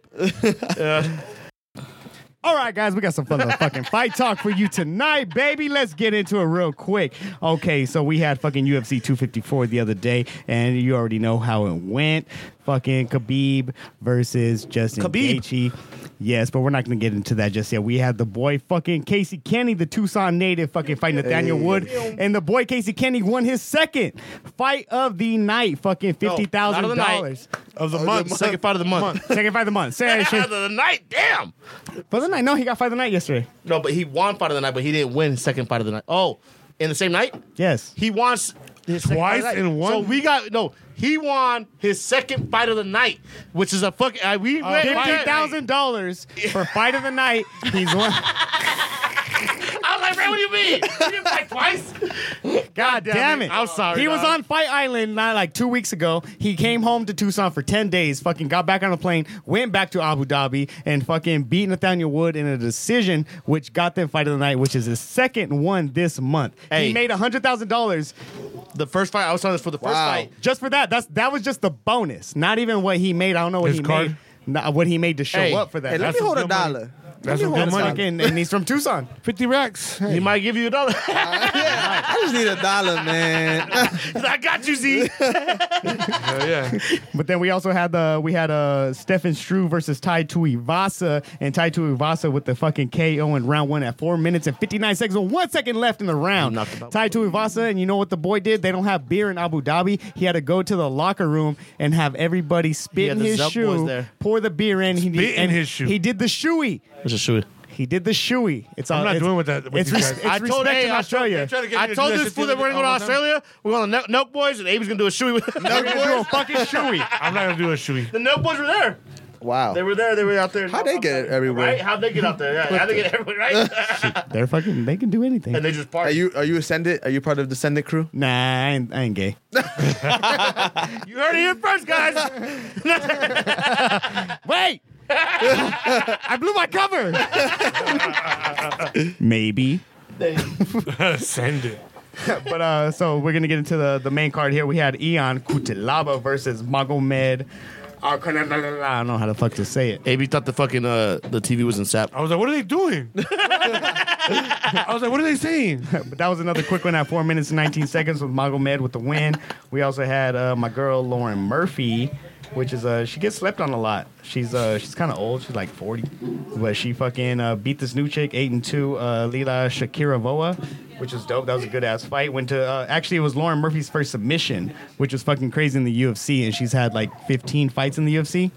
[SPEAKER 11] All right, guys, we got some fun little fucking fight talk for you tonight, baby. Let's get into it real quick. Okay, so we had fucking UFC 254 the other day, and you already know how it went. Fucking Khabib versus Justin
[SPEAKER 12] Khabib.
[SPEAKER 11] Gaethje. Yes, but we're not going to get into that just yet. We had the boy fucking Casey Kenny, the Tucson native, fucking fighting Nathaniel Wood, and the boy Casey Kenny won his second fight of the night, fucking
[SPEAKER 7] not
[SPEAKER 11] fifty
[SPEAKER 7] of the
[SPEAKER 11] thousand dollars.
[SPEAKER 7] night.
[SPEAKER 2] of the month.
[SPEAKER 7] Second fight of the month.
[SPEAKER 11] Second fight of the month. Say that
[SPEAKER 12] Fight
[SPEAKER 11] shit.
[SPEAKER 12] of the night, damn.
[SPEAKER 11] For the night, no, he got fight of the night yesterday.
[SPEAKER 12] No, but he won fight of the night, but he didn't win second fight of the night. Oh, in the same night,
[SPEAKER 11] Yes.
[SPEAKER 12] he wants his second
[SPEAKER 2] Twice
[SPEAKER 12] fight of the night.
[SPEAKER 2] in one-
[SPEAKER 12] So we got no. He won his second fight of the night, which is a fucking. Uh, we went
[SPEAKER 11] fifty thousand dollars for fight of the night. He's won.
[SPEAKER 12] I was like, man, what do you mean? We didn't fight twice.
[SPEAKER 11] God damn it!
[SPEAKER 12] I'm sorry,
[SPEAKER 11] He was
[SPEAKER 12] dog.
[SPEAKER 11] on Fight Island not like two weeks ago. He came home to Tucson for ten days. Fucking got back on a plane, went back to Abu Dhabi, and fucking beat Nathaniel Wood in a decision, which got them Fight of the Night, which is his second one this month.
[SPEAKER 12] Hey.
[SPEAKER 11] He made hundred thousand dollars
[SPEAKER 12] The first fight, I was on this for the first
[SPEAKER 3] Wow.
[SPEAKER 12] fight.
[SPEAKER 11] just for that. That's that was just the bonus, not even what he made. I don't know what
[SPEAKER 2] His
[SPEAKER 11] he
[SPEAKER 2] card?
[SPEAKER 11] made. Not what he made to show
[SPEAKER 12] Hey.
[SPEAKER 11] up for that.
[SPEAKER 3] Hey, let
[SPEAKER 11] That's
[SPEAKER 3] me hold a
[SPEAKER 11] good money.
[SPEAKER 3] dollar.
[SPEAKER 2] That's some
[SPEAKER 3] Let me
[SPEAKER 2] good
[SPEAKER 3] hold a
[SPEAKER 2] money.
[SPEAKER 11] Fucking, and he's from Tucson.
[SPEAKER 2] Fifty racks.
[SPEAKER 12] He might give you a dollar.
[SPEAKER 3] I just need a dollar, man.
[SPEAKER 12] I got you, Z.
[SPEAKER 2] Hell yeah.
[SPEAKER 11] But then we also had the we had uh Stefan Struve versus Tai Tuivasa and Tai Tuivasa with the fucking KO in round one at four minutes and fifty nine seconds with one second left in the round.
[SPEAKER 12] Knocked him out.
[SPEAKER 11] Tai Tuivasa and you know what the boy did? They don't have beer in Abu Dhabi. He had to go to the locker room and have everybody spit
[SPEAKER 12] Yeah,
[SPEAKER 11] in
[SPEAKER 12] the
[SPEAKER 11] his
[SPEAKER 12] Zelk boys
[SPEAKER 11] shoe,
[SPEAKER 12] there.
[SPEAKER 11] pour the beer in. He
[SPEAKER 2] Spit in
[SPEAKER 11] and
[SPEAKER 2] his shoe.
[SPEAKER 11] He did the shoey.
[SPEAKER 12] Let's just shoot it.
[SPEAKER 11] He did the shoey. It's all,
[SPEAKER 2] I'm not
[SPEAKER 11] it's-
[SPEAKER 2] doing with that. With
[SPEAKER 11] it's
[SPEAKER 2] you
[SPEAKER 11] res-
[SPEAKER 2] guys.
[SPEAKER 11] it's
[SPEAKER 12] I told,
[SPEAKER 11] respect
[SPEAKER 12] hey,
[SPEAKER 11] in
[SPEAKER 12] I
[SPEAKER 11] Australia.
[SPEAKER 2] Try to get
[SPEAKER 12] I
[SPEAKER 2] you to
[SPEAKER 12] told
[SPEAKER 2] do
[SPEAKER 12] this
[SPEAKER 2] shit
[SPEAKER 12] fool
[SPEAKER 2] the
[SPEAKER 12] that we're gonna go to
[SPEAKER 2] whole time.
[SPEAKER 12] Australia. We're going to Nope Boys, and Abe's gonna do a shoey. with-
[SPEAKER 11] We're gonna do a fucking shoey.
[SPEAKER 2] I'm not gonna do a shoey.
[SPEAKER 12] the Nope Boys were there.
[SPEAKER 3] Wow.
[SPEAKER 19] They were there. They were out there.
[SPEAKER 3] How'd they get everywhere?
[SPEAKER 19] Right? How'd they get out there? Yeah, how'd they get everywhere? Right?
[SPEAKER 11] They're fucking. They can do anything.
[SPEAKER 19] and they just
[SPEAKER 3] Are
[SPEAKER 19] party. You,
[SPEAKER 3] you are you ascendant? Are you part of the ascendant crew?
[SPEAKER 11] Nah, I ain't, I ain't gay.
[SPEAKER 19] heard it here first, guys.
[SPEAKER 11] Wait, I blew my cover. Maybe.
[SPEAKER 2] Send it.
[SPEAKER 11] But uh, so we're gonna get into the, the main card here. We had Eon Kutilaba versus Magomed. I don't know how the fuck to say it.
[SPEAKER 4] AB thought the fucking uh the TV was in sap.
[SPEAKER 2] I was like, what are they doing? I was like, what are they saying?
[SPEAKER 11] But that was another quick one at four minutes and 19 seconds with Magomed with the win. We also had uh, my girl Lauren Murphy, which is uh, she gets slept on a lot. She's uh, she's kind of old. She's like 40, but she fucking uh, beat this new chick eight and two, uh, Lila Shakiravoa, which was dope. That was a good ass fight. Went to uh, actually it was Lauren Murphy's first submission, which was fucking crazy in the UFC, and she's had like 15 fights in the UFC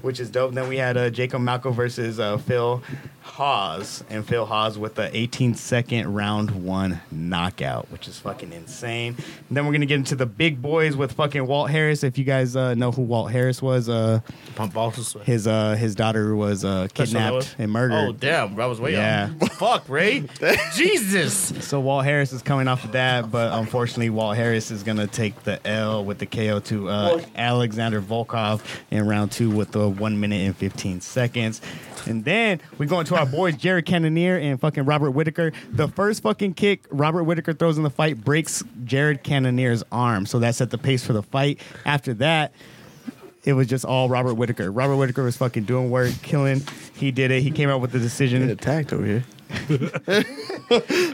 [SPEAKER 11] which is dope. Then we had uh, Jacob Malco versus uh, Phil Hawes, and Phil Hawes with the 18 second round one knockout, which is fucking insane. And then we're gonna get into the big boys with fucking Walt Harris. If you guys uh, know who Walt Harris was, uh,
[SPEAKER 20] Pump balls.
[SPEAKER 11] his uh, his daughter was uh, kidnapped
[SPEAKER 4] was-
[SPEAKER 11] and murdered.
[SPEAKER 4] Oh damn, I was way
[SPEAKER 11] Yeah.
[SPEAKER 4] off. Fuck, Ray. Jesus.
[SPEAKER 11] So Walt Harris is coming off of that, but unfortunately, Walt Harris is gonna take the L with the KO to uh, Alexander Volkov in round two with the one minute and fifteen seconds. And then we go into our boys Jared Cannonier and fucking Robert Whitaker. The first fucking kick Robert Whitaker throws in the fight breaks Jared Cannonier's arm, so that set the pace for the fight. After that, it was just all Robert Whitaker. Robert Whitaker was fucking doing work, killing. He did it. He came out with the decision.
[SPEAKER 3] attacked over here.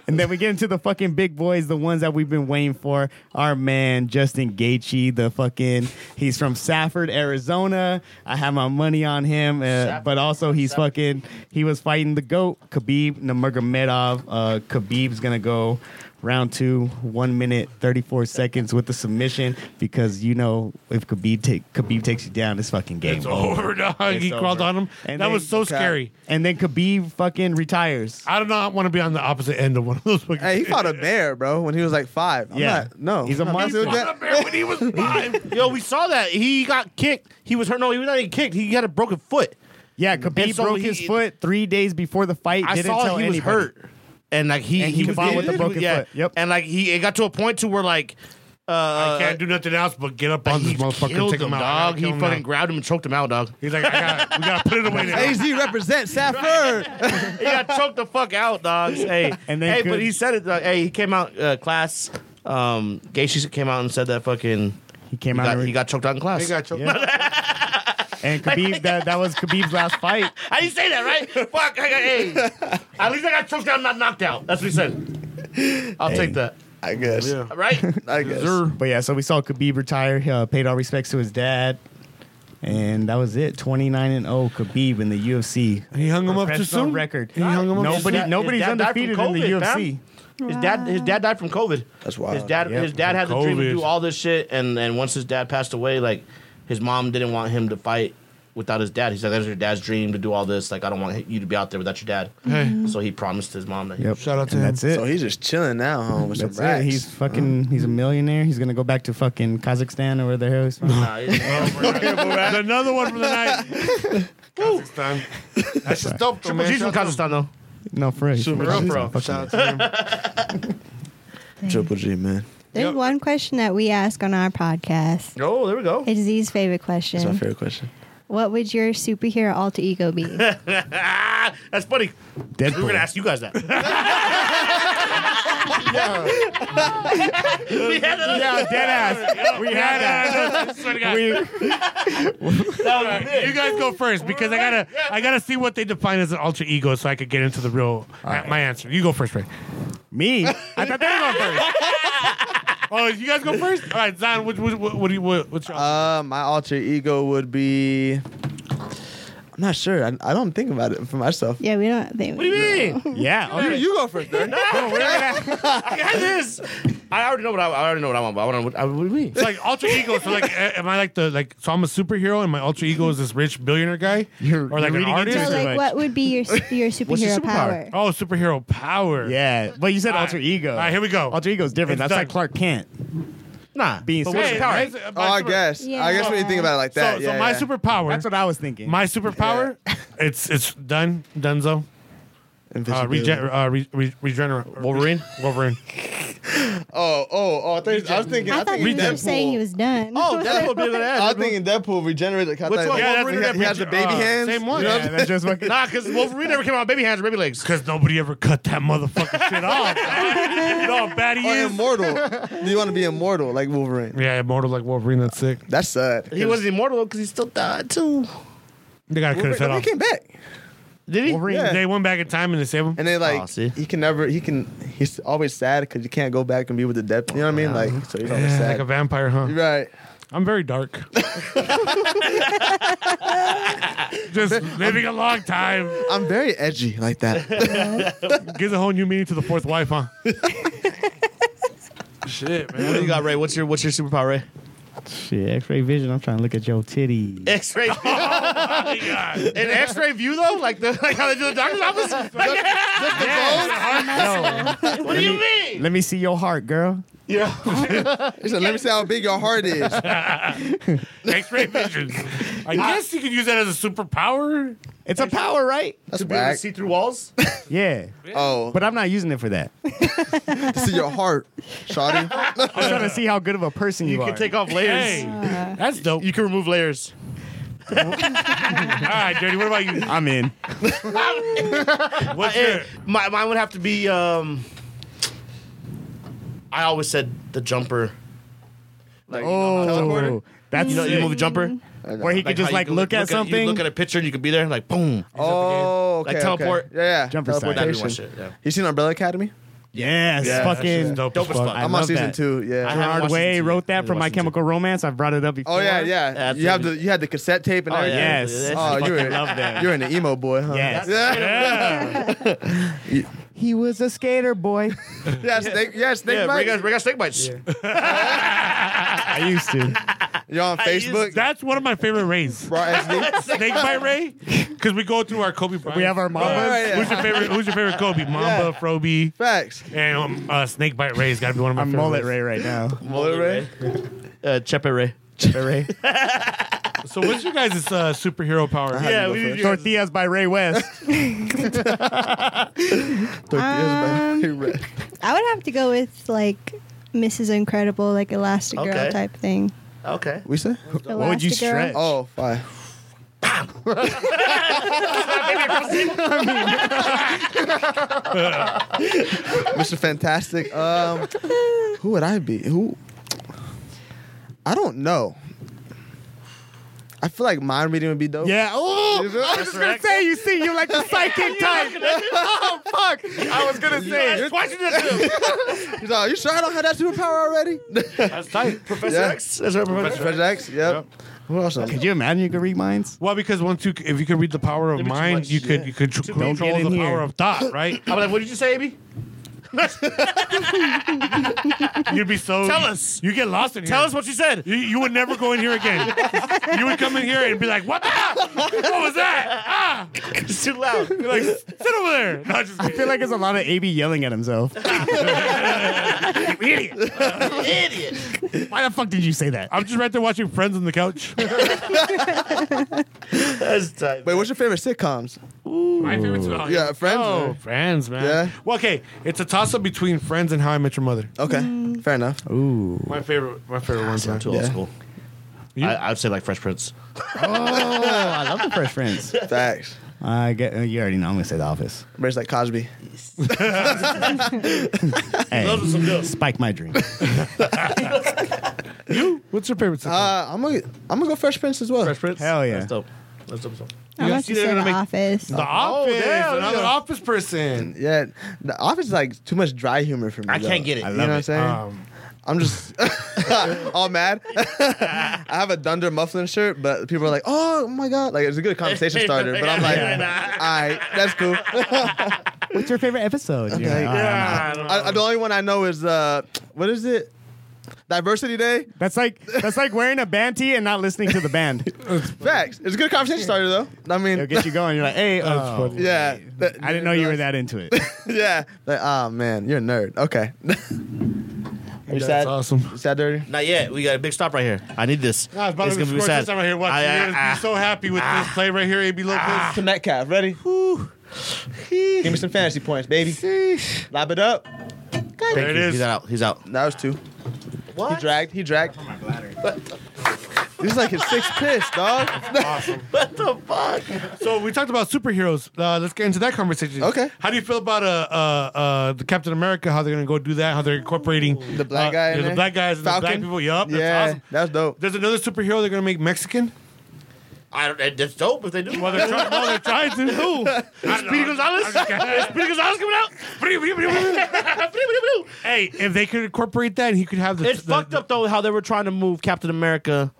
[SPEAKER 11] And then we get into the fucking big boys, the ones that we've been waiting for. Our man Justin Gaethje, the fucking he's from Safford, Arizona. I have my money on him, uh, but also he's fucking he was fighting the goat Khabib Nurmagomedov. Uh, Khabib's gonna go round two, one minute thirty four seconds with the submission because you know if Khabib take Khabib takes you down, it's fucking game
[SPEAKER 2] It's
[SPEAKER 11] over.
[SPEAKER 2] over, dog. he
[SPEAKER 11] It's
[SPEAKER 2] crawled
[SPEAKER 11] over.
[SPEAKER 2] on him.
[SPEAKER 11] And
[SPEAKER 2] that
[SPEAKER 11] they-
[SPEAKER 2] was so scary.
[SPEAKER 11] And then Khabib fucking retires.
[SPEAKER 2] I do not want to be on the opposite end of one of those. Fucking
[SPEAKER 3] Hey, he fought a bear, bro, when he was like five. I'm
[SPEAKER 11] Yeah.
[SPEAKER 3] not, no,
[SPEAKER 11] He's a
[SPEAKER 3] I'm not
[SPEAKER 11] monster.
[SPEAKER 3] doing
[SPEAKER 2] fought a
[SPEAKER 3] that.
[SPEAKER 2] bear when he was five.
[SPEAKER 4] Yo, we saw that. He got kicked. He was hurt. No, he was not even kicked. He had a broken foot.
[SPEAKER 11] Yeah, Khabib
[SPEAKER 4] And so
[SPEAKER 11] broke
[SPEAKER 4] he-
[SPEAKER 11] his foot three days before the fight.
[SPEAKER 4] I
[SPEAKER 11] didn't
[SPEAKER 4] saw
[SPEAKER 11] tell
[SPEAKER 4] he was
[SPEAKER 11] anybody.
[SPEAKER 4] hurt. And like he,
[SPEAKER 11] And
[SPEAKER 4] he
[SPEAKER 11] he
[SPEAKER 4] was
[SPEAKER 11] fought with a
[SPEAKER 4] he-
[SPEAKER 11] broken
[SPEAKER 4] yeah.
[SPEAKER 11] foot. Yep.
[SPEAKER 4] And like he it got to a point to where like uh
[SPEAKER 2] I can't do nothing else but get up on this
[SPEAKER 4] he
[SPEAKER 2] motherfucker,
[SPEAKER 4] killed
[SPEAKER 2] take him,
[SPEAKER 4] him,
[SPEAKER 2] out. I
[SPEAKER 4] dog.
[SPEAKER 2] gotta
[SPEAKER 4] He
[SPEAKER 2] kill him
[SPEAKER 4] fucking
[SPEAKER 2] now.
[SPEAKER 4] grabbed him and choked him out, dog.
[SPEAKER 2] He's like, I got, we gotta put it away now.
[SPEAKER 3] AZ represents Safford.
[SPEAKER 4] he got choked the fuck out, dogs. Hey,
[SPEAKER 11] And then
[SPEAKER 4] hey,
[SPEAKER 11] could-
[SPEAKER 4] but he said it. Dog. Hey, he came out uh, class. Um, Gaethje came out and said that fucking.
[SPEAKER 11] He came
[SPEAKER 4] He
[SPEAKER 11] out
[SPEAKER 4] got,
[SPEAKER 11] and,
[SPEAKER 4] he got choked out in class.
[SPEAKER 2] He got choked.
[SPEAKER 11] and Khabib. that that was Khabib's last fight.
[SPEAKER 4] I didn't say that, right? Fuck. I got, hey, at least I got choked out, not knocked out. That's what he said. I'll take that.
[SPEAKER 3] I guess.
[SPEAKER 2] Yeah.
[SPEAKER 4] Right?
[SPEAKER 3] I guess.
[SPEAKER 11] But yeah, so we saw Khabib retire. Uh, paid all respects to his dad, and that was it. Twenty nine and zero Khabib in the UFC.
[SPEAKER 2] He hung him up too
[SPEAKER 11] Professional
[SPEAKER 2] soon.
[SPEAKER 11] record.
[SPEAKER 2] He hung him up too
[SPEAKER 11] Nobody,
[SPEAKER 4] His dad-
[SPEAKER 11] nobody's
[SPEAKER 4] his dad died from
[SPEAKER 11] undefeated in the
[SPEAKER 4] COVID, man.
[SPEAKER 11] UFC.
[SPEAKER 4] His dad, his dad died from COVID.
[SPEAKER 3] That's wild.
[SPEAKER 4] His dad,
[SPEAKER 11] Yep.
[SPEAKER 4] his dad had the dream to
[SPEAKER 2] COVID.
[SPEAKER 4] do all this shit, and and once his dad passed away, like his mom didn't want him to fight without his dad. He said, "That's your dad's dream to do all this. Like I don't want you to be out there without your dad." So he promised his mom that. he-
[SPEAKER 11] Yep.
[SPEAKER 2] Shout out to
[SPEAKER 11] and
[SPEAKER 2] him.
[SPEAKER 11] That's it.
[SPEAKER 3] So he's just chilling now, home with
[SPEAKER 11] that's
[SPEAKER 3] some
[SPEAKER 11] it.
[SPEAKER 3] racks.
[SPEAKER 11] He's fucking. He's a millionaire. He's gonna go back to fucking Kazakhstan or where the hell he's from.
[SPEAKER 4] Nah, he's-
[SPEAKER 2] Another one for the night. Kazakhstan. That's just dope, though,
[SPEAKER 4] Triple
[SPEAKER 2] man.
[SPEAKER 4] G's from
[SPEAKER 2] Shout out to
[SPEAKER 4] Kazakhstan though.
[SPEAKER 11] no, for real.
[SPEAKER 2] him.
[SPEAKER 4] Real pro.
[SPEAKER 2] Shout out to him.
[SPEAKER 3] Triple G, man.
[SPEAKER 5] There's one question that we ask on our podcast.
[SPEAKER 4] Oh, there we go.
[SPEAKER 5] It's Z's favorite question.
[SPEAKER 3] That's my favorite question.
[SPEAKER 5] What would your superhero alter ego be?
[SPEAKER 4] Ah, that's funny. We were gonna ask you guys that. we had that.
[SPEAKER 11] Yeah, dead ass. We had that. We-
[SPEAKER 2] You guys go first because I gotta I gotta see what they define as an alter ego so I could get into the real my answer. You go first, Ray.
[SPEAKER 11] me. I thought that was going first.
[SPEAKER 2] Oh, you guys go first. All right, Zion. What what what, what do you what, what's your
[SPEAKER 3] Uh, my alter ego would be. I'm not sure. I, I don't think about it for myself.
[SPEAKER 5] yeah, we don't think.
[SPEAKER 4] What do you mean?
[SPEAKER 11] Yeah.
[SPEAKER 3] You,
[SPEAKER 11] Okay. Oh,
[SPEAKER 3] you go first, Dirk.
[SPEAKER 4] I got this. I already know what I, I already know what I want. But I want to. What do you mean?
[SPEAKER 2] It's like alter ego. So like, a- am I like the like? So I'm a superhero, and my alter ego is this rich billionaire guy,
[SPEAKER 11] You're-
[SPEAKER 2] or like
[SPEAKER 11] you're reading
[SPEAKER 2] an
[SPEAKER 11] into
[SPEAKER 2] artist.
[SPEAKER 5] So,
[SPEAKER 11] Pretty much.
[SPEAKER 5] like, what would be your your superhero power?
[SPEAKER 11] superpower?
[SPEAKER 2] oh, superhero power.
[SPEAKER 11] Yeah, but you said
[SPEAKER 2] All right.
[SPEAKER 11] alter ego.
[SPEAKER 2] All right, here we go.
[SPEAKER 11] Oh, Alter ego is different. That's
[SPEAKER 2] It's done.
[SPEAKER 11] like Clark Kent.
[SPEAKER 12] Nah,
[SPEAKER 11] being
[SPEAKER 2] But
[SPEAKER 11] social.
[SPEAKER 2] what's your power?
[SPEAKER 12] right?
[SPEAKER 3] Oh, I guess. I guess when you think about it like
[SPEAKER 2] So,
[SPEAKER 3] that.
[SPEAKER 2] so
[SPEAKER 3] yeah,
[SPEAKER 2] my
[SPEAKER 3] yeah.
[SPEAKER 2] superpower.
[SPEAKER 11] That's what I was thinking.
[SPEAKER 2] My superpower. It's it's done. Dunzo. Uh,
[SPEAKER 3] Invisibility.
[SPEAKER 2] regen- uh, re- re- regenerate.
[SPEAKER 12] Wolverine?
[SPEAKER 2] Wolverine.
[SPEAKER 3] Oh, oh, oh! I, thought you- I was thinking.
[SPEAKER 5] I thought you
[SPEAKER 3] Deadpool.
[SPEAKER 5] were saying he was done.
[SPEAKER 12] Oh, that's what bigger than that.
[SPEAKER 3] I was thinking Deadpool regenerated. I
[SPEAKER 12] Which
[SPEAKER 3] thought-
[SPEAKER 12] one? Yeah, that's
[SPEAKER 3] he,
[SPEAKER 12] what
[SPEAKER 3] had, he had the baby
[SPEAKER 2] uh,
[SPEAKER 3] hands.
[SPEAKER 2] Same one.
[SPEAKER 3] You know what I'm
[SPEAKER 11] yeah, that's just fucking.
[SPEAKER 12] Nah, because Wolverine never came out with baby hands or baby legs.
[SPEAKER 2] Because nobody ever cut that motherfucking shit off. you know how bad he
[SPEAKER 3] Or
[SPEAKER 2] is.
[SPEAKER 3] Oh, immortal. Do you want to be immortal like Wolverine?
[SPEAKER 2] Yeah, immortal like Wolverine. That's sick.
[SPEAKER 3] That's sad.
[SPEAKER 12] He wasn't immortal because he still died too.
[SPEAKER 2] They gotta cut his head
[SPEAKER 3] Wolverine, he
[SPEAKER 2] off.
[SPEAKER 3] came back,
[SPEAKER 12] Did he?
[SPEAKER 2] "Oh, Wolverine.
[SPEAKER 3] Yeah.
[SPEAKER 2] They went back in time and disabled him.
[SPEAKER 3] and then like
[SPEAKER 4] Oh, see?
[SPEAKER 3] he can never. He can. He's always sad because you can't go back and be with the Deadpool. You know what I mean? Like so he's always
[SPEAKER 2] Yeah,
[SPEAKER 3] sad.
[SPEAKER 2] like a vampire, huh?
[SPEAKER 3] right.
[SPEAKER 2] I'm very dark. Just living a long time
[SPEAKER 3] I'm very edgy like that.
[SPEAKER 2] gives a whole new meaning to the fourth wife, huh?
[SPEAKER 4] What do you got, Ray? What's your what's your superpower, Ray?
[SPEAKER 11] Shit, X-ray vision. I'm trying to look at your titty.
[SPEAKER 12] X-ray. An X-ray view though, like the like how they do the doctor's office. what do you mean?
[SPEAKER 11] Let me see your heart, girl.
[SPEAKER 3] He said, "Let me see how big your heart is."
[SPEAKER 2] X-ray vision. I guess you could use that as a superpower.
[SPEAKER 11] It's a power, right?
[SPEAKER 3] That's
[SPEAKER 12] To be able to
[SPEAKER 3] whack.
[SPEAKER 12] see through walls.
[SPEAKER 11] Yeah,
[SPEAKER 3] Oh,
[SPEAKER 11] but I'm not using it for that.
[SPEAKER 3] to see your heart, Shotty.
[SPEAKER 11] I'm trying to see how good of a person you,
[SPEAKER 12] You
[SPEAKER 11] are.
[SPEAKER 12] can take off layers.
[SPEAKER 2] Hey,
[SPEAKER 5] Uh,
[SPEAKER 2] that's dope.
[SPEAKER 12] You can remove layers.
[SPEAKER 2] All right, Jody, what about you?
[SPEAKER 11] I'm in.
[SPEAKER 2] What's
[SPEAKER 12] Eh,
[SPEAKER 2] your
[SPEAKER 12] my, mine would have to be. Um, I always said the jumper.
[SPEAKER 3] Like,
[SPEAKER 11] Oh, that's
[SPEAKER 12] You know, you move a jumper.
[SPEAKER 11] where he could
[SPEAKER 12] how
[SPEAKER 11] just
[SPEAKER 12] you
[SPEAKER 11] like
[SPEAKER 12] can
[SPEAKER 11] look, at
[SPEAKER 12] you
[SPEAKER 11] something.
[SPEAKER 4] look at a picture and you could be there, like boom.
[SPEAKER 3] oh, okay,
[SPEAKER 12] Like
[SPEAKER 3] okay.
[SPEAKER 12] teleport.
[SPEAKER 3] Yeah, yeah.
[SPEAKER 11] Jumper side.
[SPEAKER 4] That'd be
[SPEAKER 3] teleportation.
[SPEAKER 4] one shit. Yeah.
[SPEAKER 3] You seen Umbrella Academy?
[SPEAKER 11] yes,
[SPEAKER 3] Yeah, that's
[SPEAKER 11] fucking.
[SPEAKER 2] dope,
[SPEAKER 4] Dope as fuck.
[SPEAKER 11] I
[SPEAKER 3] I'm
[SPEAKER 11] love
[SPEAKER 3] on season
[SPEAKER 11] that.
[SPEAKER 3] two. Yeah.
[SPEAKER 12] I haven't
[SPEAKER 11] Gerard
[SPEAKER 12] watched it
[SPEAKER 11] Way
[SPEAKER 12] yet.
[SPEAKER 11] wrote that
[SPEAKER 12] Haven't
[SPEAKER 11] for My
[SPEAKER 12] watched it
[SPEAKER 11] Chemical Romance. I've brought it up before.
[SPEAKER 3] Oh yeah, yeah.
[SPEAKER 12] That's
[SPEAKER 3] You have
[SPEAKER 12] it.
[SPEAKER 3] the you had the cassette tape and
[SPEAKER 12] Oh,
[SPEAKER 3] everything.
[SPEAKER 12] yeah.
[SPEAKER 11] Yes.
[SPEAKER 3] Oh, you were,
[SPEAKER 11] love that.
[SPEAKER 3] you're an emo boy, huh?
[SPEAKER 11] Yes.
[SPEAKER 3] Yeah.
[SPEAKER 11] He was a skater boy.
[SPEAKER 3] Yeah. Snake. Yeah. Snake.
[SPEAKER 12] Yeah,
[SPEAKER 3] Yeah,
[SPEAKER 12] we got, we got snake bites.
[SPEAKER 11] I used to.
[SPEAKER 3] You're on Facebook.
[SPEAKER 2] That's one of my favorite rays.
[SPEAKER 3] Bro, SD.
[SPEAKER 2] Snake bite Ray? Because we go through our Kobe Bryant.
[SPEAKER 11] We have our mamas.
[SPEAKER 3] Right, yeah.
[SPEAKER 2] Who's your favorite? Who's your favorite Kobe? Mamba, Froby,
[SPEAKER 3] Facts.
[SPEAKER 2] and um, uh, Snake Bite Ray's got to be one of my
[SPEAKER 11] I'm
[SPEAKER 2] favorite.
[SPEAKER 11] mullet Ray right now.
[SPEAKER 3] Mullet Ray.
[SPEAKER 12] Uh, Chepe Ray.
[SPEAKER 11] Ray.
[SPEAKER 2] So what's your guys' uh, superhero power?
[SPEAKER 12] Yeah, we need your
[SPEAKER 11] Tortillas by Ray West.
[SPEAKER 3] Tortillas, man.
[SPEAKER 11] Uh,
[SPEAKER 3] Ray.
[SPEAKER 5] um, I would have to go with like Mrs. Incredible, like Elastigirl
[SPEAKER 12] Okay.
[SPEAKER 5] type thing.
[SPEAKER 12] Okay.
[SPEAKER 3] We say?
[SPEAKER 11] What would you
[SPEAKER 5] Elastigirl.
[SPEAKER 11] stretch?
[SPEAKER 3] Oh, fine. Mr. Fantastic. Um, who would I be? Who? I don't know. I feel like mind reading would be dope.
[SPEAKER 11] Yeah. Oh,
[SPEAKER 3] Is it-
[SPEAKER 11] I was just gonna say, you see, you like the psychic type. oh fuck! I was gonna say.
[SPEAKER 3] You're-
[SPEAKER 12] Why'd you do that
[SPEAKER 3] He's like, you sure I don't have that superpower already?
[SPEAKER 12] That's tight. Professor
[SPEAKER 3] Yeah.
[SPEAKER 12] X. That's right, Professor X.
[SPEAKER 3] Fred X, yep. Who else? am I?
[SPEAKER 11] Could you imagine you could read minds?
[SPEAKER 2] Well, because once you, if you could read the power of
[SPEAKER 12] Maybe too
[SPEAKER 2] mind,
[SPEAKER 12] much,
[SPEAKER 2] you could
[SPEAKER 12] yeah.
[SPEAKER 2] you could tr-
[SPEAKER 11] much.
[SPEAKER 2] control
[SPEAKER 11] Don't get
[SPEAKER 2] the
[SPEAKER 11] in
[SPEAKER 2] power
[SPEAKER 11] here.
[SPEAKER 2] of thought, right?
[SPEAKER 12] I'm like, what did you say, Amy?
[SPEAKER 2] You'd be so.
[SPEAKER 12] Tell us.
[SPEAKER 2] You get lost in here.
[SPEAKER 12] Tell us what you said.
[SPEAKER 2] You, you would never go in here again. you would come in here and be like, "What the? fuck? What was that? Ah!"
[SPEAKER 12] It's too loud.
[SPEAKER 2] You're like, "Sit over there." No, just
[SPEAKER 11] I feel like it's a lot of AB yelling at himself.
[SPEAKER 2] idiot.
[SPEAKER 11] Why the fuck did you say that?
[SPEAKER 2] I'm just right there watching Friends on the couch.
[SPEAKER 12] That's tight.
[SPEAKER 3] Wait, what's your favorite sitcoms?
[SPEAKER 2] My favorite. Oh,
[SPEAKER 3] Yeah, Friends.
[SPEAKER 2] Oh, Friends, man.
[SPEAKER 3] Yeah.
[SPEAKER 2] Well, okay, it's a toss up between Friends and How I Met Your Mother.
[SPEAKER 3] Okay,
[SPEAKER 12] Mm.
[SPEAKER 3] fair enough.
[SPEAKER 11] Ooh.
[SPEAKER 2] My favorite, my favorite ones. man.
[SPEAKER 4] Too old school. I, I'd say like Fresh Prince.
[SPEAKER 11] Oh, I love the Fresh Friends.
[SPEAKER 3] Facts.
[SPEAKER 11] I get. uh, You already know. I'm gonna say The Office.
[SPEAKER 3] Raised like Cosby.
[SPEAKER 11] Hey,
[SPEAKER 12] some dope.
[SPEAKER 11] spike my dream.
[SPEAKER 2] What's your favorite? sitcom?
[SPEAKER 3] Uh, I'm gonna I'm gonna go Fresh Prince as well.
[SPEAKER 4] Fresh Prince.
[SPEAKER 11] Hell yeah.
[SPEAKER 4] That's dope. That's dope. as well.
[SPEAKER 5] I want to
[SPEAKER 2] they're
[SPEAKER 5] say
[SPEAKER 2] gonna
[SPEAKER 5] The
[SPEAKER 2] make-
[SPEAKER 5] Office.
[SPEAKER 2] the Office.
[SPEAKER 12] damn,
[SPEAKER 2] another
[SPEAKER 12] yeah.
[SPEAKER 2] Office person.
[SPEAKER 3] Yeah, The Office is like too much dry humor for me.
[SPEAKER 4] I can't get it.
[SPEAKER 11] I
[SPEAKER 3] You
[SPEAKER 11] love
[SPEAKER 3] know what
[SPEAKER 11] it.
[SPEAKER 3] I'm saying?
[SPEAKER 2] Um,
[SPEAKER 3] I'm just all mad. I have a Dunder Mufflin shirt, but people are like, "Oh my god!" Like it's a good conversation starter. But I'm like, "All right, that's cool."
[SPEAKER 11] What's your favorite episode? You're like, "All right, I'm out."
[SPEAKER 3] I, I- the only one I know is uh, what is it? Diversity Day.
[SPEAKER 11] That's like that's like wearing a band tee and not listening to the band.
[SPEAKER 3] Facts. It's a good conversation starter though. I mean,
[SPEAKER 11] It'll get you going. You're like, hey, oh,
[SPEAKER 3] yeah. That-
[SPEAKER 11] I didn't know you were that into it.
[SPEAKER 3] yeah. Like, oh man, you're a nerd. Okay. You're
[SPEAKER 2] That's
[SPEAKER 3] sad?
[SPEAKER 2] awesome.
[SPEAKER 3] You sad dirty?
[SPEAKER 4] Not yet. We got a big stop right here. I need this.
[SPEAKER 2] Nah, it's about to be scored this time right here. Watch.
[SPEAKER 4] I-
[SPEAKER 2] You're
[SPEAKER 4] I-
[SPEAKER 2] gonna be so happy with this play right here, AB Lopez.
[SPEAKER 3] To Metcalf, ready? Give me some fantasy points, baby. Lop it up.
[SPEAKER 4] Thank
[SPEAKER 2] There it
[SPEAKER 4] you.
[SPEAKER 2] is.
[SPEAKER 4] He's out. He's out.
[SPEAKER 3] That was two. He dragged. He dragged. This is like his sixth piss, dog.
[SPEAKER 4] What the fuck?
[SPEAKER 2] So we talked about superheroes. Uh, let's get into that conversation.
[SPEAKER 3] Okay.
[SPEAKER 2] How do you feel about uh, uh, uh, the Captain America? How they're gonna go do that? How they're incorporating
[SPEAKER 3] The black
[SPEAKER 2] uh,
[SPEAKER 3] guy.
[SPEAKER 2] yeah,
[SPEAKER 3] in
[SPEAKER 2] the
[SPEAKER 3] there.
[SPEAKER 2] black guys, and the
[SPEAKER 3] Falcon.
[SPEAKER 2] black people. Yup. That's
[SPEAKER 3] yeah,
[SPEAKER 2] awesome.
[SPEAKER 3] that's dope.
[SPEAKER 2] There's another superhero they're gonna make Mexican.
[SPEAKER 4] I don't. That's dope if they do.
[SPEAKER 2] Well, they're, try- no, they're trying to. Who?
[SPEAKER 7] Speedy Gonzalez? Speedy Gonzalez coming out?
[SPEAKER 2] hey, if they could incorporate that, he could have the.
[SPEAKER 4] It's
[SPEAKER 2] the-
[SPEAKER 4] fucked up though how they were trying to move Captain America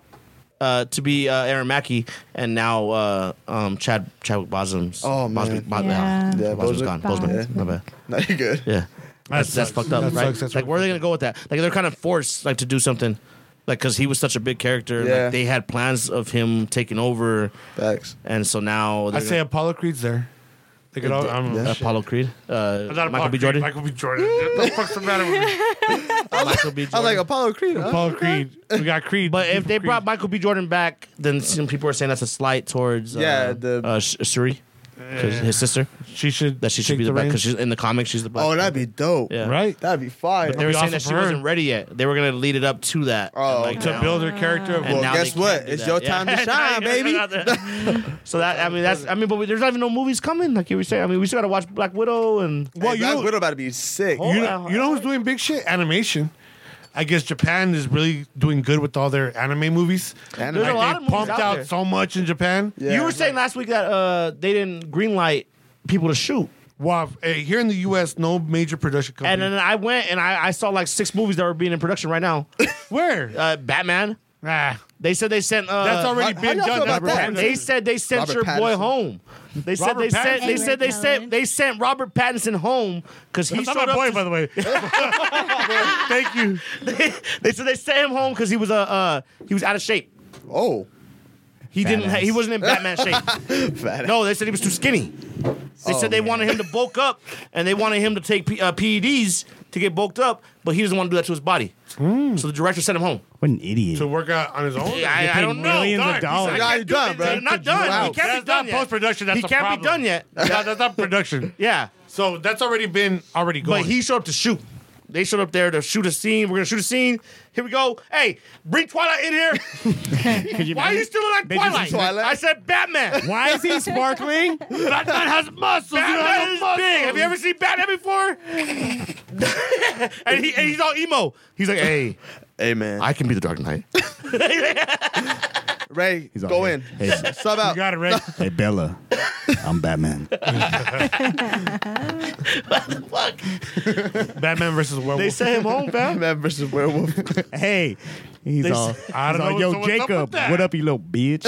[SPEAKER 4] uh, to be uh, Aaron Mackey, and now uh, um, Chad Chadwick Boseman's.
[SPEAKER 3] Oh, man.
[SPEAKER 4] Bosman, Bo-
[SPEAKER 5] Yeah.
[SPEAKER 4] yeah,
[SPEAKER 3] Yeah,
[SPEAKER 4] Boseman's
[SPEAKER 3] Boseman.
[SPEAKER 4] gone. Boseman, my
[SPEAKER 5] Yeah.
[SPEAKER 4] bad.
[SPEAKER 3] No, you good.
[SPEAKER 4] Yeah, that's, that's
[SPEAKER 2] sucks.
[SPEAKER 4] fucked up,
[SPEAKER 2] That
[SPEAKER 4] right?
[SPEAKER 2] sucks. That's
[SPEAKER 4] like, where are they gonna go with that? Like, they're kind of forced like to do something, like because he was such a big character. and,
[SPEAKER 3] Yeah.
[SPEAKER 4] Like, they had plans of him taking over,
[SPEAKER 3] Facts.
[SPEAKER 4] and so now
[SPEAKER 2] I
[SPEAKER 4] they're
[SPEAKER 2] say Apollo Creed's there. They could all. I'm,
[SPEAKER 4] gonna- Apollo Creed, uh,
[SPEAKER 2] I'm not
[SPEAKER 4] Michael
[SPEAKER 2] Apollo
[SPEAKER 4] B.
[SPEAKER 2] Creed,
[SPEAKER 4] Jordan,
[SPEAKER 2] Michael B. Jordan. What the fuck's the matter with me?
[SPEAKER 4] Michael B.
[SPEAKER 3] I was like
[SPEAKER 4] Jordan.
[SPEAKER 3] Apollo Creed. Huh?
[SPEAKER 2] Apollo Creed. We got Creed.
[SPEAKER 4] But if they brought Michael B. Jordan back, then some people are saying that's a slight towards uh,
[SPEAKER 3] Yeah, the-
[SPEAKER 4] uh, Sh- Shuri, 'cause his sister,
[SPEAKER 2] she should
[SPEAKER 4] that she should
[SPEAKER 2] take
[SPEAKER 4] be the, black
[SPEAKER 2] reins.
[SPEAKER 4] because she's in the comics. She's the black.
[SPEAKER 3] Oh, that'd be dope.
[SPEAKER 4] yeah.
[SPEAKER 2] right.
[SPEAKER 3] That'd be fire.
[SPEAKER 4] They were
[SPEAKER 2] That'd
[SPEAKER 4] saying
[SPEAKER 2] be
[SPEAKER 4] that
[SPEAKER 2] awesome
[SPEAKER 4] she
[SPEAKER 2] for her.
[SPEAKER 4] wasn't ready yet. They were gonna lead it up to that.
[SPEAKER 3] Oh,
[SPEAKER 4] like,
[SPEAKER 2] to
[SPEAKER 4] now-
[SPEAKER 2] build her character of
[SPEAKER 4] And
[SPEAKER 2] well,
[SPEAKER 3] well,
[SPEAKER 4] now
[SPEAKER 3] guess
[SPEAKER 4] they can't
[SPEAKER 3] what?
[SPEAKER 4] do
[SPEAKER 3] It's
[SPEAKER 4] that.
[SPEAKER 3] your
[SPEAKER 4] Yeah.
[SPEAKER 3] time to shine, baby.
[SPEAKER 4] So that I mean that's I mean, but we- there's not even no movies coming. Like you were saying, I mean, we still gotta watch Black Widow and
[SPEAKER 2] Well,
[SPEAKER 3] hey,
[SPEAKER 2] you
[SPEAKER 3] Black
[SPEAKER 2] know-
[SPEAKER 3] Widow about to be sick.
[SPEAKER 2] you know,
[SPEAKER 4] Hold
[SPEAKER 2] you know who's doing big shit? Animation. I guess Japan is really doing good with all their anime movies.
[SPEAKER 3] Anime.
[SPEAKER 4] There's a
[SPEAKER 2] Like,
[SPEAKER 4] lot
[SPEAKER 2] they
[SPEAKER 4] of movies
[SPEAKER 2] pumped
[SPEAKER 4] out
[SPEAKER 2] out,
[SPEAKER 4] there.
[SPEAKER 2] so much in Japan.
[SPEAKER 3] Yeah.
[SPEAKER 4] you were saying last week that uh they didn't greenlight people to shoot.
[SPEAKER 2] Wow, hey, here in the U.S., no major production company.
[SPEAKER 4] And then I went and I, I saw like six movies that were being in production right now.
[SPEAKER 2] where?
[SPEAKER 4] Uh, Batman.
[SPEAKER 2] ah,
[SPEAKER 4] They said they sent. Uh,
[SPEAKER 2] that's already
[SPEAKER 3] how- how
[SPEAKER 2] been
[SPEAKER 3] y'all feel
[SPEAKER 2] done.
[SPEAKER 3] about
[SPEAKER 2] That's
[SPEAKER 3] that?
[SPEAKER 2] been
[SPEAKER 4] They
[SPEAKER 2] done.
[SPEAKER 4] said they sent
[SPEAKER 3] Robert
[SPEAKER 4] your boy
[SPEAKER 3] Pattinson.
[SPEAKER 4] home. They said
[SPEAKER 2] Robert
[SPEAKER 4] they sent. They
[SPEAKER 5] Pattinson.
[SPEAKER 4] said they
[SPEAKER 5] Edward
[SPEAKER 4] sent.
[SPEAKER 5] Cullen.
[SPEAKER 4] They sent Robert Pattinson home because he
[SPEAKER 2] That's
[SPEAKER 4] showed
[SPEAKER 2] not my
[SPEAKER 4] up.
[SPEAKER 2] boy,
[SPEAKER 4] to-
[SPEAKER 2] by the way. Thank you.
[SPEAKER 4] they said they sent him home because he was a uh, uh, he was out of shape.
[SPEAKER 3] Oh,
[SPEAKER 4] He didn't. ha- He wasn't in Batman shape.
[SPEAKER 3] fat.
[SPEAKER 4] No, they said he was too skinny. They
[SPEAKER 3] Oh,
[SPEAKER 4] said they
[SPEAKER 3] man.
[SPEAKER 4] wanted him to bulk up and they wanted him to take P- uh, PEDs to get bulked up, but he doesn't want to do that to his body. So the director sent him home.
[SPEAKER 11] What an idiot.
[SPEAKER 2] To work out on his own.
[SPEAKER 4] Yeah, I, I
[SPEAKER 11] paid
[SPEAKER 4] don't know.
[SPEAKER 11] millions of
[SPEAKER 4] Darn.
[SPEAKER 11] dollars.
[SPEAKER 4] He's
[SPEAKER 3] Nah,
[SPEAKER 4] like,
[SPEAKER 3] you done, bro.
[SPEAKER 4] You're not
[SPEAKER 3] Wow.
[SPEAKER 4] done. He can't
[SPEAKER 2] That's
[SPEAKER 4] be done
[SPEAKER 2] not
[SPEAKER 4] yet.
[SPEAKER 2] post production. That's
[SPEAKER 4] He
[SPEAKER 2] the
[SPEAKER 4] can't
[SPEAKER 2] problem.
[SPEAKER 4] be done yet.
[SPEAKER 2] That- that's not production.
[SPEAKER 4] Yeah.
[SPEAKER 2] So that's already been already going.
[SPEAKER 4] But he showed up to shoot. They showed up there to shoot a scene. We're gonna shoot a scene. Here we go. Hey, bring Twilight in here. Why are you still like
[SPEAKER 11] They just-
[SPEAKER 4] Twilight?
[SPEAKER 3] Twilight.
[SPEAKER 4] I said Batman.
[SPEAKER 11] Why is he sparkling?
[SPEAKER 4] Batman has muscles. Batman
[SPEAKER 2] don't have
[SPEAKER 4] is
[SPEAKER 2] muscles.
[SPEAKER 4] big. Have you ever seen Batman before? and, he, and he's all emo. He's like, hey,
[SPEAKER 3] hey man,
[SPEAKER 4] I can be the Dark Knight.
[SPEAKER 3] Ray,
[SPEAKER 11] on
[SPEAKER 3] go
[SPEAKER 11] here.
[SPEAKER 3] in,
[SPEAKER 11] Hey.
[SPEAKER 3] sub out.
[SPEAKER 2] you got it right.
[SPEAKER 11] hey, Bella. I'm Batman.
[SPEAKER 4] Fuck.
[SPEAKER 2] Batman versus werewolf.
[SPEAKER 4] They sent him home, fam.
[SPEAKER 3] Batman versus werewolf.
[SPEAKER 11] Hey. He's
[SPEAKER 4] They
[SPEAKER 11] all,
[SPEAKER 4] s-
[SPEAKER 2] I
[SPEAKER 11] he's
[SPEAKER 2] don't
[SPEAKER 11] all,
[SPEAKER 2] know, so
[SPEAKER 11] yo,
[SPEAKER 2] what's up with
[SPEAKER 11] Jacob,
[SPEAKER 2] that?"
[SPEAKER 11] what up, you little bitch?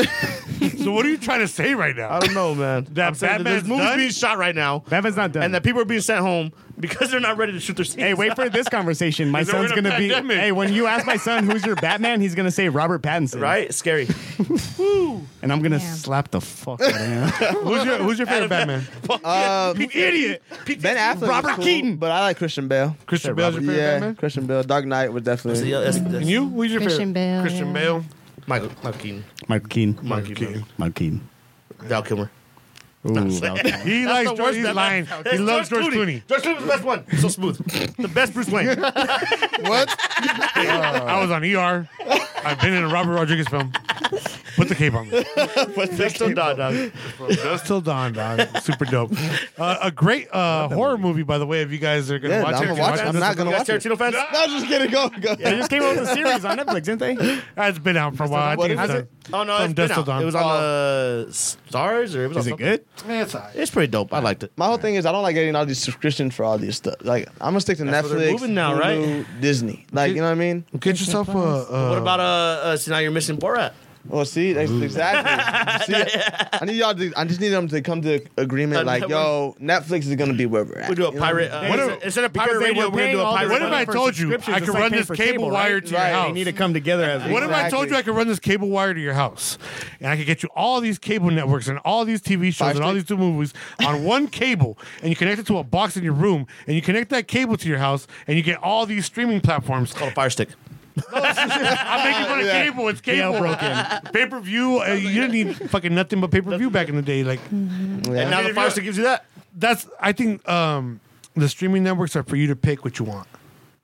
[SPEAKER 2] so what are you trying to say right now?
[SPEAKER 4] I don't know, man.
[SPEAKER 2] That
[SPEAKER 4] I'm saying
[SPEAKER 2] Batman's
[SPEAKER 4] there's movies
[SPEAKER 2] done?
[SPEAKER 4] being shot right now,
[SPEAKER 11] Batman's not done.
[SPEAKER 4] and that people are being sent home because they're not ready to shoot their scenes.
[SPEAKER 11] Hey, wait for this conversation. My
[SPEAKER 2] Is there
[SPEAKER 11] son's
[SPEAKER 2] in a
[SPEAKER 11] gonna be.
[SPEAKER 2] pandemic?
[SPEAKER 11] Hey, when you ask my son who's your Batman, he's gonna say Robert Pattinson,
[SPEAKER 4] Right? Scary.
[SPEAKER 11] And I'm gonna
[SPEAKER 5] Yeah.
[SPEAKER 11] slap the fuck out of him.
[SPEAKER 2] who's your Who's your favorite Batman?
[SPEAKER 3] Um,
[SPEAKER 11] Idiot.
[SPEAKER 3] ben Affleck, is
[SPEAKER 11] Robert
[SPEAKER 3] cool,
[SPEAKER 11] Keaton.
[SPEAKER 3] but I like Christian Bale.
[SPEAKER 2] Christian Bale's your favorite
[SPEAKER 3] yeah,
[SPEAKER 2] Batman.
[SPEAKER 3] Christian Bale. Dark Knight was definitely.
[SPEAKER 2] And you? Who's your favorite?
[SPEAKER 5] Christian Bale,
[SPEAKER 2] Christian
[SPEAKER 5] yeah.
[SPEAKER 2] Bale.
[SPEAKER 4] Michael, Michael Keaton.
[SPEAKER 11] Michael Keaton.
[SPEAKER 4] Michael Keaton.
[SPEAKER 11] Michael Keaton.
[SPEAKER 4] Val Kilmer.
[SPEAKER 11] Ooh, okay.
[SPEAKER 2] He likes George. He's lying. He loves George Clooney.
[SPEAKER 4] George Clooney was the best one. So smooth. the best Bruce Wayne.
[SPEAKER 3] What?
[SPEAKER 2] I was on ER. I've been in a Robert Rodriguez film. Put the cape on me.
[SPEAKER 4] But that's still not, dog.
[SPEAKER 2] Dust till dawn, dog. Super dope. Uh, a great uh, horror movie, by the way. If you guys are gonna
[SPEAKER 3] Yeah,
[SPEAKER 2] watch
[SPEAKER 3] I'm
[SPEAKER 2] it,
[SPEAKER 3] gonna
[SPEAKER 2] you can
[SPEAKER 3] watch it.
[SPEAKER 2] watch
[SPEAKER 3] I'm
[SPEAKER 2] it.
[SPEAKER 3] not gonna
[SPEAKER 4] You
[SPEAKER 3] watch
[SPEAKER 4] guys
[SPEAKER 3] it.
[SPEAKER 4] Tarantino fans?
[SPEAKER 3] No, just kidding. Go. go.
[SPEAKER 11] They just came out with a series on Netflix, didn't they?
[SPEAKER 2] That's been out for a while. I
[SPEAKER 3] What
[SPEAKER 2] think
[SPEAKER 3] is
[SPEAKER 2] it's
[SPEAKER 3] it?
[SPEAKER 2] done.
[SPEAKER 4] Oh, no.
[SPEAKER 2] From
[SPEAKER 4] it's
[SPEAKER 2] Dust
[SPEAKER 4] been
[SPEAKER 2] Till
[SPEAKER 4] out.
[SPEAKER 2] Dawn. Oh.
[SPEAKER 4] It was on uh, Stars or it was on
[SPEAKER 11] Is it
[SPEAKER 4] something.
[SPEAKER 11] good?
[SPEAKER 4] It's pretty dope. I liked it.
[SPEAKER 3] My whole thing is I don't like getting all these subscriptions for all these stuff. Like I'm gonna stick to
[SPEAKER 4] That's where they're
[SPEAKER 3] Netflix,
[SPEAKER 4] moving now, right?
[SPEAKER 3] Hulu, Disney. Like you know what I mean?
[SPEAKER 2] Get yourself a.
[SPEAKER 12] Um, uh,
[SPEAKER 4] What about uh, uh, so now you're missing Borat?
[SPEAKER 3] Well, Oh, see, that's exactly. See, I need y'all. To, I just need them to come to agreement.
[SPEAKER 12] Uh,
[SPEAKER 3] Like, yo, Netflix is gonna be where we're at.
[SPEAKER 12] We do a
[SPEAKER 3] You know what I
[SPEAKER 12] pirate.
[SPEAKER 3] mean?
[SPEAKER 12] Uh, instead- instead of pirate radio, we're gonna do a pirate.
[SPEAKER 2] What if I told you I could run this cable, wire to your house?
[SPEAKER 11] They need to come together as
[SPEAKER 2] Oh. What if I told you I could run this cable wire to your house, and I could get you all these cable networks and all these TV shows and all these two movies on one cable, and you connect it to a box in your room, and you connect that cable to your house, and you get all these streaming platforms. It's
[SPEAKER 4] called a Fire Stick.
[SPEAKER 2] I'm making fun of
[SPEAKER 7] Yeah.
[SPEAKER 2] cable. It's
[SPEAKER 7] Yeah,
[SPEAKER 2] cable.
[SPEAKER 7] broken.
[SPEAKER 2] Pay per view. Uh, you didn't need fucking nothing but pay per view back in the day. Like,
[SPEAKER 12] And now the Fire Stick gives you that.
[SPEAKER 2] That's. I think um, the streaming networks are for you to pick what you want.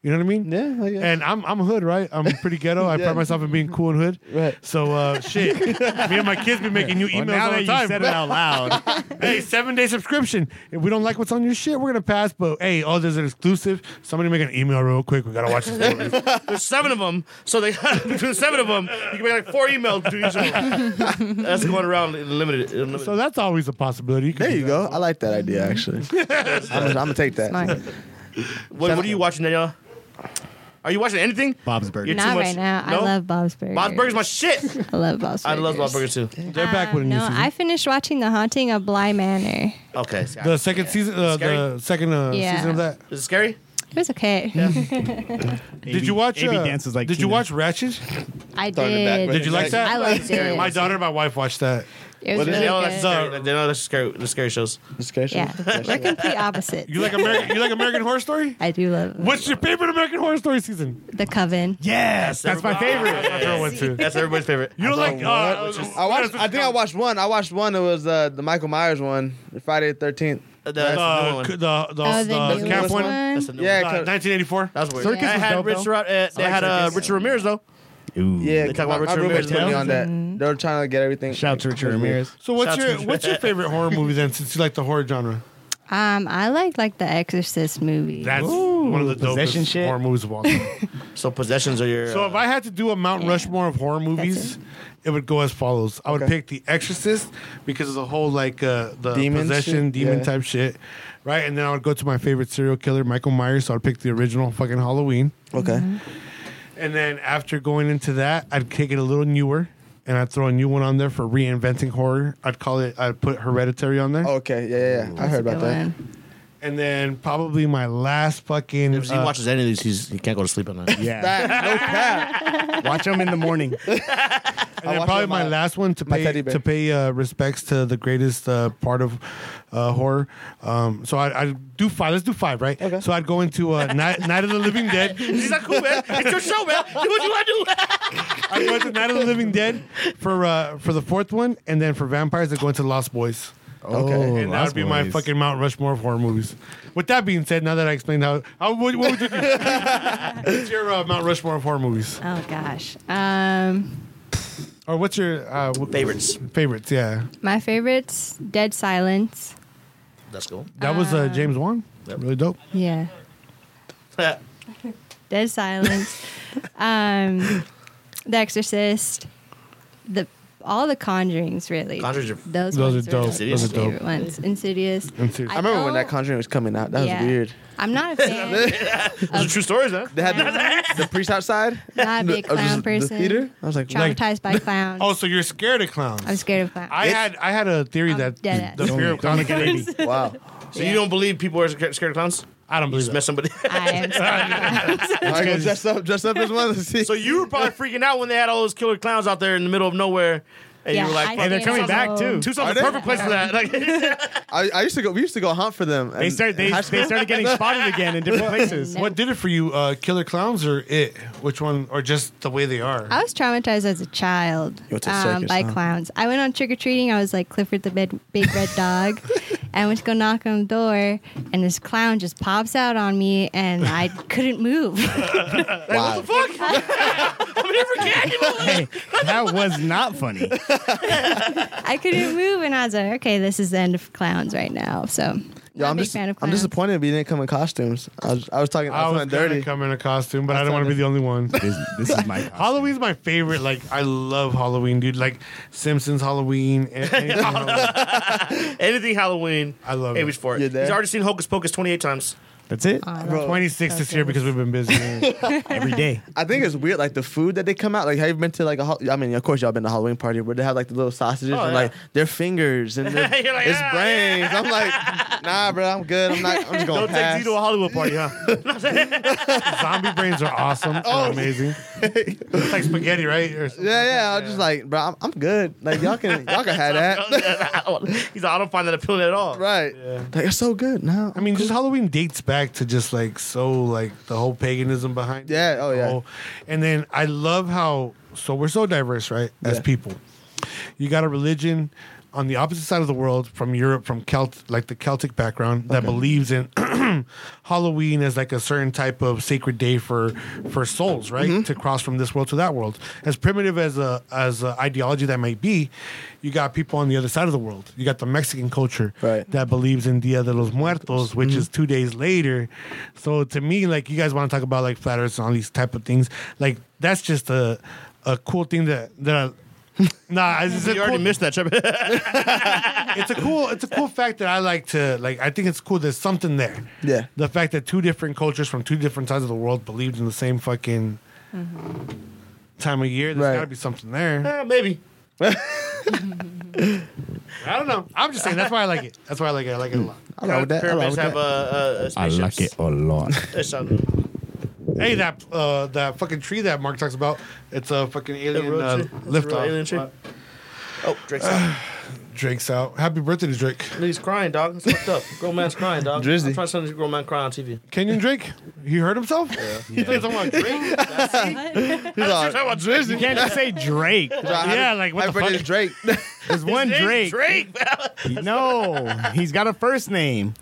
[SPEAKER 2] You know what I mean? Yeah. And I'm I'm hood, right? I'm pretty ghetto. I
[SPEAKER 7] Yeah.
[SPEAKER 2] pride myself in being cool and hood. Right. So uh, shit, me and my kids be making new
[SPEAKER 11] Well,
[SPEAKER 2] emails
[SPEAKER 11] now
[SPEAKER 2] all
[SPEAKER 11] that
[SPEAKER 2] the
[SPEAKER 11] you
[SPEAKER 2] time.
[SPEAKER 11] said it out loud.
[SPEAKER 2] hey, seven day subscription. If we don't like what's on your shit, we're gonna pass. But hey, oh, there's an exclusive. Somebody make an email real quick. We gotta watch this. movie.
[SPEAKER 12] There's seven of them, so they between the seven of them, you can make like four emails to each of them. That's going around limited. unlimited.
[SPEAKER 2] so that's always a possibility.
[SPEAKER 3] There you go. I like that idea actually. I'm, gonna- I'm gonna take that.
[SPEAKER 12] What, what are you watching, Danielle? Are you watching anything?
[SPEAKER 11] Bob's Burgers.
[SPEAKER 12] You're too
[SPEAKER 5] Not
[SPEAKER 12] much-
[SPEAKER 5] right now. I
[SPEAKER 12] No?
[SPEAKER 5] love Bob's Burgers.
[SPEAKER 12] Bob's Burgers, my shit.
[SPEAKER 5] I love Bob's
[SPEAKER 12] I love Bob's Burgers
[SPEAKER 5] Burgers.
[SPEAKER 12] too.
[SPEAKER 2] They're back with a new
[SPEAKER 5] Uh, No,
[SPEAKER 2] season.
[SPEAKER 5] I finished watching The Haunting of Bly Manor.
[SPEAKER 12] Okay.
[SPEAKER 2] the second season. Uh, the second uh,
[SPEAKER 5] Yeah.
[SPEAKER 2] season of that.
[SPEAKER 12] Is it scary?
[SPEAKER 5] It was okay.
[SPEAKER 2] Did you watch?
[SPEAKER 11] AB
[SPEAKER 2] uh,
[SPEAKER 11] dances like
[SPEAKER 2] did you
[SPEAKER 11] Tina.
[SPEAKER 2] watch Ratchet?
[SPEAKER 5] I
[SPEAKER 3] Talking about
[SPEAKER 5] did.
[SPEAKER 3] Right.
[SPEAKER 2] Did you like that?
[SPEAKER 5] I liked it.
[SPEAKER 2] My daughter, and my wife watched that.
[SPEAKER 5] It was
[SPEAKER 12] Well,
[SPEAKER 5] really
[SPEAKER 12] Danielle, that's
[SPEAKER 5] good.
[SPEAKER 12] scary. Danielle, that's scary. The scary shows.
[SPEAKER 5] Yeah, we're complete opposites.
[SPEAKER 2] You like American? you like American Horror Story?
[SPEAKER 5] I do love
[SPEAKER 2] What's your favorite American Horror Story season?
[SPEAKER 5] The Coven.
[SPEAKER 11] Yes, that's my
[SPEAKER 12] everybody-
[SPEAKER 11] favorite.
[SPEAKER 2] That's her one too.
[SPEAKER 12] That's everybody's favorite.
[SPEAKER 2] You don't like? Uh,
[SPEAKER 3] I watched. I think I watched one. I watched one. It was uh, the Michael Myers one, Friday the Thirteenth.
[SPEAKER 12] Uh,
[SPEAKER 2] the
[SPEAKER 12] that's the new
[SPEAKER 2] uh,
[SPEAKER 12] one.
[SPEAKER 2] c- the the,
[SPEAKER 5] Oh, the
[SPEAKER 2] the
[SPEAKER 5] newest
[SPEAKER 2] camp one.
[SPEAKER 5] one?
[SPEAKER 12] That's the new
[SPEAKER 3] Yeah,
[SPEAKER 12] one.
[SPEAKER 2] Uh,
[SPEAKER 3] 'cause-
[SPEAKER 2] 1984.
[SPEAKER 12] That was weird.
[SPEAKER 11] Circus
[SPEAKER 12] They
[SPEAKER 11] was
[SPEAKER 12] had
[SPEAKER 11] dope,
[SPEAKER 12] Richard. Uh, they had uh, Richard Ramirez though.
[SPEAKER 3] yeah.
[SPEAKER 12] They talk
[SPEAKER 3] my,
[SPEAKER 12] about Richard
[SPEAKER 3] my roommates
[SPEAKER 12] Ramirez
[SPEAKER 3] put me
[SPEAKER 12] now?
[SPEAKER 3] on that. They were trying to get everything.
[SPEAKER 11] Shout out to Richard Ramirez.
[SPEAKER 2] So what's
[SPEAKER 12] Shout out
[SPEAKER 2] your
[SPEAKER 12] to-
[SPEAKER 2] what's your favorite horror movie then? Since you like the horror genre,
[SPEAKER 5] Um, I like like the Exorcist movie.
[SPEAKER 2] that's
[SPEAKER 11] Ooh,
[SPEAKER 2] one of the
[SPEAKER 11] possession
[SPEAKER 2] dopest
[SPEAKER 11] shit.
[SPEAKER 2] horror movies of all time.
[SPEAKER 12] So possessions are your.
[SPEAKER 2] So if I had to do a Mount
[SPEAKER 5] Yeah.
[SPEAKER 2] Rushmore of horror movies,
[SPEAKER 5] it.
[SPEAKER 2] it. would go as follows. I would pick The Exorcist because of the whole like uh, the
[SPEAKER 3] Demon
[SPEAKER 2] possession
[SPEAKER 3] shit,
[SPEAKER 2] demon
[SPEAKER 3] yeah.
[SPEAKER 2] type shit, right? And then I would go to my favorite serial killer, Michael Myers. So I'd pick the original fucking Halloween,
[SPEAKER 3] Okay.
[SPEAKER 2] and then after going into that, I'd take it a little newer. And I'd throw a new one on there for reinventing horror. I'd call it. I'd put Hereditary on there,
[SPEAKER 3] Okay. Yeah, yeah. yeah. I heard about that.
[SPEAKER 2] and then probably my last fucking.
[SPEAKER 4] If he
[SPEAKER 2] uh,
[SPEAKER 4] watches any of these, he's, he can't go to sleep at night.
[SPEAKER 11] Yeah,
[SPEAKER 3] That no cap.
[SPEAKER 11] watch them in the morning.
[SPEAKER 2] And then
[SPEAKER 3] watched
[SPEAKER 2] probably
[SPEAKER 3] it
[SPEAKER 2] my,
[SPEAKER 3] my-
[SPEAKER 2] last one to
[SPEAKER 3] my
[SPEAKER 2] pay
[SPEAKER 3] teddy bear.
[SPEAKER 2] to pay uh, respects to the greatest uh, part of uh, horror. Um, so I, I do five. Let's do five, right? Okay. So I'd go into uh, Night, Night of the Living Dead.
[SPEAKER 12] He's not cool, man. It's your show, man. Do what you want to do.
[SPEAKER 2] I go into Night of the Living Dead for uh, for the fourth one, and then for vampires, I go into Lost Boys.
[SPEAKER 11] Oh,
[SPEAKER 2] and that would be my
[SPEAKER 11] Lost Boys.
[SPEAKER 2] fucking Mount Rushmore of horror movies. With that being said, now that I explained how, how what, what would you do? what's your uh, Mount Rushmore of horror movies,
[SPEAKER 5] Oh gosh. Um,
[SPEAKER 2] or what's your uh, wh-
[SPEAKER 4] Favorites.
[SPEAKER 2] Favorites, yeah.
[SPEAKER 5] my favorites: Dead Silence.
[SPEAKER 4] That's cool.
[SPEAKER 2] That was uh, James Wan. Really dope.
[SPEAKER 5] Yeah, Dead Silence. um, The Exorcist. The all the Conjuring's really.
[SPEAKER 4] Conjurings are-
[SPEAKER 5] Those,
[SPEAKER 2] Those
[SPEAKER 5] ones
[SPEAKER 2] are
[SPEAKER 5] were
[SPEAKER 2] dope.
[SPEAKER 5] my
[SPEAKER 4] Insidious?
[SPEAKER 2] Those are dope.
[SPEAKER 5] favorite ones. Insidious.
[SPEAKER 2] Insidious.
[SPEAKER 3] I remember when that
[SPEAKER 5] don't-
[SPEAKER 3] Conjuring was coming out. That was
[SPEAKER 5] yeah.
[SPEAKER 3] weird.
[SPEAKER 5] I'm not a fan.
[SPEAKER 12] Those are true stories, huh?
[SPEAKER 3] They had the, the priest outside.
[SPEAKER 5] not a big
[SPEAKER 3] I was
[SPEAKER 5] clown
[SPEAKER 3] Oh, just-
[SPEAKER 5] person.
[SPEAKER 3] The theater. I was like,
[SPEAKER 5] Traumatized by clowns.
[SPEAKER 2] Oh, so you're scared of clowns?
[SPEAKER 5] I'm scared of clowns.
[SPEAKER 2] I had I had a theory
[SPEAKER 5] I'm
[SPEAKER 2] that
[SPEAKER 5] dead ass.
[SPEAKER 2] the fear of clowns is
[SPEAKER 5] Clowns.
[SPEAKER 2] creepy.
[SPEAKER 3] wow.
[SPEAKER 12] So you don't believe people are scared scared of clowns?
[SPEAKER 2] I don't
[SPEAKER 12] You
[SPEAKER 2] believe
[SPEAKER 12] just
[SPEAKER 2] that.
[SPEAKER 12] met somebody.
[SPEAKER 5] I am scared of clowns.
[SPEAKER 3] I go dress up, dress up as one. Let's see.
[SPEAKER 12] so you were probably freaking out when they had all those killer clowns out there in the middle of nowhere, and
[SPEAKER 5] Yeah,
[SPEAKER 12] you were like,
[SPEAKER 5] I
[SPEAKER 12] "Fuck,
[SPEAKER 11] and they're
[SPEAKER 5] did
[SPEAKER 11] coming
[SPEAKER 5] also-
[SPEAKER 11] back too.
[SPEAKER 12] Tucson's
[SPEAKER 3] Are
[SPEAKER 12] the
[SPEAKER 3] they?
[SPEAKER 12] perfect place for that."
[SPEAKER 3] I,
[SPEAKER 12] Like,
[SPEAKER 3] I used to go. We used to go hunt for them.
[SPEAKER 11] They
[SPEAKER 3] and-
[SPEAKER 11] start they,
[SPEAKER 3] and
[SPEAKER 11] they
[SPEAKER 3] high school.
[SPEAKER 11] started getting spotted again in different places.
[SPEAKER 2] What did it for you, uh, Killer Clowns or It? Which one, or just the way they are?
[SPEAKER 5] I was traumatized as a child um,
[SPEAKER 3] went to the circus,
[SPEAKER 5] by
[SPEAKER 3] huh?
[SPEAKER 5] clowns. I went on trick or treating. I was like Clifford the big, big red dog. and I went to go knock on the door, and this clown just pops out on me, and I couldn't move.
[SPEAKER 3] Wow.
[SPEAKER 11] Hey, that was not funny.
[SPEAKER 5] I couldn't move, and I was like, okay, this is the end of clowns right now. So,
[SPEAKER 3] Yo,
[SPEAKER 5] not
[SPEAKER 3] I'm
[SPEAKER 5] a big
[SPEAKER 3] just,
[SPEAKER 5] fan of
[SPEAKER 3] I'm
[SPEAKER 5] clowns.
[SPEAKER 3] disappointed we didn't come in costumes. I was, I was talking. I
[SPEAKER 2] I
[SPEAKER 3] was,
[SPEAKER 2] was
[SPEAKER 3] feeling
[SPEAKER 2] dirty.
[SPEAKER 3] dirty.
[SPEAKER 2] come in a costume, but I don't want to be the only one.
[SPEAKER 11] This, this is my costume.
[SPEAKER 2] Halloween's my favorite. Like I love Halloween, dude. Like Simpsons Halloween. a- anything Halloween.
[SPEAKER 12] anything Halloween,
[SPEAKER 2] I love it.
[SPEAKER 12] Amy's for it.
[SPEAKER 3] You're there?
[SPEAKER 12] He's already seen Hocus Pocus twenty eight times.
[SPEAKER 11] That's it.
[SPEAKER 5] Bro.
[SPEAKER 2] 26 this year because we've been busy.
[SPEAKER 11] Every day.
[SPEAKER 3] I think it's weird, like the food that they come out. Like, have you been to like a? hol- I mean, of course, y'all been to a Halloween party where they have like the little sausages
[SPEAKER 4] Oh,
[SPEAKER 3] and
[SPEAKER 4] yeah.
[SPEAKER 3] like their fingers and their,
[SPEAKER 4] You're like,
[SPEAKER 3] it's
[SPEAKER 4] "Ah,
[SPEAKER 3] brains. I'm like, nah, bro, I'm good. I'm not. I'm just gonna
[SPEAKER 4] Don't
[SPEAKER 3] pass.
[SPEAKER 4] take Z to a Hollywood party, huh?
[SPEAKER 2] Zombie brains are awesome. Oh, amazing.
[SPEAKER 4] it's like spaghetti, right? Or something.
[SPEAKER 3] yeah, yeah. I'm just like, bro, I'm, I'm good. Like y'all can y'all can have that.
[SPEAKER 4] He's like, I don't find that appealing at all.
[SPEAKER 3] right. Like it's so good. No.
[SPEAKER 2] I mean, just Halloween dates back to just like so, like the whole paganism behind. it.
[SPEAKER 3] Yeah. Oh yeah.
[SPEAKER 2] Oh, and then I love how so we're so diverse, right? As
[SPEAKER 3] Yeah.
[SPEAKER 2] people, you got a religion on the opposite side of the world from Europe, from Celt, like the Celtic background that believes in Halloween as like a certain type of sacred day for for souls, right? To cross from this world to that world. As primitive as a as a ideology that might be, you got people on the other side of the world. You got the Mexican culture
[SPEAKER 3] Right.
[SPEAKER 2] that believes in Dia de los Muertos, which is two days later. So to me, like you guys want to talk about like flat earths and all these type of things, like that's just a a cool thing that that. I- Nah, it's,
[SPEAKER 4] You
[SPEAKER 2] a
[SPEAKER 4] already
[SPEAKER 2] cool,
[SPEAKER 4] missed that trip.
[SPEAKER 2] it's a cool it's a cool fact that I like to like I think it's cool there's something there.
[SPEAKER 3] Yeah.
[SPEAKER 2] The fact that two different cultures from two different sides of the world believed in the same fucking
[SPEAKER 4] Mm-hmm.
[SPEAKER 2] time of year, There's
[SPEAKER 3] Right.
[SPEAKER 2] gotta be something there.
[SPEAKER 4] Eh, maybe.
[SPEAKER 2] I don't know. I'm just saying that's why I like it. That's why I like it. I like it a lot.
[SPEAKER 3] I love that. I love
[SPEAKER 4] Pyramids
[SPEAKER 3] that.
[SPEAKER 4] have uh, uh, spaceships.
[SPEAKER 11] a lot.
[SPEAKER 4] It's something.
[SPEAKER 2] Hey, that uh, that fucking tree that Mark talks about, it's a fucking alien
[SPEAKER 4] real
[SPEAKER 2] uh,
[SPEAKER 4] tree? It's a
[SPEAKER 2] lift
[SPEAKER 4] real
[SPEAKER 2] off.
[SPEAKER 4] alien tree?
[SPEAKER 2] What?
[SPEAKER 4] Oh, Drake's out.
[SPEAKER 2] Drake's out. Happy birthday to Drake.
[SPEAKER 4] He's crying, dog. It's fucked up. Grown man's crying, dog.
[SPEAKER 3] Drizzy.
[SPEAKER 4] I'm trying to send this grown man cry on TV.
[SPEAKER 2] Kenyon Drake, he hurt himself. Yeah. You think someone Drake?
[SPEAKER 3] He's all,
[SPEAKER 11] You can't just say Drake.
[SPEAKER 3] yeah,
[SPEAKER 11] like, what
[SPEAKER 3] happy
[SPEAKER 11] the
[SPEAKER 3] birthday
[SPEAKER 11] fuck?
[SPEAKER 3] Drake.
[SPEAKER 11] There's one Drake.
[SPEAKER 4] Drake,
[SPEAKER 11] No, he's got a first name.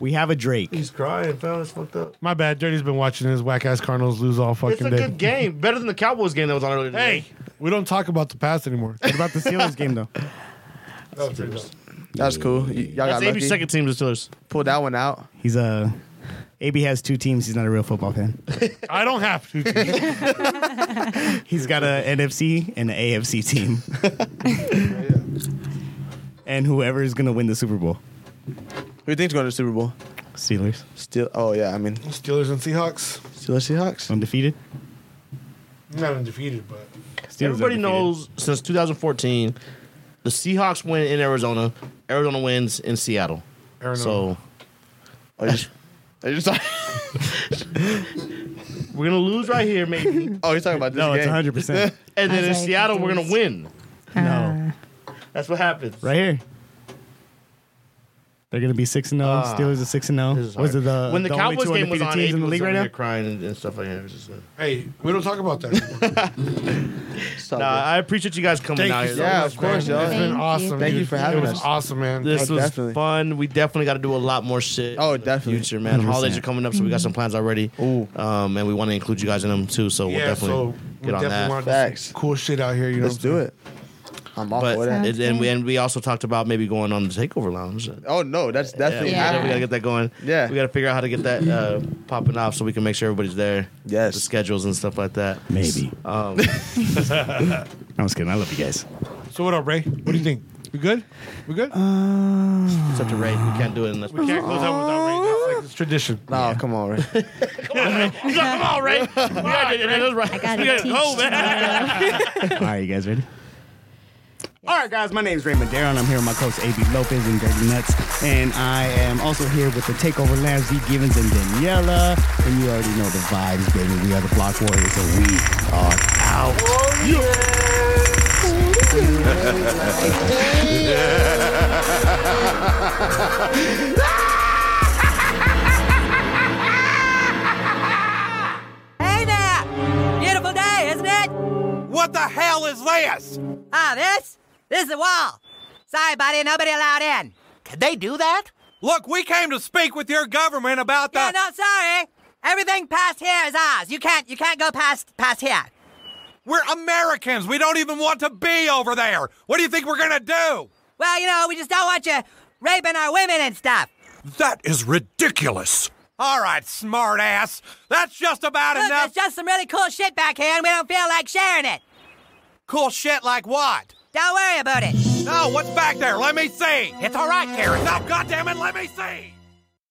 [SPEAKER 11] we have a Drake.
[SPEAKER 4] He's crying, fam. It's fucked up.
[SPEAKER 2] My bad. Dirty's been watching his whack ass Cardinals lose all
[SPEAKER 4] It's
[SPEAKER 2] fucking
[SPEAKER 4] a
[SPEAKER 2] day.
[SPEAKER 4] good game. Better than the Cowboys game that was on earlier today.
[SPEAKER 2] Hey, we don't talk about the past anymore.
[SPEAKER 11] What about the Steelers game though?
[SPEAKER 3] That's cool. Y- y'all
[SPEAKER 4] That's
[SPEAKER 3] got lucky.
[SPEAKER 4] AB's second team, the Steelers.
[SPEAKER 3] Pulled that one out.
[SPEAKER 11] He's uh, a. AB has two teams. He's not a real football fan.
[SPEAKER 2] I don't have to.
[SPEAKER 11] He's got a NFC and an AFC team. and whoever is going to win the Super Bowl,
[SPEAKER 3] Who do you think's going to the Super Bowl?
[SPEAKER 11] Steelers
[SPEAKER 3] Still. Oh yeah. I mean,
[SPEAKER 2] Steelers and Seahawks.
[SPEAKER 3] still Seahawks.
[SPEAKER 11] undefeated.
[SPEAKER 2] Not undefeated, but
[SPEAKER 11] Steelers
[SPEAKER 4] Everybody
[SPEAKER 11] undefeated.
[SPEAKER 4] knows since 2014, the Seahawks win in Arizona. Arizona wins in Seattle.
[SPEAKER 2] Arizona.
[SPEAKER 4] So
[SPEAKER 3] Are Oh, you, are you talking,
[SPEAKER 4] we're gonna lose right here, maybe.
[SPEAKER 3] oh, you're talking about this
[SPEAKER 11] No,
[SPEAKER 3] game.
[SPEAKER 11] it's 100. percent
[SPEAKER 4] and
[SPEAKER 5] I
[SPEAKER 4] then in
[SPEAKER 5] was very
[SPEAKER 4] Seattle, we're gonna win.
[SPEAKER 11] No,
[SPEAKER 4] Ah. That's what happens.
[SPEAKER 11] right here. They're going to be six and zero.
[SPEAKER 4] Ah.
[SPEAKER 11] Steelers are six and zero.
[SPEAKER 4] This is
[SPEAKER 11] Was
[SPEAKER 4] hard.
[SPEAKER 11] it the
[SPEAKER 4] when the,
[SPEAKER 11] Uh, the only
[SPEAKER 4] Cowboys
[SPEAKER 11] two
[SPEAKER 4] game was
[SPEAKER 11] undefeated teams
[SPEAKER 4] on?
[SPEAKER 11] in the
[SPEAKER 4] April
[SPEAKER 11] league
[SPEAKER 4] was
[SPEAKER 11] right
[SPEAKER 4] over
[SPEAKER 11] now?
[SPEAKER 4] here Crying and, and stuff like that. It was just, uh,
[SPEAKER 2] hey, we don't talk about that. Anymore.
[SPEAKER 3] It's all
[SPEAKER 4] Nah,
[SPEAKER 3] good.
[SPEAKER 4] I appreciate you guys coming
[SPEAKER 2] Thank
[SPEAKER 4] out.
[SPEAKER 2] you
[SPEAKER 4] here.
[SPEAKER 2] so
[SPEAKER 3] Yeah,
[SPEAKER 2] much,
[SPEAKER 3] of course,
[SPEAKER 2] man.
[SPEAKER 3] y'all.
[SPEAKER 2] It's been
[SPEAKER 5] Thank
[SPEAKER 2] awesome.
[SPEAKER 5] you.
[SPEAKER 3] Thank
[SPEAKER 2] dude.
[SPEAKER 3] you for having
[SPEAKER 2] it
[SPEAKER 3] us.
[SPEAKER 2] was awesome, man.
[SPEAKER 4] This
[SPEAKER 3] Oh,
[SPEAKER 4] was
[SPEAKER 3] definitely.
[SPEAKER 4] fun. We definitely got to do a lot more shit.
[SPEAKER 3] Oh,
[SPEAKER 4] in the
[SPEAKER 3] definitely.
[SPEAKER 4] Future, man. Holidays
[SPEAKER 11] 100%.
[SPEAKER 4] are coming up, so we got some plans already.
[SPEAKER 3] Ooh.
[SPEAKER 4] Um, and we want to include you guys in them too. So we'll
[SPEAKER 2] yeah,
[SPEAKER 4] definitely
[SPEAKER 2] so
[SPEAKER 4] get
[SPEAKER 2] we
[SPEAKER 4] on
[SPEAKER 2] definitely
[SPEAKER 4] that.
[SPEAKER 2] wanted to
[SPEAKER 3] Facts.
[SPEAKER 2] see cool shit out here. You know,
[SPEAKER 3] Let's do it. I'm all for
[SPEAKER 4] but
[SPEAKER 3] that.
[SPEAKER 4] it, and we and we also talked about maybe going on the takeover lounge.
[SPEAKER 3] Oh no, that's definitely
[SPEAKER 4] Yeah, we gotta- we
[SPEAKER 3] happening.
[SPEAKER 4] gotta get that going.
[SPEAKER 3] Yeah.
[SPEAKER 4] we gotta figure out how to get that uh, popping off so we can make sure everybody's there.
[SPEAKER 3] Yes.
[SPEAKER 4] the schedules and stuff like that.
[SPEAKER 11] Maybe.
[SPEAKER 4] Um,
[SPEAKER 11] I was kidding. I love you guys.
[SPEAKER 2] So what up, Ray? What do you think? We good? We good?
[SPEAKER 4] it's up to Ray. We can't do it unless
[SPEAKER 2] we can't close out without Ray. That's like it's tradition.
[SPEAKER 3] No, come on, right?
[SPEAKER 4] Come on, Ray. We gotta do it. That's right.
[SPEAKER 5] I got to teach.
[SPEAKER 11] All right, you guys ready? All right, guys, my name is Ray Madero, and I'm here with my coach, AB Lopez and Dirty Nuts. And I am also here with the Takeover Lab, Z Givens and Daniela. And you already know the vibes, baby. We are the Block Warriors, and we are out.
[SPEAKER 6] Hey there! Beautiful day, isn't it?
[SPEAKER 12] What the hell is this?
[SPEAKER 6] Ah, this? This is the wall. Sorry, buddy, nobody allowed in. Could they do that?
[SPEAKER 12] Look, we came to speak with your government about the.
[SPEAKER 6] Yeah, no, sorry. Everything past here is ours. You can't, you can't go past, past here.
[SPEAKER 12] We're Americans. We don't even want to be over there. What do you think we're gonna do?
[SPEAKER 6] Well, you know, we just don't want you raping our women and stuff.
[SPEAKER 12] That is ridiculous. All right, smartass. That's just about
[SPEAKER 6] Look,
[SPEAKER 12] enough.
[SPEAKER 6] there's just some really cool shit back here, and we don't feel like sharing it.
[SPEAKER 12] Cool shit like what?
[SPEAKER 6] Don't worry about it.
[SPEAKER 12] No, what's back there? Let me see. It's all right, Karen. No, goddammit, let me see.